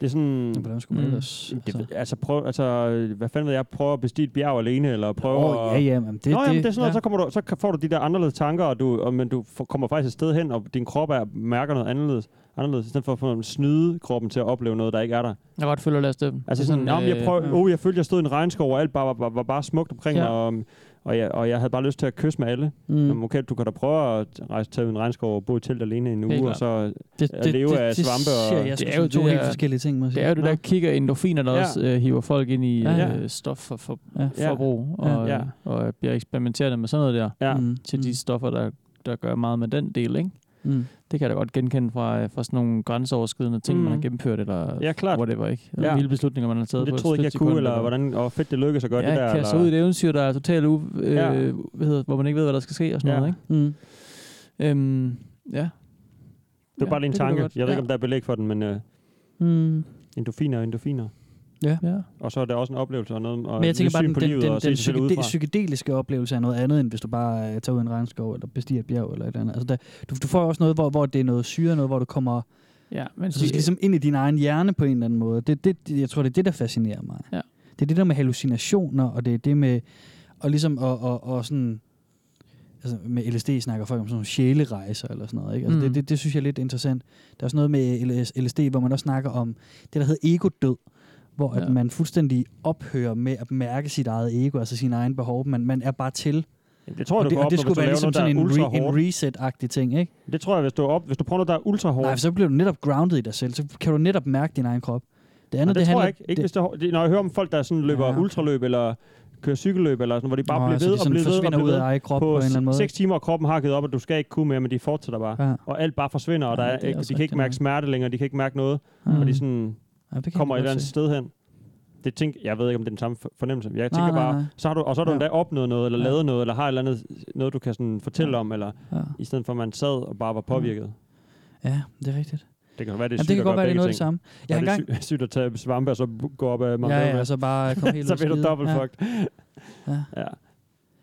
[SPEAKER 4] det er sådan...
[SPEAKER 6] Ja, hvordan skulle man Mm. ellers,
[SPEAKER 4] Jamen,
[SPEAKER 6] altså?
[SPEAKER 4] Det, altså, prøv, altså, øh, hvad fanden ved jeg? Prøve at bestige et bjerg alene, eller prøve
[SPEAKER 6] Åh,
[SPEAKER 4] at...
[SPEAKER 6] ja, ja, men det-
[SPEAKER 4] Nå, jamen,
[SPEAKER 6] det-
[SPEAKER 4] det er sådan noget,
[SPEAKER 6] ja.
[SPEAKER 4] så, kommer du, så kan- får du de der anderledes tanker, og du, og, men du får, kommer faktisk et sted hen, og din krop er, mærker noget anderledes, anderledes, i stedet for at få- snyde kroppen til at opleve noget, der ikke er der.
[SPEAKER 5] Jeg kan godt følge Lars Steffen.
[SPEAKER 4] Altså sådan, sådan jeg, prøv, øh, oh, jeg følte, jeg stod i en regnskov, og alt bare, var, var, var bare smukt omkring
[SPEAKER 5] Ja.
[SPEAKER 4] ja. mig, og, og, jeg, og jeg havde bare lyst til at kysse med alle.
[SPEAKER 6] Mm.
[SPEAKER 4] Mm. Jamen, okay, du kan da prøve at rejse til en regnskov og bo i telt alene i en
[SPEAKER 5] Helt
[SPEAKER 4] uge, og
[SPEAKER 5] klart.
[SPEAKER 4] så
[SPEAKER 5] Det-
[SPEAKER 4] det,
[SPEAKER 5] det-
[SPEAKER 4] det, leve
[SPEAKER 5] det-
[SPEAKER 4] af
[SPEAKER 5] det
[SPEAKER 4] svampe.
[SPEAKER 5] ser
[SPEAKER 4] Og,
[SPEAKER 5] jeg sgu Det er jo som to det helt der- forskellige ting, må jeg sige. Det er jo det der kicker endorfiner, der også, øh, hiver folk ind i, øh, stof for- for- forbrug, og,
[SPEAKER 4] Ja.
[SPEAKER 5] og bliver eksperimenterende med sådan noget der,
[SPEAKER 4] Ja. Mm.
[SPEAKER 5] til de stoffer, der, der gør meget med den del, ikke?
[SPEAKER 6] Mm.
[SPEAKER 5] Det kan jeg da godt genkende fra, øh, fra sådan nogle grænseoverskridende ting, mm. man har
[SPEAKER 4] Mm.
[SPEAKER 5] gennemført, eller
[SPEAKER 4] Ja, klart.
[SPEAKER 5] whatever, ikke? Ja. Vilde beslutninger, man har taget
[SPEAKER 4] Men
[SPEAKER 5] på
[SPEAKER 4] Det
[SPEAKER 5] et
[SPEAKER 4] troede jeg ikke, jeg kunne,
[SPEAKER 5] splitsekund,
[SPEAKER 4] eller hvordan, og fedt det lykkedes at gøre
[SPEAKER 5] ja,
[SPEAKER 4] det der.
[SPEAKER 5] kaste sig
[SPEAKER 4] eller-
[SPEAKER 5] ud i et eventyr, der er totalt u- øh,
[SPEAKER 4] Ja.
[SPEAKER 5] hvad hedder, hvor man ikke ved, hvad der skal ske og sådan
[SPEAKER 4] Ja.
[SPEAKER 5] noget,
[SPEAKER 6] ikke?
[SPEAKER 5] Mm. Øhm, ja.
[SPEAKER 4] Det var
[SPEAKER 5] Ja,
[SPEAKER 4] bare lige en
[SPEAKER 5] det kan
[SPEAKER 4] tanke.
[SPEAKER 5] godt.
[SPEAKER 4] Jeg ved
[SPEAKER 5] Ja.
[SPEAKER 4] ikke, om der er belæg for den, men øh,
[SPEAKER 6] Mm.
[SPEAKER 4] endorfiner og endorfiner.
[SPEAKER 6] Ja.
[SPEAKER 5] ja.
[SPEAKER 4] Og så er der også en oplevelse og noget og
[SPEAKER 6] Men jeg tænker
[SPEAKER 4] et
[SPEAKER 6] bare,
[SPEAKER 4] syn
[SPEAKER 6] den,
[SPEAKER 4] på
[SPEAKER 6] den,
[SPEAKER 4] livet
[SPEAKER 6] den,
[SPEAKER 4] og
[SPEAKER 6] den,
[SPEAKER 4] se sig selv
[SPEAKER 6] psykede-
[SPEAKER 4] udefra.
[SPEAKER 6] psykedeliske oplevelse er noget andet, end hvis du bare øh, tager ud i en regnskov eller bestiger et bjerg eller et eller andet. Altså, der, du, du får jo også noget, hvor, hvor det er noget syre, noget, hvor du kommer...
[SPEAKER 5] Ja, men
[SPEAKER 6] altså,
[SPEAKER 5] vi-
[SPEAKER 6] du skal ligesom ind i din egen hjerne på en eller anden måde. Det, det, det- jeg tror, det er det, der fascinerer mig.
[SPEAKER 5] Ja.
[SPEAKER 6] Det er det der med hallucinationer, og det er det med... Og ligesom og, og, og sådan... Altså med LSD snakker folk om sådan nogle sjælerejser eller sådan noget. Ikke? Altså
[SPEAKER 5] Mm.
[SPEAKER 6] det, det, det, synes jeg er lidt interessant. Der er også noget med LS, LSD, hvor man også snakker om det, der hedder egodød. Hvor at
[SPEAKER 5] Ja.
[SPEAKER 6] man fuldstændig ophører med at mærke sit eget ego, altså sine egne behov. Man, man er bare til.
[SPEAKER 4] det tror jeg,
[SPEAKER 6] og
[SPEAKER 4] du
[SPEAKER 6] det,
[SPEAKER 4] kan
[SPEAKER 6] og det
[SPEAKER 4] opnå,
[SPEAKER 6] skulle
[SPEAKER 4] hvis
[SPEAKER 6] være
[SPEAKER 4] du
[SPEAKER 6] ligesom
[SPEAKER 4] laver
[SPEAKER 6] sådan en,
[SPEAKER 4] noget, der er
[SPEAKER 6] re, en
[SPEAKER 4] ultrahårdt.
[SPEAKER 6] reset-agtig ting, ikke?
[SPEAKER 4] Det tror jeg, hvis du, er op, hvis du prøver noget, der er ultra hårdt.
[SPEAKER 6] Nej, for så bliver du netop grounded i dig selv. Så kan du netop mærke din egen krop. Det andet,
[SPEAKER 4] det, det tror
[SPEAKER 6] handler,
[SPEAKER 4] jeg ikke. ikke det, hvis det, er hår- det, når jeg hører om folk, der sådan løber ja. ultraløb eller kører cykelløb, eller sådan, hvor de bare
[SPEAKER 6] Nå,
[SPEAKER 4] bliver
[SPEAKER 6] så
[SPEAKER 4] ved
[SPEAKER 6] de
[SPEAKER 4] og
[SPEAKER 6] sådan
[SPEAKER 4] bliver ved og
[SPEAKER 6] forsvinder
[SPEAKER 4] bliver
[SPEAKER 6] ud af
[SPEAKER 4] ved
[SPEAKER 6] egen krop på en eller anden måde.
[SPEAKER 4] 6 timer, og kroppen har givet op, og du skal ikke kunne mere, men de fortsætter bare.
[SPEAKER 6] Ja.
[SPEAKER 4] Og alt bare forsvinder, og der
[SPEAKER 6] Ja,
[SPEAKER 4] er,
[SPEAKER 6] det er
[SPEAKER 4] ikke,
[SPEAKER 6] også
[SPEAKER 4] de kan ikke
[SPEAKER 6] rigtig
[SPEAKER 4] mærke
[SPEAKER 6] nok.
[SPEAKER 4] smerte længere, de kan ikke mærke noget,
[SPEAKER 6] Mm.
[SPEAKER 4] og de sådan
[SPEAKER 6] Ja, det kan jeg
[SPEAKER 4] kommer et
[SPEAKER 6] godt
[SPEAKER 4] eller andet
[SPEAKER 6] se.
[SPEAKER 4] sted hen. Det tænker, jeg ved ikke, om det er den samme for- fornemmelse. Jeg
[SPEAKER 6] Nej,
[SPEAKER 4] tænker
[SPEAKER 6] nej,
[SPEAKER 4] bare,
[SPEAKER 6] nej.
[SPEAKER 4] Så har du, og så har du
[SPEAKER 6] Ja.
[SPEAKER 4] ja. endda opnået noget, eller ja. lavet noget, eller har et eller andet, noget du kan sådan fortælle ja. om, eller
[SPEAKER 6] Ja.
[SPEAKER 4] i stedet for, at man sad og bare var påvirket.
[SPEAKER 6] Ah, Ja, det er rigtigt.
[SPEAKER 4] Det kan være, det er
[SPEAKER 6] Jamen, det
[SPEAKER 4] sygt
[SPEAKER 6] kan
[SPEAKER 4] at
[SPEAKER 6] godt
[SPEAKER 4] gøre
[SPEAKER 6] være, det er
[SPEAKER 4] begge
[SPEAKER 6] noget af det
[SPEAKER 4] ting.
[SPEAKER 6] samme. Jeg
[SPEAKER 4] Og
[SPEAKER 6] har
[SPEAKER 4] det er
[SPEAKER 6] engang-
[SPEAKER 4] sy- sygt at tage svampe, og så b- gå op af mange
[SPEAKER 6] Ja, ja, og så
[SPEAKER 4] [LAUGHS]
[SPEAKER 6] bare komme helt ud
[SPEAKER 4] Så
[SPEAKER 6] og
[SPEAKER 4] bliver du
[SPEAKER 6] skide.
[SPEAKER 4] dobbelt
[SPEAKER 6] Ja.
[SPEAKER 4] fucked.
[SPEAKER 6] Ja.
[SPEAKER 4] ja.
[SPEAKER 6] Jeg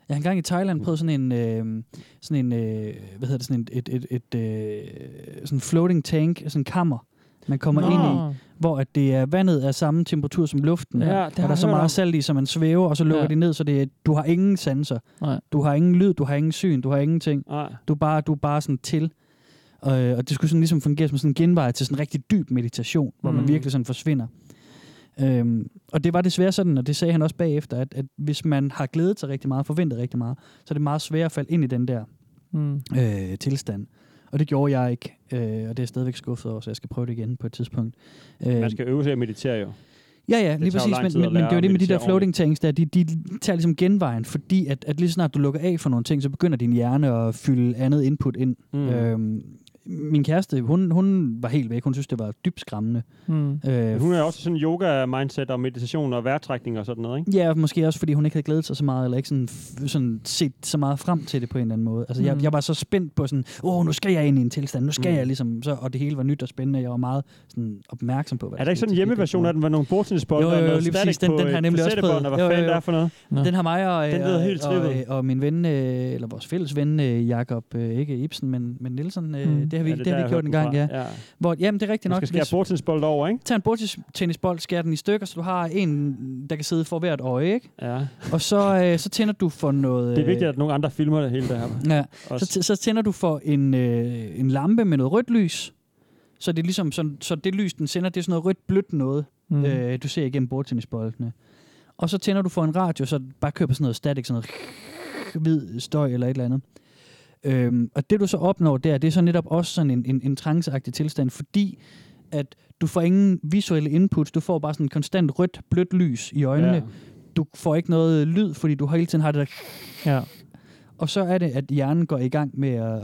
[SPEAKER 6] har engang i Thailand prøvet sådan en, øh, sådan en øh, hvad hedder det, sådan et, et, et, et øh, sådan floating tank, sådan en kammer, man kommer
[SPEAKER 4] Nå.
[SPEAKER 6] Nå. ind i, hvor at det er, vandet er samme temperatur som luften,
[SPEAKER 5] Ja, det har
[SPEAKER 6] og der er
[SPEAKER 5] jeg
[SPEAKER 6] så
[SPEAKER 5] hørt om.
[SPEAKER 6] meget salt i, så man svæver, og så lukker
[SPEAKER 5] Ja.
[SPEAKER 6] ja. det ned, så det, er- du har ingen sanser.
[SPEAKER 5] Nej.
[SPEAKER 6] Du har ingen lyd, du har ingen syn, du har ingenting.
[SPEAKER 4] Nej.
[SPEAKER 6] Du, er bare, du er bare sådan til. Og, øh, og det skulle sådan ligesom fungere som sådan en genvej til sådan en rigtig dyb meditation, hvor man
[SPEAKER 5] Mm.
[SPEAKER 6] virkelig sådan forsvinder. Øhm, og det var desværre sådan, og det sagde han også bagefter, at, at hvis man har glædet sig rigtig meget, forventet rigtig meget, så er det meget svært at falde ind i den der
[SPEAKER 5] Mm.
[SPEAKER 6] øh, tilstand. Og det gjorde jeg ikke, øh, og det er jeg stadigvæk skuffet over, så jeg skal prøve det igen på et tidspunkt. Øh. Øhm,
[SPEAKER 4] Man skal øve sig at meditere jo.
[SPEAKER 6] Ja, ja,
[SPEAKER 4] Det
[SPEAKER 6] lige
[SPEAKER 4] tager jo
[SPEAKER 6] præcis,
[SPEAKER 4] lang
[SPEAKER 6] men,
[SPEAKER 4] tid at
[SPEAKER 6] men, men det
[SPEAKER 4] lære
[SPEAKER 6] er jo
[SPEAKER 4] at
[SPEAKER 6] det med de der
[SPEAKER 4] meditere
[SPEAKER 6] floating tanks der, de, de tager ligesom genvejen, fordi at, at lige så snart du lukker af for nogle ting, så begynder din hjerne at fylde andet input ind.
[SPEAKER 5] Mm.
[SPEAKER 6] Mm. Øhm, min kæreste, hun, hun var helt væk, hun synes, det var dybt skræmmende.
[SPEAKER 5] Mm.
[SPEAKER 6] Øh,
[SPEAKER 4] Men Hun er også sådan yoga-mindset og meditation og vejrtrækning og sådan noget, ikke?
[SPEAKER 6] Ja, og måske også, fordi hun ikke havde glædet sig så meget, eller ikke sådan, f- sådan set så meget frem til det på en eller anden måde. Altså,
[SPEAKER 5] Mm.
[SPEAKER 6] jeg, jeg var så spændt på sådan, åh, nu skal jeg ind i en tilstand, nu skal
[SPEAKER 4] Mm.
[SPEAKER 6] jeg ligesom, så, og det hele var nyt og spændende, jeg var meget sådan, opmærksom på, hvad
[SPEAKER 4] Er der ikke sådan en
[SPEAKER 6] skete.
[SPEAKER 4] hjemmeversion af den, hvor nogle bordtennisbolde
[SPEAKER 6] Jo, jo,
[SPEAKER 4] og
[SPEAKER 6] jo,
[SPEAKER 4] noget
[SPEAKER 6] lige
[SPEAKER 4] static
[SPEAKER 6] præcis. Den-
[SPEAKER 4] på
[SPEAKER 6] den har jeg nemlig også prøvet.
[SPEAKER 4] og hvad
[SPEAKER 6] Jo, jo,
[SPEAKER 4] fanden
[SPEAKER 6] jo.
[SPEAKER 4] det er for noget?
[SPEAKER 6] Den har mig og, øh,
[SPEAKER 4] Den lyder helt
[SPEAKER 6] og, og,
[SPEAKER 4] trippet.
[SPEAKER 6] og min ven, øh, eller vores fælles ven, øh, Jakob, øh, ikke Ibsen, men, men Nielsen, øh,
[SPEAKER 4] Mm.
[SPEAKER 6] det har vi,
[SPEAKER 4] Ja, det er
[SPEAKER 6] det
[SPEAKER 4] der,
[SPEAKER 6] har
[SPEAKER 4] jeg hørte
[SPEAKER 6] vi gjort en
[SPEAKER 4] den
[SPEAKER 6] gang,
[SPEAKER 4] fra.
[SPEAKER 6] ja.
[SPEAKER 4] Ja.
[SPEAKER 6] Hvor, jamen, det er rigtigt
[SPEAKER 4] Man
[SPEAKER 6] nok.
[SPEAKER 4] skal skære
[SPEAKER 6] hvis-
[SPEAKER 4] bordtennisbold over, ikke?
[SPEAKER 6] Tag en bordtennisbold, skær den i stykker, så du har en, der kan sidde for hvert øje, ikke?
[SPEAKER 4] Ja.
[SPEAKER 6] Og så, øh, så tænder du for noget... øh,
[SPEAKER 4] Det er vigtigt, at nogle andre filmer det hele det her.
[SPEAKER 6] Ja,
[SPEAKER 4] Også.
[SPEAKER 6] så, t- så tænder du for en, øh, en lampe med noget rødt lys, så det er ligesom sådan, så det lys, den sender, det er sådan noget rødt blødt noget,
[SPEAKER 5] Mm.
[SPEAKER 6] mm. øh, du ser igennem bordtennisboldene. Og så tænder du for en radio, så bare kører på sådan noget static, sådan noget hvid støj eller et eller andet. Øhm, og det du så opnår der, det er så netop også sådan en, en, en tranceagtig tilstand, fordi at du får ingen visuelle inputs, du får bare sådan konstant rødt, blødt lys i øjnene.
[SPEAKER 5] Ja.
[SPEAKER 6] Ja. Du får ikke noget lyd, fordi du hele tiden har det der
[SPEAKER 5] Ja.
[SPEAKER 6] og så er det, at hjernen går i gang med at,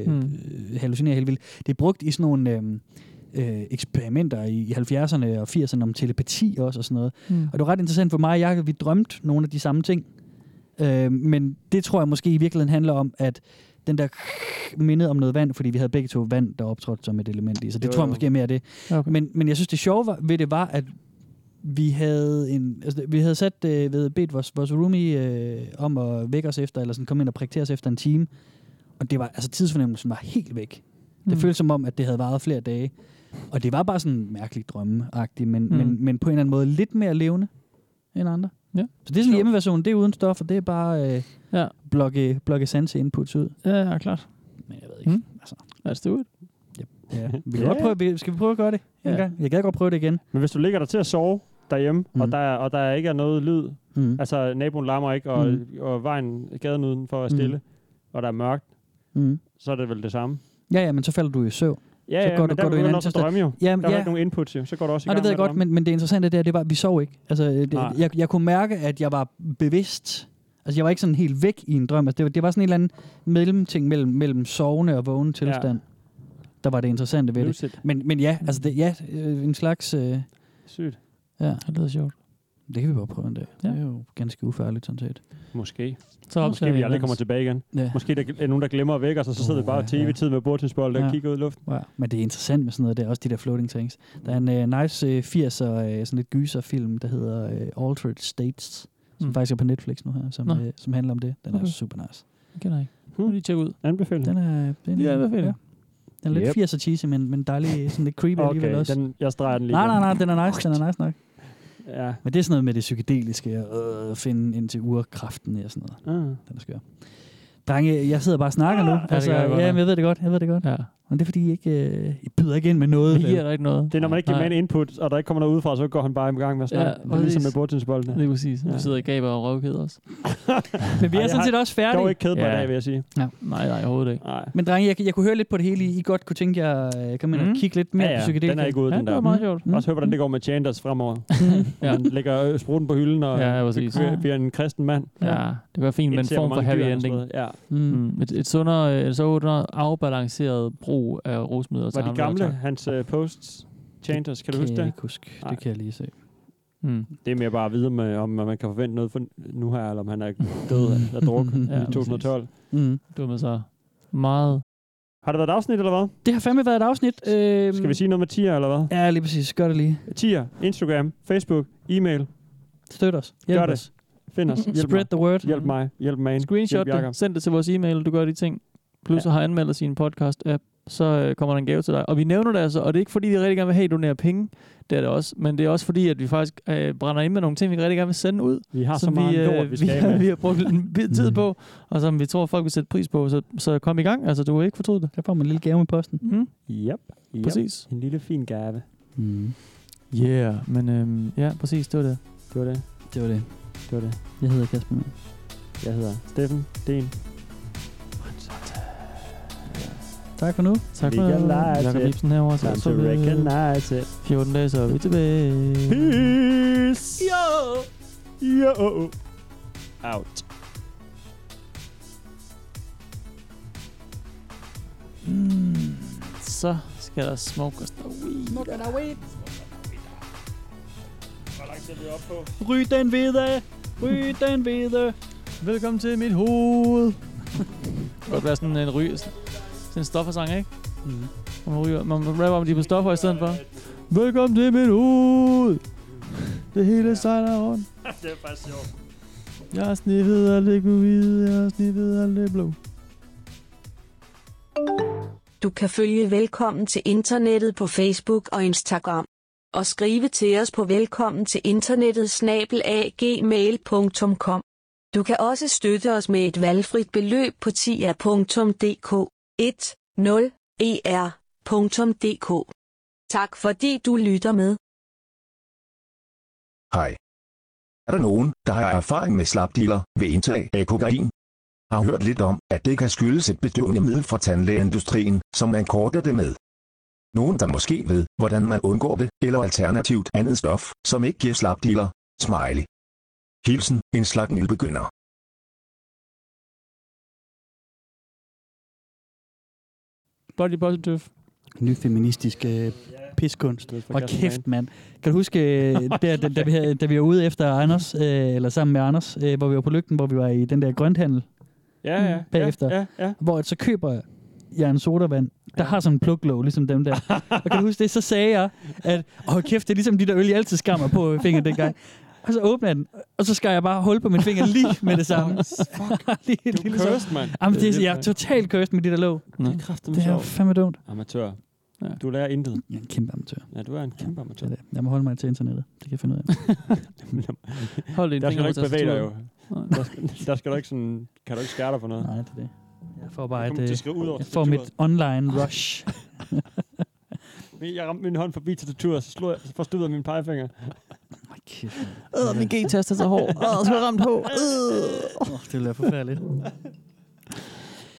[SPEAKER 6] at mm. hallucinere helt vildt. Det er brugt i sådan nogle øhm, øh, eksperimenter i 70'erne og 80'erne om telepati også og sådan noget.
[SPEAKER 5] Mm.
[SPEAKER 6] Mm. Og det var ret interessant for mig og Jacob, vi drømte nogle af de samme ting. Øh, men det tror jeg måske i virkeligheden handler om, at den der mindede om noget vand, fordi vi havde begge to vand, der optrådte som et element i. Så det
[SPEAKER 5] Jo,
[SPEAKER 6] jo, tror jeg
[SPEAKER 5] jo.
[SPEAKER 6] måske er mere det.
[SPEAKER 5] Okay.
[SPEAKER 6] Men, men jeg synes, det sjove var- ved det var, at vi havde, en, altså, vi havde sat, øh, ved, bedt vores, vores roomie øh, om at vække os efter, eller sådan komme ind og prægtere os efter en time. Og det var, altså tidsfornemmelsen var helt væk. Det
[SPEAKER 5] Mm.
[SPEAKER 6] mm. føltes som om, at det havde varet flere dage. Og det var bare sådan mærkeligt drømmeagtigt, men, mm.
[SPEAKER 5] Mm.
[SPEAKER 6] men, men på en eller anden måde lidt mere levende end andre.
[SPEAKER 5] Ja.
[SPEAKER 6] Så det er sådan hjemmeversionen, det er uden stof, og det er bare øh,
[SPEAKER 5] Ja.
[SPEAKER 6] blokke, blokke sanse inputs ud.
[SPEAKER 5] Ja, ja, klart.
[SPEAKER 6] Men jeg ved ikke. Mm. Altså.
[SPEAKER 5] Lad os do it.
[SPEAKER 6] Ja. Vi kan
[SPEAKER 4] Ja.
[SPEAKER 6] godt prøve, vi- skal vi prøve at gøre det en
[SPEAKER 5] Ja.
[SPEAKER 6] gang? Jeg gad godt prøve det igen.
[SPEAKER 4] Men hvis du ligger dig til at sove derhjemme, mm. og, der, er- og der ikke er noget lyd,
[SPEAKER 6] Mm.
[SPEAKER 4] altså naboen larmer ikke, og, mm. og vejen, gaden udenfor er stille, mm. og der er mørkt,
[SPEAKER 6] Mm.
[SPEAKER 4] så er det vel det samme.
[SPEAKER 6] Ja, ja, men så falder du i søvn.
[SPEAKER 4] Ja,
[SPEAKER 6] Så
[SPEAKER 4] ja,
[SPEAKER 6] går
[SPEAKER 4] men
[SPEAKER 6] du-
[SPEAKER 4] der
[SPEAKER 6] går du i en
[SPEAKER 4] begynder
[SPEAKER 6] anden
[SPEAKER 4] du også at
[SPEAKER 6] tilstand.
[SPEAKER 4] drømme jo.
[SPEAKER 6] Jamen,
[SPEAKER 4] der er jo
[SPEAKER 6] ja.
[SPEAKER 4] ikke nogen input jo. Så går du også i
[SPEAKER 6] Nej,
[SPEAKER 4] gang
[SPEAKER 6] det ved jeg
[SPEAKER 4] med at
[SPEAKER 6] godt,
[SPEAKER 4] drømme.
[SPEAKER 6] men, men det interessante der, det var, at vi sov ikke. Altså, øh, det,
[SPEAKER 4] Nej.
[SPEAKER 6] jeg, jeg kunne mærke, at jeg var bevidst. Altså, jeg var ikke sådan helt væk i en drøm. Altså, det, var, det var sådan en eller anden mellemting mellem, mellem sovende og vågen tilstand, ja. der var det interessante ved det.
[SPEAKER 4] Lucid.
[SPEAKER 6] Men, men ja, altså det, ja, øh, en slags... Øh,
[SPEAKER 4] Sygt.
[SPEAKER 6] ja,
[SPEAKER 5] Det lyder sjovt.
[SPEAKER 6] det kan vi bare prøve en dag.
[SPEAKER 5] Ja.
[SPEAKER 6] Det er jo ganske ufærdigt, sådan set.
[SPEAKER 4] Måske.
[SPEAKER 5] Så
[SPEAKER 4] Måske vi aldrig kommer tilbage igen.
[SPEAKER 6] Ja.
[SPEAKER 4] Måske der er nogen, der glemmer at vække os, og så sidder vi bare
[SPEAKER 6] ja,
[SPEAKER 4] tv-tid med bordtidsbold og
[SPEAKER 6] Ja.
[SPEAKER 4] kigger ud i luften.
[SPEAKER 6] Ja, men det er interessant med sådan noget der, også de der floating tanks. Der er en øh, nice øh, 80'er, øh, sådan lidt gyserfilm, der hedder øh, Altered States, som
[SPEAKER 5] Mm.
[SPEAKER 6] mm. faktisk er på Netflix nu her, som,
[SPEAKER 5] Nå.
[SPEAKER 6] øh, som handler om det. Den okay.
[SPEAKER 5] Okay.
[SPEAKER 6] er super nice.
[SPEAKER 5] Kender jeg ikke. Nu lige tjekke ud.
[SPEAKER 4] Anbefaling.
[SPEAKER 6] Den er, den,
[SPEAKER 5] Ja, hvad fedt.
[SPEAKER 6] den er lidt
[SPEAKER 4] Yep.
[SPEAKER 6] 80'er cheesy, men, men dejlig, sådan lidt creepy okay, alligevel
[SPEAKER 4] Okay,
[SPEAKER 6] også. Den
[SPEAKER 4] den, jeg streger den lige.
[SPEAKER 6] nej, nej,
[SPEAKER 4] igen.
[SPEAKER 6] nej, den er nice, den er nice nok.
[SPEAKER 4] Ja.
[SPEAKER 6] Men det er sådan noget med det psykedeliske, og øh, finde ind til urkraften og sådan noget.
[SPEAKER 4] Ah.
[SPEAKER 6] Den er skør. Drenge, jeg sidder bare og snakker nu.
[SPEAKER 5] Ah,
[SPEAKER 6] Altså,
[SPEAKER 5] det gør Altså, jeg godt
[SPEAKER 6] ja,
[SPEAKER 5] nok.
[SPEAKER 6] men jeg ved det godt, jeg ved det godt.
[SPEAKER 5] Ja.
[SPEAKER 6] Men det er fordi, I, ikke, øh, I byder ikke ind med noget.
[SPEAKER 5] Vi
[SPEAKER 6] vel?
[SPEAKER 5] giver dig ikke noget.
[SPEAKER 4] Det er, når man ikke giver med en input, og der ikke kommer noget udefra, så går han bare i gang med at snakke.
[SPEAKER 5] Ja,
[SPEAKER 4] Ja, ligesom
[SPEAKER 5] præcis.
[SPEAKER 4] med bordtidsboldene. [LAUGHS]
[SPEAKER 5] Det er præcis.
[SPEAKER 4] Ja.
[SPEAKER 5] Vi sidder i gaber og røvkeder
[SPEAKER 4] [LAUGHS]
[SPEAKER 5] os.
[SPEAKER 6] Men vi
[SPEAKER 4] Ej,
[SPEAKER 6] er
[SPEAKER 4] jeg
[SPEAKER 6] sådan
[SPEAKER 4] har-
[SPEAKER 6] set også
[SPEAKER 4] Jeg var
[SPEAKER 6] færdige.
[SPEAKER 4] ikke ked på
[SPEAKER 5] Ja.
[SPEAKER 4] i dag, vil jeg sige.
[SPEAKER 5] Nej, nej, overhovedet ikke.
[SPEAKER 4] Nej.
[SPEAKER 6] Men drenge, jeg, jeg kunne høre lidt på det hele. I I godt kunne tænke jer at komme ind
[SPEAKER 5] Mm.
[SPEAKER 6] og kigge lidt mere
[SPEAKER 4] Ja, ja,
[SPEAKER 6] på psykedelika.
[SPEAKER 4] den er ikke ude,
[SPEAKER 5] Ja,
[SPEAKER 4] den
[SPEAKER 5] det
[SPEAKER 4] der. Mm.
[SPEAKER 5] var meget sjovt.
[SPEAKER 6] Mm.
[SPEAKER 4] Også høre, hvordan det går med Chanders
[SPEAKER 6] [LAUGHS]
[SPEAKER 4] fremover.
[SPEAKER 5] Ja.
[SPEAKER 4] ja. Man lægger øh, spruten på hylden, og
[SPEAKER 5] Ja,
[SPEAKER 4] ja,
[SPEAKER 5] præcis.
[SPEAKER 4] bliver en kristen mand.
[SPEAKER 5] Ja, det var fint med en
[SPEAKER 4] Indser, hvor
[SPEAKER 5] form for
[SPEAKER 4] mange
[SPEAKER 5] happy
[SPEAKER 4] dyr han har
[SPEAKER 5] ending.
[SPEAKER 4] slået. Ja.
[SPEAKER 6] Mm.
[SPEAKER 5] Mm. Et, et sundere, øh, et sundere afbalanceret brug af rusmidler til
[SPEAKER 4] Var
[SPEAKER 5] ham,
[SPEAKER 4] de
[SPEAKER 5] der
[SPEAKER 4] gamle,
[SPEAKER 5] var tak.
[SPEAKER 4] hans øh, posts, Chanders, kan du huske
[SPEAKER 6] Kan jeg
[SPEAKER 4] det?
[SPEAKER 6] ikke huske.
[SPEAKER 4] Nej.
[SPEAKER 6] Det kan jeg lige se.
[SPEAKER 5] Mm.
[SPEAKER 4] Det er mere bare at vide, med, om man kan forvente noget for nu her, eller om han er død af druk
[SPEAKER 6] [LAUGHS]
[SPEAKER 5] Ja,
[SPEAKER 4] i 2012.
[SPEAKER 6] Mm.
[SPEAKER 5] Det var med så meget.
[SPEAKER 4] Har det været et afsnit, eller hvad?
[SPEAKER 6] Det har fandme været et afsnit. Øhm,
[SPEAKER 4] Skal vi sige noget med tier, eller hvad?
[SPEAKER 6] Ja, lige præcis. Gør det lige.
[SPEAKER 4] Tier, Instagram, Facebook, e-mail.
[SPEAKER 6] Støt os. Hjælp
[SPEAKER 4] Gør det.
[SPEAKER 6] os.
[SPEAKER 4] Find os. Hjælp
[SPEAKER 6] Spread
[SPEAKER 4] mig.
[SPEAKER 6] the word.
[SPEAKER 4] Hjælp mig. Hjælp mig.
[SPEAKER 5] Screenshot
[SPEAKER 4] Hjælp Jacob.
[SPEAKER 5] det, send det til vores e-mail, du gør de ting. Plus ja. har anmeldt os i en podcast-app, så øh, kommer der en gave til dig. Og vi nævner det altså, og det er ikke fordi, vi rigtig gerne vil have, at I donerer penge. Det er det også. Men det er også fordi, at vi faktisk øh, brænder ind med nogle ting, vi rigtig gerne vil sende ud.
[SPEAKER 4] Vi har så
[SPEAKER 5] som
[SPEAKER 4] meget
[SPEAKER 5] [LAUGHS] vi, øh,
[SPEAKER 4] lort, vi skal
[SPEAKER 5] vi,
[SPEAKER 4] af
[SPEAKER 5] vi
[SPEAKER 4] med. Mm.
[SPEAKER 5] har brugt en bid tid på, og som vi tror, folk vil sætte pris på. Så, så kom i gang, altså du vil ikke fortryde det.
[SPEAKER 6] Der får man en lille gave med posten.
[SPEAKER 5] Mm.
[SPEAKER 4] Yep. yep.
[SPEAKER 5] Præcis.
[SPEAKER 4] En lille fin gave.
[SPEAKER 6] Mm.
[SPEAKER 5] Yeah, men øhm, ja, præcis, det var det.
[SPEAKER 4] Det var det.
[SPEAKER 6] Det var det.
[SPEAKER 4] Det var det.
[SPEAKER 6] Jeg hedder Kasper. Møller.
[SPEAKER 4] Jeg hedder Steffen. Den.
[SPEAKER 6] Tak for nu.
[SPEAKER 5] Tak for
[SPEAKER 4] Mega
[SPEAKER 5] det.
[SPEAKER 4] nice.
[SPEAKER 5] Jakob Ibsen herovre.
[SPEAKER 4] Time
[SPEAKER 5] Så,
[SPEAKER 4] to
[SPEAKER 5] så vi,
[SPEAKER 4] recognize it.
[SPEAKER 5] 14 dage, så er vi tilbage.
[SPEAKER 4] Peace. Yo. Yo. Out.
[SPEAKER 5] Mm, så skal der smoke os der weed.
[SPEAKER 4] Hvor langt er vi oppe på?
[SPEAKER 6] Ryg den videre. Ryg den videre.
[SPEAKER 5] Velkommen til mit hoved. det kan godt være sådan en ry... Sådan en stoffersang, ikke?
[SPEAKER 6] Mm.
[SPEAKER 5] Hvor Man, ryger, man rapper om de er på stoffer i stedet for. Velkommen til mit hoved. Det hele sejler rundt.
[SPEAKER 4] [LAUGHS] det er faktisk sjovt.
[SPEAKER 5] Jeg har sniffet alt det covid, jeg har sniffet alt det blå.
[SPEAKER 3] Du kan følge Velkommen til Internettet på Facebook og Instagram. Og skrive til os på velkommen til internettet snabelagmail.com. Du kan også støtte os med et valgfrit beløb på tia.dk E 10er.dk. Tak fordi du lytter med.
[SPEAKER 10] Hej. Er der nogen, der har erfaring med slapdealer ved indtag af kokain? Har hørt lidt om, at det kan skyldes et bedøvende middel fra tandlægeindustrien, som man korter det med. Nogen, der måske ved, hvordan man undgår det, eller alternativt andet stof, som ikke giver slapdealer. Smiley. Hilsen, en slags nybegynder.
[SPEAKER 5] Body positive.
[SPEAKER 6] Ny feministisk øh, piskunst.
[SPEAKER 4] Sted for
[SPEAKER 6] Hold
[SPEAKER 4] Kasper
[SPEAKER 6] kæft,
[SPEAKER 4] Mann.
[SPEAKER 6] mand. Kan du huske, øh, der, da, da, vi havde, da vi var ude efter Anders, øh, eller sammen med Anders, øh, hvor vi var på lygten, hvor vi var i den der grønthandel?
[SPEAKER 4] Ja, ja, ja,
[SPEAKER 6] bagefter.
[SPEAKER 4] ja, ja.
[SPEAKER 6] Hvor at så køber jeg en sodavand, der har sådan en pluklåg, ligesom dem der. Og kan du huske det? Så sagde jeg, at åh kæft, det er ligesom de der øl, jeg altid skammer på fingeren dengang. Og så åbner jeg den, og så skar jeg bare hul på min finger lige med det
[SPEAKER 4] [LAUGHS]
[SPEAKER 6] samme. [LAUGHS] Fuck, lige, du
[SPEAKER 4] er cursed, mand.
[SPEAKER 6] ligesom- Jamen, det,
[SPEAKER 4] Det er
[SPEAKER 6] er- jeg er totalt cursed med de der låg.
[SPEAKER 4] Det er kraftedeme
[SPEAKER 6] Det er
[SPEAKER 4] sjovt.
[SPEAKER 6] fandme dumt.
[SPEAKER 4] Amatør. Du lærer intet.
[SPEAKER 6] Jeg er en kæmpe amatør.
[SPEAKER 4] Ja, du er en kæmpe amatør. [LAUGHS]
[SPEAKER 6] Det er det. Jeg må holde mig til internettet. Det kan jeg [LAUGHS] finde ud af.
[SPEAKER 5] Hold din
[SPEAKER 4] Der skal
[SPEAKER 5] finger
[SPEAKER 4] du
[SPEAKER 5] på
[SPEAKER 4] ikke bevæge dig jo.
[SPEAKER 5] tastaturet.
[SPEAKER 4] Der skal, der skal du ikke sådan, kan du ikke skære dig for noget.
[SPEAKER 6] Nej, det er det. Jeg får bare
[SPEAKER 4] Jeg
[SPEAKER 6] et,
[SPEAKER 4] kommer til at skrive ud over
[SPEAKER 6] øh, jeg får mit online rush.
[SPEAKER 4] Men Jeg ramte min hånd forbi tastaturet, så, slog jeg, så forstod jeg min pegefinger.
[SPEAKER 5] Åh, min G-tast er så hård. Åh, så ramt på.
[SPEAKER 6] Åh, det bliver forfærdeligt.